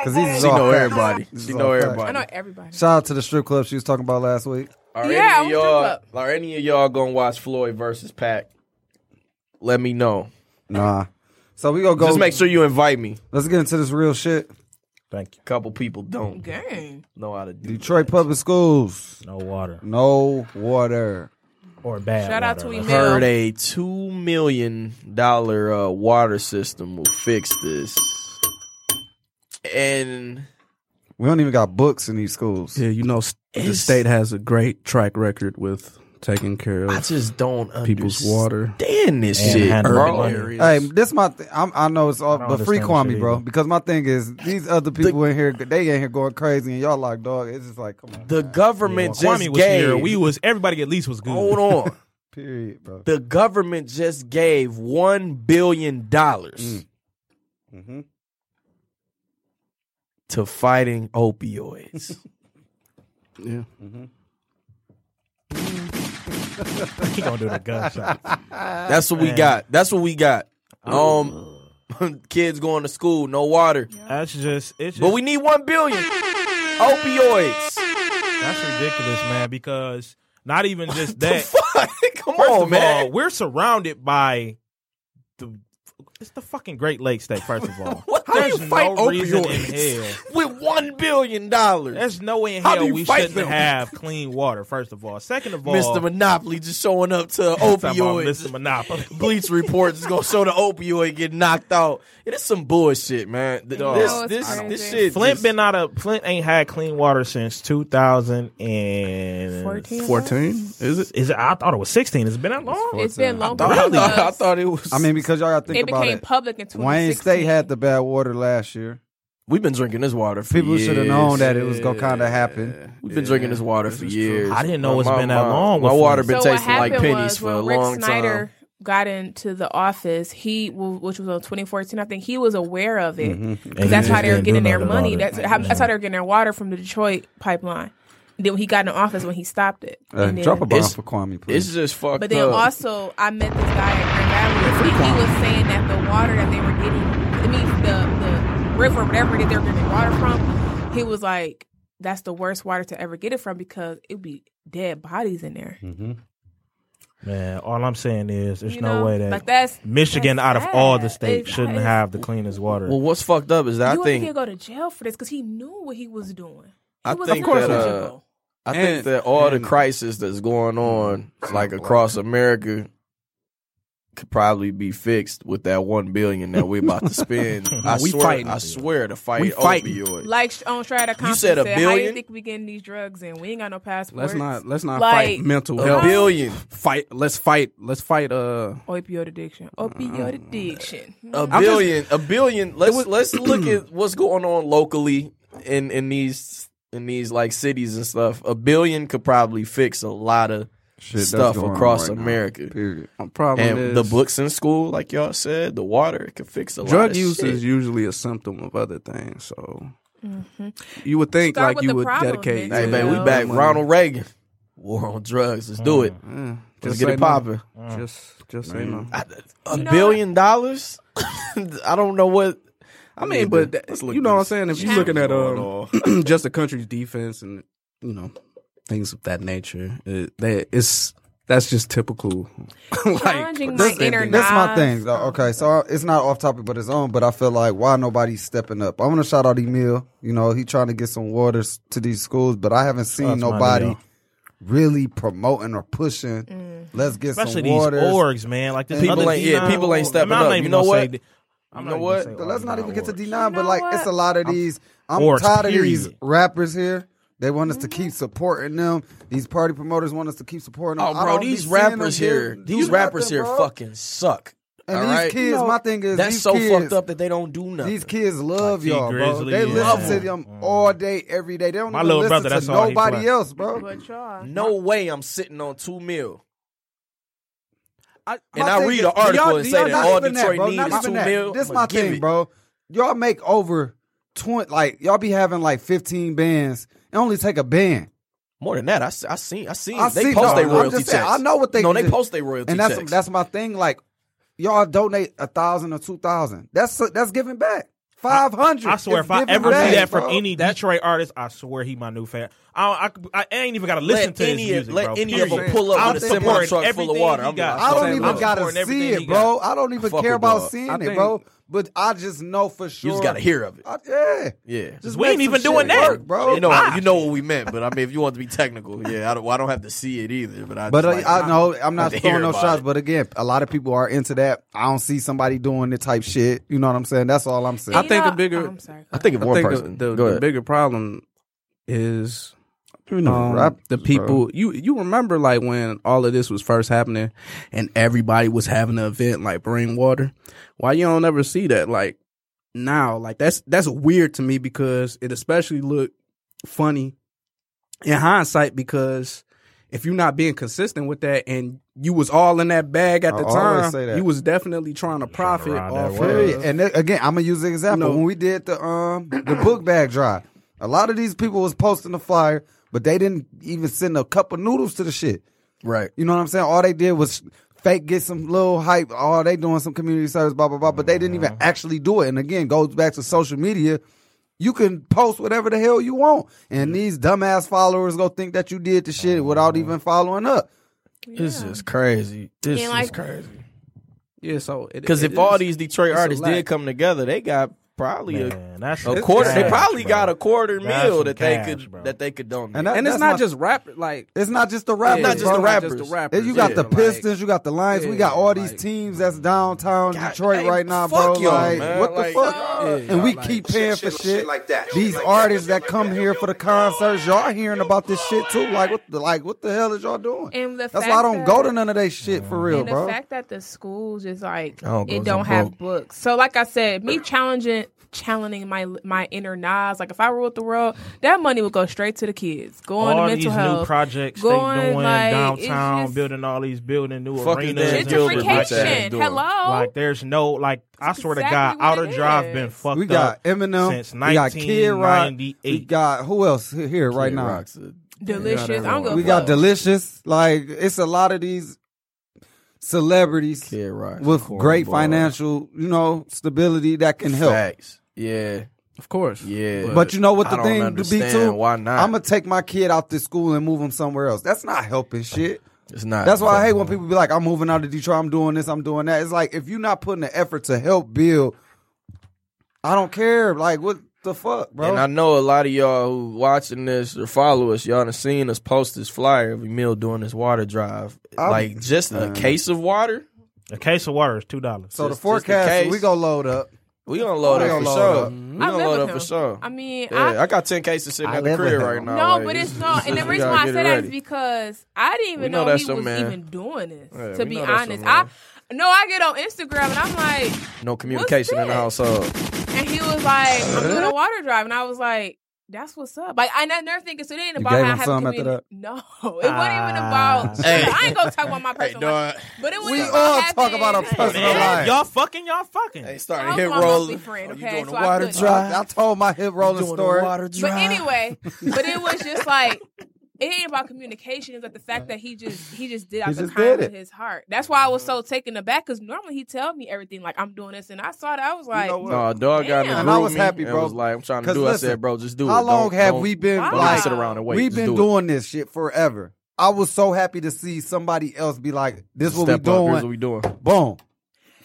[SPEAKER 4] these is
[SPEAKER 6] She
[SPEAKER 4] all
[SPEAKER 6] know
[SPEAKER 4] facts.
[SPEAKER 6] everybody.
[SPEAKER 4] This is
[SPEAKER 6] She
[SPEAKER 4] all
[SPEAKER 6] know
[SPEAKER 4] facts.
[SPEAKER 6] everybody.
[SPEAKER 7] I know everybody.
[SPEAKER 4] Shout out to the strip club she was talking about last week.
[SPEAKER 6] Are
[SPEAKER 7] Yeah,
[SPEAKER 6] any
[SPEAKER 7] I'm
[SPEAKER 6] of y'all
[SPEAKER 7] up.
[SPEAKER 6] are any of y'all gonna watch Floyd versus Pac? Let me know.
[SPEAKER 4] Nah. So we gonna go.
[SPEAKER 6] Just make sure you invite me.
[SPEAKER 4] Let's get into this real shit.
[SPEAKER 5] Thank you.
[SPEAKER 6] A couple people don't
[SPEAKER 7] Dang.
[SPEAKER 6] know how to do.
[SPEAKER 4] Detroit public schools.
[SPEAKER 5] No water
[SPEAKER 4] No water.
[SPEAKER 5] or bad.
[SPEAKER 7] Shout out
[SPEAKER 5] water,
[SPEAKER 7] to
[SPEAKER 5] let's
[SPEAKER 7] Emil.
[SPEAKER 6] Heard a two million dollar uh, water system will fix this, and
[SPEAKER 4] We don't even got books in these schools.
[SPEAKER 11] yeah, you know, s- the
[SPEAKER 6] It's-
[SPEAKER 11] state has a great track record with taking care
[SPEAKER 6] I
[SPEAKER 11] of
[SPEAKER 6] just don't
[SPEAKER 11] people's
[SPEAKER 6] understand
[SPEAKER 11] water.
[SPEAKER 6] this
[SPEAKER 5] And
[SPEAKER 6] shit,
[SPEAKER 5] handle
[SPEAKER 6] bro.
[SPEAKER 5] money.
[SPEAKER 4] Hey, this my th- I'm, I know it's all,
[SPEAKER 5] don't
[SPEAKER 4] but free
[SPEAKER 5] understand what
[SPEAKER 4] Kwame,
[SPEAKER 5] you
[SPEAKER 4] bro.
[SPEAKER 5] mean.
[SPEAKER 4] Because my thing is, these other people in here, they in here going crazy, and y'all like, dog. It's just like, come on,
[SPEAKER 6] The government
[SPEAKER 5] Kwame
[SPEAKER 6] just
[SPEAKER 5] was here.
[SPEAKER 6] gave. Oh,
[SPEAKER 5] We was everybody at least was good.
[SPEAKER 6] hold on.
[SPEAKER 4] period, bro.
[SPEAKER 6] the government just gave one billion
[SPEAKER 11] Mm.
[SPEAKER 6] dollars
[SPEAKER 11] Mm-hmm.
[SPEAKER 4] Mhm.
[SPEAKER 6] to fighting opioids.
[SPEAKER 11] Yeah.
[SPEAKER 5] He gonna do the gunshot.
[SPEAKER 6] That's what we
[SPEAKER 5] Man.
[SPEAKER 6] got. That's what we got. Um, kids going to school, no water,
[SPEAKER 5] That's just it's just,
[SPEAKER 6] but we need one billion opioids.
[SPEAKER 5] that's ridiculous, man. Because not even just
[SPEAKER 6] The
[SPEAKER 5] that.
[SPEAKER 6] fuck? Come
[SPEAKER 5] First
[SPEAKER 6] on,
[SPEAKER 5] of
[SPEAKER 6] man.
[SPEAKER 5] all, we're surrounded by the it's the fucking Great Lakes State. First of all,
[SPEAKER 6] What do
[SPEAKER 5] There's
[SPEAKER 6] you fight
[SPEAKER 5] no reason in hell.
[SPEAKER 6] opioids with one billion dollars?
[SPEAKER 5] There's no way in
[SPEAKER 6] How do
[SPEAKER 5] hell
[SPEAKER 6] you
[SPEAKER 5] we
[SPEAKER 6] fight
[SPEAKER 5] shouldn't
[SPEAKER 6] them?
[SPEAKER 5] have clean water. First of all, second of all,
[SPEAKER 6] Mr. Monopoly just showing up to
[SPEAKER 5] Talking about
[SPEAKER 6] opioids.
[SPEAKER 5] Mr. Monopoly.
[SPEAKER 6] Bleach reports is gonna show the opioid getting knocked out. It is some bullshit, man. Th-
[SPEAKER 7] No,
[SPEAKER 6] this
[SPEAKER 7] it's
[SPEAKER 6] this
[SPEAKER 7] crazy.
[SPEAKER 6] this shit.
[SPEAKER 5] Flint
[SPEAKER 6] just-
[SPEAKER 5] been out of Flint ain't had clean water since 2014.
[SPEAKER 7] 14.
[SPEAKER 11] Fourteen is it?
[SPEAKER 5] Is it? I thought it was 16. It's been that long.
[SPEAKER 7] It's been long.
[SPEAKER 6] I thought- I thought, I
[SPEAKER 7] because
[SPEAKER 6] thought it was.
[SPEAKER 4] I mean, because y'all gotta
[SPEAKER 7] It
[SPEAKER 4] think about
[SPEAKER 7] became
[SPEAKER 4] it.
[SPEAKER 7] public in 2016.
[SPEAKER 4] Wayne State had the bad water last year.
[SPEAKER 6] we've been drinking this water. For
[SPEAKER 4] People should have known
[SPEAKER 6] years.
[SPEAKER 4] that it was gonna kind of happen.
[SPEAKER 6] We've been drinking this water for years.
[SPEAKER 5] I didn't know
[SPEAKER 6] it's
[SPEAKER 5] it's been that long
[SPEAKER 6] My
[SPEAKER 5] with
[SPEAKER 6] water
[SPEAKER 5] Flint.
[SPEAKER 6] been
[SPEAKER 7] so what
[SPEAKER 6] tasting like
[SPEAKER 7] happened
[SPEAKER 6] pennies for
[SPEAKER 7] was
[SPEAKER 6] a
[SPEAKER 7] when Rick
[SPEAKER 6] long
[SPEAKER 7] Snyder
[SPEAKER 6] time.
[SPEAKER 7] got into the office, he w- which was on 2014, I think he was aware of it.
[SPEAKER 5] he
[SPEAKER 7] Because that's
[SPEAKER 5] just
[SPEAKER 7] how they were
[SPEAKER 5] didn't do
[SPEAKER 7] getting their
[SPEAKER 5] nothing
[SPEAKER 7] money.
[SPEAKER 5] about it.
[SPEAKER 7] That's how, that's how they were getting their water from the Detroit pipeline. Then when he got in the office when he stopped it.
[SPEAKER 4] Uh,
[SPEAKER 7] And then-
[SPEAKER 4] drop a bomb
[SPEAKER 6] It's-
[SPEAKER 4] for Kwame,
[SPEAKER 6] It's
[SPEAKER 4] please.
[SPEAKER 6] just fucked
[SPEAKER 7] But then
[SPEAKER 6] up.
[SPEAKER 7] also, I met this guy at Grand Valley. and He, he was saying that the water that they were getting, I mean, the the river, whatever it is they were getting water from, he was like, "That's the worst water to ever get it from because it'd be dead bodies in there."
[SPEAKER 6] Mm-hmm.
[SPEAKER 5] Man, all I'm saying is there's
[SPEAKER 7] You
[SPEAKER 5] no
[SPEAKER 7] know?
[SPEAKER 5] way that
[SPEAKER 7] like that's
[SPEAKER 5] Michigan,
[SPEAKER 7] that's
[SPEAKER 5] out of all the
[SPEAKER 7] sad.
[SPEAKER 5] states,
[SPEAKER 7] It's-
[SPEAKER 5] shouldn't
[SPEAKER 7] it's-
[SPEAKER 5] have the cleanest water.
[SPEAKER 6] well, what's fucked up is that
[SPEAKER 7] you
[SPEAKER 6] I
[SPEAKER 7] would
[SPEAKER 6] think
[SPEAKER 7] he'll go to jail for this because he knew what he was doing. He
[SPEAKER 6] I
[SPEAKER 7] was
[SPEAKER 6] think
[SPEAKER 7] not
[SPEAKER 6] that, uh,
[SPEAKER 7] knowledgeable.
[SPEAKER 6] I think
[SPEAKER 11] And-
[SPEAKER 6] that all the
[SPEAKER 11] and-
[SPEAKER 6] crisis that's going on,
[SPEAKER 5] Mm-hmm.
[SPEAKER 6] like across America, could probably be fixed with that one billion that we're about to spend. I
[SPEAKER 11] We
[SPEAKER 6] swear,
[SPEAKER 11] fighting.
[SPEAKER 6] I swear to fight
[SPEAKER 11] We fighting.
[SPEAKER 6] opioid.
[SPEAKER 7] like on Strider Compton
[SPEAKER 6] said a
[SPEAKER 7] how do you
[SPEAKER 6] billion?
[SPEAKER 7] think we getting these drugs in? We ain't got no
[SPEAKER 11] Let's
[SPEAKER 7] passports.
[SPEAKER 11] not let's not
[SPEAKER 7] Like-
[SPEAKER 11] fight mental
[SPEAKER 6] a
[SPEAKER 11] health.
[SPEAKER 6] billion.
[SPEAKER 11] Fight. Let's fight. Let's fight. Uh,
[SPEAKER 7] opioid addiction. Opioid addiction.
[SPEAKER 6] A
[SPEAKER 11] just-
[SPEAKER 6] billion, a billion. Let's let's look at what's going on locally in in these in these like cities and stuff. A billion could probably fix a lot of
[SPEAKER 4] Shit, that's
[SPEAKER 6] stuff
[SPEAKER 4] going on
[SPEAKER 6] across
[SPEAKER 4] right now.
[SPEAKER 6] America.
[SPEAKER 4] Period.
[SPEAKER 11] problem
[SPEAKER 6] and
[SPEAKER 11] is
[SPEAKER 6] the books in school, like y'all said, the water it could fix a lot
[SPEAKER 11] drug
[SPEAKER 6] of
[SPEAKER 11] use
[SPEAKER 6] shit.
[SPEAKER 11] is usually a symptom of other things. So you would think
[SPEAKER 7] Start
[SPEAKER 11] like
[SPEAKER 7] with
[SPEAKER 11] you
[SPEAKER 7] the
[SPEAKER 11] would
[SPEAKER 7] problem,
[SPEAKER 11] dedicate.
[SPEAKER 7] nigga.
[SPEAKER 6] Hey
[SPEAKER 7] Yeah.
[SPEAKER 6] man, we
[SPEAKER 7] Yeah.
[SPEAKER 6] back. Ronald Reagan. War on drugs. Let's do it.
[SPEAKER 11] Yeah.
[SPEAKER 6] Let's get
[SPEAKER 11] say
[SPEAKER 6] it
[SPEAKER 11] no.
[SPEAKER 6] popping.
[SPEAKER 11] Just just say no.
[SPEAKER 6] I- A
[SPEAKER 7] You know
[SPEAKER 6] billion dollars? I don't know what.
[SPEAKER 11] I mean, but that-
[SPEAKER 6] Let's look
[SPEAKER 11] you know what I'm
[SPEAKER 6] this
[SPEAKER 11] saying. If you're
[SPEAKER 7] shit
[SPEAKER 11] looking at
[SPEAKER 6] going
[SPEAKER 11] um, just the country's defense and you know things of that nature, it, that it's that's just typical.
[SPEAKER 7] Challenging my
[SPEAKER 4] This,
[SPEAKER 7] inner
[SPEAKER 4] this my
[SPEAKER 7] Nas.
[SPEAKER 4] thing, though. Okay, so uh, it's not off topic, but it's on. But I feel like why nobody's stepping up. I want to shout out Emil. You know, he trying to get some waters to these schools, but I haven't seen
[SPEAKER 5] That's my
[SPEAKER 4] nobody
[SPEAKER 5] deal.
[SPEAKER 4] really promoting or pushing. Let's get
[SPEAKER 5] Especially
[SPEAKER 4] some
[SPEAKER 5] these
[SPEAKER 4] waters.
[SPEAKER 5] orgs, man. Like this
[SPEAKER 6] People
[SPEAKER 5] other
[SPEAKER 6] ain't- yeah,
[SPEAKER 5] D9
[SPEAKER 6] people ain't
[SPEAKER 5] org.
[SPEAKER 6] stepping
[SPEAKER 5] I'm not
[SPEAKER 6] up.
[SPEAKER 5] even
[SPEAKER 6] You know
[SPEAKER 5] gonna
[SPEAKER 6] what?
[SPEAKER 5] say- I'm
[SPEAKER 6] You
[SPEAKER 5] not
[SPEAKER 6] know
[SPEAKER 5] even
[SPEAKER 6] what?
[SPEAKER 5] gonna say
[SPEAKER 4] But let's not even get to
[SPEAKER 5] orgs.
[SPEAKER 4] D9, but like it's a lot of these. I'm
[SPEAKER 5] Orgs,
[SPEAKER 4] tired of these
[SPEAKER 5] period.
[SPEAKER 4] rappers here. They want us to keep supporting them. These party promoters want us to keep supporting them.
[SPEAKER 6] Oh,
[SPEAKER 4] I
[SPEAKER 6] bro,
[SPEAKER 4] don't be
[SPEAKER 6] these
[SPEAKER 4] seeing them
[SPEAKER 6] rappers
[SPEAKER 4] do-
[SPEAKER 6] here,
[SPEAKER 4] do
[SPEAKER 6] these rappers
[SPEAKER 4] nothing,
[SPEAKER 6] here
[SPEAKER 4] bro.
[SPEAKER 6] fucking suck.
[SPEAKER 4] And
[SPEAKER 6] All
[SPEAKER 4] these
[SPEAKER 6] right?
[SPEAKER 4] kids, my thing is,
[SPEAKER 6] that's
[SPEAKER 4] these
[SPEAKER 6] so
[SPEAKER 4] kids-
[SPEAKER 6] fucked up that they don't do nothing.
[SPEAKER 4] These kids love
[SPEAKER 5] T.
[SPEAKER 4] y'all, bro.
[SPEAKER 5] Grizzly
[SPEAKER 4] They
[SPEAKER 5] and-
[SPEAKER 4] listen to
[SPEAKER 5] Love 'em.
[SPEAKER 4] them all day, every day. They don't
[SPEAKER 5] My
[SPEAKER 4] even
[SPEAKER 5] little
[SPEAKER 4] listen
[SPEAKER 5] brother,
[SPEAKER 4] to
[SPEAKER 5] that's all he
[SPEAKER 4] nobody
[SPEAKER 5] play.
[SPEAKER 4] else, bro.
[SPEAKER 7] But y'all.
[SPEAKER 6] no way I'm sitting on two mil.
[SPEAKER 11] I,
[SPEAKER 6] And
[SPEAKER 4] My
[SPEAKER 6] I
[SPEAKER 4] thing
[SPEAKER 6] read
[SPEAKER 4] is-
[SPEAKER 6] an article
[SPEAKER 4] y'all-
[SPEAKER 6] and
[SPEAKER 4] y'all
[SPEAKER 6] say that
[SPEAKER 4] not
[SPEAKER 6] all
[SPEAKER 4] even
[SPEAKER 6] Detroit
[SPEAKER 4] bro.
[SPEAKER 6] need
[SPEAKER 4] Not
[SPEAKER 6] is
[SPEAKER 4] even
[SPEAKER 6] two
[SPEAKER 4] that.
[SPEAKER 6] mil.
[SPEAKER 4] This
[SPEAKER 6] but
[SPEAKER 4] my
[SPEAKER 6] give
[SPEAKER 4] thing,
[SPEAKER 6] it.
[SPEAKER 4] bro. Y'all make over twenty. Like y'all be having like fifteen bands. It only take a band.
[SPEAKER 6] More than that, I, s- I seen. I seen.
[SPEAKER 4] I
[SPEAKER 6] they
[SPEAKER 4] see- no,
[SPEAKER 6] post their
[SPEAKER 4] I'm just
[SPEAKER 6] royalty
[SPEAKER 4] saying,
[SPEAKER 6] checks.
[SPEAKER 4] I know what they
[SPEAKER 6] No, they
[SPEAKER 4] do.
[SPEAKER 6] post their royalty
[SPEAKER 4] and that's
[SPEAKER 6] checks.
[SPEAKER 4] that's my thing. Like y'all donate a thousand or two thousand. That's that's giving back five hundred.
[SPEAKER 5] I swear, if I ever
[SPEAKER 4] back,
[SPEAKER 5] see that from
[SPEAKER 4] bro.
[SPEAKER 5] any Detroit artist, I swear he my new fan. I, don't- I, I ain't even gotta listen
[SPEAKER 6] let
[SPEAKER 5] to
[SPEAKER 6] any
[SPEAKER 5] his music,
[SPEAKER 6] let
[SPEAKER 5] bro.
[SPEAKER 6] any of them
[SPEAKER 5] period.
[SPEAKER 6] pull
[SPEAKER 5] I'm
[SPEAKER 6] up with a
[SPEAKER 5] supporting
[SPEAKER 6] semi truck full of
[SPEAKER 5] everything
[SPEAKER 6] water.
[SPEAKER 5] he
[SPEAKER 6] I'm
[SPEAKER 5] got.
[SPEAKER 6] like,
[SPEAKER 4] I
[SPEAKER 5] I'm
[SPEAKER 4] don't
[SPEAKER 5] saying,
[SPEAKER 4] even
[SPEAKER 5] I'm supporting
[SPEAKER 4] gotta
[SPEAKER 5] everything
[SPEAKER 4] see
[SPEAKER 5] he
[SPEAKER 4] it, bro.
[SPEAKER 5] got.
[SPEAKER 4] I don't even
[SPEAKER 6] Fuck
[SPEAKER 4] care
[SPEAKER 6] with
[SPEAKER 4] about
[SPEAKER 6] dog.
[SPEAKER 4] seeing
[SPEAKER 11] I
[SPEAKER 4] it,
[SPEAKER 11] think-
[SPEAKER 4] bro. But I just know for sure.
[SPEAKER 6] You just gotta hear of it.
[SPEAKER 4] I, yeah,
[SPEAKER 6] Yeah.
[SPEAKER 4] Just
[SPEAKER 5] We ain't
[SPEAKER 4] make some
[SPEAKER 5] even doing
[SPEAKER 4] shit
[SPEAKER 5] that.
[SPEAKER 4] work, bro. Ah.
[SPEAKER 6] You know, you know what we meant, but I mean, if you want to be technical, yeah, I don't, well, I don't have to see it either. But I,
[SPEAKER 4] But uh,
[SPEAKER 6] just, like,
[SPEAKER 4] I know I'm not
[SPEAKER 6] to hear
[SPEAKER 4] throwing no
[SPEAKER 6] about
[SPEAKER 4] shots.
[SPEAKER 6] it.
[SPEAKER 4] But again, a lot of people are into that. I don't see somebody doing the type shit. You know what I'm saying? That's all I'm saying.
[SPEAKER 11] I think
[SPEAKER 7] You
[SPEAKER 11] a
[SPEAKER 7] know-
[SPEAKER 11] bigger-
[SPEAKER 7] oh, I'm sorry.
[SPEAKER 6] I think of
[SPEAKER 11] I
[SPEAKER 6] one
[SPEAKER 11] think
[SPEAKER 6] person.
[SPEAKER 11] the,
[SPEAKER 6] Go
[SPEAKER 11] the, the
[SPEAKER 6] ahead.
[SPEAKER 11] bigger problem is
[SPEAKER 4] You know,
[SPEAKER 11] um,
[SPEAKER 4] rappers,
[SPEAKER 11] the
[SPEAKER 4] bro.
[SPEAKER 11] people you you remember like when all of this was first happening and everybody was having an event like bring water why you don't ever see that like now like that's that's weird to me because it especially looked funny in hindsight because if you're not being consistent with that and you was all in that bag at
[SPEAKER 4] I
[SPEAKER 11] the
[SPEAKER 4] always
[SPEAKER 11] time
[SPEAKER 4] say that.
[SPEAKER 11] you was definitely trying to profit
[SPEAKER 5] ride that
[SPEAKER 11] off
[SPEAKER 4] Period.
[SPEAKER 11] of
[SPEAKER 4] And then, again, I'm gonna use the example
[SPEAKER 11] No.
[SPEAKER 4] when we did the um the book bag drive. A lot of these people was posting the flyer, but they didn't even send a cup of noodles to the shit.
[SPEAKER 6] Right.
[SPEAKER 4] You know what I'm saying? All they did was fake get some little hype. Oh, they doing some community service, blah blah blah. But they didn't even actually do it. And again, goes back to social media. You can post whatever the hell you want, and these dumbass followers go think that you did the shit without even following up.
[SPEAKER 6] This is crazy. This
[SPEAKER 7] And, like-
[SPEAKER 6] crazy.
[SPEAKER 11] yeah so
[SPEAKER 6] Because if all these Detroit
[SPEAKER 11] it's a
[SPEAKER 6] artists
[SPEAKER 11] lot.
[SPEAKER 6] did come together, they got probably
[SPEAKER 5] Man, that's
[SPEAKER 6] a, a
[SPEAKER 5] some
[SPEAKER 6] quarter. they
[SPEAKER 5] cash,
[SPEAKER 6] probably
[SPEAKER 5] bro.
[SPEAKER 6] got a quarter
[SPEAKER 5] That's
[SPEAKER 6] meal
[SPEAKER 5] some
[SPEAKER 6] that
[SPEAKER 5] cash,
[SPEAKER 6] they could
[SPEAKER 5] bro.
[SPEAKER 6] that they could donate.
[SPEAKER 4] that-
[SPEAKER 11] and it's
[SPEAKER 4] that's
[SPEAKER 11] not
[SPEAKER 4] my-
[SPEAKER 11] just rap like
[SPEAKER 4] It's not just the rappers,
[SPEAKER 11] Yeah,
[SPEAKER 6] not
[SPEAKER 11] it's
[SPEAKER 6] just
[SPEAKER 4] bro.
[SPEAKER 6] the
[SPEAKER 11] not
[SPEAKER 6] rappers.
[SPEAKER 11] just the
[SPEAKER 4] And
[SPEAKER 11] rappers.
[SPEAKER 4] you got
[SPEAKER 6] Yeah,
[SPEAKER 4] the
[SPEAKER 11] like-
[SPEAKER 4] Pistons, you got the Lions, we got
[SPEAKER 11] Yeah,
[SPEAKER 4] all these
[SPEAKER 11] like-
[SPEAKER 4] teams that's downtown
[SPEAKER 6] God,
[SPEAKER 4] Detroit
[SPEAKER 6] hey,
[SPEAKER 4] right now,
[SPEAKER 6] fuck
[SPEAKER 4] bro.
[SPEAKER 6] y'all,
[SPEAKER 4] like,
[SPEAKER 6] man.
[SPEAKER 4] what the
[SPEAKER 6] Like,
[SPEAKER 4] fuck?
[SPEAKER 11] yeah,
[SPEAKER 4] and we
[SPEAKER 11] like-
[SPEAKER 4] keep paying for shit. like that. These artists that come here for the concerts, y'all hearing about this shit too. Like, what? The, like, what the hell is y'all doing?
[SPEAKER 7] And the
[SPEAKER 4] that's
[SPEAKER 7] fact
[SPEAKER 4] why I don't
[SPEAKER 7] that-
[SPEAKER 4] go to none of that shit for real,
[SPEAKER 7] and
[SPEAKER 4] bro.
[SPEAKER 7] the fact that the schools is like
[SPEAKER 6] don't go
[SPEAKER 7] it
[SPEAKER 6] to
[SPEAKER 7] don't have
[SPEAKER 6] book.
[SPEAKER 7] books. So like I said, me challenging challenging my my inner Nas, like if I ruled the world, that money would go straight to the kids. Go on
[SPEAKER 5] all
[SPEAKER 7] to
[SPEAKER 5] these
[SPEAKER 7] mental
[SPEAKER 5] new
[SPEAKER 7] health.
[SPEAKER 5] projects
[SPEAKER 7] Going,
[SPEAKER 5] they doing
[SPEAKER 7] like, it's
[SPEAKER 5] downtown,
[SPEAKER 7] just-
[SPEAKER 5] building all these building new
[SPEAKER 6] Fucking
[SPEAKER 5] arenas. and
[SPEAKER 6] Dan Gilbert
[SPEAKER 5] shit like that.
[SPEAKER 6] that.
[SPEAKER 7] gentrification. Hello.
[SPEAKER 5] Like there's no like I swear to God,
[SPEAKER 7] exactly what
[SPEAKER 5] Outer
[SPEAKER 7] it
[SPEAKER 5] Drive
[SPEAKER 7] is.
[SPEAKER 5] been fucked
[SPEAKER 4] we got
[SPEAKER 5] up
[SPEAKER 4] Eminem,
[SPEAKER 5] since
[SPEAKER 4] we got Kid Rock, we
[SPEAKER 5] 1998.
[SPEAKER 4] got who else here right
[SPEAKER 6] Kid
[SPEAKER 4] now?
[SPEAKER 6] Rock's a-
[SPEAKER 7] delicious.
[SPEAKER 6] Yeah,
[SPEAKER 7] I don't give a
[SPEAKER 4] We got
[SPEAKER 7] fuck.
[SPEAKER 4] delicious. Like it's a lot of these celebrities
[SPEAKER 6] Kid Rock's a
[SPEAKER 4] with
[SPEAKER 6] cornball.
[SPEAKER 4] great financial, you know, stability that can help.
[SPEAKER 6] Facts. Yeah.
[SPEAKER 11] of course
[SPEAKER 6] Yeah.
[SPEAKER 4] But you know what the
[SPEAKER 6] I don't
[SPEAKER 4] thing to be
[SPEAKER 6] understand
[SPEAKER 4] too?
[SPEAKER 6] Why not?
[SPEAKER 4] I'm gonna take my kid out this school and move him somewhere else. That's not helping shit.
[SPEAKER 6] it's not.
[SPEAKER 4] That's why I hate when people be like, "I'm moving out of Detroit. I'm doing this. I'm doing that." It's like if you're not putting the effort to help build, I don't care. Like what the fuck, bro?
[SPEAKER 6] And I know a lot of y'all who watching this or follow us, y'all done seen us post this flyer every meal during this water drive.
[SPEAKER 4] I'm-
[SPEAKER 6] like just a
[SPEAKER 4] Man.
[SPEAKER 6] case of water,
[SPEAKER 5] A case of water is two dollars.
[SPEAKER 4] so the
[SPEAKER 6] just- just in
[SPEAKER 4] forecast,
[SPEAKER 6] case.
[SPEAKER 4] we gonna load up.
[SPEAKER 6] we gonna load
[SPEAKER 4] We
[SPEAKER 6] up
[SPEAKER 4] gonna
[SPEAKER 6] for
[SPEAKER 4] load
[SPEAKER 6] sure.
[SPEAKER 4] up.
[SPEAKER 6] We
[SPEAKER 7] I
[SPEAKER 6] gonna
[SPEAKER 7] live
[SPEAKER 6] load
[SPEAKER 7] with
[SPEAKER 6] up for
[SPEAKER 7] him.
[SPEAKER 6] sure.
[SPEAKER 7] I mean, I,
[SPEAKER 6] yeah, I, got ten cases sitting
[SPEAKER 4] I
[SPEAKER 6] at the
[SPEAKER 4] live with
[SPEAKER 6] crib
[SPEAKER 4] him.
[SPEAKER 6] right now.
[SPEAKER 7] No,
[SPEAKER 6] like,
[SPEAKER 7] but it's
[SPEAKER 6] this-
[SPEAKER 7] not.
[SPEAKER 6] this
[SPEAKER 7] And the
[SPEAKER 6] is-
[SPEAKER 7] reason
[SPEAKER 6] we
[SPEAKER 7] why I
[SPEAKER 6] gotta
[SPEAKER 7] said
[SPEAKER 6] get it
[SPEAKER 7] that is
[SPEAKER 6] ready.
[SPEAKER 7] because I didn't
[SPEAKER 6] We
[SPEAKER 7] even
[SPEAKER 6] know
[SPEAKER 7] know,
[SPEAKER 6] that's
[SPEAKER 7] he
[SPEAKER 6] your
[SPEAKER 7] was
[SPEAKER 6] man.
[SPEAKER 7] even doing this.
[SPEAKER 6] Yeah,
[SPEAKER 7] to
[SPEAKER 6] we
[SPEAKER 7] be
[SPEAKER 6] know that's your
[SPEAKER 7] honest, I
[SPEAKER 6] man.
[SPEAKER 7] no, I get on Instagram and I'm like,
[SPEAKER 6] no communication in the
[SPEAKER 7] What's
[SPEAKER 6] household.
[SPEAKER 7] and he was like, I'm doing a water drive, and I was like. That's what's up. Like I never thinking. So it ain't
[SPEAKER 4] You
[SPEAKER 7] about
[SPEAKER 4] gave
[SPEAKER 7] how I
[SPEAKER 4] him
[SPEAKER 7] have
[SPEAKER 4] some after
[SPEAKER 7] community.
[SPEAKER 4] that? Ah.
[SPEAKER 7] No, it wasn't even about.
[SPEAKER 6] Hey.
[SPEAKER 7] I ain't gonna talk about my personal life, but it was.
[SPEAKER 4] We
[SPEAKER 7] about
[SPEAKER 4] all talk
[SPEAKER 7] having-
[SPEAKER 4] about our personal
[SPEAKER 5] Man,
[SPEAKER 4] life.
[SPEAKER 5] y'all fucking, y'all fucking.
[SPEAKER 6] Hey,
[SPEAKER 7] I
[SPEAKER 6] starting
[SPEAKER 7] was
[SPEAKER 6] hit
[SPEAKER 7] my monthly
[SPEAKER 6] rolling.
[SPEAKER 7] friend,
[SPEAKER 6] Oh, you
[SPEAKER 7] okay,
[SPEAKER 6] doing
[SPEAKER 7] so
[SPEAKER 6] the
[SPEAKER 7] I
[SPEAKER 6] water
[SPEAKER 7] couldn't.
[SPEAKER 6] drive?
[SPEAKER 4] I told my hip rolling
[SPEAKER 6] Doing the
[SPEAKER 4] story.
[SPEAKER 6] water
[SPEAKER 7] But
[SPEAKER 6] drive.
[SPEAKER 7] anyway, but it was just like it ain't about communication. It's like the fact that he just he just did out the
[SPEAKER 4] just did
[SPEAKER 7] kindness of
[SPEAKER 4] it. Mm-hmm.
[SPEAKER 7] his heart. That's why I was so taken aback because normally he tell me everything like I'm doing this, and I saw that I was like,
[SPEAKER 4] know what?
[SPEAKER 6] No, a dog got in the
[SPEAKER 7] Damn.
[SPEAKER 4] And I
[SPEAKER 6] room
[SPEAKER 4] was
[SPEAKER 6] me
[SPEAKER 4] happy,
[SPEAKER 6] and
[SPEAKER 4] bro.
[SPEAKER 6] was like, I'm trying to
[SPEAKER 4] 'Cause
[SPEAKER 6] do. it. I
[SPEAKER 4] listen,
[SPEAKER 6] said, bro, just do it.
[SPEAKER 4] How long
[SPEAKER 6] Don't-
[SPEAKER 4] have
[SPEAKER 6] don't-
[SPEAKER 4] we been
[SPEAKER 7] don't
[SPEAKER 6] Don't
[SPEAKER 4] like
[SPEAKER 6] sit around and Oh, wait.
[SPEAKER 4] We've
[SPEAKER 6] Just
[SPEAKER 4] been
[SPEAKER 6] do it.
[SPEAKER 4] doing this shit forever. I was so happy to see somebody else be like, "This what
[SPEAKER 6] Step
[SPEAKER 4] we
[SPEAKER 6] up. Here's
[SPEAKER 4] doing."
[SPEAKER 6] what we doing.
[SPEAKER 4] Boom.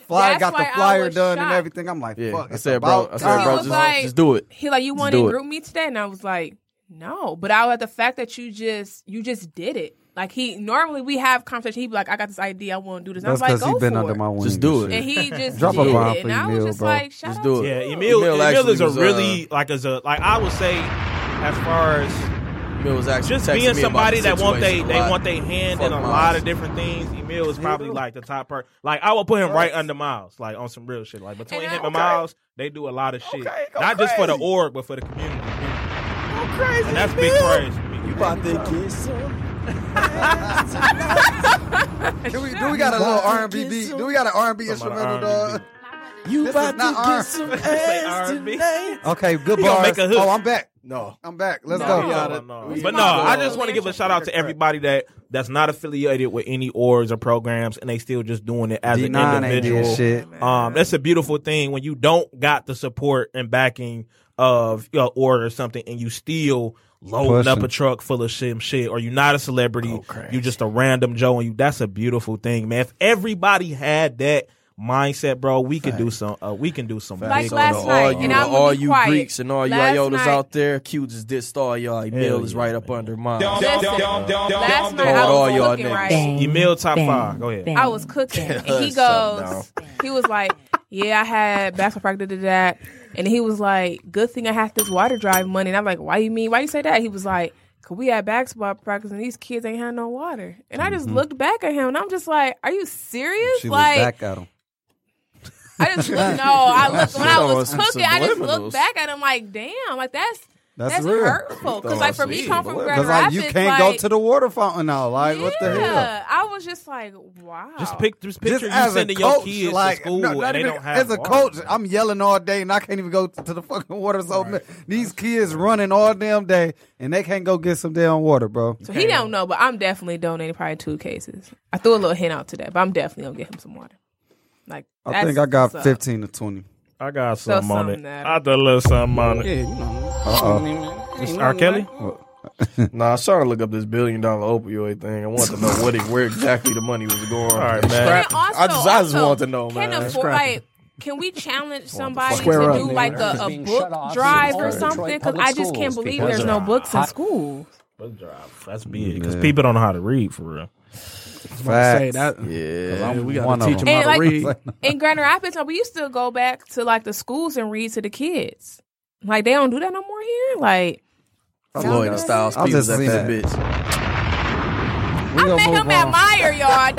[SPEAKER 4] Flyer got
[SPEAKER 7] That's
[SPEAKER 4] the
[SPEAKER 7] why I
[SPEAKER 4] flyer
[SPEAKER 7] was
[SPEAKER 4] done and
[SPEAKER 7] shocked.
[SPEAKER 4] everything. I'm like,
[SPEAKER 6] Yeah,
[SPEAKER 4] fuck.
[SPEAKER 6] I
[SPEAKER 4] it's
[SPEAKER 6] said, bro.
[SPEAKER 4] about
[SPEAKER 6] I said,
[SPEAKER 4] time.
[SPEAKER 6] bro,
[SPEAKER 7] He was
[SPEAKER 6] just,
[SPEAKER 7] like-
[SPEAKER 6] just do it.
[SPEAKER 7] he like you want
[SPEAKER 6] do
[SPEAKER 7] to
[SPEAKER 6] it.
[SPEAKER 7] group me today, and I was like, no. But I like the fact that you just you just did it. Like he normally we have conversation. He'd be like, I got this idea, I want to do this. And I'm like,
[SPEAKER 4] he
[SPEAKER 7] go
[SPEAKER 4] been
[SPEAKER 7] for
[SPEAKER 4] under
[SPEAKER 7] it.
[SPEAKER 4] my wing.
[SPEAKER 6] Just do
[SPEAKER 4] and
[SPEAKER 6] it.
[SPEAKER 4] shit.
[SPEAKER 7] and he just
[SPEAKER 4] Drop a
[SPEAKER 7] did
[SPEAKER 4] bomb
[SPEAKER 7] it,
[SPEAKER 4] for
[SPEAKER 7] and I was
[SPEAKER 4] Emil,
[SPEAKER 7] just
[SPEAKER 4] bro.
[SPEAKER 7] like, shut
[SPEAKER 6] Just
[SPEAKER 7] up.
[SPEAKER 6] do it.
[SPEAKER 5] Yeah, Emil, Emil,
[SPEAKER 6] actually
[SPEAKER 5] is a
[SPEAKER 6] was, uh,
[SPEAKER 5] really like as a like I would say as far as
[SPEAKER 6] Emil was actually
[SPEAKER 5] just
[SPEAKER 6] texting me
[SPEAKER 5] being
[SPEAKER 6] about
[SPEAKER 5] somebody
[SPEAKER 6] the
[SPEAKER 5] that want they
[SPEAKER 6] situation a
[SPEAKER 5] they
[SPEAKER 6] lot.
[SPEAKER 5] want their hand
[SPEAKER 6] Fuck
[SPEAKER 5] in a
[SPEAKER 6] Miles.
[SPEAKER 5] lot of different things. Emil is probably like the top part. Like I would put him right under Miles, like on some real shit. Like between him and Miles, they do a lot of shit. Not just for the org, but for the community.
[SPEAKER 12] crazy.
[SPEAKER 5] And that's big praise for me.
[SPEAKER 12] You about to get some?
[SPEAKER 4] Do we, do we got a little R and B beat? Do we got an R and B
[SPEAKER 5] Somebody
[SPEAKER 4] instrumental,
[SPEAKER 5] R&B
[SPEAKER 4] dog?
[SPEAKER 12] You
[SPEAKER 4] This is
[SPEAKER 12] about
[SPEAKER 4] not
[SPEAKER 12] to
[SPEAKER 4] R.
[SPEAKER 12] get some
[SPEAKER 5] Say
[SPEAKER 12] ass
[SPEAKER 5] R&B.
[SPEAKER 12] tonight?
[SPEAKER 4] Okay, good
[SPEAKER 5] He gonna
[SPEAKER 4] bars.
[SPEAKER 5] make a hook.
[SPEAKER 4] Oh, I'm back.
[SPEAKER 6] No.
[SPEAKER 4] I'm back. Let's
[SPEAKER 7] No.
[SPEAKER 4] go.
[SPEAKER 7] We
[SPEAKER 5] No,
[SPEAKER 7] gotta-
[SPEAKER 5] no.
[SPEAKER 6] we
[SPEAKER 5] But no,
[SPEAKER 6] gotta go.
[SPEAKER 5] I just want to give a shout out to everybody that that's not affiliated with any orgs or programs, and they still just doing it as an
[SPEAKER 4] D9 ain't did
[SPEAKER 5] individual.
[SPEAKER 4] shit.
[SPEAKER 5] Um, that's a beautiful thing when you don't got the support and backing of your org or something, and you still loading
[SPEAKER 4] Pushing.
[SPEAKER 5] up a truck full of shit, shit, or you're not a celebrity, you just a random Joe, and you that's a beautiful thing, man. If everybody had that mindset, bro, we could do some. Uh, we can do some.
[SPEAKER 7] Like
[SPEAKER 5] big
[SPEAKER 7] last
[SPEAKER 5] old-
[SPEAKER 7] night,
[SPEAKER 6] all
[SPEAKER 7] and
[SPEAKER 6] you,
[SPEAKER 7] I'm
[SPEAKER 6] to
[SPEAKER 7] gonna
[SPEAKER 6] all
[SPEAKER 7] be
[SPEAKER 6] you
[SPEAKER 7] quiet.
[SPEAKER 6] Greeks and all you
[SPEAKER 7] Last
[SPEAKER 6] Iotas
[SPEAKER 7] night-
[SPEAKER 6] out there, Q just dissed all y'all. Emil is right up under mine.
[SPEAKER 7] Last night
[SPEAKER 6] All
[SPEAKER 7] I was
[SPEAKER 6] y'all
[SPEAKER 7] looking
[SPEAKER 6] niggas.
[SPEAKER 7] right.
[SPEAKER 5] Email top five. Go ahead.
[SPEAKER 4] Mm.
[SPEAKER 7] I was cooking, and he
[SPEAKER 6] What's up,
[SPEAKER 7] goes, he was like, "Yeah, I had basketball practice did that," and he was like, "Good thing I have this water drive money." And I'm like, "Why you mean? Why you say that?" He was like, "Cause we had basketball practice, and these kids ain't had no water." And I just looked back at him, and I'm just like, "Are you serious?"
[SPEAKER 4] Mm-hmm. She was
[SPEAKER 7] like,
[SPEAKER 4] back at him.
[SPEAKER 7] I just looked, no, I looked when I was
[SPEAKER 6] Throwing some
[SPEAKER 7] cooking, I just
[SPEAKER 6] subliminals.
[SPEAKER 7] looked back at him like, "Damn, like that's."
[SPEAKER 4] That's
[SPEAKER 7] That's,
[SPEAKER 4] real.
[SPEAKER 7] hurtful because, like, for me,
[SPEAKER 6] Throwing
[SPEAKER 7] come from
[SPEAKER 6] subliminals.
[SPEAKER 7] Grand
[SPEAKER 4] Because like
[SPEAKER 7] Rapids,
[SPEAKER 4] you can't
[SPEAKER 7] like,
[SPEAKER 4] go to the water fountain now. Like what the hell?
[SPEAKER 7] yeah, I was just like, wow.
[SPEAKER 5] Just pick, just
[SPEAKER 4] Just
[SPEAKER 5] picture you
[SPEAKER 4] as a
[SPEAKER 5] sending your
[SPEAKER 4] coach,
[SPEAKER 5] kids
[SPEAKER 4] like
[SPEAKER 5] to school
[SPEAKER 4] no, not
[SPEAKER 5] and they
[SPEAKER 4] even-
[SPEAKER 5] don't have
[SPEAKER 4] as a
[SPEAKER 5] water.
[SPEAKER 4] coach, I'm yelling all day and I can't even go to the fucking water. So these kids running all damn day and they can't go get some damn water, bro.
[SPEAKER 7] So he don't know, but I'm definitely donating probably two cases. I threw a little hint out to that, but I'm definitely gonna get him some water. Like
[SPEAKER 4] I
[SPEAKER 7] that's
[SPEAKER 4] think I got
[SPEAKER 7] what's up.
[SPEAKER 4] 15 to 20.
[SPEAKER 5] I got
[SPEAKER 7] So
[SPEAKER 5] something on
[SPEAKER 7] something
[SPEAKER 5] it.
[SPEAKER 7] that-
[SPEAKER 5] I got a little something on it.
[SPEAKER 11] Yeah, you know.
[SPEAKER 4] Uh-uh.
[SPEAKER 5] It's R. Kelly.
[SPEAKER 6] Nah, I started to look up this billion dollar opioid thing. I want to know what it, where exactly the money was going. All
[SPEAKER 5] right, man.
[SPEAKER 7] And also,
[SPEAKER 6] I just, I just
[SPEAKER 7] also,
[SPEAKER 6] want to know,
[SPEAKER 7] Can,
[SPEAKER 6] man.
[SPEAKER 7] afford, like, can we challenge somebody to
[SPEAKER 11] Square up,
[SPEAKER 7] do
[SPEAKER 11] nigga.
[SPEAKER 7] like a, a book drive or something? Because I just can't believe there's no books in school.
[SPEAKER 5] That's big because people don't know how to read for real.
[SPEAKER 11] Say that.
[SPEAKER 6] Yeah.
[SPEAKER 11] We
[SPEAKER 4] One
[SPEAKER 11] gotta
[SPEAKER 4] of
[SPEAKER 11] teach
[SPEAKER 4] them.
[SPEAKER 11] them
[SPEAKER 7] And
[SPEAKER 11] how to read.
[SPEAKER 7] like in Grand Rapids, like, we used to go back to like the schools and read to the kids. Like they don't do that no more here. Like
[SPEAKER 6] Floyd and Styles
[SPEAKER 4] I'll
[SPEAKER 6] P was
[SPEAKER 4] just
[SPEAKER 6] at
[SPEAKER 4] leave
[SPEAKER 6] that
[SPEAKER 4] it.
[SPEAKER 6] bitch.
[SPEAKER 4] We
[SPEAKER 7] I
[SPEAKER 4] gonna
[SPEAKER 7] met
[SPEAKER 4] move
[SPEAKER 7] him
[SPEAKER 4] on.
[SPEAKER 7] at Meyer, y'all.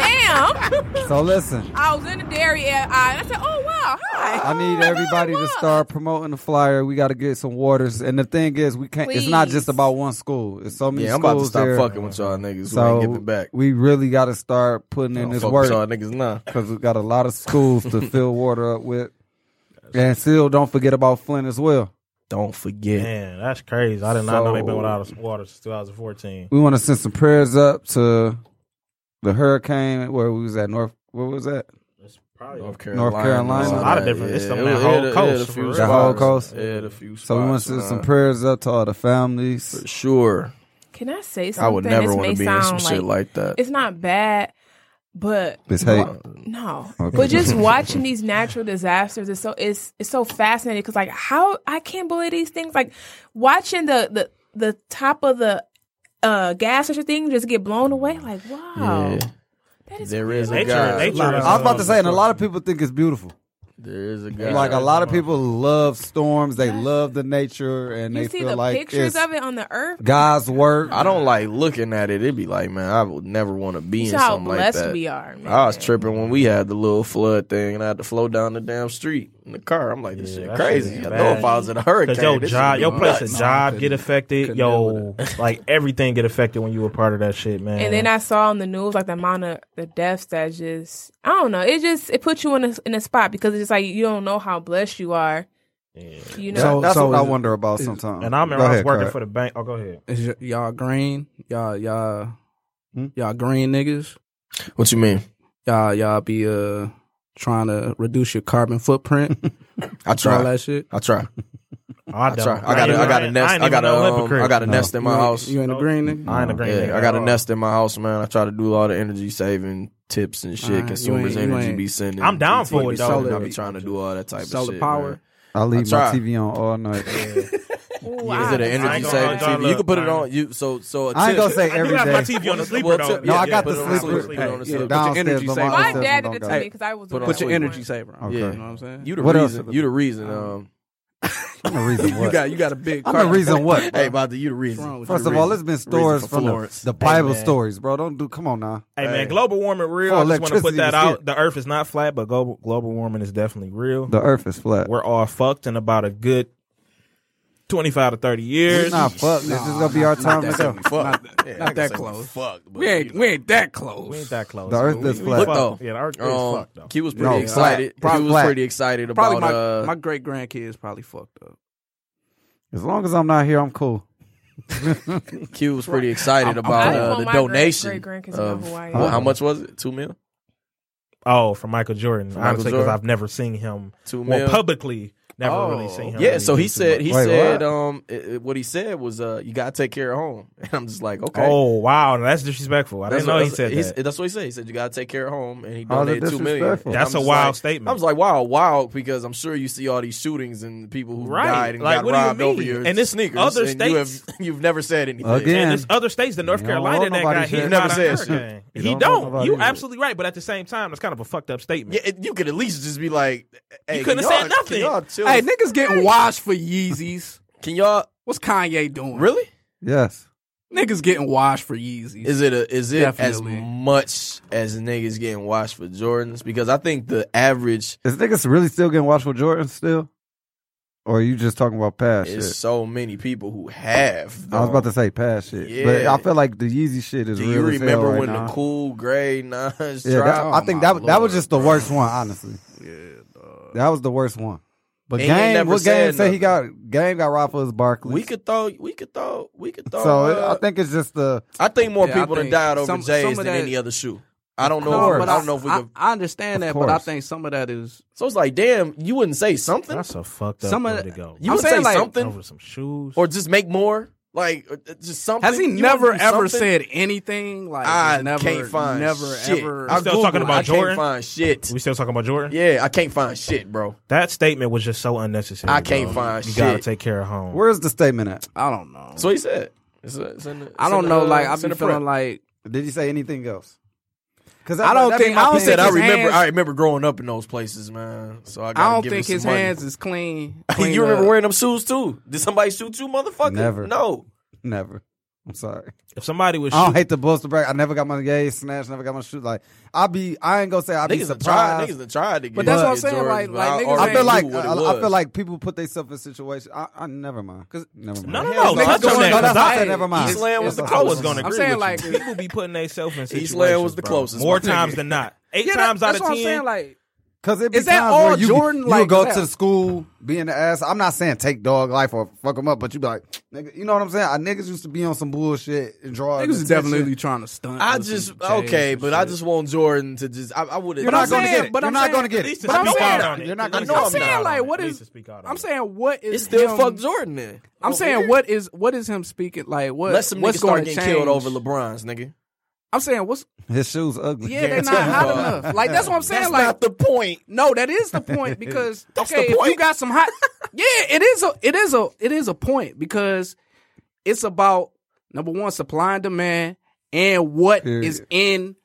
[SPEAKER 7] Damn.
[SPEAKER 4] So listen,
[SPEAKER 7] I was in the dairy and I, and I said, "Oh wow, hi."
[SPEAKER 4] I need everybody to start promoting the flyer. We got to get some waters. And the thing is, we can't. It's not just
[SPEAKER 7] Please.
[SPEAKER 4] about one school. It's so many
[SPEAKER 6] Yeah, I'm
[SPEAKER 4] schools
[SPEAKER 6] about to stop
[SPEAKER 4] there.
[SPEAKER 6] fucking with y'all niggas who
[SPEAKER 4] so
[SPEAKER 6] ain't giving back.
[SPEAKER 4] we really got to start putting
[SPEAKER 6] I
[SPEAKER 4] in
[SPEAKER 6] don't
[SPEAKER 4] this
[SPEAKER 6] fuck with y'all
[SPEAKER 4] work
[SPEAKER 6] niggas nah.
[SPEAKER 4] because we got a lot of schools to fill water up with. And still, don't forget about Flint as well.
[SPEAKER 6] Don't forget.
[SPEAKER 5] Man, that's crazy. I did not know they've been
[SPEAKER 4] So-
[SPEAKER 5] without water since 2014.
[SPEAKER 4] We want to send some prayers up to the hurricane where we was at North. Where was that?
[SPEAKER 6] North
[SPEAKER 4] North Carolina.
[SPEAKER 6] all
[SPEAKER 4] It's a lot
[SPEAKER 5] of
[SPEAKER 6] that,
[SPEAKER 5] different- it's
[SPEAKER 6] yeah.
[SPEAKER 5] some of
[SPEAKER 6] It
[SPEAKER 5] that
[SPEAKER 6] was-
[SPEAKER 5] whole
[SPEAKER 6] it had- it had a
[SPEAKER 5] coast,
[SPEAKER 6] few
[SPEAKER 5] for real.
[SPEAKER 4] The whole
[SPEAKER 6] spots.
[SPEAKER 4] coast?
[SPEAKER 6] It had a few
[SPEAKER 4] So we want
[SPEAKER 6] spots,
[SPEAKER 4] to send
[SPEAKER 5] uh,
[SPEAKER 6] nah.
[SPEAKER 4] some prayers up to all the families.
[SPEAKER 6] For sure.
[SPEAKER 7] Can I say something?
[SPEAKER 6] I would never
[SPEAKER 7] This
[SPEAKER 6] want
[SPEAKER 7] may
[SPEAKER 6] to be in
[SPEAKER 7] sound
[SPEAKER 6] some shit like that.
[SPEAKER 7] It's not bad, but
[SPEAKER 4] Miss Hate.
[SPEAKER 7] no.
[SPEAKER 4] Okay.
[SPEAKER 7] But just watching these natural disasters is so it's it's so fascinating because like how I can't believe these things like watching the the the top of the uh gas station thing just get blown away like wow
[SPEAKER 6] Yeah.
[SPEAKER 7] that is
[SPEAKER 6] There is a
[SPEAKER 5] Nature,
[SPEAKER 6] guy.
[SPEAKER 5] nature. is
[SPEAKER 4] I was about to say, and a lot of people think it's beautiful.
[SPEAKER 6] There is a guy.
[SPEAKER 4] Like a lot of people love storms, they love the nature, and
[SPEAKER 7] you
[SPEAKER 4] they
[SPEAKER 7] see
[SPEAKER 4] feel
[SPEAKER 7] the
[SPEAKER 4] like
[SPEAKER 7] pictures
[SPEAKER 4] it's
[SPEAKER 7] of it on the earth
[SPEAKER 4] God's work.
[SPEAKER 6] I don't like looking at it. It'd be like, man, I would never want to be
[SPEAKER 7] That's
[SPEAKER 6] in
[SPEAKER 7] how
[SPEAKER 6] something like
[SPEAKER 7] blessed
[SPEAKER 6] that. Ah,
[SPEAKER 7] we are man.
[SPEAKER 6] I was tripping when we had the little flood thing, and I had to flow down the damn street in the car. I'm like, this
[SPEAKER 5] Yeah,
[SPEAKER 6] shit
[SPEAKER 5] that
[SPEAKER 6] crazy.
[SPEAKER 5] shit is
[SPEAKER 6] I know
[SPEAKER 5] bad.
[SPEAKER 6] if I was in a
[SPEAKER 5] Cause
[SPEAKER 6] hurricane,
[SPEAKER 5] your
[SPEAKER 6] this
[SPEAKER 5] job,
[SPEAKER 6] shit
[SPEAKER 5] your
[SPEAKER 6] would be
[SPEAKER 5] place of
[SPEAKER 6] nuts.
[SPEAKER 5] job get affected. Yo, like everything get affected when you were part of that shit, man.
[SPEAKER 7] And then I saw on the news like the amount of the deaths that just I don't know. It just it puts you in a in a spot because it's just like you don't know how blessed you are. You know.
[SPEAKER 4] That's
[SPEAKER 11] So
[SPEAKER 4] what I
[SPEAKER 11] is-
[SPEAKER 4] wonder about sometimes.
[SPEAKER 5] and I
[SPEAKER 4] Uh, Go
[SPEAKER 5] remember I was
[SPEAKER 4] ahead,
[SPEAKER 5] working
[SPEAKER 4] Craig.
[SPEAKER 5] for the bank. Oh, go ahead.
[SPEAKER 11] Is y- y'all green? Y'all y'all
[SPEAKER 4] Hmm?
[SPEAKER 11] y'all green niggas?
[SPEAKER 6] What you mean?
[SPEAKER 11] Y'all y'all be uh trying to reduce your carbon footprint?
[SPEAKER 6] I
[SPEAKER 11] all
[SPEAKER 6] try.
[SPEAKER 11] that shit.
[SPEAKER 6] I try.
[SPEAKER 5] I,
[SPEAKER 6] I
[SPEAKER 5] don't.
[SPEAKER 6] try. I got. a- I got a
[SPEAKER 5] ain't-
[SPEAKER 6] nest.
[SPEAKER 5] ain't
[SPEAKER 6] I
[SPEAKER 5] even
[SPEAKER 6] got a.
[SPEAKER 5] no
[SPEAKER 6] um,
[SPEAKER 5] hypocrite.
[SPEAKER 6] I got a
[SPEAKER 4] No.
[SPEAKER 6] nest in my
[SPEAKER 11] You ain't-
[SPEAKER 6] house.
[SPEAKER 11] You ain't a
[SPEAKER 5] No.
[SPEAKER 11] green nigga.
[SPEAKER 5] I ain't a green.
[SPEAKER 6] Yeah,
[SPEAKER 5] nigga
[SPEAKER 6] I got
[SPEAKER 5] at
[SPEAKER 6] a
[SPEAKER 5] all.
[SPEAKER 6] nest in my house, man. I try to do a lot of energy saving tips and shit.
[SPEAKER 11] Alright, you
[SPEAKER 6] Consumers
[SPEAKER 11] ain't- you
[SPEAKER 6] energy
[SPEAKER 11] ain't-
[SPEAKER 6] be sending.
[SPEAKER 5] I'm down
[SPEAKER 6] It's gonna
[SPEAKER 5] for it,
[SPEAKER 6] be
[SPEAKER 5] though.
[SPEAKER 6] solar. I be trying to do all that type of
[SPEAKER 11] Solar
[SPEAKER 6] shit,
[SPEAKER 11] power.
[SPEAKER 6] man.
[SPEAKER 4] I leave
[SPEAKER 6] I
[SPEAKER 4] my
[SPEAKER 6] try.
[SPEAKER 4] TV on all night.
[SPEAKER 6] Is
[SPEAKER 7] Ooh, I-
[SPEAKER 6] it an
[SPEAKER 5] I
[SPEAKER 6] energy
[SPEAKER 5] ain't gonna- I
[SPEAKER 6] saving
[SPEAKER 5] ain't
[SPEAKER 6] TV?
[SPEAKER 5] gonna
[SPEAKER 6] You can put it
[SPEAKER 5] look,
[SPEAKER 6] on. You so so. A
[SPEAKER 4] I ain't
[SPEAKER 6] tip-
[SPEAKER 4] gonna say
[SPEAKER 5] I do
[SPEAKER 4] every
[SPEAKER 5] have my
[SPEAKER 4] day.
[SPEAKER 5] TV on the sleeper
[SPEAKER 6] Well,
[SPEAKER 5] though.
[SPEAKER 6] tip-
[SPEAKER 4] No, I
[SPEAKER 6] yeah,
[SPEAKER 4] got
[SPEAKER 6] put
[SPEAKER 4] the
[SPEAKER 6] it on the
[SPEAKER 4] sleeper.
[SPEAKER 6] sleeper. Put it on
[SPEAKER 4] Hey,
[SPEAKER 6] the sleeper.
[SPEAKER 11] Put your
[SPEAKER 4] Downstairs,
[SPEAKER 11] energy
[SPEAKER 4] but
[SPEAKER 11] saving.
[SPEAKER 4] my
[SPEAKER 7] My
[SPEAKER 11] Hey,
[SPEAKER 4] upstairs
[SPEAKER 7] dad did
[SPEAKER 4] don't
[SPEAKER 7] it
[SPEAKER 4] got
[SPEAKER 7] to me because I was
[SPEAKER 6] Put
[SPEAKER 7] the
[SPEAKER 6] on
[SPEAKER 11] Put your
[SPEAKER 6] Wait,
[SPEAKER 11] energy saver on.
[SPEAKER 4] Okay.
[SPEAKER 11] You know what I'm saying?
[SPEAKER 6] You the
[SPEAKER 4] What else?
[SPEAKER 6] reason. You the reason. Um,
[SPEAKER 4] I'm the reason what.
[SPEAKER 11] You got you got a big.
[SPEAKER 4] I'm the
[SPEAKER 11] cart.
[SPEAKER 4] reason what.
[SPEAKER 6] Hey, about you the reason.
[SPEAKER 11] What's wrong with
[SPEAKER 4] First
[SPEAKER 11] you?
[SPEAKER 4] of all, it's been stories
[SPEAKER 6] for
[SPEAKER 4] from the,
[SPEAKER 6] Florence.
[SPEAKER 4] the Bible
[SPEAKER 5] man.
[SPEAKER 4] stories, bro. Don't do. Come on now.
[SPEAKER 5] Hey,
[SPEAKER 6] Hey.
[SPEAKER 5] man, global warming real.
[SPEAKER 4] For
[SPEAKER 5] I just want to put
[SPEAKER 4] electricity
[SPEAKER 5] that
[SPEAKER 4] to
[SPEAKER 5] out.
[SPEAKER 4] sit.
[SPEAKER 5] The Earth is not flat, but global global warming is definitely real.
[SPEAKER 4] The Earth is flat.
[SPEAKER 5] We're all fucked in about a good twenty five to thirty years.
[SPEAKER 4] Nah, fuck this. This is gonna be our time to
[SPEAKER 6] That's
[SPEAKER 4] go.
[SPEAKER 6] gonna be fucked. Yeah,
[SPEAKER 11] not
[SPEAKER 6] I can
[SPEAKER 11] that
[SPEAKER 6] say we
[SPEAKER 11] close.
[SPEAKER 6] fucked, but,
[SPEAKER 11] We ain't
[SPEAKER 6] you
[SPEAKER 11] we
[SPEAKER 6] know.
[SPEAKER 11] ain't that close.
[SPEAKER 5] We ain't that close.
[SPEAKER 4] The Earth
[SPEAKER 5] but we-
[SPEAKER 4] is
[SPEAKER 5] we
[SPEAKER 4] flat.
[SPEAKER 5] fucked.
[SPEAKER 6] Look, though.
[SPEAKER 5] Yeah, the Earth
[SPEAKER 6] Um,
[SPEAKER 5] is fucked though.
[SPEAKER 6] He was pretty
[SPEAKER 4] No, flat.
[SPEAKER 6] excited.
[SPEAKER 4] Probably
[SPEAKER 6] he was
[SPEAKER 4] flat.
[SPEAKER 6] pretty excited
[SPEAKER 11] Probably my,
[SPEAKER 6] about uh,
[SPEAKER 11] my great grandkids probably fucked up.
[SPEAKER 4] As long as I'm not here, I'm cool.
[SPEAKER 6] Q was pretty excited about
[SPEAKER 7] I'm
[SPEAKER 6] uh,
[SPEAKER 7] on
[SPEAKER 6] the
[SPEAKER 7] my great-
[SPEAKER 6] donation
[SPEAKER 7] great-grandkids in
[SPEAKER 6] of
[SPEAKER 7] Hawaii.
[SPEAKER 6] well, how much was it? Two mil,
[SPEAKER 5] Oh, from Michael Jordan.
[SPEAKER 6] Michael
[SPEAKER 5] Honestly, because
[SPEAKER 6] Jordan.
[SPEAKER 5] I've never seen him
[SPEAKER 6] two
[SPEAKER 5] well,
[SPEAKER 6] mil.
[SPEAKER 5] publicly. Never really
[SPEAKER 11] Oh.
[SPEAKER 5] seen him.
[SPEAKER 6] yeah,
[SPEAKER 5] really
[SPEAKER 6] so
[SPEAKER 5] do
[SPEAKER 6] he
[SPEAKER 5] too
[SPEAKER 6] said he
[SPEAKER 5] much.
[SPEAKER 4] Wait,
[SPEAKER 6] said
[SPEAKER 4] what?
[SPEAKER 6] um it, it- what he said was uh you gotta take care of home, and I'm just like okay.
[SPEAKER 5] Oh wow, that's disrespectful. I
[SPEAKER 6] That's
[SPEAKER 5] didn't know
[SPEAKER 6] what-
[SPEAKER 5] he said
[SPEAKER 6] he's-
[SPEAKER 5] that.
[SPEAKER 6] That's what he said. He said you gotta take care of home, and he
[SPEAKER 4] How is it
[SPEAKER 6] donated two million.
[SPEAKER 4] disrespectful?
[SPEAKER 6] And
[SPEAKER 5] That's
[SPEAKER 6] I'm
[SPEAKER 5] a
[SPEAKER 6] just
[SPEAKER 5] wild
[SPEAKER 6] like-
[SPEAKER 5] statement.
[SPEAKER 6] I was like, wow, wild, because I'm sure you see all these shootings and people who
[SPEAKER 5] Right.
[SPEAKER 6] died and
[SPEAKER 5] Like,
[SPEAKER 6] got
[SPEAKER 5] what do you
[SPEAKER 6] robbed over
[SPEAKER 5] mean?
[SPEAKER 6] your
[SPEAKER 5] And this
[SPEAKER 6] sneakers.
[SPEAKER 5] other
[SPEAKER 6] and you have,
[SPEAKER 5] states-
[SPEAKER 6] you've never said anything.
[SPEAKER 4] Again.
[SPEAKER 5] And there's other states than North
[SPEAKER 4] You don't
[SPEAKER 5] Carolina
[SPEAKER 4] want
[SPEAKER 5] that
[SPEAKER 4] nobody
[SPEAKER 5] got hit
[SPEAKER 4] said-
[SPEAKER 5] by
[SPEAKER 6] Never
[SPEAKER 5] the
[SPEAKER 6] said shit.
[SPEAKER 5] hurricane.
[SPEAKER 4] You
[SPEAKER 5] He
[SPEAKER 4] don't want
[SPEAKER 5] don't.
[SPEAKER 4] nobody
[SPEAKER 5] You
[SPEAKER 4] to-
[SPEAKER 5] absolutely right, but at the same time, that's kind of a fucked up statement.
[SPEAKER 6] Yeah, it- you could at least just be like, hey,
[SPEAKER 5] You couldn't have
[SPEAKER 6] can
[SPEAKER 5] said
[SPEAKER 6] y'all-
[SPEAKER 5] nothing.
[SPEAKER 6] Can y'all, chill?
[SPEAKER 11] Hey, niggas getting washed for Yeezys.
[SPEAKER 6] can y'all
[SPEAKER 11] What's Kanye doing?
[SPEAKER 6] really?
[SPEAKER 4] Yes.
[SPEAKER 11] Niggas getting washed for Yeezys.
[SPEAKER 6] Is it a, is it
[SPEAKER 11] Definitely.
[SPEAKER 6] as much as niggas getting washed for Jordans? Because I think the average
[SPEAKER 4] Is niggas really still getting watched with Jordan still? Or are you just talking about past
[SPEAKER 6] is
[SPEAKER 4] shit?
[SPEAKER 6] so many people who have.
[SPEAKER 4] I was about
[SPEAKER 6] though.
[SPEAKER 4] to say past shit. But
[SPEAKER 6] Um, Yeah.
[SPEAKER 4] I feel like the Yeezy shit is
[SPEAKER 6] Do
[SPEAKER 4] real
[SPEAKER 6] you
[SPEAKER 4] as hell
[SPEAKER 6] remember
[SPEAKER 4] right
[SPEAKER 6] when
[SPEAKER 4] now.
[SPEAKER 6] the cool gray nines
[SPEAKER 4] yeah,
[SPEAKER 6] dropped?
[SPEAKER 4] that- I think that that was just the worst one, honestly.
[SPEAKER 11] Yeah, dog.
[SPEAKER 4] That was the worst one. But
[SPEAKER 6] And he ain't
[SPEAKER 4] game,
[SPEAKER 6] never
[SPEAKER 4] what game
[SPEAKER 6] said
[SPEAKER 4] say he got?
[SPEAKER 6] nothing.
[SPEAKER 4] Game got robbed for his Barkley.
[SPEAKER 6] we could throw, we could throw, we could throw.
[SPEAKER 4] So
[SPEAKER 6] uh,
[SPEAKER 4] I think it's just the
[SPEAKER 6] I think more
[SPEAKER 11] Yeah, I
[SPEAKER 6] people
[SPEAKER 11] think
[SPEAKER 6] done died over
[SPEAKER 11] some-
[SPEAKER 6] J's
[SPEAKER 11] some of
[SPEAKER 6] than
[SPEAKER 11] that-
[SPEAKER 6] any other shoe. I don't know.
[SPEAKER 11] No,
[SPEAKER 6] if,
[SPEAKER 11] but
[SPEAKER 6] I don't know if we
[SPEAKER 11] I,
[SPEAKER 6] could.
[SPEAKER 11] I understand
[SPEAKER 4] Of
[SPEAKER 11] that, but I
[SPEAKER 4] course.
[SPEAKER 11] think some of that is
[SPEAKER 6] So it's like, damn, you wouldn't say something,
[SPEAKER 5] That's a fucked up
[SPEAKER 11] Some of
[SPEAKER 5] way
[SPEAKER 11] the-
[SPEAKER 5] to go.
[SPEAKER 6] You
[SPEAKER 11] I'm
[SPEAKER 6] would
[SPEAKER 11] saying,
[SPEAKER 6] say
[SPEAKER 11] like-
[SPEAKER 6] something?
[SPEAKER 5] over some shoes,
[SPEAKER 6] or just make more, like or just something.
[SPEAKER 11] Has he
[SPEAKER 6] You
[SPEAKER 11] never
[SPEAKER 6] wanna do
[SPEAKER 11] ever
[SPEAKER 6] something?
[SPEAKER 11] said anything? Like
[SPEAKER 6] I
[SPEAKER 11] it's never,
[SPEAKER 6] can't find
[SPEAKER 11] never
[SPEAKER 6] shit.
[SPEAKER 11] ever.
[SPEAKER 6] I
[SPEAKER 5] Still talking about
[SPEAKER 6] I
[SPEAKER 5] Jordan?
[SPEAKER 6] can't find shit.
[SPEAKER 5] we still talking about Jordan?
[SPEAKER 6] Yeah, I can't find shit, bro.
[SPEAKER 5] That statement was just so unnecessary.
[SPEAKER 6] I can't
[SPEAKER 5] bro.
[SPEAKER 6] find
[SPEAKER 5] You gotta
[SPEAKER 6] shit.
[SPEAKER 5] take care of home.
[SPEAKER 4] where's the statement at?
[SPEAKER 11] I don't know.
[SPEAKER 6] So he said. It's a- it's in the-
[SPEAKER 11] I
[SPEAKER 6] it's
[SPEAKER 11] don't
[SPEAKER 6] in
[SPEAKER 11] know.
[SPEAKER 6] the,
[SPEAKER 11] Like
[SPEAKER 6] uh,
[SPEAKER 11] I've
[SPEAKER 6] it's in
[SPEAKER 11] been
[SPEAKER 6] the
[SPEAKER 11] feeling
[SPEAKER 6] print.
[SPEAKER 11] like
[SPEAKER 4] Did he say anything else? Because
[SPEAKER 11] I don't think- I don't
[SPEAKER 6] He said,
[SPEAKER 11] think
[SPEAKER 6] I
[SPEAKER 11] his
[SPEAKER 6] remember.
[SPEAKER 11] hands-
[SPEAKER 6] I remember growing up in those places, man. So I, gotta
[SPEAKER 11] I don't
[SPEAKER 6] give him
[SPEAKER 11] think
[SPEAKER 6] some
[SPEAKER 11] his
[SPEAKER 6] money.
[SPEAKER 11] hands is clean. clean
[SPEAKER 6] you remember
[SPEAKER 11] up.
[SPEAKER 6] wearing them shoes too? Did somebody shoot you, motherfucker?
[SPEAKER 4] Never.
[SPEAKER 6] No.
[SPEAKER 4] never. I'm sorry.
[SPEAKER 5] if somebody was
[SPEAKER 4] I
[SPEAKER 5] shooting,
[SPEAKER 4] don't hate the Bulls to break. I never got my gay snatch. Never got my shoot. Like I be, I ain't gonna say I be
[SPEAKER 6] Niggas that tried.
[SPEAKER 4] surprised.
[SPEAKER 6] Niggas that tried to get.
[SPEAKER 11] But that's what I'm
[SPEAKER 6] Jordans,
[SPEAKER 11] saying, like-
[SPEAKER 6] but
[SPEAKER 11] like,
[SPEAKER 6] I
[SPEAKER 11] niggas
[SPEAKER 6] already
[SPEAKER 4] I feel
[SPEAKER 11] ain't
[SPEAKER 4] like
[SPEAKER 6] knew what it
[SPEAKER 4] I, I
[SPEAKER 6] was.
[SPEAKER 4] feel like people put themselves in situations. I, I never mind. Cause never mind.
[SPEAKER 5] no, no,
[SPEAKER 6] Hell
[SPEAKER 5] no,
[SPEAKER 6] no,
[SPEAKER 5] touch
[SPEAKER 6] niggas
[SPEAKER 5] on
[SPEAKER 6] going-
[SPEAKER 5] that. 'cause
[SPEAKER 4] that's why I
[SPEAKER 5] I-
[SPEAKER 4] said never mind.
[SPEAKER 6] Eastland was
[SPEAKER 4] That's
[SPEAKER 6] the
[SPEAKER 4] why
[SPEAKER 5] I was
[SPEAKER 6] closest.
[SPEAKER 5] gonna agree
[SPEAKER 11] I'm saying,
[SPEAKER 5] with
[SPEAKER 11] like-
[SPEAKER 5] you. people be putting themselves in situations.
[SPEAKER 6] Land was the
[SPEAKER 5] bro.
[SPEAKER 6] closest,
[SPEAKER 5] More
[SPEAKER 6] my nigga.
[SPEAKER 5] times than not. Eight
[SPEAKER 11] Yeah, that-
[SPEAKER 5] times out
[SPEAKER 11] that's
[SPEAKER 5] of
[SPEAKER 11] what
[SPEAKER 5] ten.
[SPEAKER 11] I'm saying. Like
[SPEAKER 4] Cause it be
[SPEAKER 11] Is that
[SPEAKER 4] times
[SPEAKER 11] all
[SPEAKER 4] where you,
[SPEAKER 11] Jordan,
[SPEAKER 4] You
[SPEAKER 11] like,
[SPEAKER 4] would go
[SPEAKER 11] that?
[SPEAKER 4] to the school, be in the ass. I'm not saying take dog life or fuck them up, but you be like, nigga, you know what I'm saying? I niggas used to be on some bullshit and draw.
[SPEAKER 11] niggas is
[SPEAKER 4] attention.
[SPEAKER 11] definitely trying to stunt.
[SPEAKER 6] I
[SPEAKER 11] with
[SPEAKER 6] just
[SPEAKER 11] some chains
[SPEAKER 6] okay,
[SPEAKER 11] and
[SPEAKER 6] but I
[SPEAKER 11] shit.
[SPEAKER 6] just want Jordan to just. I, I would have.
[SPEAKER 4] You're not
[SPEAKER 11] I'm
[SPEAKER 4] gonna
[SPEAKER 11] saying-
[SPEAKER 4] get it.
[SPEAKER 11] but
[SPEAKER 4] You're
[SPEAKER 11] I'm
[SPEAKER 4] not
[SPEAKER 11] saying-
[SPEAKER 4] gonna
[SPEAKER 5] At
[SPEAKER 4] get
[SPEAKER 5] least
[SPEAKER 4] it.
[SPEAKER 5] to
[SPEAKER 4] But I'm
[SPEAKER 5] speak out
[SPEAKER 4] saying,
[SPEAKER 5] on it.
[SPEAKER 4] you're not
[SPEAKER 5] I
[SPEAKER 4] gonna
[SPEAKER 5] know
[SPEAKER 4] get
[SPEAKER 11] I'm
[SPEAKER 4] it.
[SPEAKER 5] I'm
[SPEAKER 11] saying
[SPEAKER 5] not
[SPEAKER 11] like
[SPEAKER 5] on it.
[SPEAKER 11] what
[SPEAKER 5] At
[SPEAKER 11] is
[SPEAKER 5] least to speak out on
[SPEAKER 11] I'm
[SPEAKER 5] it.
[SPEAKER 11] saying what is
[SPEAKER 6] It's still
[SPEAKER 11] him-
[SPEAKER 6] fuck Jordan. Then
[SPEAKER 11] I'm
[SPEAKER 6] Over
[SPEAKER 11] saying
[SPEAKER 6] here.
[SPEAKER 11] what is what is him speaking like what
[SPEAKER 6] Let some
[SPEAKER 11] what's
[SPEAKER 6] niggas start
[SPEAKER 11] gonna
[SPEAKER 6] getting
[SPEAKER 11] change?
[SPEAKER 6] killed over LeBron's nigga.
[SPEAKER 11] I'm saying what's
[SPEAKER 4] His shoes ugly.
[SPEAKER 11] yeah they're not hot enough like that's what I'm saying
[SPEAKER 6] That's
[SPEAKER 11] like
[SPEAKER 6] not the point.
[SPEAKER 11] No, that is the point because
[SPEAKER 6] That's
[SPEAKER 11] okay,
[SPEAKER 6] the
[SPEAKER 11] if you
[SPEAKER 6] point.
[SPEAKER 11] got some hot, yeah, it is a it is a it is a point because it's about number one supply and demand and what is
[SPEAKER 4] Period.
[SPEAKER 11] in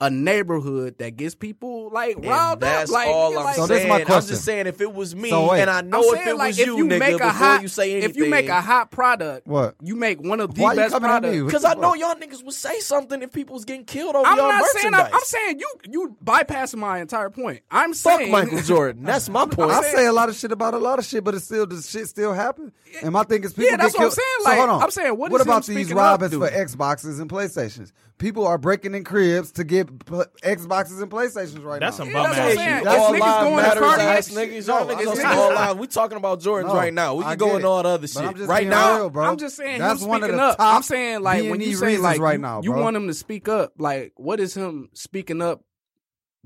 [SPEAKER 11] a neighborhood that gets people like
[SPEAKER 6] And
[SPEAKER 11] riled up.
[SPEAKER 6] that's
[SPEAKER 11] Like,
[SPEAKER 6] all
[SPEAKER 11] you're
[SPEAKER 6] I'm
[SPEAKER 11] like-
[SPEAKER 4] So this
[SPEAKER 6] saying.
[SPEAKER 4] is my
[SPEAKER 6] I'm
[SPEAKER 4] question.
[SPEAKER 6] just saying if it was me
[SPEAKER 4] So wait.
[SPEAKER 6] and I
[SPEAKER 11] I'm
[SPEAKER 6] know if
[SPEAKER 11] saying,
[SPEAKER 6] it
[SPEAKER 11] like,
[SPEAKER 6] was
[SPEAKER 11] if
[SPEAKER 6] you, nigga,
[SPEAKER 11] make a
[SPEAKER 6] before
[SPEAKER 11] hot,
[SPEAKER 6] you say anything,
[SPEAKER 11] if you make a hot product,
[SPEAKER 4] What?
[SPEAKER 11] you make one of the
[SPEAKER 4] Why you
[SPEAKER 11] best
[SPEAKER 4] coming at me?
[SPEAKER 11] products.
[SPEAKER 6] Because I know y'all niggas would say something if people was getting killed over
[SPEAKER 11] I'm
[SPEAKER 6] y'all
[SPEAKER 11] not saying
[SPEAKER 6] merchandise.
[SPEAKER 11] I'm, I'm saying you you bypassing my entire point. I'm
[SPEAKER 6] Fuck
[SPEAKER 11] saying
[SPEAKER 6] Michael Jordan. That's my point.
[SPEAKER 4] I say a lot of shit about a lot of shit, but it's still the shit still happen. And my thing is, people
[SPEAKER 11] Yeah, that's
[SPEAKER 4] get
[SPEAKER 11] what I'm
[SPEAKER 4] killed.
[SPEAKER 11] saying,
[SPEAKER 4] So
[SPEAKER 11] like,
[SPEAKER 4] hold on.
[SPEAKER 11] I'm saying, what is him
[SPEAKER 4] about these
[SPEAKER 11] speaking up
[SPEAKER 4] robins
[SPEAKER 11] to?
[SPEAKER 4] for Xboxes and PlayStations? People are breaking in cribs to get pl- Xboxes and PlayStations right
[SPEAKER 5] That's
[SPEAKER 4] now.
[SPEAKER 5] some
[SPEAKER 11] Yeah,
[SPEAKER 5] bum
[SPEAKER 11] that's what I'm
[SPEAKER 5] ass
[SPEAKER 11] saying.
[SPEAKER 5] shit.
[SPEAKER 4] That's
[SPEAKER 6] all
[SPEAKER 11] niggas
[SPEAKER 6] lives
[SPEAKER 11] going to
[SPEAKER 6] matters,
[SPEAKER 11] Target.
[SPEAKER 6] ass niggas. Y'all
[SPEAKER 4] No,
[SPEAKER 6] niggas
[SPEAKER 4] it's niggas-
[SPEAKER 6] gonna say all lives. We talking about Jordans
[SPEAKER 4] No,
[SPEAKER 6] right now. We
[SPEAKER 4] I
[SPEAKER 6] can go
[SPEAKER 4] get
[SPEAKER 6] into all
[SPEAKER 4] it.
[SPEAKER 6] the other
[SPEAKER 4] But I'm
[SPEAKER 6] shit
[SPEAKER 4] just
[SPEAKER 6] right
[SPEAKER 4] being
[SPEAKER 6] now.
[SPEAKER 4] real, bro.
[SPEAKER 11] I'm just saying
[SPEAKER 4] That's
[SPEAKER 11] him
[SPEAKER 4] one of
[SPEAKER 11] speaking
[SPEAKER 4] the
[SPEAKER 11] up.
[SPEAKER 4] top
[SPEAKER 11] I'm saying like when
[SPEAKER 4] B&E
[SPEAKER 11] you say
[SPEAKER 4] reasons
[SPEAKER 11] like
[SPEAKER 4] right
[SPEAKER 11] you,
[SPEAKER 4] now,
[SPEAKER 11] you
[SPEAKER 4] bro.
[SPEAKER 11] want him to speak up, like what is him speaking up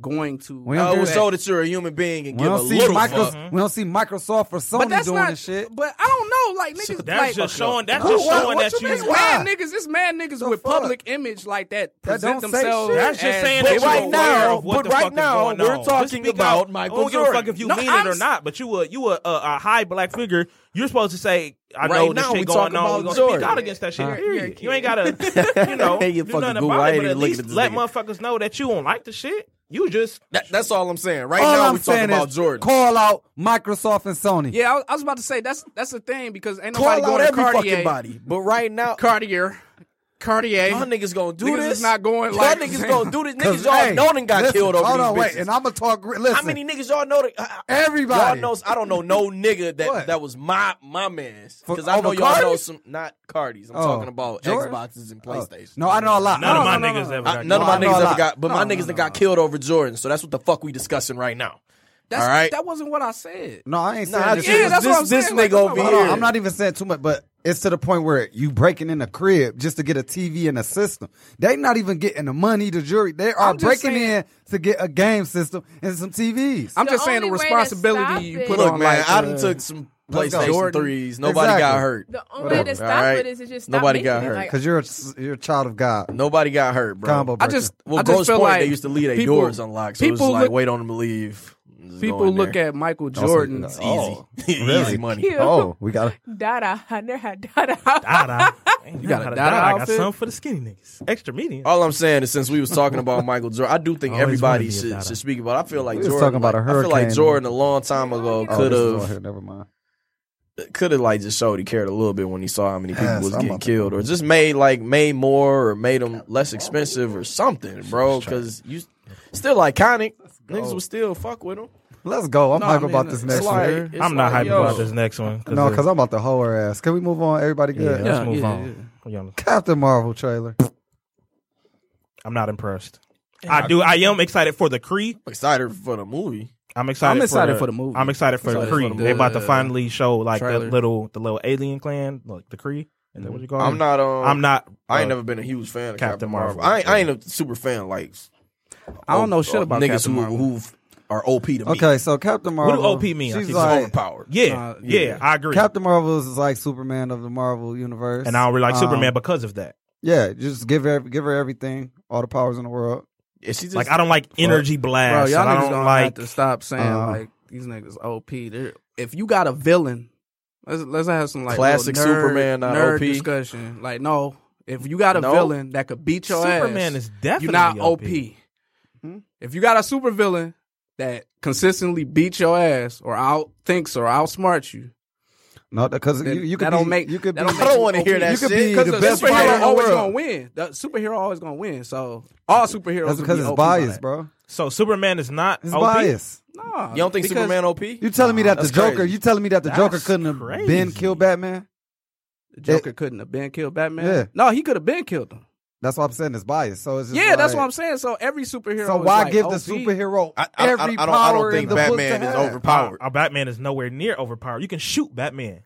[SPEAKER 11] going to?
[SPEAKER 4] We
[SPEAKER 6] I
[SPEAKER 4] don't
[SPEAKER 6] will
[SPEAKER 4] do
[SPEAKER 6] show that you're a human being and
[SPEAKER 4] We
[SPEAKER 6] give a
[SPEAKER 4] don't, see
[SPEAKER 6] little
[SPEAKER 4] Micro-
[SPEAKER 6] fuck.
[SPEAKER 4] we don't see Microsoft or Sony
[SPEAKER 11] but that's
[SPEAKER 4] doing
[SPEAKER 11] not.
[SPEAKER 4] this shit.
[SPEAKER 11] But I don't know, like niggas.
[SPEAKER 5] That's
[SPEAKER 11] like,
[SPEAKER 5] just showing. That's
[SPEAKER 4] Who-
[SPEAKER 5] just
[SPEAKER 4] what-
[SPEAKER 5] showing
[SPEAKER 4] what
[SPEAKER 5] that
[SPEAKER 4] you
[SPEAKER 5] you.
[SPEAKER 4] mean,
[SPEAKER 11] It's
[SPEAKER 4] why?
[SPEAKER 11] mad niggas. It's mad niggas
[SPEAKER 4] The
[SPEAKER 11] with
[SPEAKER 4] fuck?
[SPEAKER 11] public image like that
[SPEAKER 4] That
[SPEAKER 11] present
[SPEAKER 4] don't say
[SPEAKER 11] themselves.
[SPEAKER 4] shit.
[SPEAKER 5] That's just
[SPEAKER 11] as-
[SPEAKER 5] saying
[SPEAKER 6] But
[SPEAKER 5] that
[SPEAKER 6] right
[SPEAKER 5] you
[SPEAKER 6] now-
[SPEAKER 5] aware of what
[SPEAKER 6] but
[SPEAKER 5] the
[SPEAKER 6] right
[SPEAKER 5] fuck is
[SPEAKER 6] now,
[SPEAKER 5] going
[SPEAKER 6] we're
[SPEAKER 5] on.
[SPEAKER 6] talking
[SPEAKER 5] Just speak
[SPEAKER 6] about
[SPEAKER 5] out.
[SPEAKER 6] Michael
[SPEAKER 5] I don't give a fuck
[SPEAKER 6] Jordan.
[SPEAKER 5] if you
[SPEAKER 11] No,
[SPEAKER 5] mean
[SPEAKER 11] I'm
[SPEAKER 5] it or
[SPEAKER 11] s-
[SPEAKER 5] not, but you a you a, a, a high black figure. You're supposed to say, I
[SPEAKER 6] Right
[SPEAKER 5] know this
[SPEAKER 6] now, we
[SPEAKER 5] shit going
[SPEAKER 6] talking
[SPEAKER 5] on. We're
[SPEAKER 6] about
[SPEAKER 5] gonna
[SPEAKER 6] Jordan. Uh,
[SPEAKER 5] speak out against that shit.
[SPEAKER 4] Huh?
[SPEAKER 5] period. You ain't gotta, you know,
[SPEAKER 6] Hey, you
[SPEAKER 5] do
[SPEAKER 6] fucking
[SPEAKER 5] nothing
[SPEAKER 6] Google. I
[SPEAKER 5] about
[SPEAKER 6] ain't
[SPEAKER 5] it. But at
[SPEAKER 6] even looking at
[SPEAKER 5] least
[SPEAKER 6] this
[SPEAKER 5] let
[SPEAKER 6] nigga.
[SPEAKER 5] motherfuckers know that you don't like the shit. You just
[SPEAKER 6] That, that's all I'm saying. Right
[SPEAKER 4] All
[SPEAKER 6] now,
[SPEAKER 4] I'm
[SPEAKER 6] we talking
[SPEAKER 4] saying
[SPEAKER 6] about
[SPEAKER 4] is
[SPEAKER 6] Jordan.
[SPEAKER 4] Call out Microsoft and Sony.
[SPEAKER 11] Yeah, I was, I was about to say that's that's the thing because ain't nobody
[SPEAKER 6] Call out
[SPEAKER 11] going to
[SPEAKER 6] every
[SPEAKER 11] Cartier.
[SPEAKER 6] fucking body. But right now,
[SPEAKER 11] Cartier, Cartier.
[SPEAKER 6] y'all niggas gonna do
[SPEAKER 11] Niggas
[SPEAKER 6] this.
[SPEAKER 11] is not going like-
[SPEAKER 6] y'all niggas gonna do this.
[SPEAKER 4] 'Cause,
[SPEAKER 6] Niggas y'all
[SPEAKER 4] hey,
[SPEAKER 6] know done got
[SPEAKER 4] listen,
[SPEAKER 6] killed over
[SPEAKER 4] Hold
[SPEAKER 6] these
[SPEAKER 4] on,
[SPEAKER 6] bitches.
[SPEAKER 4] wait, and I'm gonna talk. re- Listen,
[SPEAKER 6] How many niggas y'all know? That, I- I-
[SPEAKER 4] Everybody.
[SPEAKER 6] Y'all knows. I don't know no nigga that that was my my man's
[SPEAKER 4] For-
[SPEAKER 6] because I know
[SPEAKER 4] over
[SPEAKER 6] y'all know
[SPEAKER 4] Cardis?
[SPEAKER 6] some not Cardis. I'm
[SPEAKER 4] Oh,
[SPEAKER 6] talking about
[SPEAKER 4] Jordan? Oh.
[SPEAKER 6] Xboxes and PlayStations.
[SPEAKER 4] No, I know a lot.
[SPEAKER 2] None
[SPEAKER 4] No,
[SPEAKER 2] of my
[SPEAKER 4] no, no,
[SPEAKER 2] niggas
[SPEAKER 4] no. Uh,
[SPEAKER 2] ever
[SPEAKER 6] I-
[SPEAKER 2] got
[SPEAKER 6] none of my
[SPEAKER 4] I know a
[SPEAKER 6] niggas ever
[SPEAKER 4] lot.
[SPEAKER 6] got, but
[SPEAKER 11] No,
[SPEAKER 6] my niggas
[SPEAKER 11] no,
[SPEAKER 6] that got killed over Jordan. So that's what the fuck we discussing right now.
[SPEAKER 11] That's,
[SPEAKER 6] All right.
[SPEAKER 11] That wasn't what I said.
[SPEAKER 4] No, I ain't
[SPEAKER 6] Nah,
[SPEAKER 4] saying
[SPEAKER 6] I
[SPEAKER 4] this.
[SPEAKER 6] just-
[SPEAKER 11] Yeah, that's
[SPEAKER 6] this,
[SPEAKER 11] what I'm
[SPEAKER 6] this
[SPEAKER 11] saying,
[SPEAKER 6] nigga
[SPEAKER 11] like,
[SPEAKER 6] over
[SPEAKER 11] hold
[SPEAKER 4] Hold
[SPEAKER 6] here.
[SPEAKER 4] on, I'm not even saying too much, but it's to the point where you breaking in a crib just to get a TV and a system. They not even getting the money, the jury. They are
[SPEAKER 11] I'm just
[SPEAKER 4] breaking
[SPEAKER 11] saying-
[SPEAKER 4] in to get a game system and some TVs.
[SPEAKER 11] I'm
[SPEAKER 7] The
[SPEAKER 11] just saying the
[SPEAKER 7] only way to stop
[SPEAKER 11] responsibility you
[SPEAKER 7] it-
[SPEAKER 11] put
[SPEAKER 6] Look,
[SPEAKER 11] on
[SPEAKER 6] man,
[SPEAKER 11] like
[SPEAKER 6] I
[SPEAKER 11] uh,
[SPEAKER 6] done took some
[SPEAKER 4] let's go.
[SPEAKER 6] PlayStation
[SPEAKER 4] Jordan.
[SPEAKER 6] threes. Nobody got
[SPEAKER 4] Exactly.
[SPEAKER 6] hurt.
[SPEAKER 7] The only way
[SPEAKER 4] Whatever.
[SPEAKER 7] to stop
[SPEAKER 6] Alright.
[SPEAKER 7] it is to just stop
[SPEAKER 6] Nobody got
[SPEAKER 7] making it.
[SPEAKER 6] hurt.
[SPEAKER 7] Like,
[SPEAKER 4] Because you're a, s- you're a child of God.
[SPEAKER 6] Nobody got hurt, bro.
[SPEAKER 4] Combo
[SPEAKER 11] I
[SPEAKER 4] breaker.
[SPEAKER 11] just
[SPEAKER 6] Well,
[SPEAKER 11] I just
[SPEAKER 6] Ghost
[SPEAKER 11] feel
[SPEAKER 6] Point,
[SPEAKER 11] like
[SPEAKER 6] they used to leave their
[SPEAKER 11] people-
[SPEAKER 6] doors unlocked, so it was
[SPEAKER 11] people
[SPEAKER 6] like,
[SPEAKER 11] look-
[SPEAKER 6] wait on them to leave. Just go
[SPEAKER 11] people
[SPEAKER 6] in
[SPEAKER 11] look
[SPEAKER 6] there.
[SPEAKER 11] at Michael
[SPEAKER 4] Also,
[SPEAKER 11] Jordan.
[SPEAKER 4] it's
[SPEAKER 6] Oh, easy,
[SPEAKER 4] Really?
[SPEAKER 6] money.
[SPEAKER 7] Cute.
[SPEAKER 4] Oh, we got
[SPEAKER 7] Dada. I never had Dada.
[SPEAKER 5] Dada.
[SPEAKER 11] You got a
[SPEAKER 5] Dada.
[SPEAKER 11] Dada
[SPEAKER 5] I got
[SPEAKER 11] outfit?
[SPEAKER 5] some for the skinny niggas. Oh, Extra medium.
[SPEAKER 6] All I'm saying is, since we was talking about Michael Jordan, I do think
[SPEAKER 5] Always
[SPEAKER 6] everybody
[SPEAKER 5] wanted to be a
[SPEAKER 6] should,
[SPEAKER 5] dada.
[SPEAKER 6] should speak about. I feel like
[SPEAKER 4] We was
[SPEAKER 6] Jordan.
[SPEAKER 4] talking about a
[SPEAKER 6] like- I feel like
[SPEAKER 4] hurricane.
[SPEAKER 6] Jordan a long time ago
[SPEAKER 7] Oh,
[SPEAKER 6] could have
[SPEAKER 4] have. Never mind.
[SPEAKER 6] could have like just showed he cared a little bit when he saw how many people
[SPEAKER 4] Yes,
[SPEAKER 6] was
[SPEAKER 4] I'm
[SPEAKER 6] getting
[SPEAKER 4] about to-
[SPEAKER 6] killed, or just made like made more, or made them less expensive, or something, bro. Because you still iconic. Niggas would still fuck with him.
[SPEAKER 4] Let's go. I'm
[SPEAKER 11] No,
[SPEAKER 4] hyping
[SPEAKER 11] I mean,
[SPEAKER 4] about this
[SPEAKER 11] it's
[SPEAKER 4] next
[SPEAKER 6] like-
[SPEAKER 4] one.
[SPEAKER 6] it's
[SPEAKER 5] I'm not
[SPEAKER 6] like,
[SPEAKER 5] hyped
[SPEAKER 6] yo.
[SPEAKER 5] about this next one.
[SPEAKER 4] No,
[SPEAKER 5] the-
[SPEAKER 4] because I'm about to hoe her ass. Can we move on? Everybody
[SPEAKER 5] yeah,
[SPEAKER 4] good?
[SPEAKER 5] let's
[SPEAKER 11] Yeah,
[SPEAKER 5] move
[SPEAKER 11] yeah,
[SPEAKER 5] on. We on-
[SPEAKER 4] Captain Marvel trailer.
[SPEAKER 5] I'm not impressed. I do. I am excited for the Cree.
[SPEAKER 6] I'm excited for the movie.
[SPEAKER 5] I'm excited.
[SPEAKER 11] I'm excited
[SPEAKER 5] the,
[SPEAKER 11] for the movie.
[SPEAKER 5] I'm excited for the
[SPEAKER 11] Excited
[SPEAKER 5] Cree.
[SPEAKER 11] for the
[SPEAKER 5] They're about to
[SPEAKER 11] movie.
[SPEAKER 5] finally show like the
[SPEAKER 11] Trailer.
[SPEAKER 5] little the little alien clan, like the Cree. Is that what you call
[SPEAKER 6] I'm
[SPEAKER 5] it?
[SPEAKER 6] not. Um,
[SPEAKER 5] I'm not.
[SPEAKER 6] I ain't
[SPEAKER 5] uh,
[SPEAKER 6] never been a huge fan of
[SPEAKER 5] Captain
[SPEAKER 6] Captain, Marvel.
[SPEAKER 5] Marvel.
[SPEAKER 6] I, ain't, I ain't a super fan. Like
[SPEAKER 11] I don't know
[SPEAKER 6] of-
[SPEAKER 11] shit
[SPEAKER 6] of
[SPEAKER 11] about
[SPEAKER 6] niggas
[SPEAKER 11] Captain
[SPEAKER 6] who
[SPEAKER 11] Marvel.
[SPEAKER 6] who are OP to me.
[SPEAKER 4] Okay, so Captain
[SPEAKER 5] What do
[SPEAKER 4] Marvel.
[SPEAKER 5] OP mean? I
[SPEAKER 4] She's
[SPEAKER 5] think-
[SPEAKER 4] like,
[SPEAKER 6] overpowered.
[SPEAKER 5] Yeah,
[SPEAKER 11] Nah,
[SPEAKER 5] yeah,
[SPEAKER 11] yeah.
[SPEAKER 5] I agree.
[SPEAKER 4] Captain Marvel is like Superman of the Marvel universe.
[SPEAKER 5] and I don't really like
[SPEAKER 4] Um,
[SPEAKER 5] Superman because of that.
[SPEAKER 4] Yeah, just give her give her everything, all the powers in the world.
[SPEAKER 6] Yeah, she just
[SPEAKER 5] Like I don't like energy
[SPEAKER 11] Bro,
[SPEAKER 5] blasts.
[SPEAKER 11] y'all
[SPEAKER 5] and I
[SPEAKER 11] niggas
[SPEAKER 5] don't
[SPEAKER 11] gonna
[SPEAKER 5] like.
[SPEAKER 11] have to stop saying
[SPEAKER 4] Uh-huh.
[SPEAKER 11] like these niggas OP. They're, if you got a villain, let's let's have some like
[SPEAKER 6] Classic
[SPEAKER 11] little nerd,
[SPEAKER 6] Superman, not
[SPEAKER 11] nerd
[SPEAKER 6] OP.
[SPEAKER 11] discussion. Like no, if you got a
[SPEAKER 6] No.
[SPEAKER 11] villain that could beat your ass,
[SPEAKER 5] Superman is definitely
[SPEAKER 11] you're not
[SPEAKER 5] OP.
[SPEAKER 11] OP. If you got a super villain that consistently beats your ass or outthinks or outsmarts you,
[SPEAKER 4] No, because
[SPEAKER 11] then
[SPEAKER 4] you, you could
[SPEAKER 11] that don't
[SPEAKER 4] be,
[SPEAKER 11] make
[SPEAKER 4] you could
[SPEAKER 11] that
[SPEAKER 4] be,
[SPEAKER 11] don't make
[SPEAKER 6] I don't
[SPEAKER 11] you
[SPEAKER 6] wanna hear
[SPEAKER 11] OP.
[SPEAKER 6] that
[SPEAKER 4] you could
[SPEAKER 6] shit.
[SPEAKER 4] be
[SPEAKER 11] Because
[SPEAKER 4] the
[SPEAKER 11] the
[SPEAKER 4] best fighter
[SPEAKER 11] superhero
[SPEAKER 4] in the
[SPEAKER 11] always
[SPEAKER 4] world.
[SPEAKER 11] gonna win. The superhero always gonna win. So all superheroes.
[SPEAKER 4] That's
[SPEAKER 11] would
[SPEAKER 4] because
[SPEAKER 11] be
[SPEAKER 4] it's
[SPEAKER 11] OP by
[SPEAKER 4] biased,
[SPEAKER 11] that.
[SPEAKER 4] bro.
[SPEAKER 5] So Superman is not
[SPEAKER 4] It's
[SPEAKER 5] OP.
[SPEAKER 4] biased.
[SPEAKER 11] Nah,
[SPEAKER 6] You don't think
[SPEAKER 11] because
[SPEAKER 6] Superman OP?
[SPEAKER 4] You telling me that the
[SPEAKER 6] That's
[SPEAKER 4] Joker?
[SPEAKER 6] crazy.
[SPEAKER 4] You telling me that the Joker
[SPEAKER 5] That's
[SPEAKER 4] couldn't have been
[SPEAKER 5] crazy.
[SPEAKER 4] killed Batman?
[SPEAKER 11] Joker couldn't have been killed Batman?
[SPEAKER 4] Yeah.
[SPEAKER 11] No, he could have been killed him.
[SPEAKER 4] That's what I'm saying. It's biased. So it's just
[SPEAKER 11] Yeah, that's
[SPEAKER 4] like-
[SPEAKER 11] what I'm saying. So every superhero.
[SPEAKER 4] So
[SPEAKER 11] is
[SPEAKER 4] why
[SPEAKER 11] like
[SPEAKER 4] give
[SPEAKER 11] OP.
[SPEAKER 4] the superhero
[SPEAKER 6] I, I, I,
[SPEAKER 4] every
[SPEAKER 6] don't, I
[SPEAKER 4] power
[SPEAKER 6] don't
[SPEAKER 4] in
[SPEAKER 6] think
[SPEAKER 4] the
[SPEAKER 6] Batman
[SPEAKER 4] book
[SPEAKER 6] is
[SPEAKER 4] to have?
[SPEAKER 6] overpowered.
[SPEAKER 5] Our Batman is nowhere near overpowered. You can shoot Batman.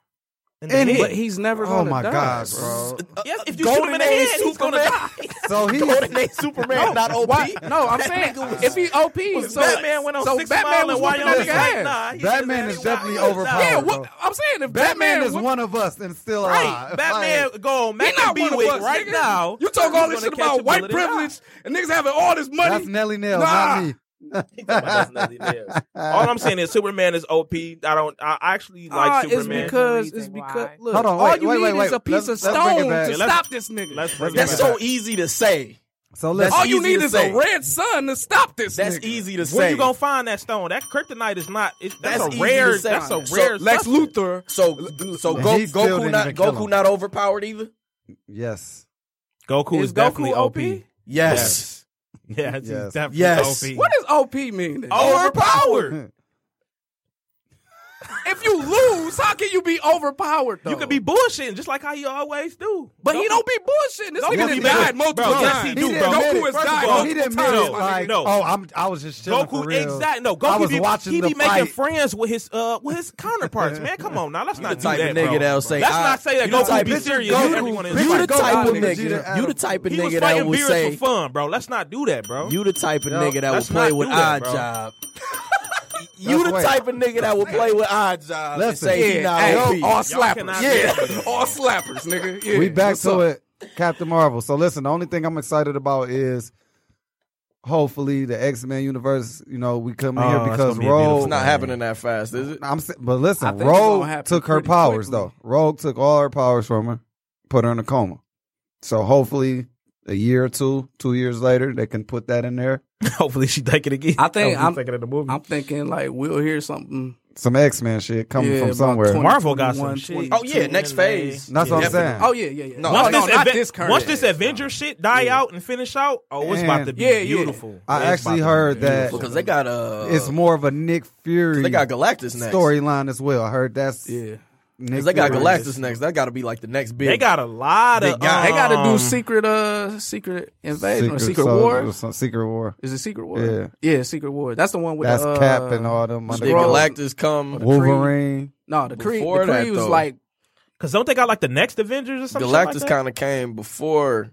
[SPEAKER 5] In the
[SPEAKER 4] Any-
[SPEAKER 5] head.
[SPEAKER 11] But uh, he's never.
[SPEAKER 4] Oh
[SPEAKER 11] gonna
[SPEAKER 4] my
[SPEAKER 11] die,
[SPEAKER 4] gosh,
[SPEAKER 11] bro.
[SPEAKER 4] bro!
[SPEAKER 5] yes, if you
[SPEAKER 6] Golden
[SPEAKER 5] shoot him in the
[SPEAKER 6] Age
[SPEAKER 5] head, he's gonna
[SPEAKER 6] Superman.
[SPEAKER 5] die.
[SPEAKER 4] So he
[SPEAKER 6] Golden Age Superman, not OP.
[SPEAKER 11] Why? No, I'm saying if he OP, so
[SPEAKER 5] Batman went on
[SPEAKER 11] so
[SPEAKER 5] six
[SPEAKER 11] Batman
[SPEAKER 5] mile
[SPEAKER 11] was
[SPEAKER 5] and why
[SPEAKER 11] whooping
[SPEAKER 5] y'all
[SPEAKER 11] that
[SPEAKER 5] was
[SPEAKER 11] nigga
[SPEAKER 5] like,
[SPEAKER 11] ass.
[SPEAKER 5] nah, he
[SPEAKER 4] Batman
[SPEAKER 5] just-
[SPEAKER 4] is definitely
[SPEAKER 5] he was
[SPEAKER 4] overpowered.
[SPEAKER 11] yeah,
[SPEAKER 5] out.
[SPEAKER 4] bro.
[SPEAKER 11] what, I'm saying if
[SPEAKER 4] Batman
[SPEAKER 11] Batman
[SPEAKER 4] is
[SPEAKER 11] whoop-
[SPEAKER 4] one of us and still
[SPEAKER 5] Right,
[SPEAKER 4] alive.
[SPEAKER 5] Batman go on
[SPEAKER 11] He
[SPEAKER 5] Mac
[SPEAKER 11] not
[SPEAKER 5] and
[SPEAKER 11] one of
[SPEAKER 5] Bewick
[SPEAKER 11] us,
[SPEAKER 5] right
[SPEAKER 11] nigga.
[SPEAKER 5] now.
[SPEAKER 11] You talk all
[SPEAKER 5] He's
[SPEAKER 11] this
[SPEAKER 5] gonna
[SPEAKER 11] shit
[SPEAKER 5] catch a
[SPEAKER 11] about white
[SPEAKER 5] bullet and die.
[SPEAKER 11] privilege and niggas having all this money.
[SPEAKER 4] That's Nelly Nail,
[SPEAKER 11] Nah.
[SPEAKER 4] not me.
[SPEAKER 5] All I'm saying is Superman is OP. I don't. I actually like
[SPEAKER 11] Ah, it's
[SPEAKER 5] Superman.
[SPEAKER 11] because
[SPEAKER 7] Reason
[SPEAKER 11] it's because
[SPEAKER 7] why.
[SPEAKER 11] look,
[SPEAKER 4] Hold on,
[SPEAKER 11] all
[SPEAKER 4] wait,
[SPEAKER 11] you
[SPEAKER 4] wait,
[SPEAKER 11] need
[SPEAKER 4] wait,
[SPEAKER 11] is a
[SPEAKER 4] wait.
[SPEAKER 11] piece
[SPEAKER 4] Let's-
[SPEAKER 11] of
[SPEAKER 4] let's bring it
[SPEAKER 11] stone
[SPEAKER 4] back.
[SPEAKER 11] to
[SPEAKER 5] Yeah, let's-
[SPEAKER 11] stop this nigga.
[SPEAKER 5] Let's bring it back.
[SPEAKER 6] That's so easy to say.
[SPEAKER 4] So listen,
[SPEAKER 11] all you
[SPEAKER 6] easy
[SPEAKER 11] need
[SPEAKER 6] to
[SPEAKER 11] is
[SPEAKER 6] say.
[SPEAKER 11] a red sun to stop this.
[SPEAKER 6] That's
[SPEAKER 11] nigga.
[SPEAKER 6] easy to say.
[SPEAKER 5] Where you gonna find that stone? That kryptonite is not. It, that's,
[SPEAKER 6] That's
[SPEAKER 5] a
[SPEAKER 6] easy
[SPEAKER 5] rare.
[SPEAKER 6] to say.
[SPEAKER 5] That's a
[SPEAKER 6] So,
[SPEAKER 5] rare.
[SPEAKER 11] Lex
[SPEAKER 5] substance.
[SPEAKER 11] Luthor.
[SPEAKER 6] So, so
[SPEAKER 4] Yeah,
[SPEAKER 6] Go,
[SPEAKER 4] he still
[SPEAKER 6] Goku
[SPEAKER 4] didn't
[SPEAKER 6] not
[SPEAKER 4] even kill
[SPEAKER 6] Goku
[SPEAKER 4] him.
[SPEAKER 6] not overpowered either.
[SPEAKER 4] yes,
[SPEAKER 5] Goku is,
[SPEAKER 11] Is Goku
[SPEAKER 5] definitely OP.
[SPEAKER 11] OP?
[SPEAKER 6] Yes.
[SPEAKER 5] Yes, he's
[SPEAKER 4] Yes.
[SPEAKER 5] definitely
[SPEAKER 6] Yes.
[SPEAKER 5] OP.
[SPEAKER 11] What does OP mean? then?
[SPEAKER 5] overpowered?
[SPEAKER 11] If you lose, how can you be overpowered? Though?
[SPEAKER 5] You could be bullshitting just like how you always do.
[SPEAKER 11] but he don't be bullshitting. This
[SPEAKER 5] Goku
[SPEAKER 11] nigga
[SPEAKER 5] be
[SPEAKER 11] done
[SPEAKER 5] bad.
[SPEAKER 11] died multiple
[SPEAKER 5] Bro, yes, he
[SPEAKER 11] times.
[SPEAKER 5] do,
[SPEAKER 4] didn't
[SPEAKER 5] bro.
[SPEAKER 4] admit
[SPEAKER 11] Goku
[SPEAKER 4] it.
[SPEAKER 11] has
[SPEAKER 4] First of
[SPEAKER 11] died
[SPEAKER 4] all,
[SPEAKER 11] multiple
[SPEAKER 4] he didn't mean
[SPEAKER 11] times.
[SPEAKER 4] it.
[SPEAKER 5] No,
[SPEAKER 4] Like,
[SPEAKER 5] no.
[SPEAKER 4] oh, I'm, I was just chilling for
[SPEAKER 5] Goku,
[SPEAKER 4] real.
[SPEAKER 5] exactly. No, Goku
[SPEAKER 4] I was
[SPEAKER 5] be,
[SPEAKER 4] watching
[SPEAKER 5] he
[SPEAKER 4] the
[SPEAKER 5] be making
[SPEAKER 4] fight.
[SPEAKER 5] friends with his uh with his counterparts. man, come on now, let's not
[SPEAKER 6] the
[SPEAKER 5] do
[SPEAKER 6] type
[SPEAKER 5] that,
[SPEAKER 6] of nigga
[SPEAKER 5] bro.
[SPEAKER 6] that'll say,
[SPEAKER 5] let's
[SPEAKER 6] I-
[SPEAKER 5] not say that
[SPEAKER 6] you the
[SPEAKER 5] Goku
[SPEAKER 6] type-
[SPEAKER 5] be
[SPEAKER 6] bitch,
[SPEAKER 5] serious.
[SPEAKER 6] Goku-
[SPEAKER 5] and everyone is
[SPEAKER 4] bitch,
[SPEAKER 6] You
[SPEAKER 5] right.
[SPEAKER 6] the
[SPEAKER 4] Goku
[SPEAKER 6] type of
[SPEAKER 4] and Vegeta
[SPEAKER 6] nigga.
[SPEAKER 4] Adam.
[SPEAKER 6] You the type of
[SPEAKER 5] He was
[SPEAKER 6] nigga that
[SPEAKER 5] fighting
[SPEAKER 6] would
[SPEAKER 5] beers for
[SPEAKER 6] say.
[SPEAKER 5] fun, bro. Let's not do that, bro.
[SPEAKER 6] You the type of
[SPEAKER 4] Yo,
[SPEAKER 6] nigga that would
[SPEAKER 5] let's
[SPEAKER 6] play
[SPEAKER 5] not
[SPEAKER 6] with
[SPEAKER 5] do that,
[SPEAKER 6] odd
[SPEAKER 5] bro.
[SPEAKER 6] job. You
[SPEAKER 4] Let's
[SPEAKER 6] the
[SPEAKER 4] wait.
[SPEAKER 6] type of nigga that would play with odd job and
[SPEAKER 4] Listen.
[SPEAKER 6] say he
[SPEAKER 11] Yeah,
[SPEAKER 6] not
[SPEAKER 11] hey,
[SPEAKER 6] OP.
[SPEAKER 11] all
[SPEAKER 5] Y'all
[SPEAKER 11] slappers.
[SPEAKER 5] cannot do
[SPEAKER 11] Yeah,
[SPEAKER 5] that.
[SPEAKER 11] all slappers, nigga. Yeah.
[SPEAKER 4] we back
[SPEAKER 11] What's
[SPEAKER 4] to
[SPEAKER 11] up?
[SPEAKER 4] it, Captain Marvel. So listen, the only thing I'm excited about is hopefully the X Men universe. You know, we come in
[SPEAKER 5] Oh,
[SPEAKER 4] here
[SPEAKER 5] it's
[SPEAKER 4] because
[SPEAKER 5] gonna be a beautiful
[SPEAKER 4] Rogue.
[SPEAKER 6] It's not happening that fast, is it?
[SPEAKER 4] I'm, sa- but
[SPEAKER 11] I
[SPEAKER 4] listen,
[SPEAKER 11] think it's gonna
[SPEAKER 4] Rogue
[SPEAKER 11] happen
[SPEAKER 4] took her
[SPEAKER 11] pretty
[SPEAKER 4] powers
[SPEAKER 11] quickly.
[SPEAKER 4] though. Rogue took all her powers from her, put her in a coma. So hopefully, a year or two, two years later, they can put that in there
[SPEAKER 5] Hopefully she take it again.
[SPEAKER 11] I think
[SPEAKER 5] Hopefully
[SPEAKER 11] I'm
[SPEAKER 5] take it in the movie.
[SPEAKER 11] I'm thinking like we'll hear something.
[SPEAKER 4] Some X Men shit coming
[SPEAKER 11] Yeah,
[SPEAKER 4] from
[SPEAKER 11] about
[SPEAKER 4] somewhere.
[SPEAKER 11] 20,
[SPEAKER 5] Marvel got some
[SPEAKER 11] 21,
[SPEAKER 5] shit.
[SPEAKER 11] 22.
[SPEAKER 6] Oh yeah, next phase.
[SPEAKER 4] That's what I'm
[SPEAKER 6] Definitely.
[SPEAKER 4] saying.
[SPEAKER 11] Oh yeah, yeah, yeah.
[SPEAKER 6] No,
[SPEAKER 5] once
[SPEAKER 6] oh,
[SPEAKER 5] this,
[SPEAKER 11] no, not
[SPEAKER 5] Aven-
[SPEAKER 11] this current.
[SPEAKER 5] once this Avenger shit die out and finish out, oh, it's about to be
[SPEAKER 11] Yeah, yeah.
[SPEAKER 5] beautiful.
[SPEAKER 4] I
[SPEAKER 5] It's
[SPEAKER 4] actually
[SPEAKER 5] about to be
[SPEAKER 4] heard that
[SPEAKER 6] Because they got uh,
[SPEAKER 4] it's more of a Nick Fury
[SPEAKER 6] they got Galactus next.
[SPEAKER 4] storyline as well. I heard that's
[SPEAKER 11] yeah.
[SPEAKER 4] Nick
[SPEAKER 6] Because they got
[SPEAKER 4] Fury.
[SPEAKER 6] Galactus next. That got to be like the next big.
[SPEAKER 5] They got a lot
[SPEAKER 6] They
[SPEAKER 5] of.
[SPEAKER 6] got-
[SPEAKER 11] They got to
[SPEAKER 5] um,
[SPEAKER 11] do secret, uh, secret invasion or secret
[SPEAKER 4] Soldier or
[SPEAKER 11] war.
[SPEAKER 4] some- Secret War.
[SPEAKER 11] Is it secret war? yeah, secret war. That's the one with
[SPEAKER 4] That's
[SPEAKER 11] the, uh,
[SPEAKER 4] Cap and all them.
[SPEAKER 6] Did
[SPEAKER 4] underground-
[SPEAKER 6] Galactus come.
[SPEAKER 11] Creed.
[SPEAKER 4] Wolverine.
[SPEAKER 11] No, the Creed.
[SPEAKER 6] Before
[SPEAKER 11] The
[SPEAKER 6] that,
[SPEAKER 11] Creed was
[SPEAKER 6] though.
[SPEAKER 11] like
[SPEAKER 5] Cause don't they got like the next Avengers or something?
[SPEAKER 6] Galactus
[SPEAKER 5] like that?
[SPEAKER 6] kind of came before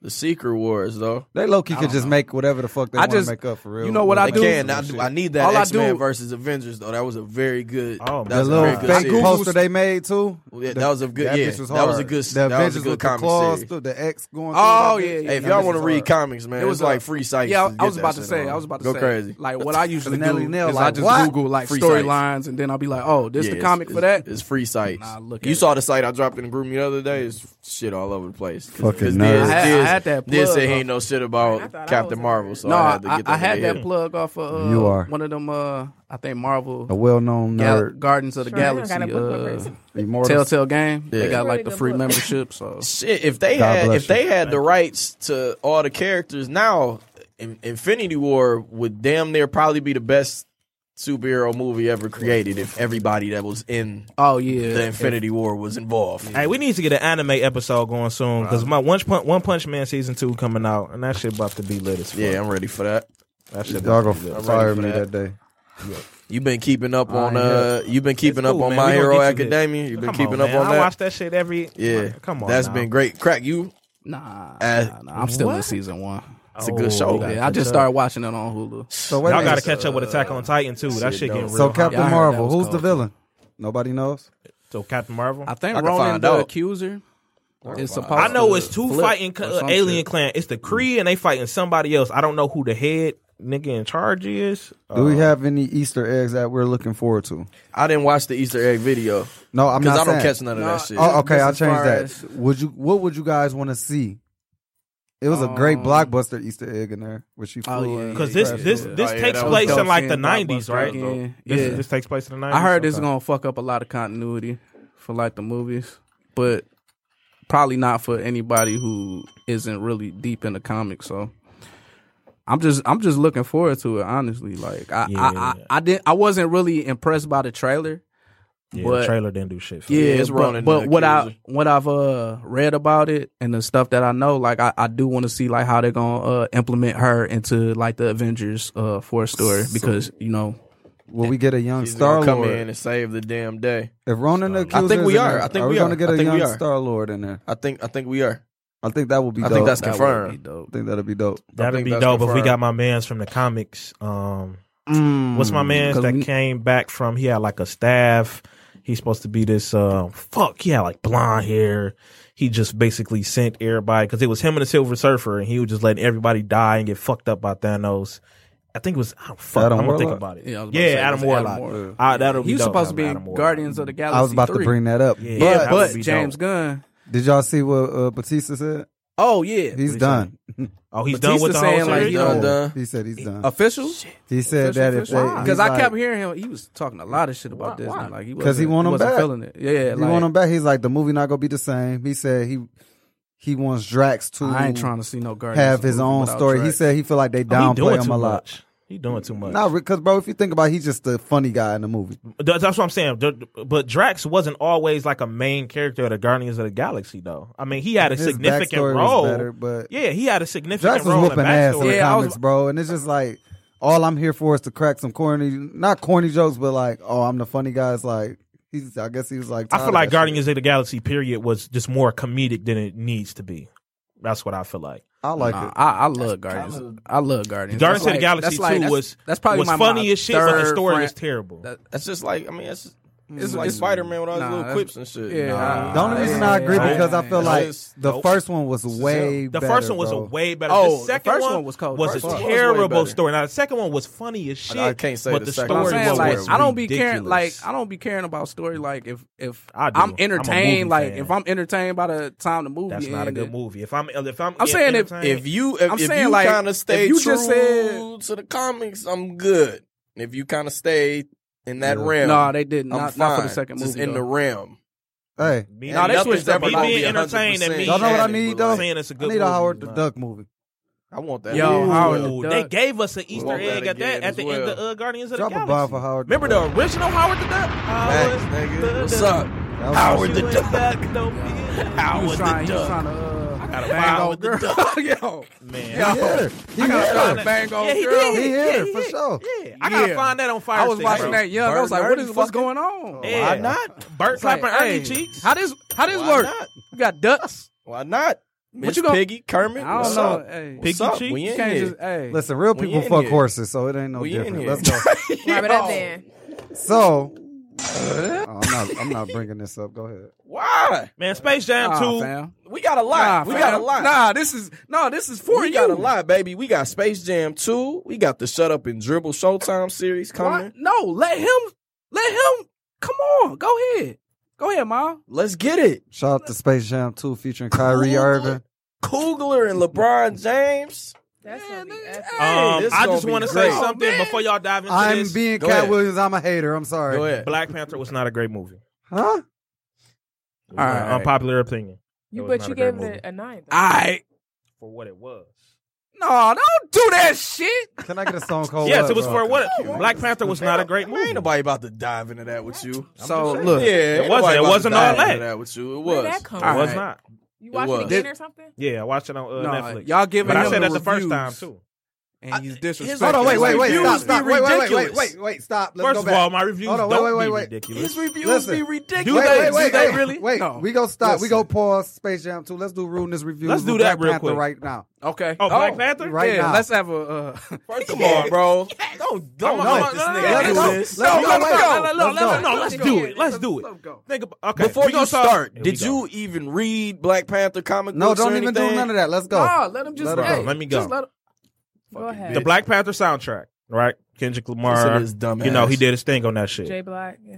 [SPEAKER 6] the Secret Wars, though.
[SPEAKER 4] They low key could just make whatever the fuck they
[SPEAKER 11] I
[SPEAKER 4] want to
[SPEAKER 11] just-
[SPEAKER 4] make up for real.
[SPEAKER 11] you know what I
[SPEAKER 6] I
[SPEAKER 11] do-
[SPEAKER 6] can. I, do- I need that
[SPEAKER 11] All I
[SPEAKER 6] X Men
[SPEAKER 11] do-
[SPEAKER 6] versus Avengers, though. That was a very good.
[SPEAKER 5] Oh,
[SPEAKER 6] that
[SPEAKER 4] The
[SPEAKER 6] was a
[SPEAKER 4] little
[SPEAKER 6] very good
[SPEAKER 4] fake
[SPEAKER 6] series.
[SPEAKER 4] poster they made too.
[SPEAKER 6] Yeah, that was a good.
[SPEAKER 4] That
[SPEAKER 6] yeah,
[SPEAKER 4] bitch was
[SPEAKER 6] that was a
[SPEAKER 4] hard.
[SPEAKER 6] good.
[SPEAKER 4] The
[SPEAKER 6] that was a
[SPEAKER 4] Avengers
[SPEAKER 6] good
[SPEAKER 4] with the
[SPEAKER 6] comic
[SPEAKER 4] claws
[SPEAKER 6] series.
[SPEAKER 4] through the X going.
[SPEAKER 11] Oh,
[SPEAKER 4] through that
[SPEAKER 11] yeah,
[SPEAKER 4] bitch.
[SPEAKER 11] yeah,
[SPEAKER 6] Hey, if
[SPEAKER 4] That
[SPEAKER 6] y'all
[SPEAKER 4] bitch
[SPEAKER 6] want to
[SPEAKER 4] was
[SPEAKER 6] read
[SPEAKER 4] hard.
[SPEAKER 6] comics, man,
[SPEAKER 11] It
[SPEAKER 6] it
[SPEAKER 11] was
[SPEAKER 6] was
[SPEAKER 11] a-
[SPEAKER 6] like free sites.
[SPEAKER 11] Yeah, I,
[SPEAKER 6] to
[SPEAKER 11] I was
[SPEAKER 6] get
[SPEAKER 11] about
[SPEAKER 6] that
[SPEAKER 11] to
[SPEAKER 6] shit
[SPEAKER 11] say.
[SPEAKER 6] on.
[SPEAKER 11] I was about to
[SPEAKER 6] go
[SPEAKER 11] say.
[SPEAKER 6] crazy.
[SPEAKER 11] Like what I usually do
[SPEAKER 4] Nelly Nell,
[SPEAKER 11] is I
[SPEAKER 4] like,
[SPEAKER 11] just
[SPEAKER 4] what?
[SPEAKER 11] Google like
[SPEAKER 6] Free sites.
[SPEAKER 11] storylines, and then I'll be like, oh, this
[SPEAKER 6] Yeah,
[SPEAKER 11] the
[SPEAKER 6] it's-
[SPEAKER 11] comic
[SPEAKER 6] it's-
[SPEAKER 11] for that.
[SPEAKER 6] It's free sites.
[SPEAKER 11] Nah, look
[SPEAKER 6] you
[SPEAKER 11] at
[SPEAKER 6] saw the site I dropped in the group the other day. It's shit all over the place.
[SPEAKER 4] Fucking
[SPEAKER 6] Because
[SPEAKER 4] nerds.
[SPEAKER 11] I had- I had that
[SPEAKER 6] Did
[SPEAKER 11] plug
[SPEAKER 6] say he
[SPEAKER 11] up.
[SPEAKER 6] ain't no shit
[SPEAKER 7] I
[SPEAKER 6] about
[SPEAKER 7] thought I was
[SPEAKER 6] Captain
[SPEAKER 7] a-
[SPEAKER 6] Marvel, so
[SPEAKER 11] no,
[SPEAKER 6] I had to
[SPEAKER 11] I,
[SPEAKER 6] get that.
[SPEAKER 11] I had
[SPEAKER 6] in
[SPEAKER 11] that
[SPEAKER 6] the head.
[SPEAKER 11] plug off of uh,
[SPEAKER 4] You are.
[SPEAKER 11] one of them. Uh, I think Marvel
[SPEAKER 4] A well-known
[SPEAKER 11] Gal-
[SPEAKER 4] nerd,
[SPEAKER 11] Gardens of the
[SPEAKER 7] Sure, I
[SPEAKER 11] Galaxy.
[SPEAKER 7] got a book
[SPEAKER 11] uh,
[SPEAKER 7] reference.
[SPEAKER 4] immortal.
[SPEAKER 11] Telltale game.
[SPEAKER 6] Yeah.
[SPEAKER 11] They got
[SPEAKER 7] Really
[SPEAKER 11] like the
[SPEAKER 7] good
[SPEAKER 11] free
[SPEAKER 7] book.
[SPEAKER 11] membership. So
[SPEAKER 6] Shit, if they
[SPEAKER 4] God
[SPEAKER 6] had
[SPEAKER 4] bless
[SPEAKER 6] if they
[SPEAKER 4] you.
[SPEAKER 6] had the rights to all the characters now, In- Infinity War would damn near probably be the best superhero movie ever created if everybody that was in
[SPEAKER 11] oh yeah,
[SPEAKER 6] the Infinity War was involved.
[SPEAKER 5] Hey, we need to get an anime episode going soon because my One Punch, One Punch Man season two coming out, and that shit about to be lit as fuck.
[SPEAKER 6] Yeah, I'm ready for that.
[SPEAKER 5] that shit
[SPEAKER 4] Y'all
[SPEAKER 5] about
[SPEAKER 4] gonna
[SPEAKER 5] to be lit.
[SPEAKER 4] fire
[SPEAKER 6] for
[SPEAKER 4] me
[SPEAKER 6] that.
[SPEAKER 4] that day.
[SPEAKER 6] You've been keeping up on
[SPEAKER 4] I ain't
[SPEAKER 6] uh, you've been keeping
[SPEAKER 5] It's
[SPEAKER 6] up
[SPEAKER 5] cool,
[SPEAKER 6] on
[SPEAKER 5] man.
[SPEAKER 6] My
[SPEAKER 5] We gonna
[SPEAKER 6] Hero
[SPEAKER 5] get you
[SPEAKER 6] Academia.
[SPEAKER 5] there.
[SPEAKER 6] You've been
[SPEAKER 5] Come
[SPEAKER 6] keeping up
[SPEAKER 5] man.
[SPEAKER 6] on
[SPEAKER 5] I
[SPEAKER 6] that.
[SPEAKER 5] watch that shit every.
[SPEAKER 6] yeah,
[SPEAKER 5] come on.
[SPEAKER 6] that's
[SPEAKER 5] That's
[SPEAKER 6] been great. Crack you.
[SPEAKER 11] nah,
[SPEAKER 6] Uh,
[SPEAKER 11] nah, nah, I'm still in season one.
[SPEAKER 6] It's a good show.
[SPEAKER 5] gotta
[SPEAKER 11] Yeah, I just
[SPEAKER 5] catch
[SPEAKER 11] started watching it on Hulu.
[SPEAKER 4] So wait,
[SPEAKER 5] Y'all
[SPEAKER 4] a
[SPEAKER 5] got to
[SPEAKER 4] minute.
[SPEAKER 5] catch up with Attack on Titan too. That shit getting real.
[SPEAKER 4] So Captain
[SPEAKER 11] Yeah, I heard that
[SPEAKER 4] Marvel,
[SPEAKER 11] was
[SPEAKER 4] who's the
[SPEAKER 11] cold.
[SPEAKER 4] villain? Nobody knows.
[SPEAKER 5] so Captain Marvel.
[SPEAKER 11] I think
[SPEAKER 6] I can
[SPEAKER 11] Ronan
[SPEAKER 6] find
[SPEAKER 11] the
[SPEAKER 6] out.
[SPEAKER 11] Accuser is supposed.
[SPEAKER 5] I know
[SPEAKER 11] to
[SPEAKER 5] it's two
[SPEAKER 11] flip
[SPEAKER 5] fighting
[SPEAKER 11] or
[SPEAKER 5] co- uh,
[SPEAKER 11] some
[SPEAKER 5] alien
[SPEAKER 11] shit.
[SPEAKER 5] clan. It's the Kree and they fighting somebody else. I don't know who the head nigga in charge is.
[SPEAKER 4] Do we
[SPEAKER 5] Uh,
[SPEAKER 4] have any Easter eggs that we're looking forward to?
[SPEAKER 6] I didn't watch the Easter egg video
[SPEAKER 4] No, I'm
[SPEAKER 6] because
[SPEAKER 4] not
[SPEAKER 6] I don't
[SPEAKER 4] saying.
[SPEAKER 6] catch none of that shit.
[SPEAKER 4] Oh, okay,
[SPEAKER 11] Just
[SPEAKER 4] I'll
[SPEAKER 11] as
[SPEAKER 4] change
[SPEAKER 11] far
[SPEAKER 4] that.
[SPEAKER 11] as-
[SPEAKER 4] Would you? What would you guys want to see? It was a great
[SPEAKER 11] Um,
[SPEAKER 4] blockbuster Easter egg in there, where she flew.
[SPEAKER 11] Oh, yeah,
[SPEAKER 4] in.
[SPEAKER 11] yeah,
[SPEAKER 5] Cause this
[SPEAKER 11] yeah,
[SPEAKER 5] this
[SPEAKER 11] yeah.
[SPEAKER 5] this
[SPEAKER 6] Oh, yeah,
[SPEAKER 5] takes
[SPEAKER 6] that was
[SPEAKER 5] place
[SPEAKER 11] dope.
[SPEAKER 5] in like the
[SPEAKER 11] Seeing
[SPEAKER 5] nineties,
[SPEAKER 11] Blockbuster
[SPEAKER 5] right?
[SPEAKER 11] again.
[SPEAKER 5] This,
[SPEAKER 11] Yeah.
[SPEAKER 5] this takes place in the nineties.
[SPEAKER 11] I heard this is gonna fuck up a lot of continuity for like the movies, but probably not for anybody who isn't really deep in the comics. So I'm just I'm just looking forward to it. Honestly, like I I, I, I didn't I wasn't really impressed by the trailer.
[SPEAKER 5] Yeah,
[SPEAKER 11] but-
[SPEAKER 5] the trailer didn't do shit. For
[SPEAKER 11] Yeah,
[SPEAKER 5] me.
[SPEAKER 6] it's
[SPEAKER 11] but,
[SPEAKER 6] Ronan
[SPEAKER 11] but
[SPEAKER 6] the
[SPEAKER 11] what I
[SPEAKER 6] Accuser.
[SPEAKER 11] what I've uh, read about it and the stuff that I know, like I, I do want to see like how they're gonna uh, implement her into like the Avengers uh, four story because you know
[SPEAKER 4] Will we get a young
[SPEAKER 6] He's
[SPEAKER 4] Star
[SPEAKER 6] gonna come in
[SPEAKER 4] Lord?
[SPEAKER 6] and save the damn day.
[SPEAKER 4] If Ronan the
[SPEAKER 5] I
[SPEAKER 4] Accuser
[SPEAKER 6] think
[SPEAKER 4] is
[SPEAKER 6] we
[SPEAKER 4] in
[SPEAKER 6] are.
[SPEAKER 4] there,
[SPEAKER 6] I think
[SPEAKER 4] are
[SPEAKER 6] we
[SPEAKER 4] we
[SPEAKER 6] are.
[SPEAKER 4] gonna get
[SPEAKER 6] I
[SPEAKER 4] a
[SPEAKER 6] think we
[SPEAKER 4] young
[SPEAKER 6] are.
[SPEAKER 4] Star Lord in there?
[SPEAKER 6] I think I think we are.
[SPEAKER 4] I think that would be.
[SPEAKER 6] I
[SPEAKER 4] dope.
[SPEAKER 6] think that's
[SPEAKER 11] that would be
[SPEAKER 6] confirmed.
[SPEAKER 11] dope.
[SPEAKER 4] I think that'd be dope.
[SPEAKER 5] that'd
[SPEAKER 6] think
[SPEAKER 5] be
[SPEAKER 6] that's
[SPEAKER 5] dope if we
[SPEAKER 6] confirmed.
[SPEAKER 5] got my man's from the comics. Um,
[SPEAKER 11] Mm,
[SPEAKER 5] what's my man's
[SPEAKER 11] 'cause
[SPEAKER 5] that
[SPEAKER 11] we-
[SPEAKER 5] came back from? He had like a staff. He's supposed to be this. Uh, fuck, he had like blonde hair. He just basically sent everybody because it was him and the Silver Surfer, and he was just letting everybody die and get fucked up by Thanos. I think it was oh, fuck.
[SPEAKER 4] Adam
[SPEAKER 5] I'm gonna think
[SPEAKER 4] Warlock?
[SPEAKER 5] about it.
[SPEAKER 11] Yeah, I was
[SPEAKER 5] Yeah,
[SPEAKER 11] about to say,
[SPEAKER 5] Adam
[SPEAKER 11] was it Adam
[SPEAKER 5] Warlock.
[SPEAKER 11] Warlock?
[SPEAKER 5] Ah, that'll be
[SPEAKER 11] He was
[SPEAKER 5] dope.
[SPEAKER 11] supposed to
[SPEAKER 5] Adam-
[SPEAKER 11] be
[SPEAKER 5] Adam Warlock.
[SPEAKER 11] Guardians of the Galaxy.
[SPEAKER 4] I was about to
[SPEAKER 11] 3.
[SPEAKER 4] bring that up.
[SPEAKER 5] Yeah,
[SPEAKER 11] Yeah,
[SPEAKER 5] that would
[SPEAKER 11] but
[SPEAKER 5] be dope.
[SPEAKER 11] James Gunn.
[SPEAKER 4] Did y'all see what uh, Batista said?
[SPEAKER 11] Oh yeah,
[SPEAKER 4] He's done.
[SPEAKER 5] Oh, he's
[SPEAKER 11] Batista
[SPEAKER 5] done with the whole
[SPEAKER 11] saying, like,
[SPEAKER 5] series.
[SPEAKER 11] he don't-
[SPEAKER 6] Done, done.
[SPEAKER 4] He said he's done.
[SPEAKER 11] official.
[SPEAKER 4] He said that if they
[SPEAKER 11] because I
[SPEAKER 4] he's
[SPEAKER 11] kept
[SPEAKER 4] like-
[SPEAKER 11] hearing him, he was talking a lot of shit about Disney. Like he
[SPEAKER 4] 'Cause he
[SPEAKER 11] wasn't-
[SPEAKER 4] want 'em
[SPEAKER 11] wasn't
[SPEAKER 4] back.
[SPEAKER 11] Feeling it. Yeah,
[SPEAKER 4] he
[SPEAKER 11] like,
[SPEAKER 4] want him back. He's like the movie not gonna be the same. He said he he wants Drax to
[SPEAKER 11] I ain't trying to see no Guardians
[SPEAKER 4] have his
[SPEAKER 11] movie
[SPEAKER 4] own
[SPEAKER 11] without
[SPEAKER 4] story. He
[SPEAKER 11] Drax.
[SPEAKER 4] said he feel like they
[SPEAKER 5] Oh, he
[SPEAKER 4] downplay
[SPEAKER 5] doing
[SPEAKER 4] him
[SPEAKER 5] too
[SPEAKER 4] a lot.
[SPEAKER 5] much. He doing too much.
[SPEAKER 4] No, because bro, if you think about, it, he's just the funny guy in the movie.
[SPEAKER 5] Th- That's what I'm saying. Th- But Drax wasn't always like a main character of the Guardians of the Galaxy, though. I mean, he had a
[SPEAKER 4] His
[SPEAKER 5] significant
[SPEAKER 4] backstory was
[SPEAKER 5] role.
[SPEAKER 4] better, but-
[SPEAKER 5] yeah, he had a significant
[SPEAKER 4] Drax was
[SPEAKER 5] role. in
[SPEAKER 4] whooping
[SPEAKER 5] the
[SPEAKER 4] ass in
[SPEAKER 5] backstory.
[SPEAKER 4] the
[SPEAKER 11] Yeah, I was-
[SPEAKER 4] comics, bro, and it's just like all I'm here for is to crack some corny, not corny jokes, but like, oh, I'm the funny guy. It's like he's, I guess he was like.
[SPEAKER 5] I
[SPEAKER 4] tired
[SPEAKER 5] feel
[SPEAKER 4] of
[SPEAKER 5] like
[SPEAKER 4] that
[SPEAKER 5] Guardians
[SPEAKER 4] shit.
[SPEAKER 5] of the Galaxy period was just more comedic than it needs to be. That's what I feel like.
[SPEAKER 4] I like
[SPEAKER 11] Nah,
[SPEAKER 4] it.
[SPEAKER 11] I, I love Guardians. I love Guardians.
[SPEAKER 5] Guardians
[SPEAKER 11] That's
[SPEAKER 5] of the Galaxy
[SPEAKER 11] that's like-
[SPEAKER 5] two
[SPEAKER 11] that's-
[SPEAKER 5] was
[SPEAKER 11] that's probably
[SPEAKER 5] was
[SPEAKER 11] my-
[SPEAKER 5] funny
[SPEAKER 11] my
[SPEAKER 5] as shit, but the
[SPEAKER 11] third
[SPEAKER 5] story
[SPEAKER 11] fran-
[SPEAKER 5] was terrible.
[SPEAKER 11] that-
[SPEAKER 6] That's just like I mean, that's It's like Spider-Man with all his
[SPEAKER 11] Nah,
[SPEAKER 6] little
[SPEAKER 11] that's-
[SPEAKER 6] quips and shit.
[SPEAKER 11] yeah. Nah.
[SPEAKER 6] Uh,
[SPEAKER 4] The only
[SPEAKER 11] Yeah.
[SPEAKER 4] reason I agree
[SPEAKER 11] Yeah.
[SPEAKER 4] because I feel
[SPEAKER 11] Yeah.
[SPEAKER 4] like
[SPEAKER 11] It's-
[SPEAKER 4] the
[SPEAKER 11] nope.
[SPEAKER 4] first one was way
[SPEAKER 5] The
[SPEAKER 4] better,
[SPEAKER 5] first one was
[SPEAKER 4] bro.
[SPEAKER 5] a way better.
[SPEAKER 11] Oh,
[SPEAKER 5] the
[SPEAKER 11] the
[SPEAKER 5] second
[SPEAKER 11] first
[SPEAKER 5] one,
[SPEAKER 11] one was cold.
[SPEAKER 5] Was
[SPEAKER 11] First
[SPEAKER 5] a
[SPEAKER 11] one was way
[SPEAKER 5] terrible
[SPEAKER 11] better.
[SPEAKER 5] story. Now the second one was funny as shit.
[SPEAKER 6] I can't say
[SPEAKER 5] but
[SPEAKER 6] the
[SPEAKER 5] the
[SPEAKER 6] second
[SPEAKER 5] story
[SPEAKER 6] one
[SPEAKER 11] I'm
[SPEAKER 5] was
[SPEAKER 11] saying, like,
[SPEAKER 5] ridiculous.
[SPEAKER 11] I don't be caring. Like I don't be caring about story. Like if if
[SPEAKER 5] I do. I'm
[SPEAKER 11] I'm
[SPEAKER 5] a movie
[SPEAKER 11] entertained, like
[SPEAKER 5] fan.
[SPEAKER 11] if I'm entertained by the time the movie,
[SPEAKER 5] That's not a
[SPEAKER 11] ended,
[SPEAKER 5] good movie. If I'm if I'm
[SPEAKER 11] I'm saying if-
[SPEAKER 5] entertained-
[SPEAKER 6] If you if,
[SPEAKER 11] I'm
[SPEAKER 6] if
[SPEAKER 11] saying,
[SPEAKER 6] you
[SPEAKER 11] like,
[SPEAKER 6] kind of
[SPEAKER 11] if
[SPEAKER 6] stay
[SPEAKER 11] you
[SPEAKER 6] true
[SPEAKER 11] just said-
[SPEAKER 6] to the comics, I'm good. If you kind of stay in that
[SPEAKER 11] Yeah.
[SPEAKER 6] realm,
[SPEAKER 11] Nah, they didn't.
[SPEAKER 6] I'm
[SPEAKER 11] Not- not for the
[SPEAKER 6] fine.
[SPEAKER 11] second
[SPEAKER 6] Just
[SPEAKER 11] movie,
[SPEAKER 6] in the
[SPEAKER 11] though.
[SPEAKER 6] realm.
[SPEAKER 4] Hey,
[SPEAKER 5] Me,
[SPEAKER 11] Nah, they
[SPEAKER 6] Nothing's
[SPEAKER 11] switched up
[SPEAKER 6] ever
[SPEAKER 11] a
[SPEAKER 5] me
[SPEAKER 11] lot.
[SPEAKER 6] gonna
[SPEAKER 5] being
[SPEAKER 6] be 100%
[SPEAKER 5] entertained and me
[SPEAKER 4] Y'all know what I
[SPEAKER 6] canon,
[SPEAKER 4] need
[SPEAKER 6] but,
[SPEAKER 4] though?
[SPEAKER 6] like,
[SPEAKER 5] saying it's a
[SPEAKER 4] I
[SPEAKER 5] good
[SPEAKER 4] need a Howard
[SPEAKER 5] movie.
[SPEAKER 4] the Duck movie.
[SPEAKER 6] I want that.
[SPEAKER 11] Yo,
[SPEAKER 6] Ooh.
[SPEAKER 11] Howard
[SPEAKER 5] Ooh,
[SPEAKER 11] the
[SPEAKER 5] they
[SPEAKER 11] Duck.
[SPEAKER 5] gave us an Easter
[SPEAKER 6] want that
[SPEAKER 5] egg at
[SPEAKER 6] again
[SPEAKER 5] that at
[SPEAKER 6] as
[SPEAKER 5] the end
[SPEAKER 6] well.
[SPEAKER 5] of uh, Guardians of
[SPEAKER 4] Drop
[SPEAKER 5] the
[SPEAKER 4] a
[SPEAKER 5] Galaxy.
[SPEAKER 4] bomb for Howard.
[SPEAKER 5] Remember the original Howard the Duck?
[SPEAKER 6] Thanks, nigga. What's up? Howard the Duck.
[SPEAKER 11] He was
[SPEAKER 5] Howard
[SPEAKER 11] trying, he
[SPEAKER 5] the
[SPEAKER 11] was
[SPEAKER 5] Duck.
[SPEAKER 11] trying to uh, I
[SPEAKER 5] gotta
[SPEAKER 11] bang
[SPEAKER 5] bang
[SPEAKER 11] on
[SPEAKER 5] with the
[SPEAKER 11] girl. Yo,
[SPEAKER 5] Man.
[SPEAKER 11] Yo,
[SPEAKER 4] Yeah, he
[SPEAKER 11] I gotta
[SPEAKER 4] hit
[SPEAKER 11] to
[SPEAKER 4] her.
[SPEAKER 11] bang on
[SPEAKER 5] Yeah, he
[SPEAKER 11] girl.
[SPEAKER 5] did.
[SPEAKER 4] He hit her
[SPEAKER 5] Yeah,
[SPEAKER 4] for
[SPEAKER 5] yeah.
[SPEAKER 4] sure.
[SPEAKER 5] Yeah, I gotta
[SPEAKER 11] Yeah.
[SPEAKER 5] find that on Fire
[SPEAKER 11] I was
[SPEAKER 5] Stick,
[SPEAKER 11] watching
[SPEAKER 5] bro.
[SPEAKER 11] that young. I was like, what
[SPEAKER 6] Bert
[SPEAKER 11] is what's
[SPEAKER 6] Ernie
[SPEAKER 11] going on?
[SPEAKER 5] Yeah.
[SPEAKER 6] Why not?
[SPEAKER 5] Bert
[SPEAKER 11] It's like,
[SPEAKER 5] clapping Ernie
[SPEAKER 11] hey,
[SPEAKER 5] cheeks.
[SPEAKER 11] How this how this
[SPEAKER 6] Why
[SPEAKER 11] work?
[SPEAKER 6] not?
[SPEAKER 11] You got ducks?
[SPEAKER 6] Why not? Miss
[SPEAKER 11] you gonna-
[SPEAKER 6] Piggy Kermit.
[SPEAKER 11] I
[SPEAKER 6] what's
[SPEAKER 11] don't know.
[SPEAKER 6] Up?
[SPEAKER 11] Hey,
[SPEAKER 6] What's
[SPEAKER 5] Piggy
[SPEAKER 6] up?
[SPEAKER 5] cheek?
[SPEAKER 6] We
[SPEAKER 11] you
[SPEAKER 6] in
[SPEAKER 11] can't
[SPEAKER 6] here.
[SPEAKER 11] just hey.
[SPEAKER 4] Listen, real
[SPEAKER 6] We
[SPEAKER 4] people
[SPEAKER 6] in
[SPEAKER 4] fuck
[SPEAKER 6] here.
[SPEAKER 4] horses, so it ain't no
[SPEAKER 6] We in
[SPEAKER 4] different.
[SPEAKER 6] here.
[SPEAKER 4] Let's go.
[SPEAKER 7] Wrap it up then.
[SPEAKER 4] So, oh, I'm not. I'm not bringing this up. Go ahead.
[SPEAKER 6] Why?
[SPEAKER 5] Man, Space Jam
[SPEAKER 11] Nah,
[SPEAKER 5] 2.
[SPEAKER 11] fam.
[SPEAKER 6] We got a lot.
[SPEAKER 11] Nah,
[SPEAKER 6] we
[SPEAKER 11] fam.
[SPEAKER 6] got a lot.
[SPEAKER 11] Nah, this is no, this is for
[SPEAKER 6] we
[SPEAKER 11] you.
[SPEAKER 6] got a lot, baby. We got Space Jam 2. We got the Shut Up and Dribble Showtime series
[SPEAKER 11] Why-
[SPEAKER 6] coming.
[SPEAKER 11] No, let him. Let him. Come on, go ahead. Go ahead, ma.
[SPEAKER 6] Let's get it.
[SPEAKER 4] Shout out to Space Jam 2 featuring Kyrie Irving.
[SPEAKER 6] Kugler and LeBron James.
[SPEAKER 7] That's
[SPEAKER 11] Yeah,
[SPEAKER 7] gonna be
[SPEAKER 11] nigga,
[SPEAKER 7] epic.
[SPEAKER 11] hey.
[SPEAKER 5] Um,
[SPEAKER 6] this
[SPEAKER 5] I
[SPEAKER 6] gonna
[SPEAKER 5] just
[SPEAKER 6] be
[SPEAKER 5] want to say
[SPEAKER 6] great.
[SPEAKER 5] something
[SPEAKER 11] Oh, man.
[SPEAKER 5] before y'all dive into
[SPEAKER 4] I'm
[SPEAKER 5] this.
[SPEAKER 4] being
[SPEAKER 6] Go
[SPEAKER 4] Cat
[SPEAKER 6] ahead.
[SPEAKER 4] Williams. I'm a hater. I'm sorry.
[SPEAKER 6] Go ahead.
[SPEAKER 5] Black Panther was not a great movie.
[SPEAKER 4] Huh?
[SPEAKER 5] It was
[SPEAKER 11] All
[SPEAKER 5] an
[SPEAKER 11] right.
[SPEAKER 5] Unpopular opinion.
[SPEAKER 7] You
[SPEAKER 5] It was
[SPEAKER 7] but
[SPEAKER 5] not
[SPEAKER 7] you
[SPEAKER 5] a great
[SPEAKER 7] gave
[SPEAKER 5] movie.
[SPEAKER 7] it a, a nine. though.
[SPEAKER 11] All right.
[SPEAKER 5] for what it was.
[SPEAKER 11] No, don't do that shit.
[SPEAKER 4] Can I get a Stone Cold?
[SPEAKER 5] yes,
[SPEAKER 4] Love,
[SPEAKER 5] it was
[SPEAKER 4] bro?
[SPEAKER 5] for what it, Black Panther was not a great
[SPEAKER 6] Man,
[SPEAKER 5] movie.
[SPEAKER 6] ain't nobody about to dive into that with you.
[SPEAKER 11] So
[SPEAKER 6] Yeah,
[SPEAKER 11] look,
[SPEAKER 6] ain't
[SPEAKER 5] It wasn't-
[SPEAKER 6] nobody
[SPEAKER 5] it
[SPEAKER 6] about to
[SPEAKER 5] wasn't
[SPEAKER 6] dive
[SPEAKER 5] all that.
[SPEAKER 6] into that with you. It was.
[SPEAKER 7] Where did that come
[SPEAKER 5] It
[SPEAKER 11] All
[SPEAKER 5] was
[SPEAKER 11] right.
[SPEAKER 5] not.
[SPEAKER 7] You
[SPEAKER 6] It
[SPEAKER 7] watch
[SPEAKER 6] was.
[SPEAKER 7] it again or something?
[SPEAKER 5] Yeah, I watched it on uh,
[SPEAKER 11] no,
[SPEAKER 5] Netflix.
[SPEAKER 11] y'all giving
[SPEAKER 5] but
[SPEAKER 11] him
[SPEAKER 5] I said
[SPEAKER 11] the
[SPEAKER 5] that the first
[SPEAKER 11] reviews,
[SPEAKER 5] time too.
[SPEAKER 11] and he's disrespecting.
[SPEAKER 4] Hold on. Wait. Wait. Wait.
[SPEAKER 11] His reviews
[SPEAKER 4] Stop. Stop.
[SPEAKER 11] be
[SPEAKER 4] Wait. Wait. Wait. Wait.
[SPEAKER 11] ridiculous.
[SPEAKER 4] Wait. Wait. Stop. Let's
[SPEAKER 5] First
[SPEAKER 4] go
[SPEAKER 5] of
[SPEAKER 4] back.
[SPEAKER 5] all, my reviews
[SPEAKER 4] Hold on, wait,
[SPEAKER 5] don't
[SPEAKER 4] wait, wait,
[SPEAKER 5] be
[SPEAKER 4] wait.
[SPEAKER 5] ridiculous.
[SPEAKER 6] reviews
[SPEAKER 4] Listen.
[SPEAKER 6] be
[SPEAKER 11] Do
[SPEAKER 6] ridiculous.
[SPEAKER 4] wait,
[SPEAKER 11] they-
[SPEAKER 4] wait, wait,
[SPEAKER 11] do they
[SPEAKER 4] wait.
[SPEAKER 11] really?
[SPEAKER 4] Wait,
[SPEAKER 11] No.
[SPEAKER 4] we go stop. We
[SPEAKER 11] Listen.
[SPEAKER 4] go pause Space Jam 2. Let's do rudeness review.
[SPEAKER 5] Let's do
[SPEAKER 4] Black
[SPEAKER 5] that real
[SPEAKER 4] Panther
[SPEAKER 5] quick.
[SPEAKER 4] right now.
[SPEAKER 11] Okay.
[SPEAKER 5] Oh, Black
[SPEAKER 11] Oh,
[SPEAKER 5] Panther?
[SPEAKER 4] Right
[SPEAKER 11] yeah,
[SPEAKER 4] now.
[SPEAKER 11] Let's have a. Uh,
[SPEAKER 6] First of all, bro. Don't, don't
[SPEAKER 5] I'ma-
[SPEAKER 6] let this
[SPEAKER 5] I'ma-
[SPEAKER 6] nigga
[SPEAKER 5] Let's
[SPEAKER 6] do
[SPEAKER 5] go.
[SPEAKER 6] this.
[SPEAKER 4] Let's
[SPEAKER 5] No,
[SPEAKER 4] go.
[SPEAKER 5] no,
[SPEAKER 4] Let's
[SPEAKER 5] no,
[SPEAKER 4] go.
[SPEAKER 5] no,
[SPEAKER 4] Let's
[SPEAKER 5] no, no,
[SPEAKER 4] go.
[SPEAKER 5] no, let's
[SPEAKER 11] Let's
[SPEAKER 5] do
[SPEAKER 11] go.
[SPEAKER 5] it. Let's do
[SPEAKER 11] Let's
[SPEAKER 5] it.
[SPEAKER 11] go.
[SPEAKER 5] Think about, okay.
[SPEAKER 6] Before
[SPEAKER 5] we gonna
[SPEAKER 6] you start,
[SPEAKER 5] Here we
[SPEAKER 6] did
[SPEAKER 5] go.
[SPEAKER 6] you even read Black Panther comic
[SPEAKER 4] No,
[SPEAKER 6] books or
[SPEAKER 4] don't even do
[SPEAKER 6] anything?
[SPEAKER 4] none of that. Let's go.
[SPEAKER 11] Nah, let him just.
[SPEAKER 4] Let her
[SPEAKER 11] hey,
[SPEAKER 4] go.
[SPEAKER 5] Let me
[SPEAKER 11] just
[SPEAKER 5] go.
[SPEAKER 11] let him-
[SPEAKER 7] Go ahead.
[SPEAKER 5] The Black Panther soundtrack, right? Kendrick Lamar.
[SPEAKER 6] Listen to this
[SPEAKER 5] You know,
[SPEAKER 6] dumbass.
[SPEAKER 5] he did his thing on that shit.
[SPEAKER 7] J Black. Yeah.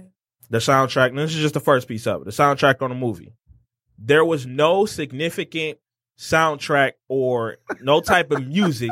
[SPEAKER 5] the soundtrack. And this is just the first piece of it. The soundtrack on the movie. There was no significant soundtrack or no type of music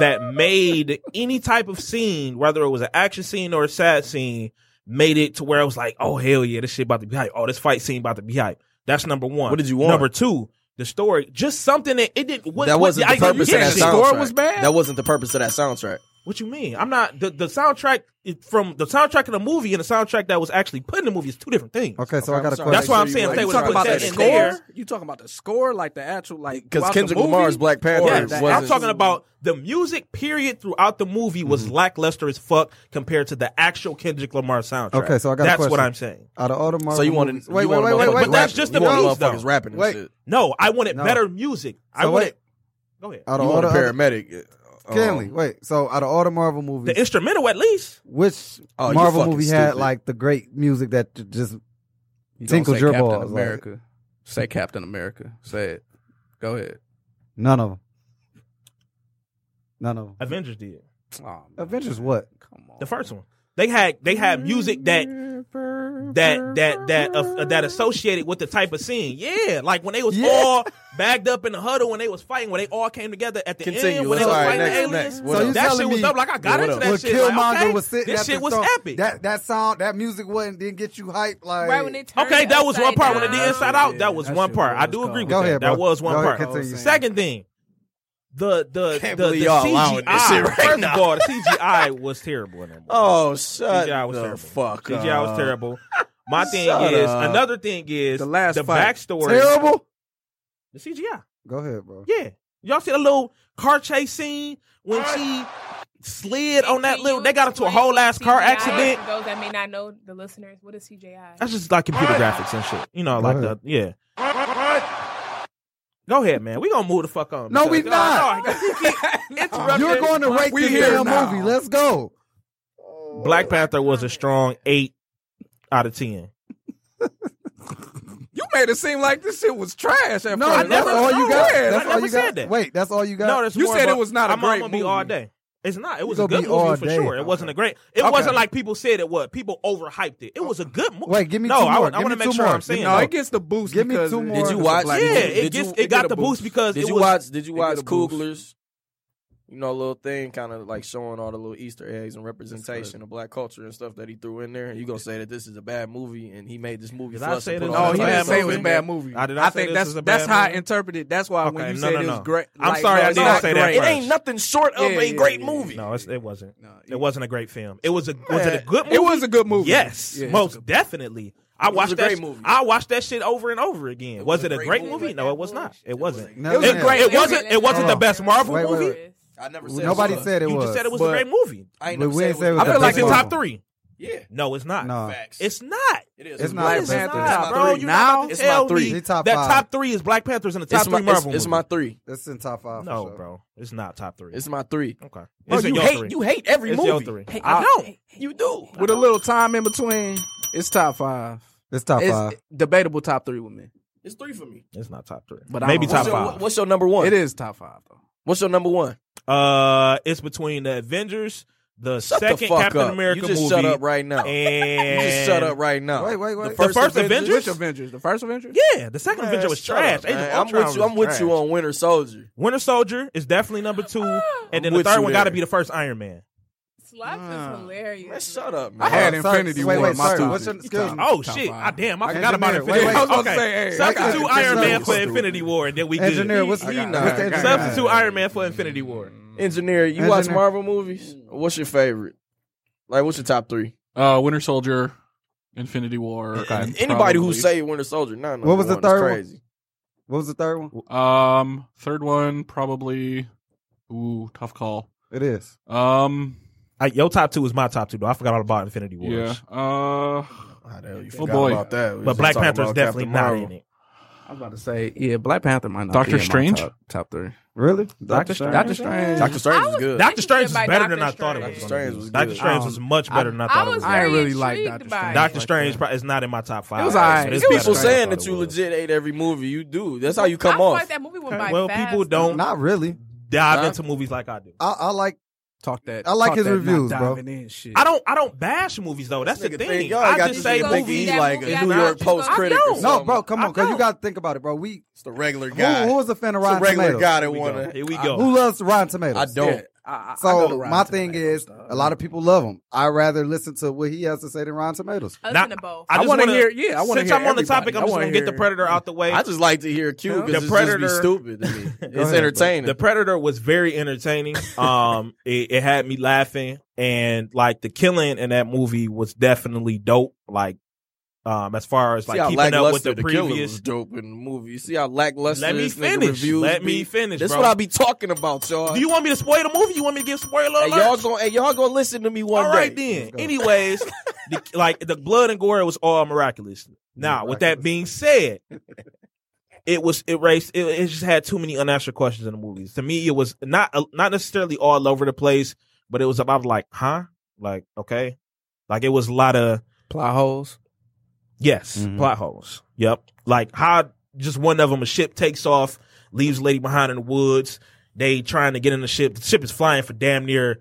[SPEAKER 5] that made any type of scene, whether it was an action scene or a sad scene, made it to where I was like, oh hell yeah, this shit about to be hype. Oh, this fight scene about to be hype. That's number one.
[SPEAKER 6] What did you want?
[SPEAKER 5] Number two, the story. Just something that it didn't. What,
[SPEAKER 6] that
[SPEAKER 5] what-
[SPEAKER 6] wasn't
[SPEAKER 5] I-
[SPEAKER 6] the purpose
[SPEAKER 5] yeah,
[SPEAKER 6] of that
[SPEAKER 5] shit.
[SPEAKER 6] soundtrack.
[SPEAKER 11] score was bad?
[SPEAKER 6] That wasn't the purpose of that soundtrack.
[SPEAKER 5] What you mean? I'm not the, the soundtrack is from the soundtrack of the movie and the soundtrack that was actually put in the movie is two different things.
[SPEAKER 4] Okay, so I got a question.
[SPEAKER 6] sorry.
[SPEAKER 5] That's why I'm
[SPEAKER 6] So
[SPEAKER 5] saying
[SPEAKER 6] you-
[SPEAKER 5] they
[SPEAKER 11] You
[SPEAKER 6] you
[SPEAKER 5] would
[SPEAKER 11] talking
[SPEAKER 5] put
[SPEAKER 11] about
[SPEAKER 5] that
[SPEAKER 11] the
[SPEAKER 5] in
[SPEAKER 11] score?
[SPEAKER 5] there.
[SPEAKER 11] You talking about the score, like the actual, like
[SPEAKER 6] Because
[SPEAKER 11] throughout
[SPEAKER 6] Kendrick
[SPEAKER 11] the movie?
[SPEAKER 6] Lamar's Black Panther
[SPEAKER 11] Yeah,
[SPEAKER 5] Yes,
[SPEAKER 11] that-
[SPEAKER 6] wasn't.
[SPEAKER 5] I'm talking about the music period throughout the movie was
[SPEAKER 4] Mm-hmm.
[SPEAKER 5] lackluster as fuck compared to the actual Kendrick Lamar soundtrack.
[SPEAKER 4] Okay, so I got a
[SPEAKER 5] That's what
[SPEAKER 4] question.
[SPEAKER 5] I'm saying.
[SPEAKER 4] Out of all the Marvel
[SPEAKER 6] So you want
[SPEAKER 4] movies-
[SPEAKER 6] to?
[SPEAKER 4] Wait, wait, wait, wait, wait.
[SPEAKER 5] But that's just the
[SPEAKER 6] you want
[SPEAKER 5] movies,
[SPEAKER 6] motherfuckers
[SPEAKER 5] though.
[SPEAKER 6] rapping and
[SPEAKER 4] Wait.
[SPEAKER 6] shit.
[SPEAKER 5] No, I wanted
[SPEAKER 4] No.
[SPEAKER 5] better music. I
[SPEAKER 4] So Uh,
[SPEAKER 5] wanted.
[SPEAKER 4] wait.
[SPEAKER 5] Go ahead.
[SPEAKER 4] Out
[SPEAKER 6] You
[SPEAKER 4] of all
[SPEAKER 6] want
[SPEAKER 4] the
[SPEAKER 6] a
[SPEAKER 4] other-
[SPEAKER 6] paramedic? uh,
[SPEAKER 4] Kenley,
[SPEAKER 6] um,
[SPEAKER 4] wait. So out of all the Marvel movies,
[SPEAKER 5] The instrumental, at least.
[SPEAKER 4] which
[SPEAKER 6] Oh, you
[SPEAKER 4] Marvel
[SPEAKER 6] fucking
[SPEAKER 4] movie had
[SPEAKER 6] stupid.
[SPEAKER 4] like the great music that j- just
[SPEAKER 11] You don't
[SPEAKER 4] tinkle
[SPEAKER 11] say
[SPEAKER 4] your
[SPEAKER 11] Captain
[SPEAKER 4] balls, like-
[SPEAKER 11] America. Say Captain America. Say it. Go ahead.
[SPEAKER 4] none of them, none of them.
[SPEAKER 5] Avengers did
[SPEAKER 11] Oh,
[SPEAKER 4] Avengers, what?
[SPEAKER 11] Come on.
[SPEAKER 5] the first one. They had they had music that that that that uh, that associated with the type of scene. Yeah, like when they was
[SPEAKER 4] Yeah.
[SPEAKER 5] all bagged up in the huddle when they was fighting, when they all came together at the end
[SPEAKER 6] Continue.
[SPEAKER 5] when they
[SPEAKER 6] All
[SPEAKER 5] was
[SPEAKER 6] right,
[SPEAKER 5] fighting
[SPEAKER 6] next,
[SPEAKER 5] the aliens.
[SPEAKER 6] next.
[SPEAKER 4] So you
[SPEAKER 5] that
[SPEAKER 4] telling
[SPEAKER 5] shit was
[SPEAKER 4] me-
[SPEAKER 5] dope. Like I got
[SPEAKER 6] Yeah, what
[SPEAKER 5] into
[SPEAKER 6] up?
[SPEAKER 5] that
[SPEAKER 4] When
[SPEAKER 5] shit. like,
[SPEAKER 4] Killmonger
[SPEAKER 5] okay,
[SPEAKER 4] was sitting
[SPEAKER 5] this
[SPEAKER 4] at
[SPEAKER 5] shit
[SPEAKER 4] the
[SPEAKER 5] was
[SPEAKER 4] throne,
[SPEAKER 5] epic.
[SPEAKER 4] That that sound, that music wasn't didn't get you hype. Like
[SPEAKER 7] Right when they turned
[SPEAKER 5] Okay,
[SPEAKER 7] it
[SPEAKER 5] that was one
[SPEAKER 7] upside
[SPEAKER 5] part when they
[SPEAKER 7] down.
[SPEAKER 5] did Inside Out.
[SPEAKER 11] Yeah,
[SPEAKER 5] That was
[SPEAKER 11] that
[SPEAKER 5] one
[SPEAKER 11] shit
[SPEAKER 5] part. I
[SPEAKER 11] was
[SPEAKER 5] do
[SPEAKER 11] cold.
[SPEAKER 5] agree with
[SPEAKER 4] Go
[SPEAKER 5] that.
[SPEAKER 4] ahead,
[SPEAKER 5] that
[SPEAKER 4] bro.
[SPEAKER 5] was one
[SPEAKER 4] Go ahead,
[SPEAKER 5] part.
[SPEAKER 4] continue.
[SPEAKER 5] Second thing, the the
[SPEAKER 6] Can't
[SPEAKER 5] the, the
[SPEAKER 6] believe y'all allowing
[SPEAKER 5] CGI.
[SPEAKER 6] this shit right
[SPEAKER 5] first
[SPEAKER 6] now.
[SPEAKER 5] of all, the CGI was terrible in that movie.
[SPEAKER 6] Oh, shut
[SPEAKER 5] CGI was
[SPEAKER 6] the
[SPEAKER 5] terrible.
[SPEAKER 6] fuck
[SPEAKER 5] CGI was
[SPEAKER 6] up.
[SPEAKER 5] terrible. My thing
[SPEAKER 6] Uh, Shut
[SPEAKER 5] is
[SPEAKER 6] up.
[SPEAKER 5] another thing is
[SPEAKER 11] The last
[SPEAKER 5] the
[SPEAKER 11] fight.
[SPEAKER 5] backstory.
[SPEAKER 4] terrible.
[SPEAKER 5] The CGI.
[SPEAKER 4] Go ahead, bro.
[SPEAKER 5] Yeah, y'all see the little car chase scene when she slid on that
[SPEAKER 7] Can
[SPEAKER 5] little.
[SPEAKER 7] you
[SPEAKER 5] They got into a
[SPEAKER 7] explain
[SPEAKER 5] whole
[SPEAKER 7] what
[SPEAKER 5] ass car
[SPEAKER 7] CGI is
[SPEAKER 5] accident.
[SPEAKER 7] For those that may not know, the listeners, what is CJI?
[SPEAKER 5] That's just like computer graphics and shit. You know,
[SPEAKER 4] Go
[SPEAKER 5] like the
[SPEAKER 4] ahead.
[SPEAKER 5] yeah. Go ahead, man. We gonna move the fuck on.
[SPEAKER 4] No, we
[SPEAKER 5] Because-
[SPEAKER 4] not.
[SPEAKER 5] No, interrupted.
[SPEAKER 4] You're going to rate
[SPEAKER 11] We
[SPEAKER 4] this
[SPEAKER 11] here
[SPEAKER 4] damn
[SPEAKER 11] now.
[SPEAKER 4] movie. Let's go.
[SPEAKER 5] Black Panther was a strong eight out of ten.
[SPEAKER 11] You made it seem like this shit was trash. At
[SPEAKER 5] No,
[SPEAKER 11] first.
[SPEAKER 5] I never-
[SPEAKER 11] That's all you got.
[SPEAKER 5] I
[SPEAKER 11] That's
[SPEAKER 5] never
[SPEAKER 11] all you
[SPEAKER 5] said
[SPEAKER 11] got.
[SPEAKER 5] that.
[SPEAKER 11] Wait, that's all you got?
[SPEAKER 5] No, that's
[SPEAKER 11] You
[SPEAKER 5] more
[SPEAKER 11] said
[SPEAKER 5] about-
[SPEAKER 11] it was not a
[SPEAKER 5] I'm
[SPEAKER 11] great
[SPEAKER 5] gonna be
[SPEAKER 11] movie.
[SPEAKER 5] all day. It's not. It was
[SPEAKER 11] You
[SPEAKER 5] a
[SPEAKER 11] gonna
[SPEAKER 5] good
[SPEAKER 11] be all
[SPEAKER 5] movie for
[SPEAKER 11] day.
[SPEAKER 5] sure. It wasn't a great. It
[SPEAKER 11] Okay.
[SPEAKER 5] wasn't like people said it was. People overhyped it. It was a good movie.
[SPEAKER 11] Wait, give me
[SPEAKER 5] no.
[SPEAKER 11] two
[SPEAKER 5] I,
[SPEAKER 11] more.
[SPEAKER 5] want- I
[SPEAKER 11] Give
[SPEAKER 5] want to
[SPEAKER 11] me
[SPEAKER 5] make
[SPEAKER 11] two
[SPEAKER 5] sure
[SPEAKER 11] more.
[SPEAKER 5] I'm saying
[SPEAKER 11] No,
[SPEAKER 5] that.
[SPEAKER 11] it gets the boost Give me because two it- more.
[SPEAKER 6] Did you watch?
[SPEAKER 5] Yeah, it gets. It got the boost because
[SPEAKER 6] did
[SPEAKER 5] it
[SPEAKER 6] you
[SPEAKER 5] was.
[SPEAKER 6] watch? Did you
[SPEAKER 5] it got
[SPEAKER 6] watch
[SPEAKER 5] the boost.
[SPEAKER 6] Kugler's? You know, little thing, kind of like showing all the little Easter eggs and representation of black culture and stuff that he threw in there. And you gonna say that this is a bad movie, and he made this movie.
[SPEAKER 5] Did
[SPEAKER 6] for
[SPEAKER 5] I
[SPEAKER 6] us to
[SPEAKER 5] say this
[SPEAKER 6] put on
[SPEAKER 11] No, he
[SPEAKER 6] our
[SPEAKER 11] didn't say it was a
[SPEAKER 6] platform?
[SPEAKER 11] bad movie.
[SPEAKER 6] I did
[SPEAKER 11] I,
[SPEAKER 6] not say
[SPEAKER 11] think
[SPEAKER 6] this
[SPEAKER 11] that's
[SPEAKER 6] is a
[SPEAKER 11] that's
[SPEAKER 6] bad
[SPEAKER 11] how I
[SPEAKER 6] movie.
[SPEAKER 11] interpreted it. That's why when
[SPEAKER 5] Okay,
[SPEAKER 11] you
[SPEAKER 5] no,
[SPEAKER 11] said
[SPEAKER 5] no,
[SPEAKER 11] it
[SPEAKER 5] no.
[SPEAKER 11] was great,
[SPEAKER 5] I'm
[SPEAKER 11] like,
[SPEAKER 5] sorry,
[SPEAKER 11] no,
[SPEAKER 5] I
[SPEAKER 11] it's
[SPEAKER 5] didn't
[SPEAKER 11] not
[SPEAKER 5] say that.
[SPEAKER 11] great.
[SPEAKER 5] It ain't
[SPEAKER 6] nothing short
[SPEAKER 11] of Yeah, a yeah, great yeah,
[SPEAKER 6] movie.
[SPEAKER 5] No, it's, it wasn't. it wasn't a great film. It was a was
[SPEAKER 11] Yeah.
[SPEAKER 5] it a good
[SPEAKER 11] It
[SPEAKER 5] movie?
[SPEAKER 11] was a good movie.
[SPEAKER 5] Yes,
[SPEAKER 11] Yeah, it was a
[SPEAKER 5] most definitely. I
[SPEAKER 11] It was
[SPEAKER 5] watched
[SPEAKER 11] a
[SPEAKER 5] that.
[SPEAKER 11] great
[SPEAKER 5] sh-
[SPEAKER 11] movie.
[SPEAKER 5] I watched that shit over and over again. was, it a great, movie? No, it was not. It wasn't.
[SPEAKER 13] No,
[SPEAKER 5] it,
[SPEAKER 13] no,
[SPEAKER 5] great-
[SPEAKER 13] no.
[SPEAKER 5] it wasn't. It
[SPEAKER 11] Oh.
[SPEAKER 5] wasn't the
[SPEAKER 13] Hold on.
[SPEAKER 5] best Marvel
[SPEAKER 13] Wait, wait,
[SPEAKER 5] movie.
[SPEAKER 13] wait.
[SPEAKER 6] I never said
[SPEAKER 13] Nobody
[SPEAKER 6] it was.
[SPEAKER 13] said it
[SPEAKER 5] You
[SPEAKER 13] was.
[SPEAKER 5] just said it was a
[SPEAKER 13] But-
[SPEAKER 5] great movie.
[SPEAKER 6] I ain't
[SPEAKER 13] But
[SPEAKER 6] never
[SPEAKER 13] we
[SPEAKER 6] said
[SPEAKER 13] didn't
[SPEAKER 6] it
[SPEAKER 13] say it
[SPEAKER 6] was
[SPEAKER 13] was
[SPEAKER 5] I feel
[SPEAKER 13] the
[SPEAKER 5] like it's
[SPEAKER 13] best
[SPEAKER 5] top
[SPEAKER 13] movie.
[SPEAKER 5] three.
[SPEAKER 6] Yeah.
[SPEAKER 5] No, it's not.
[SPEAKER 13] No.
[SPEAKER 5] It's not.
[SPEAKER 6] It
[SPEAKER 13] is. It's not
[SPEAKER 5] It's
[SPEAKER 13] Black Panther.
[SPEAKER 5] not,
[SPEAKER 13] It's my
[SPEAKER 5] bro.
[SPEAKER 13] three.
[SPEAKER 5] You're not
[SPEAKER 13] Now,
[SPEAKER 5] about to
[SPEAKER 13] it's
[SPEAKER 5] tell
[SPEAKER 13] my three.
[SPEAKER 5] me
[SPEAKER 13] It's top
[SPEAKER 5] that
[SPEAKER 13] five.
[SPEAKER 5] top three is Black Panthers and the top
[SPEAKER 6] It's my-
[SPEAKER 5] three Marvel.
[SPEAKER 6] it's- it's
[SPEAKER 5] movies.
[SPEAKER 6] my three.
[SPEAKER 13] That's in top five.
[SPEAKER 5] No,
[SPEAKER 13] for sure.
[SPEAKER 5] bro, it's not top three.
[SPEAKER 6] It's my three.
[SPEAKER 5] Okay.
[SPEAKER 6] Bro,
[SPEAKER 5] It's in
[SPEAKER 6] you
[SPEAKER 5] your
[SPEAKER 6] hate-
[SPEAKER 5] three.
[SPEAKER 6] you hate every
[SPEAKER 5] It's your
[SPEAKER 6] movie.
[SPEAKER 5] three.
[SPEAKER 6] Hey,
[SPEAKER 5] I
[SPEAKER 6] I-
[SPEAKER 5] don't.
[SPEAKER 6] You do.
[SPEAKER 11] with a little time in between. It's top five.
[SPEAKER 13] It's top
[SPEAKER 11] It's
[SPEAKER 13] five.
[SPEAKER 11] debatable top three with me,
[SPEAKER 6] It's three for me.
[SPEAKER 5] It's not top three.
[SPEAKER 11] but
[SPEAKER 5] But
[SPEAKER 11] I
[SPEAKER 5] maybe
[SPEAKER 11] don't-
[SPEAKER 5] top
[SPEAKER 6] What's your-
[SPEAKER 5] five.
[SPEAKER 6] What's your number one?
[SPEAKER 11] It is top five though.
[SPEAKER 6] What's your number one?
[SPEAKER 5] Uh, it's between the Avengers, the
[SPEAKER 6] Shut the
[SPEAKER 5] second
[SPEAKER 6] fuck
[SPEAKER 5] Captain
[SPEAKER 6] up.
[SPEAKER 5] America
[SPEAKER 6] You just
[SPEAKER 5] movie,
[SPEAKER 6] shut up right now.
[SPEAKER 5] and
[SPEAKER 6] You just shut up right now.
[SPEAKER 13] Wait, wait, wait.
[SPEAKER 6] The first,
[SPEAKER 5] The first Avengers?
[SPEAKER 11] Which Avengers? The first Avengers?
[SPEAKER 5] Yeah, the second Avenger was
[SPEAKER 6] shut
[SPEAKER 5] trash.
[SPEAKER 6] up,
[SPEAKER 5] Age of
[SPEAKER 6] man. I'm
[SPEAKER 5] Ultron
[SPEAKER 6] with you.
[SPEAKER 5] was
[SPEAKER 6] I'm with
[SPEAKER 5] trash.
[SPEAKER 6] you on Winter Soldier.
[SPEAKER 5] Winter Soldier is definitely number two, and then the
[SPEAKER 6] with
[SPEAKER 5] third
[SPEAKER 6] you
[SPEAKER 5] one got to
[SPEAKER 6] there.
[SPEAKER 5] be the first Iron Man.
[SPEAKER 8] Slap
[SPEAKER 11] Mm.
[SPEAKER 8] is hilarious.
[SPEAKER 6] Man, shut up, man.
[SPEAKER 11] I had
[SPEAKER 13] Oh, sorry.
[SPEAKER 11] Infinity
[SPEAKER 13] Wait,
[SPEAKER 11] War.
[SPEAKER 13] wait,
[SPEAKER 11] my
[SPEAKER 13] sorry.
[SPEAKER 11] top-
[SPEAKER 13] What's your-
[SPEAKER 11] top-
[SPEAKER 13] excuse me.
[SPEAKER 5] Oh
[SPEAKER 11] top
[SPEAKER 5] shit!
[SPEAKER 11] five.
[SPEAKER 5] I damn, I forgot about
[SPEAKER 13] Engineer, wait,
[SPEAKER 5] Infinity War.
[SPEAKER 13] wait. I was
[SPEAKER 11] gonna
[SPEAKER 5] okay,
[SPEAKER 11] say, hey, I
[SPEAKER 5] substitute
[SPEAKER 11] got-
[SPEAKER 5] Iron Man
[SPEAKER 13] Engineer,
[SPEAKER 5] for
[SPEAKER 13] what's-
[SPEAKER 5] Infinity War, and then we
[SPEAKER 13] Engineer,
[SPEAKER 5] good.
[SPEAKER 13] what's
[SPEAKER 6] He
[SPEAKER 13] the
[SPEAKER 6] not.
[SPEAKER 13] what's the engineer?
[SPEAKER 5] Substitute Iron Man for Infinity War.
[SPEAKER 6] Engineer, you watch
[SPEAKER 13] Engineer.
[SPEAKER 6] Marvel movies? What's your favorite? Like, what's your top three?
[SPEAKER 14] Uh, Winter Soldier, Infinity War. and
[SPEAKER 6] Anybody who
[SPEAKER 14] probably-
[SPEAKER 6] say Winter Soldier, no, no.
[SPEAKER 13] What was the
[SPEAKER 6] one. It's
[SPEAKER 13] third one?
[SPEAKER 6] Crazy.
[SPEAKER 13] What was the third one?
[SPEAKER 14] um third one probably ooh tough call.
[SPEAKER 13] It is.
[SPEAKER 14] Um
[SPEAKER 5] I, your top two is my top two though. I forgot all about Infinity Wars,
[SPEAKER 14] yeah uh
[SPEAKER 6] Forgot
[SPEAKER 14] boy.
[SPEAKER 6] about that. We
[SPEAKER 5] but
[SPEAKER 6] was
[SPEAKER 5] Black
[SPEAKER 6] talking
[SPEAKER 5] Panther is
[SPEAKER 6] about
[SPEAKER 5] definitely
[SPEAKER 6] Captain
[SPEAKER 5] not
[SPEAKER 6] Marvel.
[SPEAKER 5] in it.
[SPEAKER 11] I was about to say, yeah, Black Panther might not.
[SPEAKER 14] Doctor
[SPEAKER 11] be in my
[SPEAKER 14] Strange?
[SPEAKER 11] top, top three.
[SPEAKER 13] Really?
[SPEAKER 5] Doctor Strange.
[SPEAKER 11] Doctor Strange.
[SPEAKER 6] Doctor Strange is good.
[SPEAKER 5] Doctor Strange is
[SPEAKER 8] by
[SPEAKER 5] better than I
[SPEAKER 8] Doctor
[SPEAKER 5] thought it
[SPEAKER 8] Strange.
[SPEAKER 5] was. gonna be.
[SPEAKER 6] Doctor Strange was
[SPEAKER 5] Doctor
[SPEAKER 6] good.
[SPEAKER 5] Strange
[SPEAKER 11] Um,
[SPEAKER 5] was much better than I
[SPEAKER 8] I
[SPEAKER 5] thought it
[SPEAKER 8] was
[SPEAKER 5] was.
[SPEAKER 11] I ain't
[SPEAKER 8] very
[SPEAKER 11] really like
[SPEAKER 8] intrigued
[SPEAKER 11] Dr.
[SPEAKER 8] by
[SPEAKER 11] Strange.
[SPEAKER 8] it.
[SPEAKER 5] Doctor
[SPEAKER 11] like
[SPEAKER 5] Strange
[SPEAKER 11] that.
[SPEAKER 5] pro- is not in my top five.
[SPEAKER 11] was
[SPEAKER 5] so
[SPEAKER 11] alright.
[SPEAKER 5] it's
[SPEAKER 11] It's
[SPEAKER 5] better
[SPEAKER 6] People
[SPEAKER 5] than I
[SPEAKER 6] saying
[SPEAKER 5] thought
[SPEAKER 6] that
[SPEAKER 5] it
[SPEAKER 6] you
[SPEAKER 5] was.
[SPEAKER 6] legit ate every movie. You do. That's how you
[SPEAKER 8] I
[SPEAKER 6] come
[SPEAKER 8] feel
[SPEAKER 6] off.
[SPEAKER 8] like that movie went by
[SPEAKER 5] Well,
[SPEAKER 8] fast.
[SPEAKER 5] people don't
[SPEAKER 13] Not really.
[SPEAKER 5] dive
[SPEAKER 6] Huh?
[SPEAKER 5] into movies like I do.
[SPEAKER 13] I, I like.
[SPEAKER 11] Talk that.
[SPEAKER 13] I like
[SPEAKER 11] talk
[SPEAKER 13] his
[SPEAKER 11] that not
[SPEAKER 13] reviews, bro.
[SPEAKER 11] diving In shit.
[SPEAKER 5] I don't. I don't bash movies though. That's the
[SPEAKER 6] Nigga
[SPEAKER 5] thing.
[SPEAKER 6] think- y'all
[SPEAKER 5] I
[SPEAKER 6] got
[SPEAKER 5] just
[SPEAKER 6] this
[SPEAKER 5] say
[SPEAKER 6] nigga thinking
[SPEAKER 5] movies.
[SPEAKER 6] he's
[SPEAKER 8] that
[SPEAKER 6] like
[SPEAKER 8] movie
[SPEAKER 6] a
[SPEAKER 8] I
[SPEAKER 6] New York
[SPEAKER 8] thought you
[SPEAKER 6] Post
[SPEAKER 8] thought-
[SPEAKER 6] critic.
[SPEAKER 8] I
[SPEAKER 6] or
[SPEAKER 8] don't.
[SPEAKER 13] No,
[SPEAKER 6] something.
[SPEAKER 13] bro, come
[SPEAKER 5] I
[SPEAKER 13] on, because you
[SPEAKER 5] don't.
[SPEAKER 13] got to think about it, bro. We
[SPEAKER 6] It's the regular
[SPEAKER 13] who,
[SPEAKER 6] guy.
[SPEAKER 13] who was a fan of
[SPEAKER 6] It's
[SPEAKER 13] Rotten
[SPEAKER 6] the regular
[SPEAKER 13] Tomatoes?
[SPEAKER 6] guy that
[SPEAKER 5] Here we go.
[SPEAKER 6] want to.
[SPEAKER 5] Here we go.
[SPEAKER 13] Who loves Rotten Tomatoes?
[SPEAKER 6] I don't.
[SPEAKER 11] I- I- I go to
[SPEAKER 13] So
[SPEAKER 11] Rotten
[SPEAKER 13] my thing
[SPEAKER 11] Tomatoes,
[SPEAKER 13] is,
[SPEAKER 11] dog.
[SPEAKER 13] a lot of people love him. I rather listen to what he has to say than Rotten Tomatoes.
[SPEAKER 8] Other
[SPEAKER 5] Not-
[SPEAKER 8] than both.
[SPEAKER 11] I
[SPEAKER 5] just
[SPEAKER 11] wanna
[SPEAKER 5] wanna-
[SPEAKER 11] hear- yeah, I wanna
[SPEAKER 5] Since
[SPEAKER 11] hear
[SPEAKER 5] I'm on the topic,
[SPEAKER 11] everybody.
[SPEAKER 5] I'm
[SPEAKER 11] I
[SPEAKER 5] just
[SPEAKER 11] wanna
[SPEAKER 5] gonna get the
[SPEAKER 11] hear-
[SPEAKER 5] Predator out the way.
[SPEAKER 6] I just like to hear Q
[SPEAKER 5] The
[SPEAKER 6] because it's just be
[SPEAKER 5] Predator-
[SPEAKER 6] stupid to me. It's
[SPEAKER 13] ahead.
[SPEAKER 6] entertaining.
[SPEAKER 5] the Predator was very entertaining. Um, it, it had me laughing, and like the killing in that movie was definitely dope. Like, um, as far as
[SPEAKER 6] See
[SPEAKER 5] like
[SPEAKER 6] how
[SPEAKER 5] keeping up with
[SPEAKER 6] lackluster
[SPEAKER 5] the
[SPEAKER 6] the killer was
[SPEAKER 5] previous.
[SPEAKER 6] dope in the movie. You see how lackluster
[SPEAKER 5] Let me
[SPEAKER 6] this nigga
[SPEAKER 5] finish.
[SPEAKER 6] reviews
[SPEAKER 5] Let me
[SPEAKER 6] be?
[SPEAKER 5] finish,
[SPEAKER 6] This
[SPEAKER 5] bro.
[SPEAKER 6] what I be talking about, y'all.
[SPEAKER 5] Do you want me to spoil the movie? You want me to give spoiler
[SPEAKER 6] hey,
[SPEAKER 5] alert?
[SPEAKER 6] y'all gonna hey, y'all gonna listen to me one
[SPEAKER 5] All
[SPEAKER 6] day.
[SPEAKER 5] right then. Anyways, the, like the blood and gore was all miraculous. Now, with that being said, it was it raised it, it just had too many unanswered questions in the movies. To me, it was not uh, not necessarily all over the place, but it was about like, huh, like okay, like it was a lot of
[SPEAKER 11] plot holes. Mm-hmm.
[SPEAKER 5] yes plot holes. Yep, like how just one of them a ship takes off, leaves a lady behind in the woods. They trying to get in the ship. The ship is flying for damn near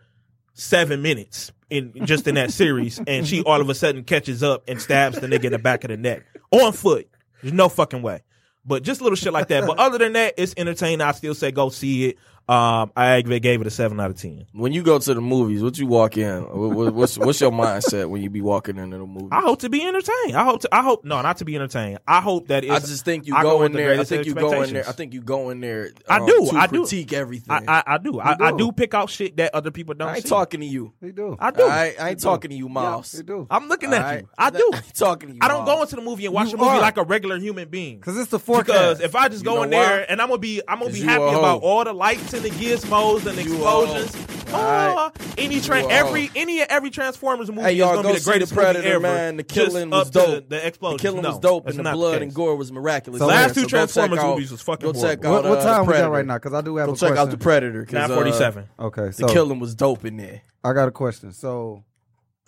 [SPEAKER 5] seven minutes in just in that series, and she all of a sudden catches up and stabs the nigga in the back of the neck on foot. There's no fucking way. But just little shit like that. But other than that, it's entertaining. I still say go see it. Um, I gave it a seven out of ten.
[SPEAKER 6] When you go to the movies, what you walk in? What- what- What's what's your mindset when you be walking into the movie?
[SPEAKER 5] I hope to be entertained. I hope to. I hope no, not to be entertained. I hope that it's,
[SPEAKER 6] I just think you
[SPEAKER 5] I
[SPEAKER 6] go
[SPEAKER 5] with
[SPEAKER 6] in
[SPEAKER 5] the
[SPEAKER 6] there. I
[SPEAKER 5] greatest
[SPEAKER 6] think you go in there. I
[SPEAKER 5] expectations.
[SPEAKER 6] think you go in there.
[SPEAKER 5] I
[SPEAKER 6] um,
[SPEAKER 5] do,
[SPEAKER 6] To
[SPEAKER 5] I do.
[SPEAKER 6] critique everything.
[SPEAKER 5] I, I, I do. I, I do pick out shit that other people don't.
[SPEAKER 6] I ain't
[SPEAKER 5] see.
[SPEAKER 6] talking to you.
[SPEAKER 13] They do.
[SPEAKER 5] I do.
[SPEAKER 6] I, I ain't talking to you, Miles.
[SPEAKER 13] They do.
[SPEAKER 5] I'm looking at
[SPEAKER 6] Alright?
[SPEAKER 5] you. I do.
[SPEAKER 6] I ain't talking to you.
[SPEAKER 5] I don't
[SPEAKER 6] Miles.
[SPEAKER 5] go into the movie and watch
[SPEAKER 13] You
[SPEAKER 5] the movie
[SPEAKER 13] are.
[SPEAKER 5] like a regular human being.
[SPEAKER 13] Because it's the
[SPEAKER 5] Because
[SPEAKER 13] forecast.
[SPEAKER 5] if I just
[SPEAKER 6] You
[SPEAKER 5] go
[SPEAKER 6] know
[SPEAKER 5] in there
[SPEAKER 6] why?
[SPEAKER 5] and I'm gonna be, I'm gonna be
[SPEAKER 6] 'Cause you
[SPEAKER 5] happy
[SPEAKER 6] a hoe.
[SPEAKER 5] about all the lights and the gizmos and the
[SPEAKER 6] You a hoe.
[SPEAKER 5] explosions. Oh,
[SPEAKER 6] Alright.
[SPEAKER 5] any
[SPEAKER 6] You
[SPEAKER 5] tra-
[SPEAKER 6] a
[SPEAKER 5] every
[SPEAKER 6] hoe.
[SPEAKER 5] any and every Transformers movie
[SPEAKER 6] Hey,
[SPEAKER 5] is
[SPEAKER 6] y'all,
[SPEAKER 5] gonna
[SPEAKER 6] go
[SPEAKER 5] be the
[SPEAKER 6] see
[SPEAKER 5] greatest
[SPEAKER 6] The Predator,
[SPEAKER 5] movie ever.
[SPEAKER 6] man. The
[SPEAKER 5] Just
[SPEAKER 6] killing
[SPEAKER 5] up
[SPEAKER 6] was
[SPEAKER 5] To
[SPEAKER 6] dope.
[SPEAKER 5] the, the
[SPEAKER 6] The
[SPEAKER 5] explosions.
[SPEAKER 6] killing
[SPEAKER 5] no,
[SPEAKER 6] was dope,
[SPEAKER 5] that's
[SPEAKER 6] and the
[SPEAKER 5] not the
[SPEAKER 6] blood and
[SPEAKER 5] case.
[SPEAKER 6] gore was miraculous.
[SPEAKER 5] So last two
[SPEAKER 6] go
[SPEAKER 5] Transformers
[SPEAKER 6] check out-
[SPEAKER 5] movies was fucking
[SPEAKER 6] Go check
[SPEAKER 5] horrible.
[SPEAKER 6] out.
[SPEAKER 13] what, what
[SPEAKER 6] uh,
[SPEAKER 13] time we
[SPEAKER 6] Predator.
[SPEAKER 13] got right now? Because I do have
[SPEAKER 6] Go
[SPEAKER 13] a
[SPEAKER 6] check
[SPEAKER 13] question.
[SPEAKER 6] out the Predator. 'cause, uh,
[SPEAKER 5] 947.
[SPEAKER 13] Okay,
[SPEAKER 6] The
[SPEAKER 13] so
[SPEAKER 6] killing was dope in there.
[SPEAKER 13] I got a question. So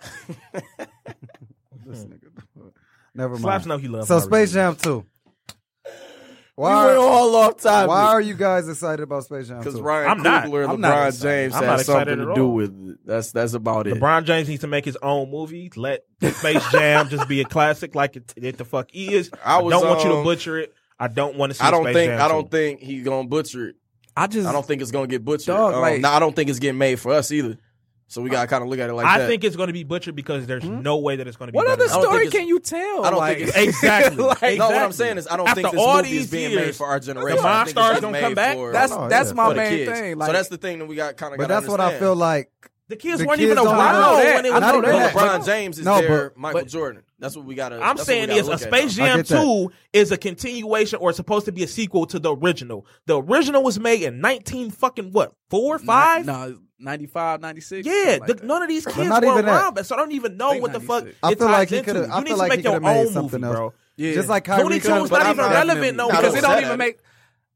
[SPEAKER 4] This nigga. Never mind.
[SPEAKER 5] Slaps know he loves
[SPEAKER 4] So
[SPEAKER 5] my
[SPEAKER 4] Space Jam 2. Why
[SPEAKER 6] went all off topic.
[SPEAKER 4] Why are you guys excited about Space Jam 2?
[SPEAKER 6] Because Ryan
[SPEAKER 5] I'm not.
[SPEAKER 6] Coogler
[SPEAKER 5] I'm
[SPEAKER 6] and
[SPEAKER 5] not
[SPEAKER 6] LeBron
[SPEAKER 5] excited.
[SPEAKER 6] James
[SPEAKER 5] I'm
[SPEAKER 6] had
[SPEAKER 5] not excited
[SPEAKER 6] something to
[SPEAKER 5] at
[SPEAKER 6] do
[SPEAKER 5] all.
[SPEAKER 6] with it. That's that's about it.
[SPEAKER 5] LeBron James needs to make his own movie. Let Space Jam just be a classic like it, it the fuck is.
[SPEAKER 6] I
[SPEAKER 5] I,
[SPEAKER 6] was,
[SPEAKER 5] don't want you to
[SPEAKER 6] um,
[SPEAKER 5] butcher it. I don't want to see
[SPEAKER 6] I don't
[SPEAKER 5] Space
[SPEAKER 6] think
[SPEAKER 5] Jam
[SPEAKER 6] I
[SPEAKER 5] 2.
[SPEAKER 6] don't think he's gonna butcher it.
[SPEAKER 11] I just
[SPEAKER 6] I don't think it's gonna get butchered.
[SPEAKER 11] Dog,
[SPEAKER 6] Um,
[SPEAKER 11] like-
[SPEAKER 6] nah, I don't think it's getting made for us either. So we gotta kind of look at it like
[SPEAKER 5] I
[SPEAKER 6] that.
[SPEAKER 5] think it's going to be butchered because there's
[SPEAKER 4] Hmm?
[SPEAKER 5] no way that it's going to be.
[SPEAKER 11] What
[SPEAKER 5] better
[SPEAKER 11] other
[SPEAKER 5] than-
[SPEAKER 11] story
[SPEAKER 6] think it's-
[SPEAKER 11] can you tell?
[SPEAKER 6] I don't
[SPEAKER 11] Like-
[SPEAKER 6] think it's
[SPEAKER 11] Like-
[SPEAKER 5] Exactly.
[SPEAKER 6] No, what I'm
[SPEAKER 5] Exactly.
[SPEAKER 6] saying is I don't
[SPEAKER 5] After
[SPEAKER 6] think this
[SPEAKER 5] all
[SPEAKER 6] movie is
[SPEAKER 5] these
[SPEAKER 6] being made
[SPEAKER 5] years,
[SPEAKER 6] for our
[SPEAKER 5] the
[SPEAKER 6] generation. I
[SPEAKER 5] Monstars
[SPEAKER 6] think it's just
[SPEAKER 5] gonna
[SPEAKER 6] made
[SPEAKER 5] come back?
[SPEAKER 6] for-
[SPEAKER 11] That's
[SPEAKER 4] Oh,
[SPEAKER 11] that's
[SPEAKER 4] yeah.
[SPEAKER 11] my
[SPEAKER 6] for the
[SPEAKER 11] main
[SPEAKER 6] kids.
[SPEAKER 11] thing.
[SPEAKER 6] so
[SPEAKER 11] Like
[SPEAKER 6] that's the thing that we got kind of.
[SPEAKER 4] But that's what I feel like.
[SPEAKER 5] the kids
[SPEAKER 4] the
[SPEAKER 5] weren't
[SPEAKER 4] kids
[SPEAKER 5] even
[SPEAKER 4] don't
[SPEAKER 5] around
[SPEAKER 4] know.
[SPEAKER 5] when it
[SPEAKER 4] I
[SPEAKER 5] was.
[SPEAKER 6] I
[SPEAKER 4] know
[SPEAKER 6] know
[SPEAKER 5] made.
[SPEAKER 4] that.
[SPEAKER 6] that LeBron James is
[SPEAKER 4] No,
[SPEAKER 6] their
[SPEAKER 4] but-
[SPEAKER 6] Michael
[SPEAKER 11] but-
[SPEAKER 6] Jordan. That's what we gotta.
[SPEAKER 5] I'm
[SPEAKER 6] that's what
[SPEAKER 5] saying
[SPEAKER 6] we gotta
[SPEAKER 5] is a
[SPEAKER 6] look at,
[SPEAKER 5] Space
[SPEAKER 6] dog.
[SPEAKER 4] I
[SPEAKER 5] Jam
[SPEAKER 4] get that.
[SPEAKER 5] 2 is a continuation or supposed to be a sequel to the original. The original was made in 19 fucking what? 4 5?
[SPEAKER 11] No, 95, 96.
[SPEAKER 5] Yeah,
[SPEAKER 11] something like
[SPEAKER 5] the,
[SPEAKER 11] that.
[SPEAKER 5] none of these kids
[SPEAKER 4] not
[SPEAKER 5] were
[SPEAKER 4] even that.
[SPEAKER 5] around, but so I don't even know
[SPEAKER 11] Late
[SPEAKER 5] what the fuck
[SPEAKER 11] 96.
[SPEAKER 4] I
[SPEAKER 5] it
[SPEAKER 4] feel like
[SPEAKER 5] ties
[SPEAKER 4] he
[SPEAKER 5] into.
[SPEAKER 4] coulda- I
[SPEAKER 5] You need
[SPEAKER 4] feel
[SPEAKER 5] to
[SPEAKER 4] like
[SPEAKER 5] make
[SPEAKER 4] he
[SPEAKER 5] your
[SPEAKER 4] coulda made
[SPEAKER 5] own
[SPEAKER 4] something
[SPEAKER 5] movie,
[SPEAKER 4] else.
[SPEAKER 5] bro.
[SPEAKER 11] Yeah.
[SPEAKER 4] Just like Kyrie
[SPEAKER 5] Looney
[SPEAKER 4] Chan-
[SPEAKER 5] Tunes
[SPEAKER 4] but
[SPEAKER 5] not
[SPEAKER 4] I'm
[SPEAKER 5] even relevant no
[SPEAKER 11] No,
[SPEAKER 6] I
[SPEAKER 5] more.
[SPEAKER 11] because it
[SPEAKER 6] don't
[SPEAKER 11] don't
[SPEAKER 6] say
[SPEAKER 11] even
[SPEAKER 6] that.
[SPEAKER 11] make.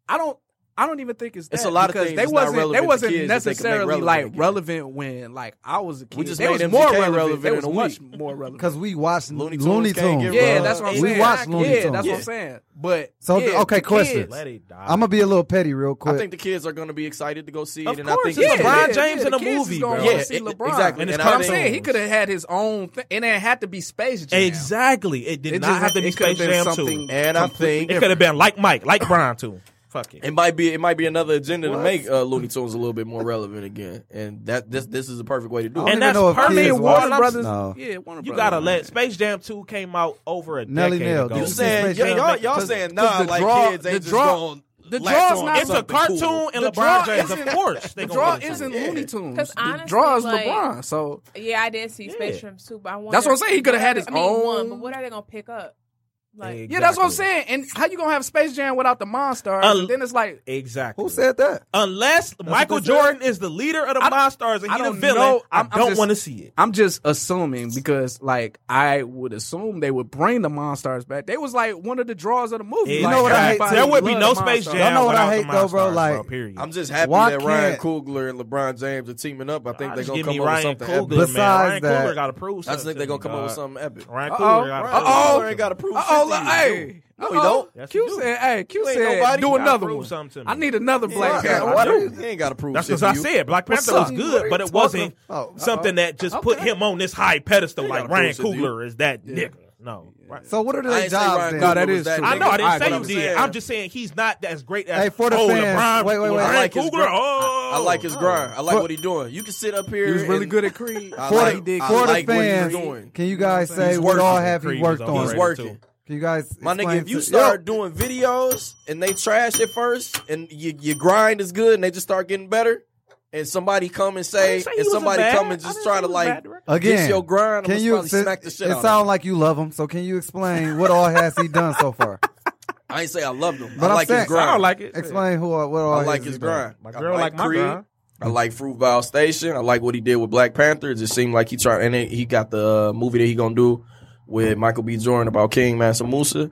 [SPEAKER 11] I don't. I don't even think it's that.
[SPEAKER 6] It's a lot of
[SPEAKER 11] because
[SPEAKER 6] things
[SPEAKER 11] they
[SPEAKER 6] that's not
[SPEAKER 11] wasn't.
[SPEAKER 6] relevant
[SPEAKER 11] they
[SPEAKER 6] to
[SPEAKER 11] wasn't
[SPEAKER 6] kids that they can make
[SPEAKER 11] necessarily
[SPEAKER 6] relevant
[SPEAKER 11] like
[SPEAKER 6] again.
[SPEAKER 11] relevant when like I was a kid.
[SPEAKER 6] just
[SPEAKER 11] they
[SPEAKER 6] made
[SPEAKER 11] was
[SPEAKER 6] MGK
[SPEAKER 11] more relevant.
[SPEAKER 6] relevant
[SPEAKER 11] They
[SPEAKER 6] in
[SPEAKER 11] was
[SPEAKER 6] a
[SPEAKER 11] much
[SPEAKER 6] week.
[SPEAKER 11] more relevant.
[SPEAKER 4] Because we watched Looney
[SPEAKER 6] Looney
[SPEAKER 4] Tunes.
[SPEAKER 6] Tunes can't get
[SPEAKER 11] yeah,
[SPEAKER 6] bruh.
[SPEAKER 11] that's what I'm
[SPEAKER 4] we
[SPEAKER 11] saying.
[SPEAKER 4] watched
[SPEAKER 11] yeah,
[SPEAKER 4] Looney Tunes.
[SPEAKER 11] that's what I'm
[SPEAKER 6] Yeah.
[SPEAKER 11] saying. But
[SPEAKER 4] So,
[SPEAKER 11] yeah,
[SPEAKER 4] okay,
[SPEAKER 11] the
[SPEAKER 4] question.
[SPEAKER 11] kids-
[SPEAKER 5] Let it die.
[SPEAKER 4] I'm going to be a little petty real quick.
[SPEAKER 6] I think the kids are gonna be excited to go see
[SPEAKER 5] Of
[SPEAKER 6] it, and I
[SPEAKER 5] course,
[SPEAKER 6] think
[SPEAKER 5] it's
[SPEAKER 11] yeah,
[SPEAKER 5] LeBron
[SPEAKER 11] yeah,
[SPEAKER 5] James
[SPEAKER 11] yeah,
[SPEAKER 5] in a
[SPEAKER 11] the kids
[SPEAKER 5] movie,
[SPEAKER 11] is gonna
[SPEAKER 5] bro.
[SPEAKER 11] wanna
[SPEAKER 6] Yeah,
[SPEAKER 11] see
[SPEAKER 6] it-
[SPEAKER 11] LeBron.
[SPEAKER 6] exactly. And
[SPEAKER 5] it's
[SPEAKER 11] That's what I'm
[SPEAKER 5] cartoons.
[SPEAKER 11] saying he could have had his own, thing, and it had to be Space Jam.
[SPEAKER 5] Exactly. It did
[SPEAKER 11] It
[SPEAKER 5] not
[SPEAKER 11] just-
[SPEAKER 5] have to
[SPEAKER 11] it
[SPEAKER 5] be
[SPEAKER 11] coulda
[SPEAKER 5] Space
[SPEAKER 11] been
[SPEAKER 5] Jam 2.
[SPEAKER 11] something
[SPEAKER 6] And I think
[SPEAKER 5] It could have been like Mike, like Brian too. Fuck it.
[SPEAKER 6] It might be it might be another agenda to make uh, Looney Tunes a little bit more relevant again, and that this this is the perfect way to do
[SPEAKER 4] I
[SPEAKER 6] it.
[SPEAKER 4] don't
[SPEAKER 5] And
[SPEAKER 4] even
[SPEAKER 5] that's
[SPEAKER 4] know if
[SPEAKER 5] perfect.
[SPEAKER 4] kids
[SPEAKER 5] Warner
[SPEAKER 4] watch-
[SPEAKER 5] Brothers-
[SPEAKER 4] No.
[SPEAKER 11] Yeah, Warner
[SPEAKER 5] You
[SPEAKER 11] Brothers.
[SPEAKER 5] gotta let Space Jam 2 came out over a
[SPEAKER 4] Nelly
[SPEAKER 5] decade
[SPEAKER 4] Nail,
[SPEAKER 5] ago.
[SPEAKER 4] did
[SPEAKER 6] you
[SPEAKER 4] It's
[SPEAKER 6] saying
[SPEAKER 4] Space
[SPEAKER 6] y'all,
[SPEAKER 4] Jam.
[SPEAKER 6] y'all, y'all
[SPEAKER 11] Because-
[SPEAKER 6] saying nah,
[SPEAKER 11] because the
[SPEAKER 6] like
[SPEAKER 11] draw-
[SPEAKER 6] kids
[SPEAKER 11] the
[SPEAKER 6] ain't just
[SPEAKER 11] draw-
[SPEAKER 6] going.
[SPEAKER 11] the draw's not
[SPEAKER 5] It's a cartoon and
[SPEAKER 11] The
[SPEAKER 5] LeBron
[SPEAKER 11] draw
[SPEAKER 5] James, of
[SPEAKER 11] isn't-
[SPEAKER 5] course. They
[SPEAKER 11] The
[SPEAKER 5] gonna
[SPEAKER 11] draw
[SPEAKER 5] listen.
[SPEAKER 11] isn't
[SPEAKER 5] Yeah.
[SPEAKER 11] Looney Tunes.
[SPEAKER 7] 'Cause
[SPEAKER 11] The
[SPEAKER 7] honestly,
[SPEAKER 11] draw is
[SPEAKER 7] like-
[SPEAKER 11] LeBron. So
[SPEAKER 7] Yeah, I did see Space
[SPEAKER 5] Yeah.
[SPEAKER 7] Jam too, but I wonder,
[SPEAKER 11] That's what I'm saying. He coulda had his
[SPEAKER 7] I mean,
[SPEAKER 11] own-
[SPEAKER 7] One, but what are they gonna pick up? Like,
[SPEAKER 11] yeah, that's what I'm
[SPEAKER 5] Exactly.
[SPEAKER 11] saying. And how you gonna have Space Jam without the monsters?
[SPEAKER 5] Un-
[SPEAKER 11] and then it's like
[SPEAKER 5] Exactly.
[SPEAKER 4] Who said that?
[SPEAKER 5] Unless Michael
[SPEAKER 4] they said.
[SPEAKER 5] Jordan is the leader of the
[SPEAKER 11] I-
[SPEAKER 5] Monstars and
[SPEAKER 11] I
[SPEAKER 5] he the
[SPEAKER 11] don't
[SPEAKER 5] villain,
[SPEAKER 11] know.
[SPEAKER 5] I
[SPEAKER 11] I'm- I'm
[SPEAKER 5] don't
[SPEAKER 11] just-
[SPEAKER 5] want to see it.
[SPEAKER 11] I'm just assuming because like I would assume they would bring the monsters back. They was like one of the draws of the movie.
[SPEAKER 5] You
[SPEAKER 11] Like,
[SPEAKER 4] know what I hate?
[SPEAKER 11] everybody
[SPEAKER 5] There would be
[SPEAKER 11] loved
[SPEAKER 5] no
[SPEAKER 11] the
[SPEAKER 5] Space
[SPEAKER 11] Monstars.
[SPEAKER 5] Jam.
[SPEAKER 4] Y'all know what I
[SPEAKER 5] without the
[SPEAKER 4] hate though, bro?
[SPEAKER 5] Monstars,
[SPEAKER 4] Like-
[SPEAKER 5] period.
[SPEAKER 6] I'm just happy
[SPEAKER 4] Why
[SPEAKER 6] that Ryan
[SPEAKER 4] can't-
[SPEAKER 6] Coogler and LeBron James are teaming up. I think
[SPEAKER 5] I
[SPEAKER 6] they're
[SPEAKER 5] just
[SPEAKER 6] gonna
[SPEAKER 5] give
[SPEAKER 6] come
[SPEAKER 5] me
[SPEAKER 6] up with
[SPEAKER 5] Ryan
[SPEAKER 6] something.
[SPEAKER 5] Coogler,
[SPEAKER 6] epic.
[SPEAKER 5] man.
[SPEAKER 4] Besides
[SPEAKER 5] Ryan
[SPEAKER 4] that-
[SPEAKER 5] Coogler got to prove
[SPEAKER 6] I
[SPEAKER 5] something.
[SPEAKER 6] just think they're gonna
[SPEAKER 5] to
[SPEAKER 6] come
[SPEAKER 5] me,
[SPEAKER 6] up with
[SPEAKER 5] dog.
[SPEAKER 6] something epic.
[SPEAKER 5] Ryan
[SPEAKER 11] Uh-oh.
[SPEAKER 5] Coogler got
[SPEAKER 11] Uh-oh.
[SPEAKER 5] to prove something.
[SPEAKER 6] Ryan got to prove.
[SPEAKER 11] Oh,
[SPEAKER 6] something.
[SPEAKER 11] like, hey,
[SPEAKER 6] No,
[SPEAKER 11] Uh-oh.
[SPEAKER 6] he don't.
[SPEAKER 5] Yes, he
[SPEAKER 11] Q
[SPEAKER 5] do.
[SPEAKER 11] said, "Hey, Q
[SPEAKER 6] You ain't
[SPEAKER 11] said,
[SPEAKER 6] nobody.
[SPEAKER 11] do
[SPEAKER 6] You
[SPEAKER 5] gotta
[SPEAKER 11] another
[SPEAKER 5] prove
[SPEAKER 11] one.
[SPEAKER 5] something to
[SPEAKER 11] I
[SPEAKER 5] me.
[SPEAKER 11] need another
[SPEAKER 6] Black
[SPEAKER 11] Black
[SPEAKER 5] Yeah,
[SPEAKER 11] Panther.
[SPEAKER 5] I
[SPEAKER 6] Panther.
[SPEAKER 5] do.
[SPEAKER 6] He ain't got to prove.
[SPEAKER 5] That's
[SPEAKER 6] shit
[SPEAKER 5] what I
[SPEAKER 6] to you.
[SPEAKER 5] said. Black
[SPEAKER 11] What's
[SPEAKER 5] Panther was
[SPEAKER 11] up? What are
[SPEAKER 5] good,
[SPEAKER 11] you
[SPEAKER 5] but it
[SPEAKER 11] talking
[SPEAKER 5] wasn't
[SPEAKER 4] about? Oh, uh-oh.
[SPEAKER 5] something that just put
[SPEAKER 11] Okay.
[SPEAKER 5] him on this high pedestal
[SPEAKER 6] You
[SPEAKER 5] like
[SPEAKER 6] gotta
[SPEAKER 5] Ryan
[SPEAKER 6] prove shit to you.
[SPEAKER 5] Coogler is that nigga. No. Right.
[SPEAKER 4] So what are
[SPEAKER 6] I
[SPEAKER 4] their
[SPEAKER 6] ain't say
[SPEAKER 4] jobs
[SPEAKER 6] Ryan
[SPEAKER 4] then?
[SPEAKER 6] Coogler
[SPEAKER 11] No, that
[SPEAKER 6] was
[SPEAKER 11] is
[SPEAKER 6] that
[SPEAKER 11] true.
[SPEAKER 5] I
[SPEAKER 6] nigga.
[SPEAKER 5] know I
[SPEAKER 11] Alright,
[SPEAKER 5] didn't say
[SPEAKER 11] but
[SPEAKER 5] you
[SPEAKER 11] I'm
[SPEAKER 5] did.
[SPEAKER 6] saying-
[SPEAKER 5] I'm just saying he's not as great as
[SPEAKER 4] Hey, for the
[SPEAKER 5] oh,
[SPEAKER 4] fans.
[SPEAKER 5] LeBron.
[SPEAKER 4] Wait, wait, wait.
[SPEAKER 5] Ryan
[SPEAKER 4] I like
[SPEAKER 6] his
[SPEAKER 5] Coogler.
[SPEAKER 6] grind.
[SPEAKER 5] Oh,
[SPEAKER 6] I like his grind. I like
[SPEAKER 4] For-
[SPEAKER 6] what he's doing. You can sit up here.
[SPEAKER 11] He was really
[SPEAKER 6] and-
[SPEAKER 11] good at Creed.
[SPEAKER 6] I
[SPEAKER 4] For
[SPEAKER 6] like,
[SPEAKER 4] the,
[SPEAKER 11] did
[SPEAKER 6] I
[SPEAKER 4] for the
[SPEAKER 6] like what he's
[SPEAKER 4] fans,
[SPEAKER 6] doing.
[SPEAKER 4] can you guys
[SPEAKER 11] He's
[SPEAKER 4] say what
[SPEAKER 5] working.
[SPEAKER 4] all have
[SPEAKER 5] Creed
[SPEAKER 4] you
[SPEAKER 5] was
[SPEAKER 4] worked
[SPEAKER 5] overrated,
[SPEAKER 4] on?
[SPEAKER 6] He's
[SPEAKER 5] too.
[SPEAKER 6] working.
[SPEAKER 4] Can you guys?
[SPEAKER 6] My nigga,
[SPEAKER 4] explain
[SPEAKER 6] if you
[SPEAKER 4] to-
[SPEAKER 6] start doing videos and they trash at first, and you, your grind is good, and they just start getting better, and somebody come and
[SPEAKER 5] I
[SPEAKER 6] say,
[SPEAKER 5] didn't say he
[SPEAKER 6] and
[SPEAKER 5] was a
[SPEAKER 6] somebody
[SPEAKER 5] bad-
[SPEAKER 6] come and
[SPEAKER 5] I
[SPEAKER 6] just
[SPEAKER 5] didn't say
[SPEAKER 6] try
[SPEAKER 5] he
[SPEAKER 6] to
[SPEAKER 5] was a
[SPEAKER 6] like
[SPEAKER 5] bad director.
[SPEAKER 4] again,
[SPEAKER 6] get your grind,
[SPEAKER 4] can
[SPEAKER 6] I'm
[SPEAKER 4] you?
[SPEAKER 6] probably
[SPEAKER 4] Since,
[SPEAKER 6] smack the shit
[SPEAKER 4] it
[SPEAKER 6] out
[SPEAKER 4] sounds
[SPEAKER 6] of
[SPEAKER 4] like you love him. So can you explain what all has he done so far?
[SPEAKER 6] I ain't say I loved him.
[SPEAKER 4] But
[SPEAKER 6] I
[SPEAKER 4] I'm
[SPEAKER 6] like
[SPEAKER 4] saying-
[SPEAKER 6] his grind.
[SPEAKER 5] I don't like Oh, it.
[SPEAKER 4] Explain who all- what all.
[SPEAKER 6] I
[SPEAKER 4] has
[SPEAKER 6] like
[SPEAKER 4] he
[SPEAKER 6] his
[SPEAKER 4] done.
[SPEAKER 6] grind.
[SPEAKER 5] My girl like my
[SPEAKER 6] Creed.
[SPEAKER 5] grind.
[SPEAKER 6] I like Fruitvale Station. I like what he did with Black Panther. It just seemed like he tried, and it, he got the uh, movie that he gonna do with Michael B. Jordan about King Mansa Musa.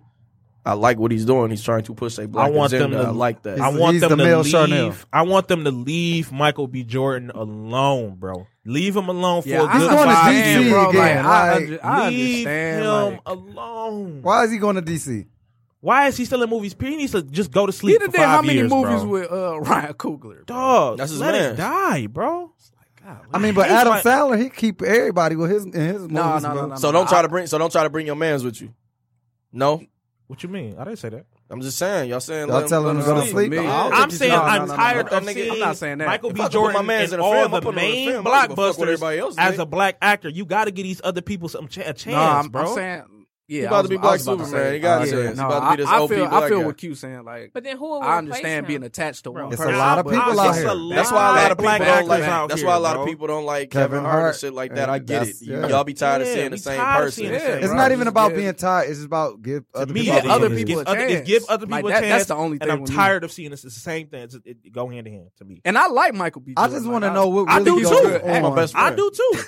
[SPEAKER 6] I like what he's doing. He's trying to push a black
[SPEAKER 5] I want
[SPEAKER 6] agenda.
[SPEAKER 5] them to
[SPEAKER 6] I like that.
[SPEAKER 5] I
[SPEAKER 4] He's-
[SPEAKER 5] want
[SPEAKER 4] he's
[SPEAKER 5] them
[SPEAKER 4] the
[SPEAKER 5] to
[SPEAKER 4] male
[SPEAKER 5] leave.
[SPEAKER 4] Charnel.
[SPEAKER 5] I want them to leave Michael B. Jordan alone, bro. Leave him alone for
[SPEAKER 11] Yeah,
[SPEAKER 5] a
[SPEAKER 11] I'm
[SPEAKER 5] good
[SPEAKER 4] going to
[SPEAKER 5] five
[SPEAKER 4] DC
[SPEAKER 5] years.
[SPEAKER 11] bro. Like,
[SPEAKER 4] again,
[SPEAKER 11] I,
[SPEAKER 4] like,
[SPEAKER 11] under- I
[SPEAKER 5] Leave
[SPEAKER 11] understand.
[SPEAKER 5] him
[SPEAKER 11] like,
[SPEAKER 5] alone. Why?
[SPEAKER 4] Why is he going to DC?
[SPEAKER 5] is he still in movies? He needs to just go to
[SPEAKER 11] he
[SPEAKER 5] sleep
[SPEAKER 11] done
[SPEAKER 5] for
[SPEAKER 11] did
[SPEAKER 5] five
[SPEAKER 11] how many
[SPEAKER 5] years,
[SPEAKER 11] movies
[SPEAKER 5] bro.
[SPEAKER 11] with uh, Ryan Coogler? bro?
[SPEAKER 5] Dog,
[SPEAKER 6] That's his
[SPEAKER 5] let
[SPEAKER 6] man.
[SPEAKER 5] it die, bro.
[SPEAKER 4] I mean, but
[SPEAKER 5] He's
[SPEAKER 4] Adam
[SPEAKER 5] like-
[SPEAKER 4] Sandler, he keep everybody with his in his movies.
[SPEAKER 11] No, no,
[SPEAKER 4] bro.
[SPEAKER 11] no, no.
[SPEAKER 6] so
[SPEAKER 11] no,
[SPEAKER 6] don't try
[SPEAKER 11] I-
[SPEAKER 6] to bring. So don't try to bring your man's with you. No,
[SPEAKER 5] What you mean? I didn't say that.
[SPEAKER 6] I'm just saying. Y'all saying
[SPEAKER 4] Y'all
[SPEAKER 6] let
[SPEAKER 4] telling him to go to sleep.
[SPEAKER 11] Me.
[SPEAKER 4] No,
[SPEAKER 11] I
[SPEAKER 4] I
[SPEAKER 11] don't
[SPEAKER 4] don't
[SPEAKER 5] I'm
[SPEAKER 11] think
[SPEAKER 5] saying
[SPEAKER 11] he's- no, no,
[SPEAKER 5] I'm
[SPEAKER 11] no, no,
[SPEAKER 5] tired
[SPEAKER 11] no.
[SPEAKER 5] of
[SPEAKER 11] I'm
[SPEAKER 5] seeing
[SPEAKER 11] not saying that.
[SPEAKER 5] Michael B.
[SPEAKER 6] If I put my
[SPEAKER 5] Jordan
[SPEAKER 6] mans
[SPEAKER 5] in,
[SPEAKER 6] in a
[SPEAKER 5] all
[SPEAKER 6] film, I
[SPEAKER 5] the
[SPEAKER 6] put him in a
[SPEAKER 5] main
[SPEAKER 6] film. I don't give a fuck what everybody
[SPEAKER 5] blockbusters
[SPEAKER 6] else
[SPEAKER 5] as
[SPEAKER 6] think.
[SPEAKER 5] a black actor. You got to get these other people some ch- a chance,
[SPEAKER 11] No, I'm,
[SPEAKER 5] bro.
[SPEAKER 11] I'm saying. Yeah,
[SPEAKER 6] He
[SPEAKER 11] I
[SPEAKER 6] about to
[SPEAKER 11] was-
[SPEAKER 6] be
[SPEAKER 11] I
[SPEAKER 6] Black
[SPEAKER 11] was about to
[SPEAKER 6] Superman.
[SPEAKER 11] say,
[SPEAKER 6] He got
[SPEAKER 11] uh,
[SPEAKER 6] his
[SPEAKER 11] yeah,
[SPEAKER 6] ass. He
[SPEAKER 11] no,
[SPEAKER 6] about to be
[SPEAKER 11] I-
[SPEAKER 6] this
[SPEAKER 11] I
[SPEAKER 6] OP
[SPEAKER 11] feel, I
[SPEAKER 6] black
[SPEAKER 11] feel
[SPEAKER 6] guy.
[SPEAKER 11] what Q saying. Like,
[SPEAKER 7] but then who will
[SPEAKER 11] I
[SPEAKER 7] replace
[SPEAKER 11] understand
[SPEAKER 7] him?
[SPEAKER 11] being attached to one
[SPEAKER 4] It's a
[SPEAKER 11] person.
[SPEAKER 4] lot of
[SPEAKER 11] but-
[SPEAKER 4] people out
[SPEAKER 5] That's
[SPEAKER 4] here.
[SPEAKER 5] a lot
[SPEAKER 6] That's why a lot of
[SPEAKER 5] of black
[SPEAKER 6] people don't
[SPEAKER 5] actors
[SPEAKER 6] like.
[SPEAKER 5] out
[SPEAKER 6] That's
[SPEAKER 5] here,
[SPEAKER 6] why a lot
[SPEAKER 5] bro.
[SPEAKER 6] of people don't
[SPEAKER 4] Kevin
[SPEAKER 6] like Kevin, Hart and
[SPEAKER 4] Hart.
[SPEAKER 6] shit like that. I
[SPEAKER 4] And
[SPEAKER 6] get it.
[SPEAKER 4] that's- yeah.
[SPEAKER 6] Y'all be tired
[SPEAKER 5] Yeah,
[SPEAKER 6] of seeing
[SPEAKER 5] we
[SPEAKER 6] the same
[SPEAKER 5] tired of
[SPEAKER 6] person.
[SPEAKER 5] seeing the same
[SPEAKER 11] Yeah,
[SPEAKER 4] It's
[SPEAKER 11] bro,
[SPEAKER 4] not even
[SPEAKER 11] just
[SPEAKER 4] about
[SPEAKER 11] get-
[SPEAKER 4] being tired. It's just about give other
[SPEAKER 5] me,
[SPEAKER 4] people.
[SPEAKER 11] give
[SPEAKER 5] it
[SPEAKER 11] other
[SPEAKER 5] is.
[SPEAKER 11] people
[SPEAKER 5] Give
[SPEAKER 11] a
[SPEAKER 5] other-
[SPEAKER 11] chance.
[SPEAKER 5] give other people
[SPEAKER 11] Like,
[SPEAKER 5] a
[SPEAKER 11] that-
[SPEAKER 5] chance.
[SPEAKER 11] that's the only
[SPEAKER 5] and
[SPEAKER 11] thing
[SPEAKER 5] I'm
[SPEAKER 11] with me.
[SPEAKER 5] tired of seeing this. It's the same thing. It's, it go hand in hand to me.
[SPEAKER 11] And I like Michael B.
[SPEAKER 4] I
[SPEAKER 11] Jordan.
[SPEAKER 4] just
[SPEAKER 11] Like,
[SPEAKER 4] want to know what
[SPEAKER 5] I
[SPEAKER 4] really
[SPEAKER 5] do
[SPEAKER 4] goes
[SPEAKER 5] too.
[SPEAKER 4] on.
[SPEAKER 6] My best
[SPEAKER 5] I
[SPEAKER 6] friend.
[SPEAKER 5] do too.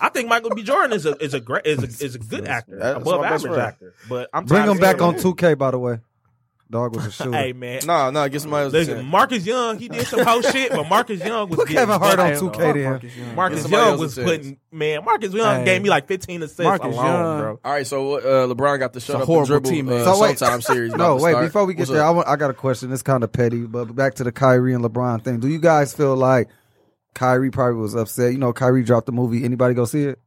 [SPEAKER 5] I think Michael B. Jordan is a is a great is a is a good actor,
[SPEAKER 6] That's
[SPEAKER 5] above
[SPEAKER 6] my best
[SPEAKER 5] average
[SPEAKER 6] friend.
[SPEAKER 5] actor. But I'm
[SPEAKER 4] Bring
[SPEAKER 5] tired
[SPEAKER 4] him
[SPEAKER 5] of
[SPEAKER 4] back
[SPEAKER 5] seeing
[SPEAKER 4] on
[SPEAKER 5] it.
[SPEAKER 4] 2K, by the way. Dog was a shooter.
[SPEAKER 5] Hey man,
[SPEAKER 6] Nah, nah, get somebody else. to
[SPEAKER 5] Listen,
[SPEAKER 6] say it.
[SPEAKER 5] Marcus Young, he did some house shit, but Marcus Young was
[SPEAKER 6] Put
[SPEAKER 5] getting
[SPEAKER 6] Kevin Hart on
[SPEAKER 5] busted.
[SPEAKER 6] 2K then. Marcus Young.
[SPEAKER 5] Marcus
[SPEAKER 6] Somebody
[SPEAKER 5] Young
[SPEAKER 6] else
[SPEAKER 5] was
[SPEAKER 6] assist.
[SPEAKER 5] putting man. Marcus Young
[SPEAKER 6] Hey.
[SPEAKER 5] gave me like fifteen assists alone, bro.
[SPEAKER 6] All right, so uh, LeBron got the shut up and
[SPEAKER 5] horrible
[SPEAKER 6] dribble
[SPEAKER 5] teammate.
[SPEAKER 6] uh,
[SPEAKER 5] So
[SPEAKER 4] wait.
[SPEAKER 6] Showtime series. about
[SPEAKER 4] No,
[SPEAKER 6] to
[SPEAKER 4] wait.
[SPEAKER 6] start.
[SPEAKER 4] Before we get
[SPEAKER 6] What's
[SPEAKER 4] there, I,
[SPEAKER 6] up?
[SPEAKER 4] want, I got a question. It's kind of petty, but back to the Kyrie and LeBron thing. Do you guys feel like Kyrie probably was upset? You know, Kyrie dropped the movie. Anybody go see it?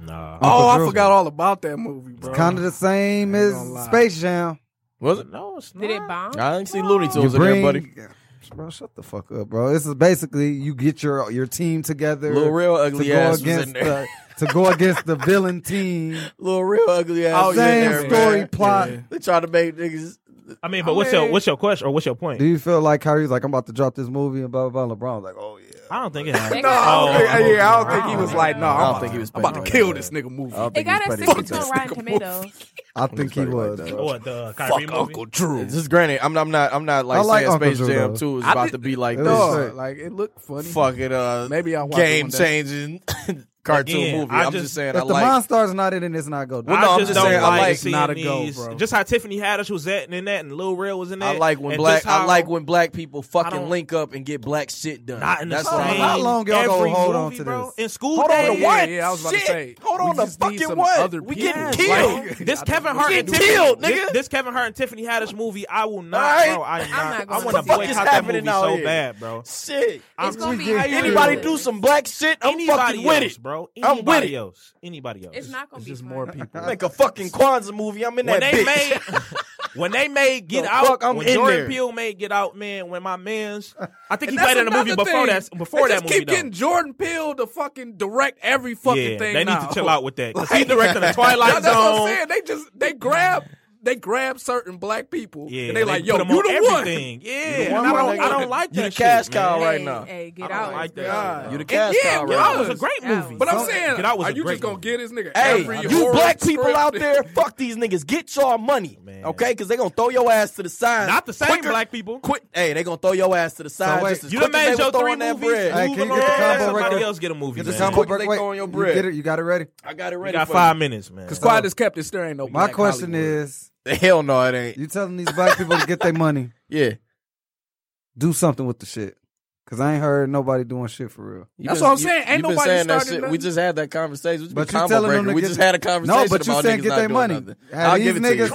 [SPEAKER 5] Nah.
[SPEAKER 11] Oh, I
[SPEAKER 4] Drew.
[SPEAKER 11] forgot all about that movie, bro.
[SPEAKER 4] It's kind of the same as Space Jam.
[SPEAKER 6] Was it?
[SPEAKER 5] No, it's not.
[SPEAKER 7] Did it bomb?
[SPEAKER 6] I didn't see Looney Tunes
[SPEAKER 4] You
[SPEAKER 6] in there, buddy.
[SPEAKER 4] bring- Bro, shut the fuck up, bro. This is basically you get your your team together.
[SPEAKER 6] Lil Real
[SPEAKER 4] to
[SPEAKER 6] ugly
[SPEAKER 4] go
[SPEAKER 6] ass was in
[SPEAKER 4] against
[SPEAKER 6] there.
[SPEAKER 4] The, to go against the villain team.
[SPEAKER 6] Little real ugly ass.
[SPEAKER 4] Oh,
[SPEAKER 6] was in
[SPEAKER 4] same
[SPEAKER 6] there,
[SPEAKER 4] story
[SPEAKER 6] man.
[SPEAKER 4] plot. Yeah.
[SPEAKER 6] They try to make niggas.
[SPEAKER 5] I mean, but what's your what's your question or what's your point?
[SPEAKER 4] Do you feel like Kyrie's like I'm about to drop this movie and blah blah blah? LeBron's like, oh yeah.
[SPEAKER 5] I don't think it happened.
[SPEAKER 11] No,
[SPEAKER 5] Oh,
[SPEAKER 11] I, don't think, yeah, I don't
[SPEAKER 5] oh,
[SPEAKER 11] think he was like, no,
[SPEAKER 6] I
[SPEAKER 11] I'm
[SPEAKER 6] don't
[SPEAKER 11] about,
[SPEAKER 6] think he was
[SPEAKER 11] I'm about
[SPEAKER 6] playing
[SPEAKER 11] to
[SPEAKER 6] like
[SPEAKER 11] kill
[SPEAKER 6] that.
[SPEAKER 11] this nigga movie.
[SPEAKER 6] I don't
[SPEAKER 7] It
[SPEAKER 6] think
[SPEAKER 7] got
[SPEAKER 6] he
[SPEAKER 7] a
[SPEAKER 6] was
[SPEAKER 7] six
[SPEAKER 6] putting it
[SPEAKER 7] on
[SPEAKER 6] together.
[SPEAKER 7] Rotten Tomatoes.
[SPEAKER 4] I think he was. though.
[SPEAKER 5] What the Kyrie
[SPEAKER 11] Fuck
[SPEAKER 5] movie?
[SPEAKER 11] Uncle Drew.
[SPEAKER 6] This is granted. I'm, I'm not. I'm not
[SPEAKER 4] I
[SPEAKER 6] like,
[SPEAKER 4] like
[SPEAKER 6] saying
[SPEAKER 4] Uncle
[SPEAKER 6] Space
[SPEAKER 4] Drew,
[SPEAKER 6] Jam
[SPEAKER 4] though.
[SPEAKER 6] Two is
[SPEAKER 11] I
[SPEAKER 6] about
[SPEAKER 11] did-
[SPEAKER 6] to be like
[SPEAKER 4] It
[SPEAKER 6] this.
[SPEAKER 4] was
[SPEAKER 11] Dog, like it looked funny.
[SPEAKER 6] Fucking uh,
[SPEAKER 11] Maybe I'll watch it
[SPEAKER 6] game
[SPEAKER 11] one day.
[SPEAKER 6] changing cartoon
[SPEAKER 5] Again,
[SPEAKER 6] movie.
[SPEAKER 5] I
[SPEAKER 6] I'm
[SPEAKER 5] just-
[SPEAKER 6] just, saying. I
[SPEAKER 4] If the
[SPEAKER 6] like.
[SPEAKER 4] Monstar's not in it, it's not go.
[SPEAKER 6] Well,
[SPEAKER 5] I
[SPEAKER 6] no, I'm
[SPEAKER 5] just,
[SPEAKER 6] just
[SPEAKER 5] don't
[SPEAKER 6] saying, I
[SPEAKER 5] like,
[SPEAKER 6] like-
[SPEAKER 5] seeing
[SPEAKER 11] Not a
[SPEAKER 5] these.
[SPEAKER 11] go, bro.
[SPEAKER 5] Just how Tiffany Haddish was acting in that, and Lil Rel was in that.
[SPEAKER 6] I like when
[SPEAKER 5] and
[SPEAKER 6] black.
[SPEAKER 5] just how-
[SPEAKER 6] I like when black people fucking
[SPEAKER 5] don't-
[SPEAKER 6] link up and get black shit done.
[SPEAKER 5] Not in the
[SPEAKER 6] That's
[SPEAKER 5] same.
[SPEAKER 6] what I
[SPEAKER 4] How
[SPEAKER 6] like.
[SPEAKER 4] long y'all gonna
[SPEAKER 5] every
[SPEAKER 4] hold
[SPEAKER 5] movie,
[SPEAKER 4] on to
[SPEAKER 5] bro.
[SPEAKER 4] this?
[SPEAKER 5] In school
[SPEAKER 6] Hold on
[SPEAKER 5] days,
[SPEAKER 6] to what?
[SPEAKER 11] Yeah, yeah, I was about to
[SPEAKER 6] Shit.
[SPEAKER 11] say,
[SPEAKER 6] Hold
[SPEAKER 11] we
[SPEAKER 6] on to
[SPEAKER 11] just need
[SPEAKER 6] fucking
[SPEAKER 11] some
[SPEAKER 6] what?
[SPEAKER 11] other
[SPEAKER 6] We
[SPEAKER 11] people.
[SPEAKER 6] getting
[SPEAKER 11] Like,
[SPEAKER 6] killed.
[SPEAKER 5] This Kevin Hart and
[SPEAKER 6] Get
[SPEAKER 5] Tiffany,
[SPEAKER 6] killed,
[SPEAKER 5] this-
[SPEAKER 6] nigga.
[SPEAKER 5] This, Kevin Hart and Tiffany Haddish movie, I will not.
[SPEAKER 6] Alright.
[SPEAKER 5] Bro, I am
[SPEAKER 7] I'm
[SPEAKER 5] not.
[SPEAKER 7] not gonna
[SPEAKER 5] I want to
[SPEAKER 7] see it.
[SPEAKER 5] boycott
[SPEAKER 6] What the fuck is
[SPEAKER 5] that movie
[SPEAKER 6] happening out
[SPEAKER 5] so
[SPEAKER 6] here?
[SPEAKER 5] bad, bro.
[SPEAKER 6] Shit.
[SPEAKER 5] I'm-
[SPEAKER 7] It's gonna
[SPEAKER 4] we
[SPEAKER 7] be
[SPEAKER 4] get
[SPEAKER 7] how you
[SPEAKER 6] Anybody
[SPEAKER 7] it.
[SPEAKER 6] do some black shit? I'm fucking
[SPEAKER 5] Anybody
[SPEAKER 6] with
[SPEAKER 5] else,
[SPEAKER 6] it.
[SPEAKER 5] bro?
[SPEAKER 6] I'm with
[SPEAKER 5] Anybody
[SPEAKER 6] it.
[SPEAKER 5] else? Anybody else?
[SPEAKER 7] It's not gonna be
[SPEAKER 11] just
[SPEAKER 7] fun.
[SPEAKER 11] more people.
[SPEAKER 6] Make a fucking Kwanzaa movie. I'm in
[SPEAKER 5] when
[SPEAKER 6] that
[SPEAKER 5] they
[SPEAKER 6] bitch.
[SPEAKER 5] made when they made Get
[SPEAKER 6] The
[SPEAKER 5] Out,
[SPEAKER 6] fuck I'm
[SPEAKER 5] when
[SPEAKER 6] in
[SPEAKER 5] Jordan
[SPEAKER 6] there.
[SPEAKER 5] Peele made Get Out, man, when my man's, I think
[SPEAKER 11] And
[SPEAKER 5] he
[SPEAKER 11] that's
[SPEAKER 5] played in a movie
[SPEAKER 11] another thing.
[SPEAKER 5] before that. Before
[SPEAKER 11] they
[SPEAKER 5] that
[SPEAKER 11] just
[SPEAKER 5] movie,
[SPEAKER 11] keep
[SPEAKER 5] though.
[SPEAKER 11] getting Jordan Peele to fucking direct every fucking
[SPEAKER 5] yeah,
[SPEAKER 11] thing.
[SPEAKER 5] they
[SPEAKER 11] now.
[SPEAKER 5] need to chill out with that. 'cause he directed the
[SPEAKER 11] Y'all,
[SPEAKER 5] Twilight
[SPEAKER 11] that's what I'm
[SPEAKER 5] Zone.
[SPEAKER 11] saying. They just they grab they grab certain black people
[SPEAKER 5] Yeah,
[SPEAKER 11] and they like, yo,
[SPEAKER 5] put him
[SPEAKER 11] you
[SPEAKER 5] on
[SPEAKER 11] the
[SPEAKER 5] everything.
[SPEAKER 11] one.
[SPEAKER 5] Yeah, and
[SPEAKER 6] one,
[SPEAKER 5] I
[SPEAKER 6] my
[SPEAKER 5] don't,
[SPEAKER 6] nigga.
[SPEAKER 5] I don't like
[SPEAKER 6] You
[SPEAKER 5] that.
[SPEAKER 6] the cash
[SPEAKER 5] shit,
[SPEAKER 6] cow
[SPEAKER 5] man.
[SPEAKER 6] right
[SPEAKER 7] Hey,
[SPEAKER 6] now.
[SPEAKER 7] Hey,
[SPEAKER 5] I
[SPEAKER 7] get
[SPEAKER 5] don't
[SPEAKER 7] out.
[SPEAKER 5] like that.
[SPEAKER 11] God.
[SPEAKER 5] shit,
[SPEAKER 6] You the
[SPEAKER 5] bro.
[SPEAKER 6] cash
[SPEAKER 11] yeah,
[SPEAKER 6] cow
[SPEAKER 5] Get Out
[SPEAKER 6] right
[SPEAKER 5] was
[SPEAKER 6] now.
[SPEAKER 5] a great
[SPEAKER 7] That
[SPEAKER 5] movie.
[SPEAKER 7] was-
[SPEAKER 11] But I'm
[SPEAKER 5] Don't-
[SPEAKER 11] saying,
[SPEAKER 5] Get Out was
[SPEAKER 11] are
[SPEAKER 5] a
[SPEAKER 11] you
[SPEAKER 5] great
[SPEAKER 11] just gonna
[SPEAKER 5] movie.
[SPEAKER 11] get this nigga?
[SPEAKER 6] Hey,
[SPEAKER 11] every
[SPEAKER 6] you
[SPEAKER 11] horror
[SPEAKER 6] black people out
[SPEAKER 11] script?
[SPEAKER 6] there, fuck these niggas. Get y'all
[SPEAKER 4] Oh,
[SPEAKER 6] money,
[SPEAKER 5] Man.
[SPEAKER 6] okay? Because they gonna throw your ass to the side.
[SPEAKER 5] Not the same black people.
[SPEAKER 6] Quit. Hey, they gonna throw your ass to the side.
[SPEAKER 4] wait,
[SPEAKER 6] just as
[SPEAKER 5] You done
[SPEAKER 6] quick as
[SPEAKER 5] made
[SPEAKER 6] they
[SPEAKER 5] your
[SPEAKER 6] was
[SPEAKER 5] three
[SPEAKER 6] throwing that
[SPEAKER 5] movies.
[SPEAKER 6] bread.
[SPEAKER 4] Hey,
[SPEAKER 5] Move
[SPEAKER 4] can you
[SPEAKER 5] along.
[SPEAKER 4] get the combo
[SPEAKER 5] Somebody
[SPEAKER 4] record?
[SPEAKER 5] else get a movie.
[SPEAKER 4] Get the
[SPEAKER 5] man.
[SPEAKER 4] combo
[SPEAKER 6] Quick, they
[SPEAKER 4] break.
[SPEAKER 6] throwing your
[SPEAKER 4] You,
[SPEAKER 6] bread.
[SPEAKER 4] get it, you got it ready.
[SPEAKER 6] I got it
[SPEAKER 5] You
[SPEAKER 6] ready.
[SPEAKER 5] got
[SPEAKER 6] for
[SPEAKER 5] five minutes, man.
[SPEAKER 11] Cause quiet as kept this, there ain't no.
[SPEAKER 4] My
[SPEAKER 11] black
[SPEAKER 4] question
[SPEAKER 11] Hollywood.
[SPEAKER 4] is:
[SPEAKER 6] you. Hell no, it ain't.
[SPEAKER 4] You telling these black people to get their money?
[SPEAKER 6] Yeah,
[SPEAKER 4] Do something with the shit, because I ain't heard nobody doing shit for real.
[SPEAKER 6] You
[SPEAKER 11] That's
[SPEAKER 6] been-
[SPEAKER 11] what I'm
[SPEAKER 6] you-
[SPEAKER 11] saying. Ain't
[SPEAKER 6] you been
[SPEAKER 11] nobody
[SPEAKER 6] saying that
[SPEAKER 11] started
[SPEAKER 6] shit.
[SPEAKER 11] nothing.
[SPEAKER 6] We just had that conversation. We just
[SPEAKER 4] But
[SPEAKER 6] but
[SPEAKER 4] you telling them to
[SPEAKER 6] We
[SPEAKER 4] get-
[SPEAKER 6] just had a conversation.
[SPEAKER 4] No, but you
[SPEAKER 6] about
[SPEAKER 4] saying
[SPEAKER 6] niggas
[SPEAKER 4] get
[SPEAKER 6] not
[SPEAKER 4] their
[SPEAKER 6] doing
[SPEAKER 4] money.
[SPEAKER 6] nothing.
[SPEAKER 4] Have
[SPEAKER 6] I'll give it
[SPEAKER 4] these
[SPEAKER 6] to you.
[SPEAKER 4] niggas-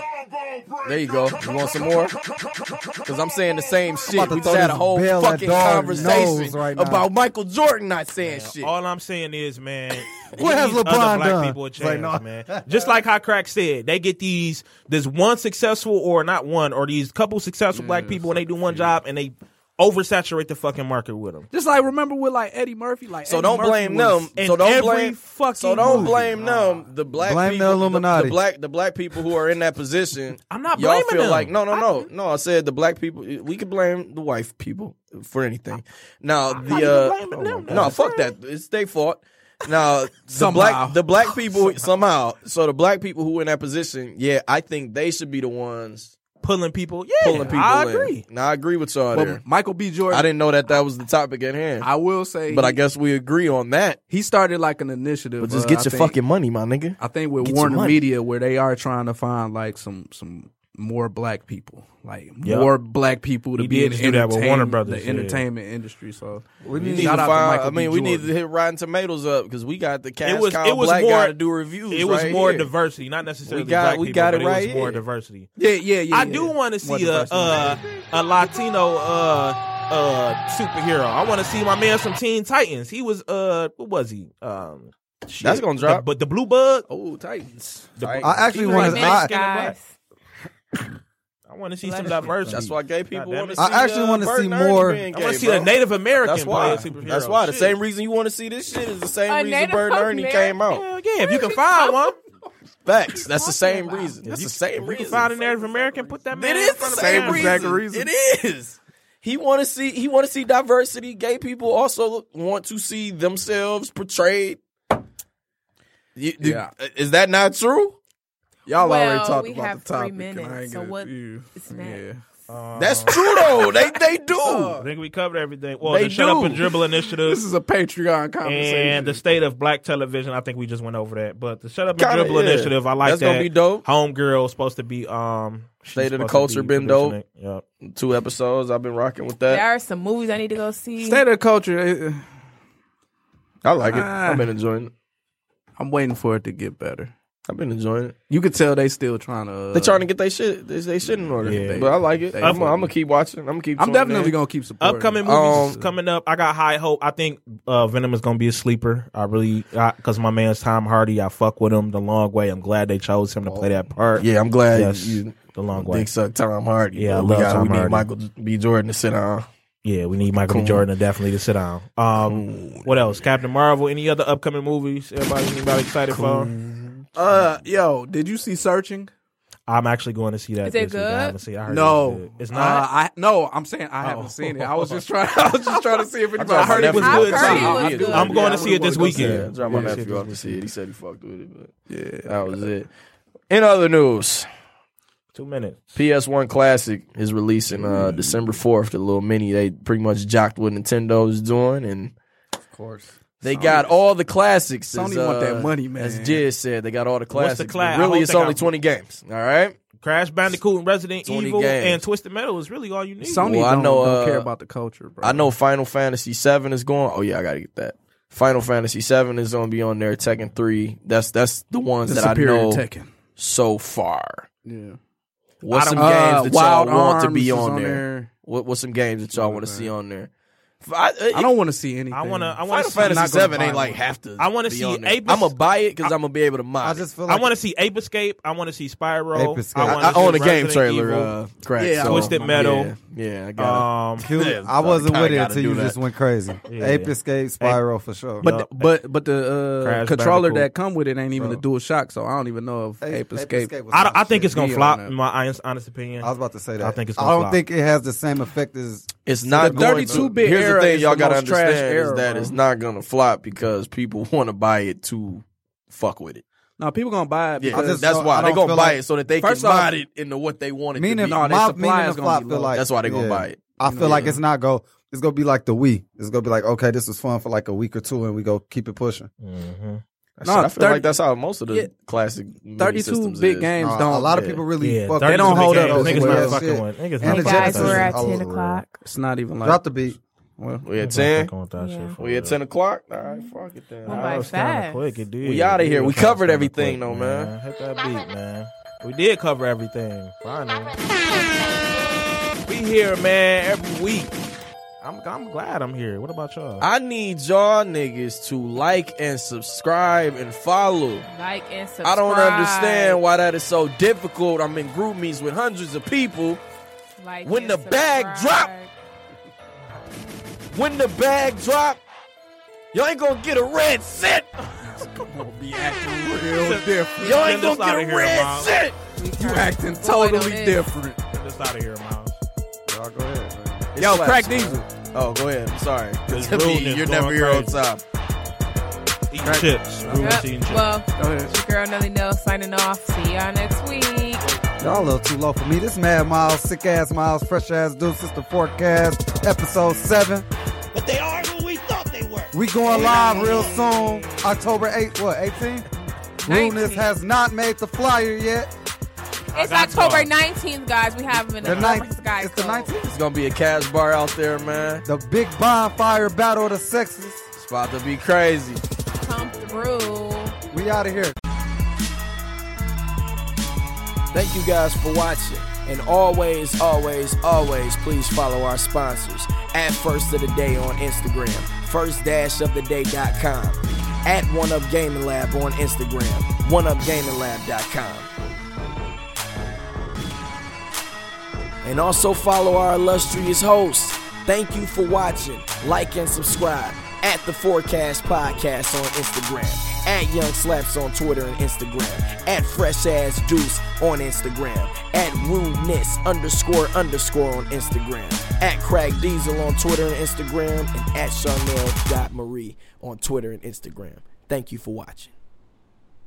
[SPEAKER 6] There you go. You want some more? Because I'm saying the same shit.
[SPEAKER 4] about to
[SPEAKER 6] We
[SPEAKER 4] throw
[SPEAKER 6] just had a
[SPEAKER 4] this
[SPEAKER 6] whole
[SPEAKER 4] bell at
[SPEAKER 6] fucking
[SPEAKER 4] dog's
[SPEAKER 6] conversation
[SPEAKER 4] nose right now.
[SPEAKER 6] about Michael Jordan not saying
[SPEAKER 5] Man,
[SPEAKER 6] shit.
[SPEAKER 5] All I'm saying is, man,
[SPEAKER 4] What
[SPEAKER 5] give
[SPEAKER 4] has
[SPEAKER 5] these
[SPEAKER 4] LeBron
[SPEAKER 5] other black
[SPEAKER 4] done?
[SPEAKER 5] people a
[SPEAKER 4] It's
[SPEAKER 5] chance,
[SPEAKER 4] like, no.
[SPEAKER 5] man. Just like how Crack said, they get these this one successful or not one or these couple successful
[SPEAKER 4] Mm,
[SPEAKER 5] black people when they do one job and they oversaturate the fucking market with them.
[SPEAKER 11] Just like remember with like Eddie Murphy, like
[SPEAKER 6] So
[SPEAKER 11] Eddie
[SPEAKER 6] don't
[SPEAKER 11] Murphy
[SPEAKER 6] blame
[SPEAKER 11] was-
[SPEAKER 6] them.
[SPEAKER 5] in
[SPEAKER 6] So
[SPEAKER 5] every
[SPEAKER 6] don't blame.
[SPEAKER 5] fucking
[SPEAKER 6] So don't
[SPEAKER 5] movie.
[SPEAKER 6] blame them. The black
[SPEAKER 4] Blame the
[SPEAKER 6] people,
[SPEAKER 4] Illuminati.
[SPEAKER 6] The, black the black people who are in that position.
[SPEAKER 5] I'm not
[SPEAKER 6] y'all
[SPEAKER 5] blaming
[SPEAKER 6] feel
[SPEAKER 5] them.
[SPEAKER 6] like no no
[SPEAKER 5] I-
[SPEAKER 6] no no. I said the black people. We could blame the white people for anything. Now
[SPEAKER 5] not even
[SPEAKER 6] the uh,
[SPEAKER 5] blaming
[SPEAKER 4] Oh
[SPEAKER 5] them
[SPEAKER 6] no fuck that. It's their fault. Now the
[SPEAKER 11] Somehow.
[SPEAKER 6] black the black people somehow. So the black people who in that position. Yeah, I think they should be the ones
[SPEAKER 5] Pulling people, yeah,
[SPEAKER 6] pulling people.
[SPEAKER 5] I
[SPEAKER 6] in.
[SPEAKER 5] agree.
[SPEAKER 6] Now I agree with y'all there.
[SPEAKER 11] But Michael B. Jordan,
[SPEAKER 6] I didn't know that that was the topic at hand.
[SPEAKER 11] I will say,
[SPEAKER 6] but I
[SPEAKER 11] he-
[SPEAKER 6] guess we agree on that.
[SPEAKER 11] he started like an initiative.
[SPEAKER 6] But just
[SPEAKER 11] uh,
[SPEAKER 6] get
[SPEAKER 11] I
[SPEAKER 6] your
[SPEAKER 11] think-
[SPEAKER 6] fucking money, my nigga.
[SPEAKER 11] I think with
[SPEAKER 6] Get some
[SPEAKER 11] Warner
[SPEAKER 6] money.
[SPEAKER 11] Media, where they are trying to find like some some more black people, like
[SPEAKER 5] Yeah.
[SPEAKER 11] more black people to
[SPEAKER 5] He
[SPEAKER 11] be
[SPEAKER 5] did
[SPEAKER 11] in
[SPEAKER 5] do that with
[SPEAKER 11] entertain-
[SPEAKER 5] Warner Brothers,
[SPEAKER 11] the
[SPEAKER 5] yeah.
[SPEAKER 11] entertainment industry. So
[SPEAKER 4] We
[SPEAKER 6] We
[SPEAKER 4] need
[SPEAKER 6] need
[SPEAKER 11] Shout
[SPEAKER 6] to
[SPEAKER 11] out to
[SPEAKER 6] find. I
[SPEAKER 11] Michael B.
[SPEAKER 6] mean, we need to
[SPEAKER 11] Jordan.
[SPEAKER 6] hit Rotten Tomatoes up because we got the cast
[SPEAKER 5] It was
[SPEAKER 6] cow
[SPEAKER 5] it was
[SPEAKER 6] black
[SPEAKER 5] more
[SPEAKER 6] guy to do reviews.
[SPEAKER 5] It was
[SPEAKER 6] right
[SPEAKER 5] more
[SPEAKER 6] here.
[SPEAKER 5] diversity, not necessarily
[SPEAKER 6] We got-
[SPEAKER 5] black
[SPEAKER 6] we
[SPEAKER 5] people,
[SPEAKER 6] got
[SPEAKER 5] but
[SPEAKER 6] it
[SPEAKER 5] it was
[SPEAKER 6] right
[SPEAKER 5] more
[SPEAKER 6] here.
[SPEAKER 5] diversity.
[SPEAKER 11] yeah, yeah, yeah.
[SPEAKER 5] I
[SPEAKER 11] yeah.
[SPEAKER 5] do want to
[SPEAKER 11] More
[SPEAKER 5] see a
[SPEAKER 11] diversity.
[SPEAKER 5] uh, a Latino uh, uh, superhero. I want to see my man from Teen Titans. He was uh, what was he? Um, shit.
[SPEAKER 6] That's gonna drop.
[SPEAKER 5] The- But the, blue bug.
[SPEAKER 11] Oh, Titans.
[SPEAKER 5] The-
[SPEAKER 6] Titans.
[SPEAKER 4] I actually want to.
[SPEAKER 7] Remember,
[SPEAKER 4] I,
[SPEAKER 7] guys.
[SPEAKER 5] I want to see some diversity.
[SPEAKER 6] That's why gay people
[SPEAKER 5] damn
[SPEAKER 6] want to
[SPEAKER 5] it.
[SPEAKER 6] see.
[SPEAKER 4] I actually
[SPEAKER 6] uh,
[SPEAKER 4] wanna
[SPEAKER 6] Bert
[SPEAKER 4] see
[SPEAKER 6] Nernst
[SPEAKER 4] more-
[SPEAKER 6] being
[SPEAKER 5] I want
[SPEAKER 6] gay,
[SPEAKER 5] to see
[SPEAKER 6] bro.
[SPEAKER 5] a Native American
[SPEAKER 6] That's why.
[SPEAKER 5] play a superhero.
[SPEAKER 6] That's why. The
[SPEAKER 5] Shit.
[SPEAKER 6] same reason you want to see this shit is the same
[SPEAKER 7] A
[SPEAKER 6] reason
[SPEAKER 7] Native
[SPEAKER 6] Bird
[SPEAKER 7] Pope
[SPEAKER 6] Ernie
[SPEAKER 7] Mary-
[SPEAKER 6] came out.
[SPEAKER 5] Hell yeah! If you can find one,
[SPEAKER 6] Facts. That's the same
[SPEAKER 7] about?
[SPEAKER 6] reason. That's
[SPEAKER 5] you,
[SPEAKER 6] the same
[SPEAKER 5] if you can
[SPEAKER 6] reason.
[SPEAKER 5] find a Native American. Put that man.
[SPEAKER 6] It
[SPEAKER 5] in
[SPEAKER 6] is the
[SPEAKER 5] front of
[SPEAKER 6] same
[SPEAKER 5] camera.
[SPEAKER 6] reason. It is. He want to see. He want to see diversity. Gay people also want to see themselves portrayed. You- do-
[SPEAKER 11] Yeah.
[SPEAKER 6] Is that not true?
[SPEAKER 11] Y'all
[SPEAKER 7] Well,
[SPEAKER 11] already talked
[SPEAKER 7] we
[SPEAKER 11] about
[SPEAKER 7] have
[SPEAKER 11] the topic.
[SPEAKER 7] three minutes,
[SPEAKER 11] and I ain't
[SPEAKER 7] so
[SPEAKER 11] gonna-
[SPEAKER 7] what
[SPEAKER 11] ew.
[SPEAKER 7] is next?
[SPEAKER 11] Yeah. Um,
[SPEAKER 6] That's true though. they they do.
[SPEAKER 5] I think we covered everything. Well,
[SPEAKER 6] They
[SPEAKER 5] the Shut Up
[SPEAKER 6] do.
[SPEAKER 5] and Dribble initiative.
[SPEAKER 15] This is a Patreon conversation.
[SPEAKER 5] And the state of black television, I think we just went over that. But the Shut Up and
[SPEAKER 6] Kinda,
[SPEAKER 5] Dribble
[SPEAKER 6] yeah.
[SPEAKER 5] initiative, I like
[SPEAKER 6] That's
[SPEAKER 5] that.
[SPEAKER 6] gonna be dope.
[SPEAKER 5] Homegirl supposed to be um she's
[SPEAKER 6] State of the
[SPEAKER 5] supposed to
[SPEAKER 6] culture
[SPEAKER 5] be
[SPEAKER 6] been
[SPEAKER 5] producing
[SPEAKER 6] dope.
[SPEAKER 5] it. Yep.
[SPEAKER 6] Two episodes. I've been rocking with
[SPEAKER 7] There
[SPEAKER 6] that.
[SPEAKER 7] are some movies I need to go see.
[SPEAKER 15] State of culture. eh,
[SPEAKER 6] I like it.
[SPEAKER 15] Ah.
[SPEAKER 6] I've been enjoying it.
[SPEAKER 15] I'm waiting for it to get better.
[SPEAKER 6] I've been enjoying it.
[SPEAKER 15] You could tell they still trying to.
[SPEAKER 6] They trying to get their shit, they, they shit in order.
[SPEAKER 15] Yeah.
[SPEAKER 6] but I like it.
[SPEAKER 15] They-
[SPEAKER 6] I'm, I'm gonna keep watching. I'm gonna keep.
[SPEAKER 15] I'm
[SPEAKER 6] tuning
[SPEAKER 15] definitely
[SPEAKER 6] in.
[SPEAKER 15] gonna keep supporting.
[SPEAKER 5] Upcoming
[SPEAKER 6] Um,
[SPEAKER 5] movies coming up. I got high hope. I think uh, Venom is gonna be a sleeper. I really because my man's Tom Hardy. I fuck with him the long way. I'm glad they chose him to play that part.
[SPEAKER 6] Oh, Yeah, I'm glad
[SPEAKER 5] Yes,
[SPEAKER 6] you-
[SPEAKER 5] the long way.
[SPEAKER 6] Dick suck Tom Hardy.
[SPEAKER 5] Yeah, I
[SPEAKER 6] we
[SPEAKER 5] love
[SPEAKER 6] got-
[SPEAKER 5] Tom
[SPEAKER 6] we
[SPEAKER 5] Hardy.
[SPEAKER 6] need Michael B. Jordan to sit down.
[SPEAKER 5] Yeah, we need Michael B.
[SPEAKER 6] Cool.
[SPEAKER 5] Jordan to definitely to sit down. Um, what else? Captain Marvel. Any other upcoming movies? Everybody, anybody excited for?
[SPEAKER 15] Uh, yo, did you see Searching?
[SPEAKER 5] I'm actually going to see that.
[SPEAKER 15] Is it
[SPEAKER 5] this Week.
[SPEAKER 15] good?
[SPEAKER 5] I haven't seen. it. I heard it
[SPEAKER 15] No,
[SPEAKER 5] was good. it's
[SPEAKER 15] Uh,
[SPEAKER 5] not.
[SPEAKER 15] I no, I'm saying
[SPEAKER 5] Oh.
[SPEAKER 15] I haven't seen it. I was just trying. I was just trying to see if anybody.
[SPEAKER 5] I heard it was good.
[SPEAKER 15] I heard
[SPEAKER 5] too.
[SPEAKER 15] it was good.
[SPEAKER 5] I'm
[SPEAKER 6] Yeah,
[SPEAKER 5] going
[SPEAKER 6] I
[SPEAKER 5] to see it
[SPEAKER 6] really
[SPEAKER 5] this
[SPEAKER 6] wanna go see
[SPEAKER 5] weekend.
[SPEAKER 6] it. Drop my
[SPEAKER 5] Yeah, see it
[SPEAKER 6] nephew
[SPEAKER 5] this
[SPEAKER 6] off to see it. He said he fucked with it, but
[SPEAKER 15] yeah,
[SPEAKER 6] that was it. In other news,
[SPEAKER 5] Two minutes.
[SPEAKER 6] PS1 Classic is releasing uh, December fourth. The little mini they pretty much jocked what Nintendo is doing, and
[SPEAKER 15] Of course.
[SPEAKER 6] they got all the classics.
[SPEAKER 15] Sony
[SPEAKER 6] as,
[SPEAKER 15] want
[SPEAKER 6] uh,
[SPEAKER 15] that money, man.
[SPEAKER 6] As Jizz said, they got all the
[SPEAKER 5] What's
[SPEAKER 6] classics.
[SPEAKER 5] the
[SPEAKER 6] but
[SPEAKER 5] class? I
[SPEAKER 6] Really,
[SPEAKER 5] hope
[SPEAKER 6] it's
[SPEAKER 5] they
[SPEAKER 6] only
[SPEAKER 5] got-
[SPEAKER 6] twenty games. All right.
[SPEAKER 5] Crash Bandicoot and Resident
[SPEAKER 6] 20
[SPEAKER 5] Evil
[SPEAKER 6] games.
[SPEAKER 5] and Twisted Metal is really all you need.
[SPEAKER 15] Sony
[SPEAKER 6] Well, I
[SPEAKER 15] don't,
[SPEAKER 6] know,
[SPEAKER 15] don't care
[SPEAKER 6] uh,
[SPEAKER 15] about the culture, bro.
[SPEAKER 6] I know Final Fantasy VII is going. Oh yeah, I gotta get that. Final Fantasy VII is gonna be on there. Tekken three. That's that's the ones
[SPEAKER 15] The
[SPEAKER 6] that I
[SPEAKER 15] superior
[SPEAKER 6] know
[SPEAKER 15] Tekken.
[SPEAKER 6] so far.
[SPEAKER 15] Yeah.
[SPEAKER 6] What's
[SPEAKER 15] I
[SPEAKER 6] some
[SPEAKER 15] don't- uh,
[SPEAKER 6] games that y'all
[SPEAKER 15] Wild
[SPEAKER 6] want to
[SPEAKER 15] Arms is
[SPEAKER 6] be on,
[SPEAKER 15] on
[SPEAKER 6] there?
[SPEAKER 15] there.
[SPEAKER 6] What what's some games that y'all want to see on there? I,
[SPEAKER 15] I don't want to see anything.
[SPEAKER 5] uh, I want to. I want
[SPEAKER 6] Final
[SPEAKER 5] to see.
[SPEAKER 6] Fantasy
[SPEAKER 15] gonna
[SPEAKER 6] VII
[SPEAKER 15] buy
[SPEAKER 6] ain't like
[SPEAKER 15] one.
[SPEAKER 6] half to.
[SPEAKER 5] I want to
[SPEAKER 6] be
[SPEAKER 5] see
[SPEAKER 6] on there.
[SPEAKER 5] Ape.
[SPEAKER 6] I'm gonna buy it because I'm gonna be able to mod. I just feel
[SPEAKER 5] I want to see Ape Escape. I want to see Spyro.
[SPEAKER 6] Ape Escape.
[SPEAKER 5] I, wanna
[SPEAKER 6] I- I own
[SPEAKER 5] see
[SPEAKER 6] the game
[SPEAKER 5] Resident
[SPEAKER 6] trailer,
[SPEAKER 5] Evil.
[SPEAKER 6] uh, crack,
[SPEAKER 5] yeah,
[SPEAKER 6] so-
[SPEAKER 5] Twisted Metal.
[SPEAKER 6] Yeah, yeah, I gotta-
[SPEAKER 5] Um,
[SPEAKER 6] Dude, Yeah,
[SPEAKER 4] I wasn't
[SPEAKER 6] kinda
[SPEAKER 4] with it
[SPEAKER 6] gotta
[SPEAKER 4] until
[SPEAKER 6] do
[SPEAKER 4] you
[SPEAKER 6] that.
[SPEAKER 4] just went crazy.
[SPEAKER 5] Yeah.
[SPEAKER 4] Ape Escape, Spyro for sure.
[SPEAKER 15] But the- but but the uh,
[SPEAKER 5] Crash
[SPEAKER 15] controller
[SPEAKER 5] Bandicoot.
[SPEAKER 15] that come with it ain't even the dual shock, so I don't even know if Ape, Escape.
[SPEAKER 5] I, don't- I think it's gonna
[SPEAKER 15] Be on
[SPEAKER 5] flop.
[SPEAKER 15] that.
[SPEAKER 5] In my honest, honest opinion, I was about to say that. I think it's.
[SPEAKER 4] uh, I
[SPEAKER 5] Gonna
[SPEAKER 4] don't
[SPEAKER 5] flop.
[SPEAKER 4] think it has the same effect as
[SPEAKER 6] It's not
[SPEAKER 15] The
[SPEAKER 6] going to.
[SPEAKER 15] 32-bit
[SPEAKER 6] Here's
[SPEAKER 15] era
[SPEAKER 6] the thing,
[SPEAKER 15] is
[SPEAKER 6] y'all
[SPEAKER 15] the
[SPEAKER 6] gotta
[SPEAKER 15] most trash
[SPEAKER 6] understand
[SPEAKER 15] era,
[SPEAKER 6] is that
[SPEAKER 15] bro.
[SPEAKER 6] it's not gonna flop because people want to buy it to fuck with it.
[SPEAKER 15] No, people gonna buy it.
[SPEAKER 6] Yeah,
[SPEAKER 15] because-
[SPEAKER 6] that's why they gonna buy
[SPEAKER 15] like-
[SPEAKER 6] it so that they can
[SPEAKER 15] First off-
[SPEAKER 6] mod it into what they want it
[SPEAKER 4] meaning
[SPEAKER 6] to be.
[SPEAKER 4] no, my meaning of flop feel like
[SPEAKER 6] That's why they gonna
[SPEAKER 4] yeah.
[SPEAKER 6] buy it.
[SPEAKER 4] I feel like it's not go. It's gonna be like the Wii. It's gonna be like okay, this was fun for like a week or two, and we go keep it pushing.
[SPEAKER 6] That
[SPEAKER 15] No,
[SPEAKER 6] shit, I feel
[SPEAKER 15] 30
[SPEAKER 6] like that's how most of the
[SPEAKER 15] yeah.
[SPEAKER 6] classic mini
[SPEAKER 15] 32
[SPEAKER 6] systems
[SPEAKER 15] big
[SPEAKER 6] is.
[SPEAKER 15] games
[SPEAKER 4] Nah,
[SPEAKER 15] don't.
[SPEAKER 4] a lot of
[SPEAKER 6] yeah.
[SPEAKER 4] people really
[SPEAKER 5] Yeah,
[SPEAKER 4] fuck
[SPEAKER 5] those
[SPEAKER 4] they don't
[SPEAKER 5] niggas
[SPEAKER 4] hold
[SPEAKER 5] ain't-
[SPEAKER 4] up. those
[SPEAKER 5] niggas not
[SPEAKER 4] weird
[SPEAKER 5] fucking
[SPEAKER 4] shit.
[SPEAKER 5] with- niggas
[SPEAKER 4] And
[SPEAKER 5] not
[SPEAKER 4] the
[SPEAKER 5] fucking with
[SPEAKER 4] Jetsons.
[SPEAKER 5] that
[SPEAKER 7] Guys, we're at
[SPEAKER 4] Oh,
[SPEAKER 7] 10
[SPEAKER 4] Lord.
[SPEAKER 7] o'clock.
[SPEAKER 15] It's not even like
[SPEAKER 4] Drop the beat.
[SPEAKER 15] Well,
[SPEAKER 6] We at
[SPEAKER 5] Niggas not
[SPEAKER 6] ten.
[SPEAKER 5] fucking with that shit for
[SPEAKER 6] We at
[SPEAKER 5] real.
[SPEAKER 6] ten o'clock. All right, fuck it then.
[SPEAKER 7] Well,
[SPEAKER 5] I
[SPEAKER 7] by
[SPEAKER 5] was kinda
[SPEAKER 7] five.
[SPEAKER 5] quick, it did.
[SPEAKER 6] We outta
[SPEAKER 5] It
[SPEAKER 6] here.
[SPEAKER 5] did
[SPEAKER 6] We
[SPEAKER 5] kinda
[SPEAKER 6] covered
[SPEAKER 5] kinda
[SPEAKER 6] everything,
[SPEAKER 5] quick,
[SPEAKER 6] though, man.
[SPEAKER 5] Hit that beat, man. We did cover everything. Finally, we here, man. Every week. I'm I'm glad I'm here. What about y'all?
[SPEAKER 6] I need y'all niggas to like and subscribe and follow.
[SPEAKER 7] Like and subscribe.
[SPEAKER 6] I don't understand why that is so difficult. I'm in group meets with hundreds of people.
[SPEAKER 7] Like
[SPEAKER 6] When
[SPEAKER 7] and
[SPEAKER 6] the bag drop.
[SPEAKER 7] subscribe.
[SPEAKER 6] When the bag drop, y'all ain't gonna get a red cent.
[SPEAKER 15] real different.
[SPEAKER 6] Y'all ain't
[SPEAKER 5] Get us
[SPEAKER 6] gonna get
[SPEAKER 5] outta
[SPEAKER 6] a
[SPEAKER 5] here,
[SPEAKER 6] red
[SPEAKER 5] Miles.
[SPEAKER 6] cent.
[SPEAKER 15] You acting
[SPEAKER 7] Floyd on
[SPEAKER 15] totally
[SPEAKER 7] this.
[SPEAKER 15] different.
[SPEAKER 5] Get us out of here, Miles.
[SPEAKER 4] Y'all go ahead. man.
[SPEAKER 6] It's
[SPEAKER 15] Yo,
[SPEAKER 6] flash,
[SPEAKER 15] crack
[SPEAKER 6] man.
[SPEAKER 15] diesel.
[SPEAKER 6] Oh, go ahead. I'm sorry.
[SPEAKER 5] This
[SPEAKER 6] To me,
[SPEAKER 5] rudeness
[SPEAKER 6] You're
[SPEAKER 5] going
[SPEAKER 6] never here on
[SPEAKER 5] crazy.
[SPEAKER 6] top.
[SPEAKER 5] Eating chips. Ruin's eating
[SPEAKER 7] Yep.
[SPEAKER 5] chips.
[SPEAKER 7] Well,
[SPEAKER 15] Go ahead.
[SPEAKER 7] it's your girl Nelly Nell signing off. See y'all next week.
[SPEAKER 4] Y'all a little too low for me. This Mad Miles, sick ass Miles, fresh ass dude, sister forecast, episode seven.
[SPEAKER 16] But they are who we thought they were.
[SPEAKER 4] We going live real soon, October 8th, what, 18th? Rudeness
[SPEAKER 7] 19th.
[SPEAKER 4] has not made the flyer yet.
[SPEAKER 7] It's
[SPEAKER 5] got
[SPEAKER 7] October
[SPEAKER 5] twelve.
[SPEAKER 7] 19th, guys. We have him in
[SPEAKER 4] The
[SPEAKER 7] the
[SPEAKER 4] ninth,
[SPEAKER 7] conference, guys.
[SPEAKER 4] it's the
[SPEAKER 7] so-
[SPEAKER 4] 19th.
[SPEAKER 6] It's gonna be a cash bar out there, man.
[SPEAKER 4] The big bonfire battle of the sexes.
[SPEAKER 6] It's about to be crazy.
[SPEAKER 7] come through.
[SPEAKER 4] We out of here.
[SPEAKER 11] Thank you guys for watching. And always, always, always please follow our sponsors at First of the Day on Instagram, first-oftheday.com, at One Up Gaming Lab on Instagram, oneupgaminglab.com. And also follow our illustrious hosts. Thank you for watching. Like and subscribe at the Forecast Podcast on Instagram, at Young Slaps on Twitter and Instagram, at Fresh Ass Deuce on Instagram, at Rudeness underscore underscore on Instagram, at Craig Diesel on Twitter and Instagram, and at Charnel.Marie on Twitter and Instagram. Thank you for watching.